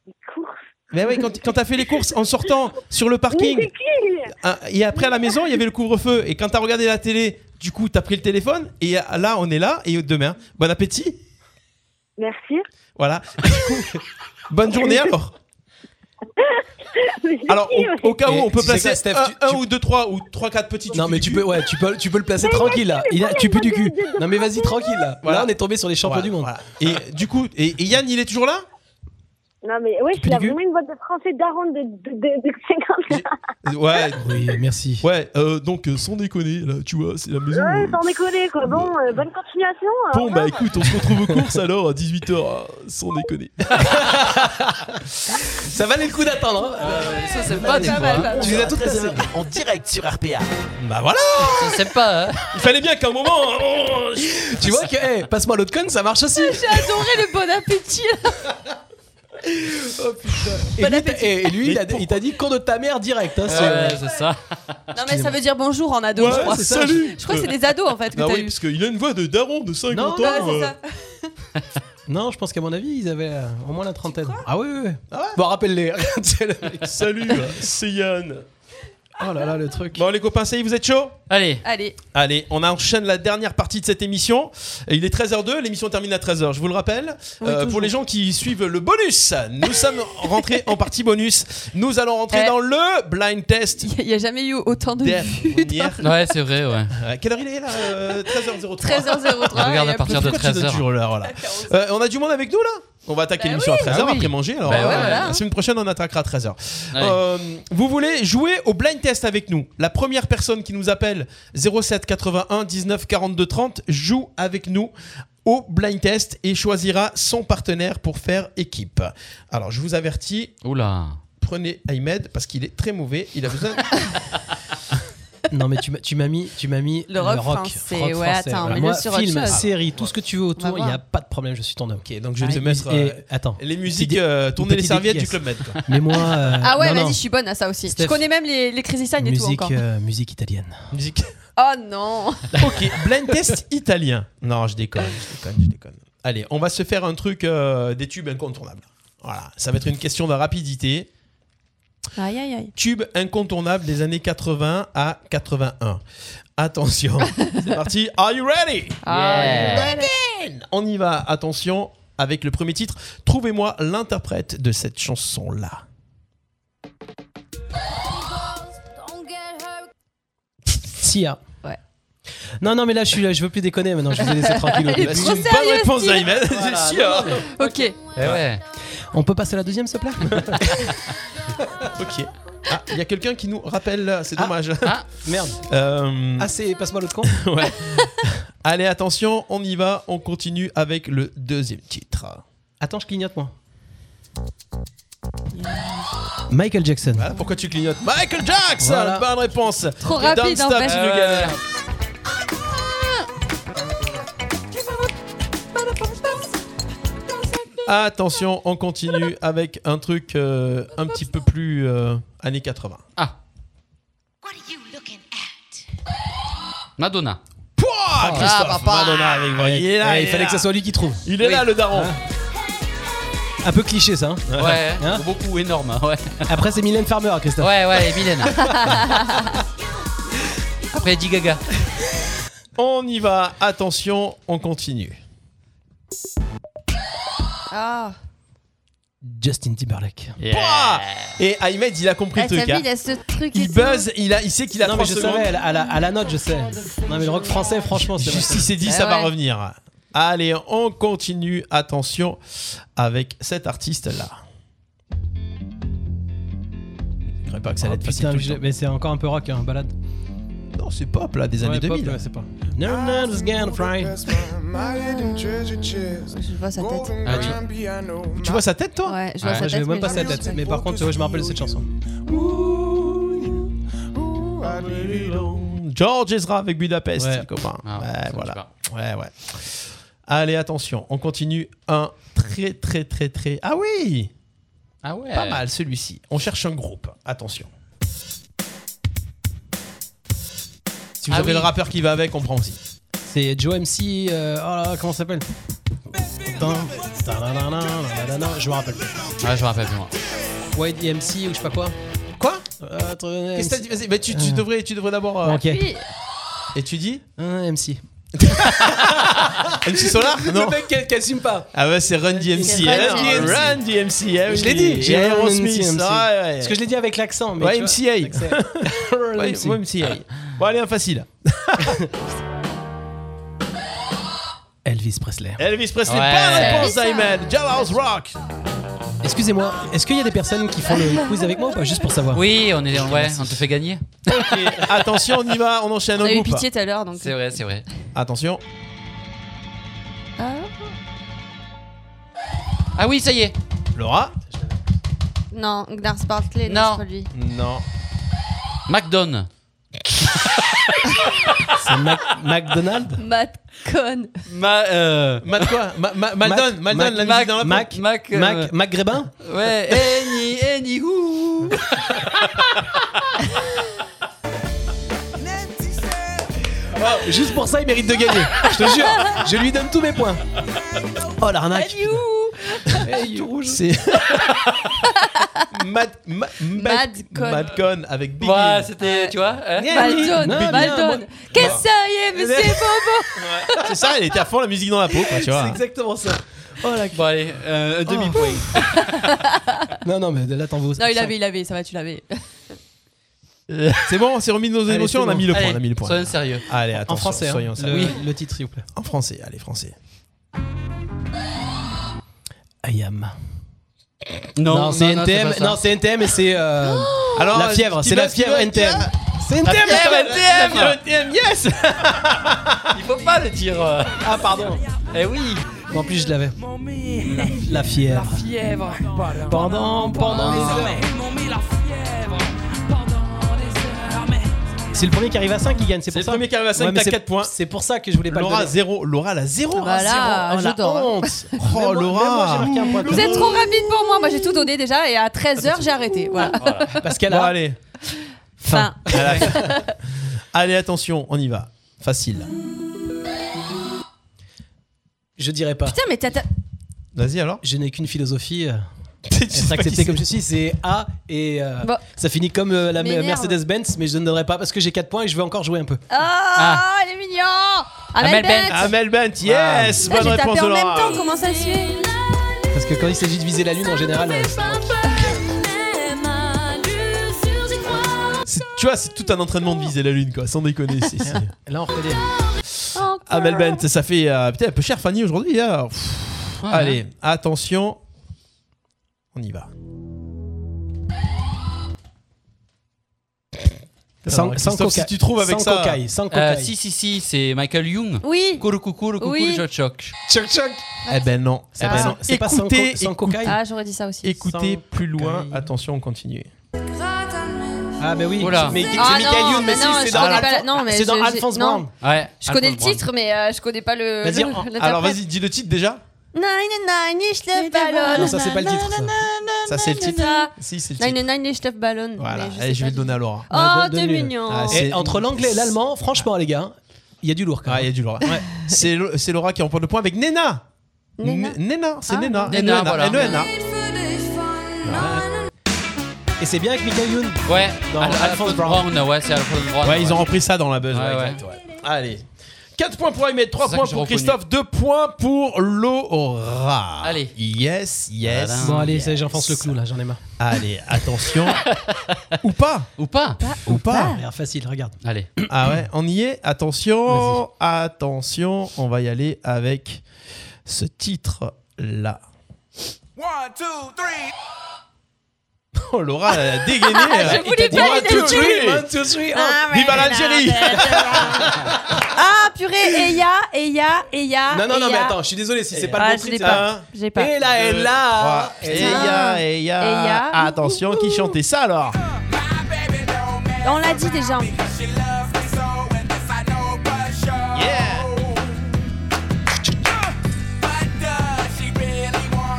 Speaker 3: Les courses. Ben oui, quand, quand t'as fait les courses en sortant sur le parking.
Speaker 12: Mais c'est qui
Speaker 3: Ah, Et après à la maison, il y avait le couvre-feu. Et quand t'as regardé la télé, du coup, t'as pris le téléphone. Et ah, là, on est là. Et demain, bon appétit.
Speaker 12: Merci.
Speaker 3: Voilà. Du coup, Bonne journée alors. Alors, au, au cas où,
Speaker 5: Et
Speaker 3: on peut
Speaker 5: tu sais
Speaker 3: placer
Speaker 5: quoi, Steph,
Speaker 3: un,
Speaker 5: tu-
Speaker 3: un ou deux, trois ou trois, quatre petits.
Speaker 5: Non mais tu peux, ouais, tu peux, tu peux le placer
Speaker 3: Mais
Speaker 5: tranquille là.
Speaker 3: vas-y,
Speaker 5: Il a-
Speaker 3: mais
Speaker 5: tu peux du cul.
Speaker 3: vas-y, vas-y,
Speaker 5: Non mais vas-y tranquille là.
Speaker 3: Voilà.
Speaker 5: Là on est tombé sur les champions du monde.
Speaker 3: Et du coup, et, et Yann, il est toujours là
Speaker 12: Non, mais ouais,
Speaker 3: peux
Speaker 12: il a
Speaker 3: dégueu
Speaker 12: vraiment une voix de français daronne de, de, de, de 50 ans.
Speaker 3: Ouais.
Speaker 5: Oui, merci.
Speaker 3: Ouais, euh, donc euh, sans déconner, là, tu vois, c'est la maison.
Speaker 12: Ouais,
Speaker 3: euh,
Speaker 12: sans déconner, quoi. Bon, euh, bonne continuation. au
Speaker 3: Bon, bah
Speaker 12: revoir.
Speaker 3: écoute, on se retrouve aux courses alors à 18h, sans déconner.
Speaker 5: Ça valait le coup d'attendre. hein. Euh,
Speaker 6: ça, c'est
Speaker 3: pas des fois, hein. Tu les as toutes
Speaker 1: passées.
Speaker 3: passées.
Speaker 1: En direct sur RPA.
Speaker 3: Bah voilà
Speaker 6: C'est
Speaker 4: hein.
Speaker 6: sympa,
Speaker 3: Il fallait bien qu'à un moment. hein. Oh,
Speaker 5: tu vois que, eh, passe-moi l'autre con, ça marche aussi.
Speaker 4: J'ai adoré le bon appétit.
Speaker 5: Et lui, t'a- et- et lui, il a- il t'a dit con de ta mère direct. hein,
Speaker 6: Ouais, c'est ça.
Speaker 4: Non mais ça veut dire bonjour en ado.
Speaker 5: Ouais,
Speaker 4: je crois.
Speaker 5: c'est ça. Salut.
Speaker 4: Je crois que c'est des ados en fait que
Speaker 5: Ah
Speaker 4: t'as
Speaker 5: oui,
Speaker 4: eu.
Speaker 3: parce qu'il a une voix de daron de 50
Speaker 5: Non,
Speaker 4: Ouais,
Speaker 5: ans,
Speaker 4: c'est
Speaker 5: euh,
Speaker 4: ça.
Speaker 5: Non, je pense qu'à mon avis, ils avaient euh, au moins la trentaine. Ah oui, oui, oui. Bon, rappelle-les.
Speaker 3: Salut, c'est Yann.
Speaker 5: Oh là là, le truc.
Speaker 3: Bon, les copains, ça y est, vous êtes chauds
Speaker 6: Allez.
Speaker 4: Allez.
Speaker 3: Allez, on enchaîne la dernière partie de cette émission. Et Il est 13h02, l'émission termine à 13h, je vous le rappelle.
Speaker 5: Oui,
Speaker 3: Euh, pour
Speaker 5: toujours.
Speaker 3: les gens qui suivent le bonus, nous sommes rentrés en partie bonus. Nous allons rentrer
Speaker 4: Eh.
Speaker 3: dans le blind test.
Speaker 4: Il n'y a jamais eu autant de vues.
Speaker 3: Dernière.
Speaker 6: Ouais, c'est vrai, ouais.
Speaker 3: Euh, Quelle heure il est là Euh, 13h03.
Speaker 4: 13h03,
Speaker 6: On regarde à partir de
Speaker 3: Pourquoi tu donnes
Speaker 6: 13h.
Speaker 3: toujours l'heure, là Euh, on a du monde avec nous là On va attaquer l'émission
Speaker 6: oui.
Speaker 3: à 13h
Speaker 6: Bah oui.
Speaker 3: après manger. Alors,
Speaker 6: Bah ouais,
Speaker 3: euh,
Speaker 6: voilà.
Speaker 3: la semaine prochaine, on attaquera à 13h. Euh, vous voulez jouer au blind test avec nous La première personne qui nous appelle 07 81 19 42 30 joue avec nous au blind test et choisira son partenaire pour faire équipe. Alors, je vous avertis.
Speaker 6: Oula.
Speaker 3: Prenez Ahmed parce qu'il est très mauvais. Il a besoin.
Speaker 5: Non mais tu m'as- tu m'as mis, tu m'as mis
Speaker 4: Le rock
Speaker 5: rock
Speaker 4: français, ouais,
Speaker 5: rock français,
Speaker 4: attends,
Speaker 5: voilà.
Speaker 4: mets-le
Speaker 5: Moi,
Speaker 4: sur autre
Speaker 5: film,
Speaker 4: chose.
Speaker 5: série, tout ce que tu veux
Speaker 4: On
Speaker 5: autour,
Speaker 4: va
Speaker 5: il
Speaker 4: voir.
Speaker 5: n'y a pas de problème, je suis ton homme. Ok,
Speaker 3: donc je vais te mettre, euh,
Speaker 5: Et, attends,
Speaker 3: les
Speaker 5: Petit
Speaker 3: musiques,
Speaker 5: dé-
Speaker 3: euh, tourner
Speaker 5: petit
Speaker 3: les serviettes du
Speaker 5: dédicace.
Speaker 3: Club Med, quoi.
Speaker 5: Mais moi, euh,
Speaker 4: Ah ouais,
Speaker 5: non, non.
Speaker 4: vas-y, je suis bonne à ça aussi.
Speaker 5: Steph.
Speaker 4: Je connais même les, les Crazy Sign et tout
Speaker 5: musique,
Speaker 4: encore.
Speaker 5: euh, musique italienne.
Speaker 3: Musique.
Speaker 4: Oh non.
Speaker 3: Ok, blind test italien. Non, je déconne, je déconne, je déconne. Allez, on va se faire un truc euh, des tubes incontournables. Voilà, ça va être une question de rapidité.
Speaker 4: Aïe aïe aïe.
Speaker 3: Tube incontournable des années 80 à 81. Attention, c'est parti. Are you ready?
Speaker 4: Ah,
Speaker 1: Are you Yeah.
Speaker 3: Ready? On y va, attention, avec le premier titre. Trouvez-moi l'interprète de cette chanson-là.
Speaker 5: Sia.
Speaker 4: Ouais.
Speaker 5: Non, non, mais là, je, suis, là, je veux plus déconner maintenant. Je vous ai laissé tranquille au
Speaker 3: Il est
Speaker 5: début.
Speaker 3: trop C'est une bonne sérieux, réponse, Steve. Ayman, c'est sûr.
Speaker 5: non, non, mais-
Speaker 4: Ok.
Speaker 5: Eh
Speaker 6: ouais.
Speaker 5: On peut passer à la deuxième, s'il te plaît
Speaker 3: Ok. Ah, il y a quelqu'un qui nous rappelle, c'est dommage.
Speaker 5: ah, merde.
Speaker 3: Euh,
Speaker 5: Ah, c'est passe-moi l'autre con.
Speaker 3: ouais. Allez, attention, on y va, on continue avec le deuxième titre.
Speaker 5: Attends, je clignote, moi. Michael Jackson.
Speaker 3: Voilà, pourquoi tu clignotes Michael Jackson
Speaker 5: Voilà.
Speaker 3: Bonne réponse
Speaker 5: Trop
Speaker 3: Et
Speaker 5: rapide,
Speaker 3: Don't
Speaker 5: en
Speaker 3: Stop,
Speaker 5: fait.
Speaker 3: tu le gagnes. Attention, on continue avec un truc euh, un petit peu plus euh, années 80.
Speaker 6: Ah. Madonna.
Speaker 3: Pouah, Christophe
Speaker 6: Ah, papa.
Speaker 3: Madonna avec vous. Eh, Il est là,
Speaker 5: Ouais, Eh, il
Speaker 3: est
Speaker 5: fallait
Speaker 3: là.
Speaker 5: que ce soit lui qui trouve.
Speaker 3: Il est
Speaker 5: Oui.
Speaker 3: là, le daron.
Speaker 5: Un peu cliché, ça. hein.
Speaker 6: Ouais,
Speaker 5: Hein
Speaker 6: beaucoup énorme. Ouais,
Speaker 5: Après, c'est Mylène Farmer, Christophe.
Speaker 6: ouais, ouais Mylène. Après, Lady Gaga.
Speaker 3: On y va, attention, on continue.
Speaker 4: Ah.
Speaker 5: Justin Timberlake.
Speaker 3: Pouah Et Ahmed, il a compris
Speaker 4: Ah,
Speaker 3: le truc.
Speaker 4: t'as vu,
Speaker 3: hein.
Speaker 4: il y a ce truc. et
Speaker 3: Il
Speaker 4: tout.
Speaker 3: buzz, il, a, il sait qu'il a
Speaker 5: Non, mais
Speaker 3: 3
Speaker 5: je
Speaker 3: secondes.
Speaker 5: savais, à la, à la- à la note, je sais. Non, mais le rock français, franchement, c'est.
Speaker 3: Juste si c'est dit, ça va revenir. Allez, on continue, attention, avec cet artiste-là. Je croyais pas que ça allait être facile
Speaker 5: Ah,
Speaker 3: tout le
Speaker 5: putain, je-
Speaker 3: temps.
Speaker 5: mais c'est encore un peu rock, hein, balade.
Speaker 3: Non, c'est pop là, des années
Speaker 5: Ouais, pop,
Speaker 3: 2000.
Speaker 5: ouais, c'est pas. No, no, it's gonna fry.
Speaker 4: Je vois sa tête.
Speaker 5: Ah oui.
Speaker 3: Tu vois sa tête, toi
Speaker 4: Ouais, je vois
Speaker 5: Moi,
Speaker 4: sa tête.
Speaker 5: je vais Ah, même
Speaker 4: mais
Speaker 5: pas
Speaker 4: je-
Speaker 5: sa tête. Mais par contre, tu vois, je me rappelle de cette chanson.
Speaker 3: George Ezra avec Budapest,
Speaker 5: Ouais. Ah,
Speaker 6: Ah,
Speaker 3: le copain. ouais, voilà. Ouais, ouais. Allez, attention, on continue. Un très, très, très, très. Ah oui
Speaker 6: Ah ouais
Speaker 3: Pas mal celui-ci. On cherche un groupe. Attention. Si vous
Speaker 5: Ah
Speaker 3: avez
Speaker 5: oui.
Speaker 3: le rappeur qui va avec, on prend aussi.
Speaker 5: C'est Joe MC. euh, oh là là, comment ça s'appelle Tin, ta-da-da-da, da-da-da, Je me rappelle plus.
Speaker 6: Ouais, je me rappelle plus moi.
Speaker 5: White MC ou je sais pas quoi. Euh,
Speaker 3: Quoi
Speaker 5: Qu'est-ce
Speaker 3: Qu'est-ce que t'as dit Vas-y, bah, tu, tu devrais, tu devrais d'abord. euh,
Speaker 5: Ok. Euh, Puis-
Speaker 3: Et tu dis
Speaker 5: MC.
Speaker 3: MC Solar Non.
Speaker 5: Ah. Le mec qui- qui assume pas.
Speaker 3: Ah ouais, c'est Run
Speaker 5: C'est
Speaker 3: DMC.
Speaker 5: Run
Speaker 3: hein.
Speaker 5: DMC.
Speaker 3: Run DMC. hein,
Speaker 5: Je l'ai
Speaker 3: oui.
Speaker 5: dit.
Speaker 3: Et
Speaker 5: J'ai
Speaker 3: Aaron
Speaker 5: Run
Speaker 3: Smith.
Speaker 5: MC.
Speaker 3: Ah ouais, ouais.
Speaker 5: Parce que je l'ai dit avec l'accent. mais
Speaker 3: Ouais,
Speaker 5: tu vois,
Speaker 3: MCA.
Speaker 5: l'accent. Run
Speaker 3: Ouais,
Speaker 5: MC.
Speaker 3: ouais, MCA. Bon, allez, un facile.
Speaker 5: Elvis Presley.
Speaker 3: Elvis Presley,
Speaker 5: Ouais.
Speaker 3: bonne réponse,
Speaker 4: hein.
Speaker 5: C'est Elvis, ça.
Speaker 3: Ayman. Jailhouse Rock.
Speaker 5: Excusez-moi, est-ce qu'il y a des personnes qui font le quiz avec moi ou pas Juste pour savoir.
Speaker 6: Oui, on est ouais, on te fait gagner.
Speaker 3: Attention, on y va, on enchaîne
Speaker 4: On
Speaker 3: un
Speaker 4: a eu
Speaker 3: groupe.
Speaker 4: pitié tout à l'heure, donc.
Speaker 6: C'est vrai, c'est vrai.
Speaker 3: Attention.
Speaker 4: Ah.
Speaker 6: Ah oui, ça y est.
Speaker 3: Laura
Speaker 4: Non, Gnars Bartley, non, c'est pas lui.
Speaker 3: Non.
Speaker 6: McDonald.
Speaker 5: C'est McDonald
Speaker 4: Matt Cohn.
Speaker 6: Ma, euh...
Speaker 3: Matt quoi Ma- Ma- Maldon, Maldon, la musique dans la peau.
Speaker 5: Mac, Mac,
Speaker 6: euh,
Speaker 5: Mac, Mac Grébin
Speaker 6: Ouais, Eni, Eni, ouh.
Speaker 5: Oh, Juste pour ça, il mérite de gagner. Je te jure, je lui donne tous mes points. Oh l'arnaque.
Speaker 3: C'est Mad, Ma- Ma-
Speaker 4: Madcon.
Speaker 3: Madcon avec Big
Speaker 6: Ouais,
Speaker 3: Lil.
Speaker 6: c'était, tu vois. hein
Speaker 4: Maldon,
Speaker 3: Non,
Speaker 4: Maldon.
Speaker 3: non,
Speaker 4: Qu'est-ce que ça y est, mais c'est bobo
Speaker 3: C'est ça, elle était à fond la musique dans la peau, quoi, tu vois.
Speaker 5: exactement ça. Oh,
Speaker 6: Bon, allez, euh, un demi-point.
Speaker 5: Non, non, mais là, t'en veux aussi.
Speaker 4: Non, il l'avait, il l'avait, ça va, tu l'avais.
Speaker 3: C'est bon, on s'est remis de nos
Speaker 5: Allez,
Speaker 3: émotions,
Speaker 5: c'est
Speaker 3: on a
Speaker 5: bon.
Speaker 3: mis le point,
Speaker 5: Allez,
Speaker 3: on a mis le point.
Speaker 6: soyons sérieux.
Speaker 3: Allez,
Speaker 5: En
Speaker 3: attention,
Speaker 5: français, hein.
Speaker 3: soyons sérieux.
Speaker 5: Le-
Speaker 3: Oui,
Speaker 5: le titre, s'il vous plaît.
Speaker 3: En français, allez, français.
Speaker 5: I am.
Speaker 6: Non,
Speaker 5: Non, c'est
Speaker 6: non, non, c'est
Speaker 5: NTM.
Speaker 6: pas ça.
Speaker 5: Non, c'est NTM et c'est. euh,
Speaker 3: Alors,
Speaker 5: la fièvre,
Speaker 3: Oh, tu
Speaker 5: c'est
Speaker 3: vas-
Speaker 5: la
Speaker 3: tu
Speaker 5: fièvre
Speaker 3: vas-
Speaker 5: NTM. C'est
Speaker 3: La
Speaker 5: NTM,
Speaker 3: fièvre,
Speaker 5: la fièvre.
Speaker 3: NTM, NTM, yes
Speaker 6: Il faut pas le dire. euh.
Speaker 5: Ah, pardon.
Speaker 6: Eh oui.
Speaker 5: En plus, je l'avais. La fièvre.
Speaker 14: fièvre
Speaker 5: Pendant, pendant des heures. C'est le premier qui arrive à 5 qui gagne, c'est pour ça.
Speaker 3: le premier qui arrive à cinq,
Speaker 5: Ouais, mais
Speaker 3: t'as
Speaker 5: c'est-
Speaker 3: quatre points.
Speaker 5: C'est pour ça que je voulais pas
Speaker 3: Laura,
Speaker 5: le donner.
Speaker 3: zéro. Laura, la zéro.
Speaker 4: Voilà,
Speaker 5: Ah,
Speaker 4: un
Speaker 5: zéro.
Speaker 4: jeu
Speaker 5: Ah, la
Speaker 4: d'or.
Speaker 5: honte.
Speaker 3: Oh,
Speaker 5: Même moi-
Speaker 3: Laura.
Speaker 5: même moi, j'ai marqué un point.
Speaker 4: Vous êtes trop rapide pour moi, moi j'ai tout donné déjà et à 13h j'ai arrêté. Voilà.
Speaker 5: Pascal
Speaker 3: Bon,
Speaker 5: a-
Speaker 3: allez.
Speaker 4: Fin.
Speaker 3: Voilà. allez, attention, on y va. Facile.
Speaker 5: Je dirais pas.
Speaker 4: Putain, mais t'as. t'as-
Speaker 3: Vas-y alors.
Speaker 5: Je n'ai qu'une philosophie. euh,
Speaker 3: sais
Speaker 5: Être
Speaker 3: pas qui
Speaker 5: accepté
Speaker 3: c'est.
Speaker 5: comme je suis, c'est A et euh,
Speaker 4: Bon. Oh,
Speaker 5: ça finit comme euh, la
Speaker 4: M'énerve.
Speaker 5: Mercedes-Benz, mais je ne donnerai pas parce que j'ai 4 points et je veux encore jouer un peu.
Speaker 4: Ah, il est mignon Amel
Speaker 5: Amel
Speaker 4: Bent
Speaker 3: Amel Ah, Bent, yes
Speaker 4: Putain,
Speaker 3: Bonne
Speaker 4: Ah, J'ai
Speaker 3: réponse
Speaker 4: tapé
Speaker 3: de
Speaker 4: en même
Speaker 3: Laura.
Speaker 4: temps, comment ça se fait
Speaker 5: Parce que quand il s'agit de viser la lune en général, euh,
Speaker 3: C'est- Tu vois, c'est tout un entraînement de viser la lune, quoi, sans déconner. c'est- c'est-
Speaker 5: là on reconnaît.
Speaker 3: Amel Bent, ça fait. euh, putain, un peu cher Fanny aujourd'hui. hein. Pff.
Speaker 6: Ouais,
Speaker 3: Allez, attention. On y va. Sans,
Speaker 5: Alors,
Speaker 3: sans
Speaker 5: Christophe,
Speaker 3: coca-
Speaker 5: si tu
Speaker 3: trouves avec
Speaker 5: sans
Speaker 3: ça.
Speaker 5: cocaille, sans
Speaker 6: Euh,
Speaker 5: cocaille.
Speaker 6: si, si, si, c'est Michael Young.
Speaker 4: Oui
Speaker 6: Kourou coucou, le coucou,
Speaker 4: Oui.
Speaker 6: le choc.
Speaker 5: Choc, choc.
Speaker 3: Eh ben non. Eh
Speaker 5: pas
Speaker 3: ben
Speaker 5: sans-
Speaker 3: non.
Speaker 5: c'est pas sans co-
Speaker 3: Écoutez,
Speaker 5: sans cocaille.
Speaker 4: Ah, j'aurais dit ça aussi.
Speaker 3: écoutez
Speaker 5: Sans
Speaker 3: plus loin.
Speaker 5: cocaille.
Speaker 3: Attention, on continue.
Speaker 5: Ah mais oui,
Speaker 6: Oula.
Speaker 5: mais c'est
Speaker 4: Ah non,
Speaker 5: Michael Youn, mais,
Speaker 4: mais
Speaker 5: si,
Speaker 4: non, je
Speaker 5: c'est dans,
Speaker 4: connais pas
Speaker 5: Alphonse-
Speaker 4: la- non, mais
Speaker 5: c'est dans
Speaker 4: je- j'ai-
Speaker 5: Alphonse
Speaker 4: non.
Speaker 5: Brown.
Speaker 6: Ouais.
Speaker 4: Je connais le
Speaker 6: Alphonse Brown.
Speaker 4: titre, mais euh, je connais pas le.
Speaker 5: Vas-y,
Speaker 4: le-
Speaker 5: en-
Speaker 4: l'interprète.
Speaker 3: Alors vas-y, dis le titre déjà.
Speaker 4: Nine nine nine, ich love ballon.
Speaker 5: Non, ça c'est pas le titre. ça.
Speaker 3: Ça, c'est le titre.
Speaker 4: Ça.
Speaker 3: Si, c'est le titre.
Speaker 4: ah. Nine nine, ich love ballon.
Speaker 3: Voilà,
Speaker 4: Mais je
Speaker 3: allez,
Speaker 4: sais
Speaker 3: je vais le
Speaker 4: pas du
Speaker 3: donner à Laura.
Speaker 4: Oh,
Speaker 5: Donne-le.
Speaker 4: t'es mignon.
Speaker 3: Ah,
Speaker 5: Et entre l'anglais et l'allemand, franchement les gars, il y a du lourd quand
Speaker 3: Ah, il y
Speaker 5: même.
Speaker 3: a du Laura. C'est Lo- c'est Laura qui remporte le point avec Nena.
Speaker 4: Nena.
Speaker 3: N- Nena, c'est
Speaker 4: Ah.
Speaker 3: Nena.
Speaker 6: Nena,
Speaker 3: N-E-N-A,
Speaker 6: voilà.
Speaker 3: N-E-N-A.
Speaker 5: Et c'est bien avec Michael Youn.
Speaker 6: Ouais,
Speaker 5: Dans
Speaker 6: Al-
Speaker 5: Alphonse
Speaker 6: Alphonse Brown. ouais, c'est Alphonse Brown.
Speaker 3: Ouais, ils ont repris ça dans la buzz.
Speaker 6: Ouais,
Speaker 3: ouais,
Speaker 6: ouais.
Speaker 3: exact, ouais. Allez. 4 points pour Ahmed, 3
Speaker 6: C'est ça
Speaker 3: points
Speaker 6: que j'ai
Speaker 3: pour
Speaker 6: reconnu.
Speaker 3: Christophe, 2 points pour Laura.
Speaker 6: Allez.
Speaker 3: Yes, yes.
Speaker 6: Voilà.
Speaker 5: Bon allez,
Speaker 3: yes.
Speaker 5: ça y est, j'enfonce le clou là, j'en ai marre.
Speaker 3: Allez, attention. Ou pas.
Speaker 6: Ou pas
Speaker 3: Ou pas.
Speaker 5: Ça a l'air facile, regarde.
Speaker 6: Allez.
Speaker 3: Ah ouais, on y est. Attention. Attention, on va y aller avec ce titre là. Oh Laura, elle a dégainé.
Speaker 4: Je voulais pas
Speaker 3: One,
Speaker 4: les
Speaker 3: two,
Speaker 4: tuer.
Speaker 3: three.
Speaker 4: Ah,
Speaker 3: Vive
Speaker 4: ouais,
Speaker 3: l'Algérie.
Speaker 4: Ah, purée, Eya, Eya, Eya.
Speaker 5: Non, non, non,
Speaker 4: Eya.
Speaker 5: mais attends, je suis désolé si c'est pas
Speaker 4: Ah,
Speaker 5: le bon
Speaker 4: je l'ai
Speaker 5: titre.
Speaker 4: pas.
Speaker 3: Un,
Speaker 4: J'ai pas.
Speaker 5: Et là, et
Speaker 3: deux,
Speaker 5: là.
Speaker 3: trois. Et eh ya, et ya.
Speaker 4: Et ya.
Speaker 3: Attention, qui chantait ça alors
Speaker 4: On l'a dit déjà.
Speaker 3: Yeah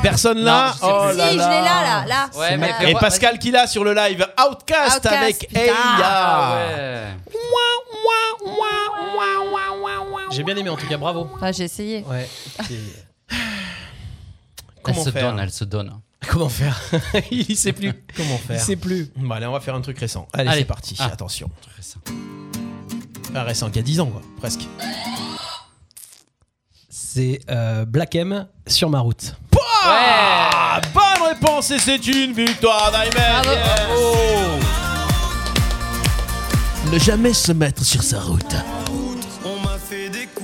Speaker 3: Personne là.
Speaker 6: Non, je sais
Speaker 3: Oh
Speaker 6: plus.
Speaker 3: là
Speaker 6: Si, je l'ai
Speaker 3: là.
Speaker 4: là, là, là.
Speaker 6: Eh ben, Ouais, mais
Speaker 3: Et
Speaker 6: fais-moi-
Speaker 3: Pascal qui l'a sur le live Outcast,
Speaker 6: Outcast,
Speaker 3: avec
Speaker 6: putain.
Speaker 3: Eya.
Speaker 6: Ah ouais.
Speaker 5: J'ai bien aimé en tout cas, bravo.
Speaker 4: Ah, j'ai essayé.
Speaker 5: Ouais.
Speaker 3: Comment
Speaker 6: elle se
Speaker 3: faire
Speaker 6: donne, elle se donne.
Speaker 5: Comment faire Il sait plus. Comment
Speaker 3: Il sait plus. Bon, allez, on va faire un truc récent. Allez,
Speaker 6: Allez.
Speaker 3: c'est parti.
Speaker 6: Ah.
Speaker 3: Attention. Enfin, récent, qui a 10 ans, quoi, presque.
Speaker 5: C'est euh, Black M sur ma route.
Speaker 3: Ah, Bonne réponse et c'est une victoire d'Ayman. Ne jamais se mettre sur sa route.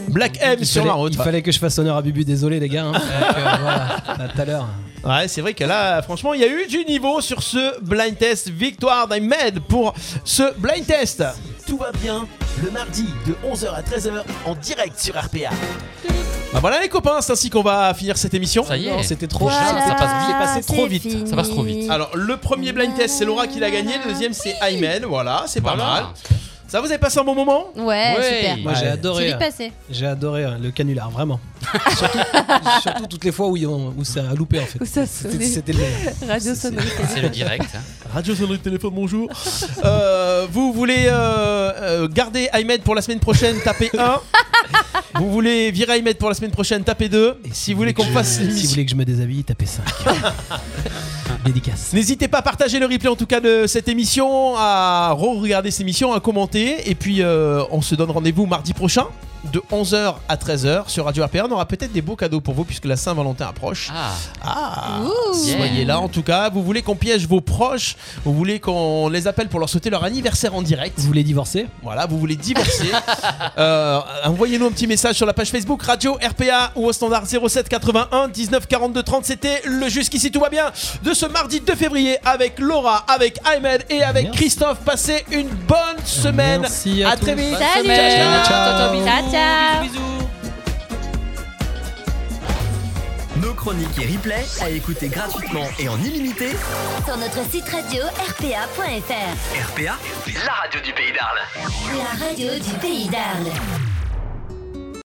Speaker 3: Black M
Speaker 5: Il
Speaker 3: sur
Speaker 5: fallait-
Speaker 3: la route.
Speaker 5: Il fallait que je fasse honneur à Bubu, désolé les gars. hein. Donc, euh, voilà, à tout à l'heure.
Speaker 3: Ouais, c'est vrai que là, franchement, il y a eu du niveau sur ce blind test. Victoire d'Aymed pour ce blind test.
Speaker 1: Tout va bien le mardi de 11h à 13h en direct sur RPA.
Speaker 3: Bah voilà les copains, c'est ainsi qu'on va finir cette émission.
Speaker 6: Ça y est.
Speaker 3: Non, C'était trop
Speaker 6: Voilà,
Speaker 3: vite. Ça passe vite.
Speaker 6: c'est
Speaker 3: trop vite.
Speaker 6: fini. Ça passe trop vite.
Speaker 3: Alors le premier blind test, c'est Laura qui l'a gagné. Le deuxième, c'est Aymen. Voilà, c'est pas
Speaker 6: Voilà.
Speaker 3: mal. Ça vous avez passé un bon moment
Speaker 4: Ouais, Eh, super.
Speaker 5: Moi j'ai adoré.
Speaker 4: C'est vite passé.
Speaker 5: J'ai adoré euh, le canular, vraiment. surtout, surtout toutes les fois où, ils ont- où ça a loupé en fait.
Speaker 4: Où ça
Speaker 5: C'était
Speaker 4: sonnait.
Speaker 5: c'était le meilleur.
Speaker 4: Radio sonore.
Speaker 6: C'est le direct. hein.
Speaker 3: Radio sonnerie de téléphone, bonjour. Euh, vous voulez euh, euh, garder Aymed pour la semaine prochaine, tapez 1. vous voulez virer Aymed pour la semaine prochaine, tapez 2. Si vous voulez qu'on fasse
Speaker 5: Si vous
Speaker 3: l'émission.
Speaker 5: voulez que je me déshabille, tapez 5. Dédicace.
Speaker 3: N'hésitez pas à partager le replay en tout cas de cette émission, à re-regarder cette émission, à commenter. Et puis euh, on se donne rendez-vous mardi prochain de 11h à 13h sur Radio RPA. On aura peut-être des beaux cadeaux pour vous puisque la Saint-Valentin approche.
Speaker 6: Ah.
Speaker 3: Ah,
Speaker 4: Ouh.
Speaker 3: soyez là en tout cas. Vous voulez qu'on piège vos proches, vous voulez qu'on les appelle pour leur souhaiter leur anniversaire en direct.
Speaker 5: Vous voulez divorcer
Speaker 3: Voilà, vous voulez divorcer. Euh, Envoyez-nous un petit message sur la page Facebook Radio RPA ou au standard 07 81 19 42 30. C'était le Jusqu'ici tout va bien de ce mardi 2 février avec Laura, avec Ahmed et avec
Speaker 5: Merci.
Speaker 3: Christophe. Passez une bonne semaine.
Speaker 5: Merci à tous.
Speaker 3: très vite.
Speaker 5: Bonne Salut. semaine. Ciao, ciao.
Speaker 4: Ciao, ciao.
Speaker 11: Nos chroniques et replays à écouter gratuitement et en illimité.
Speaker 7: Sur notre site radio rpa.fr,
Speaker 11: RPA, la radio du pays d'Arles.
Speaker 7: la radio du pays d'Arles.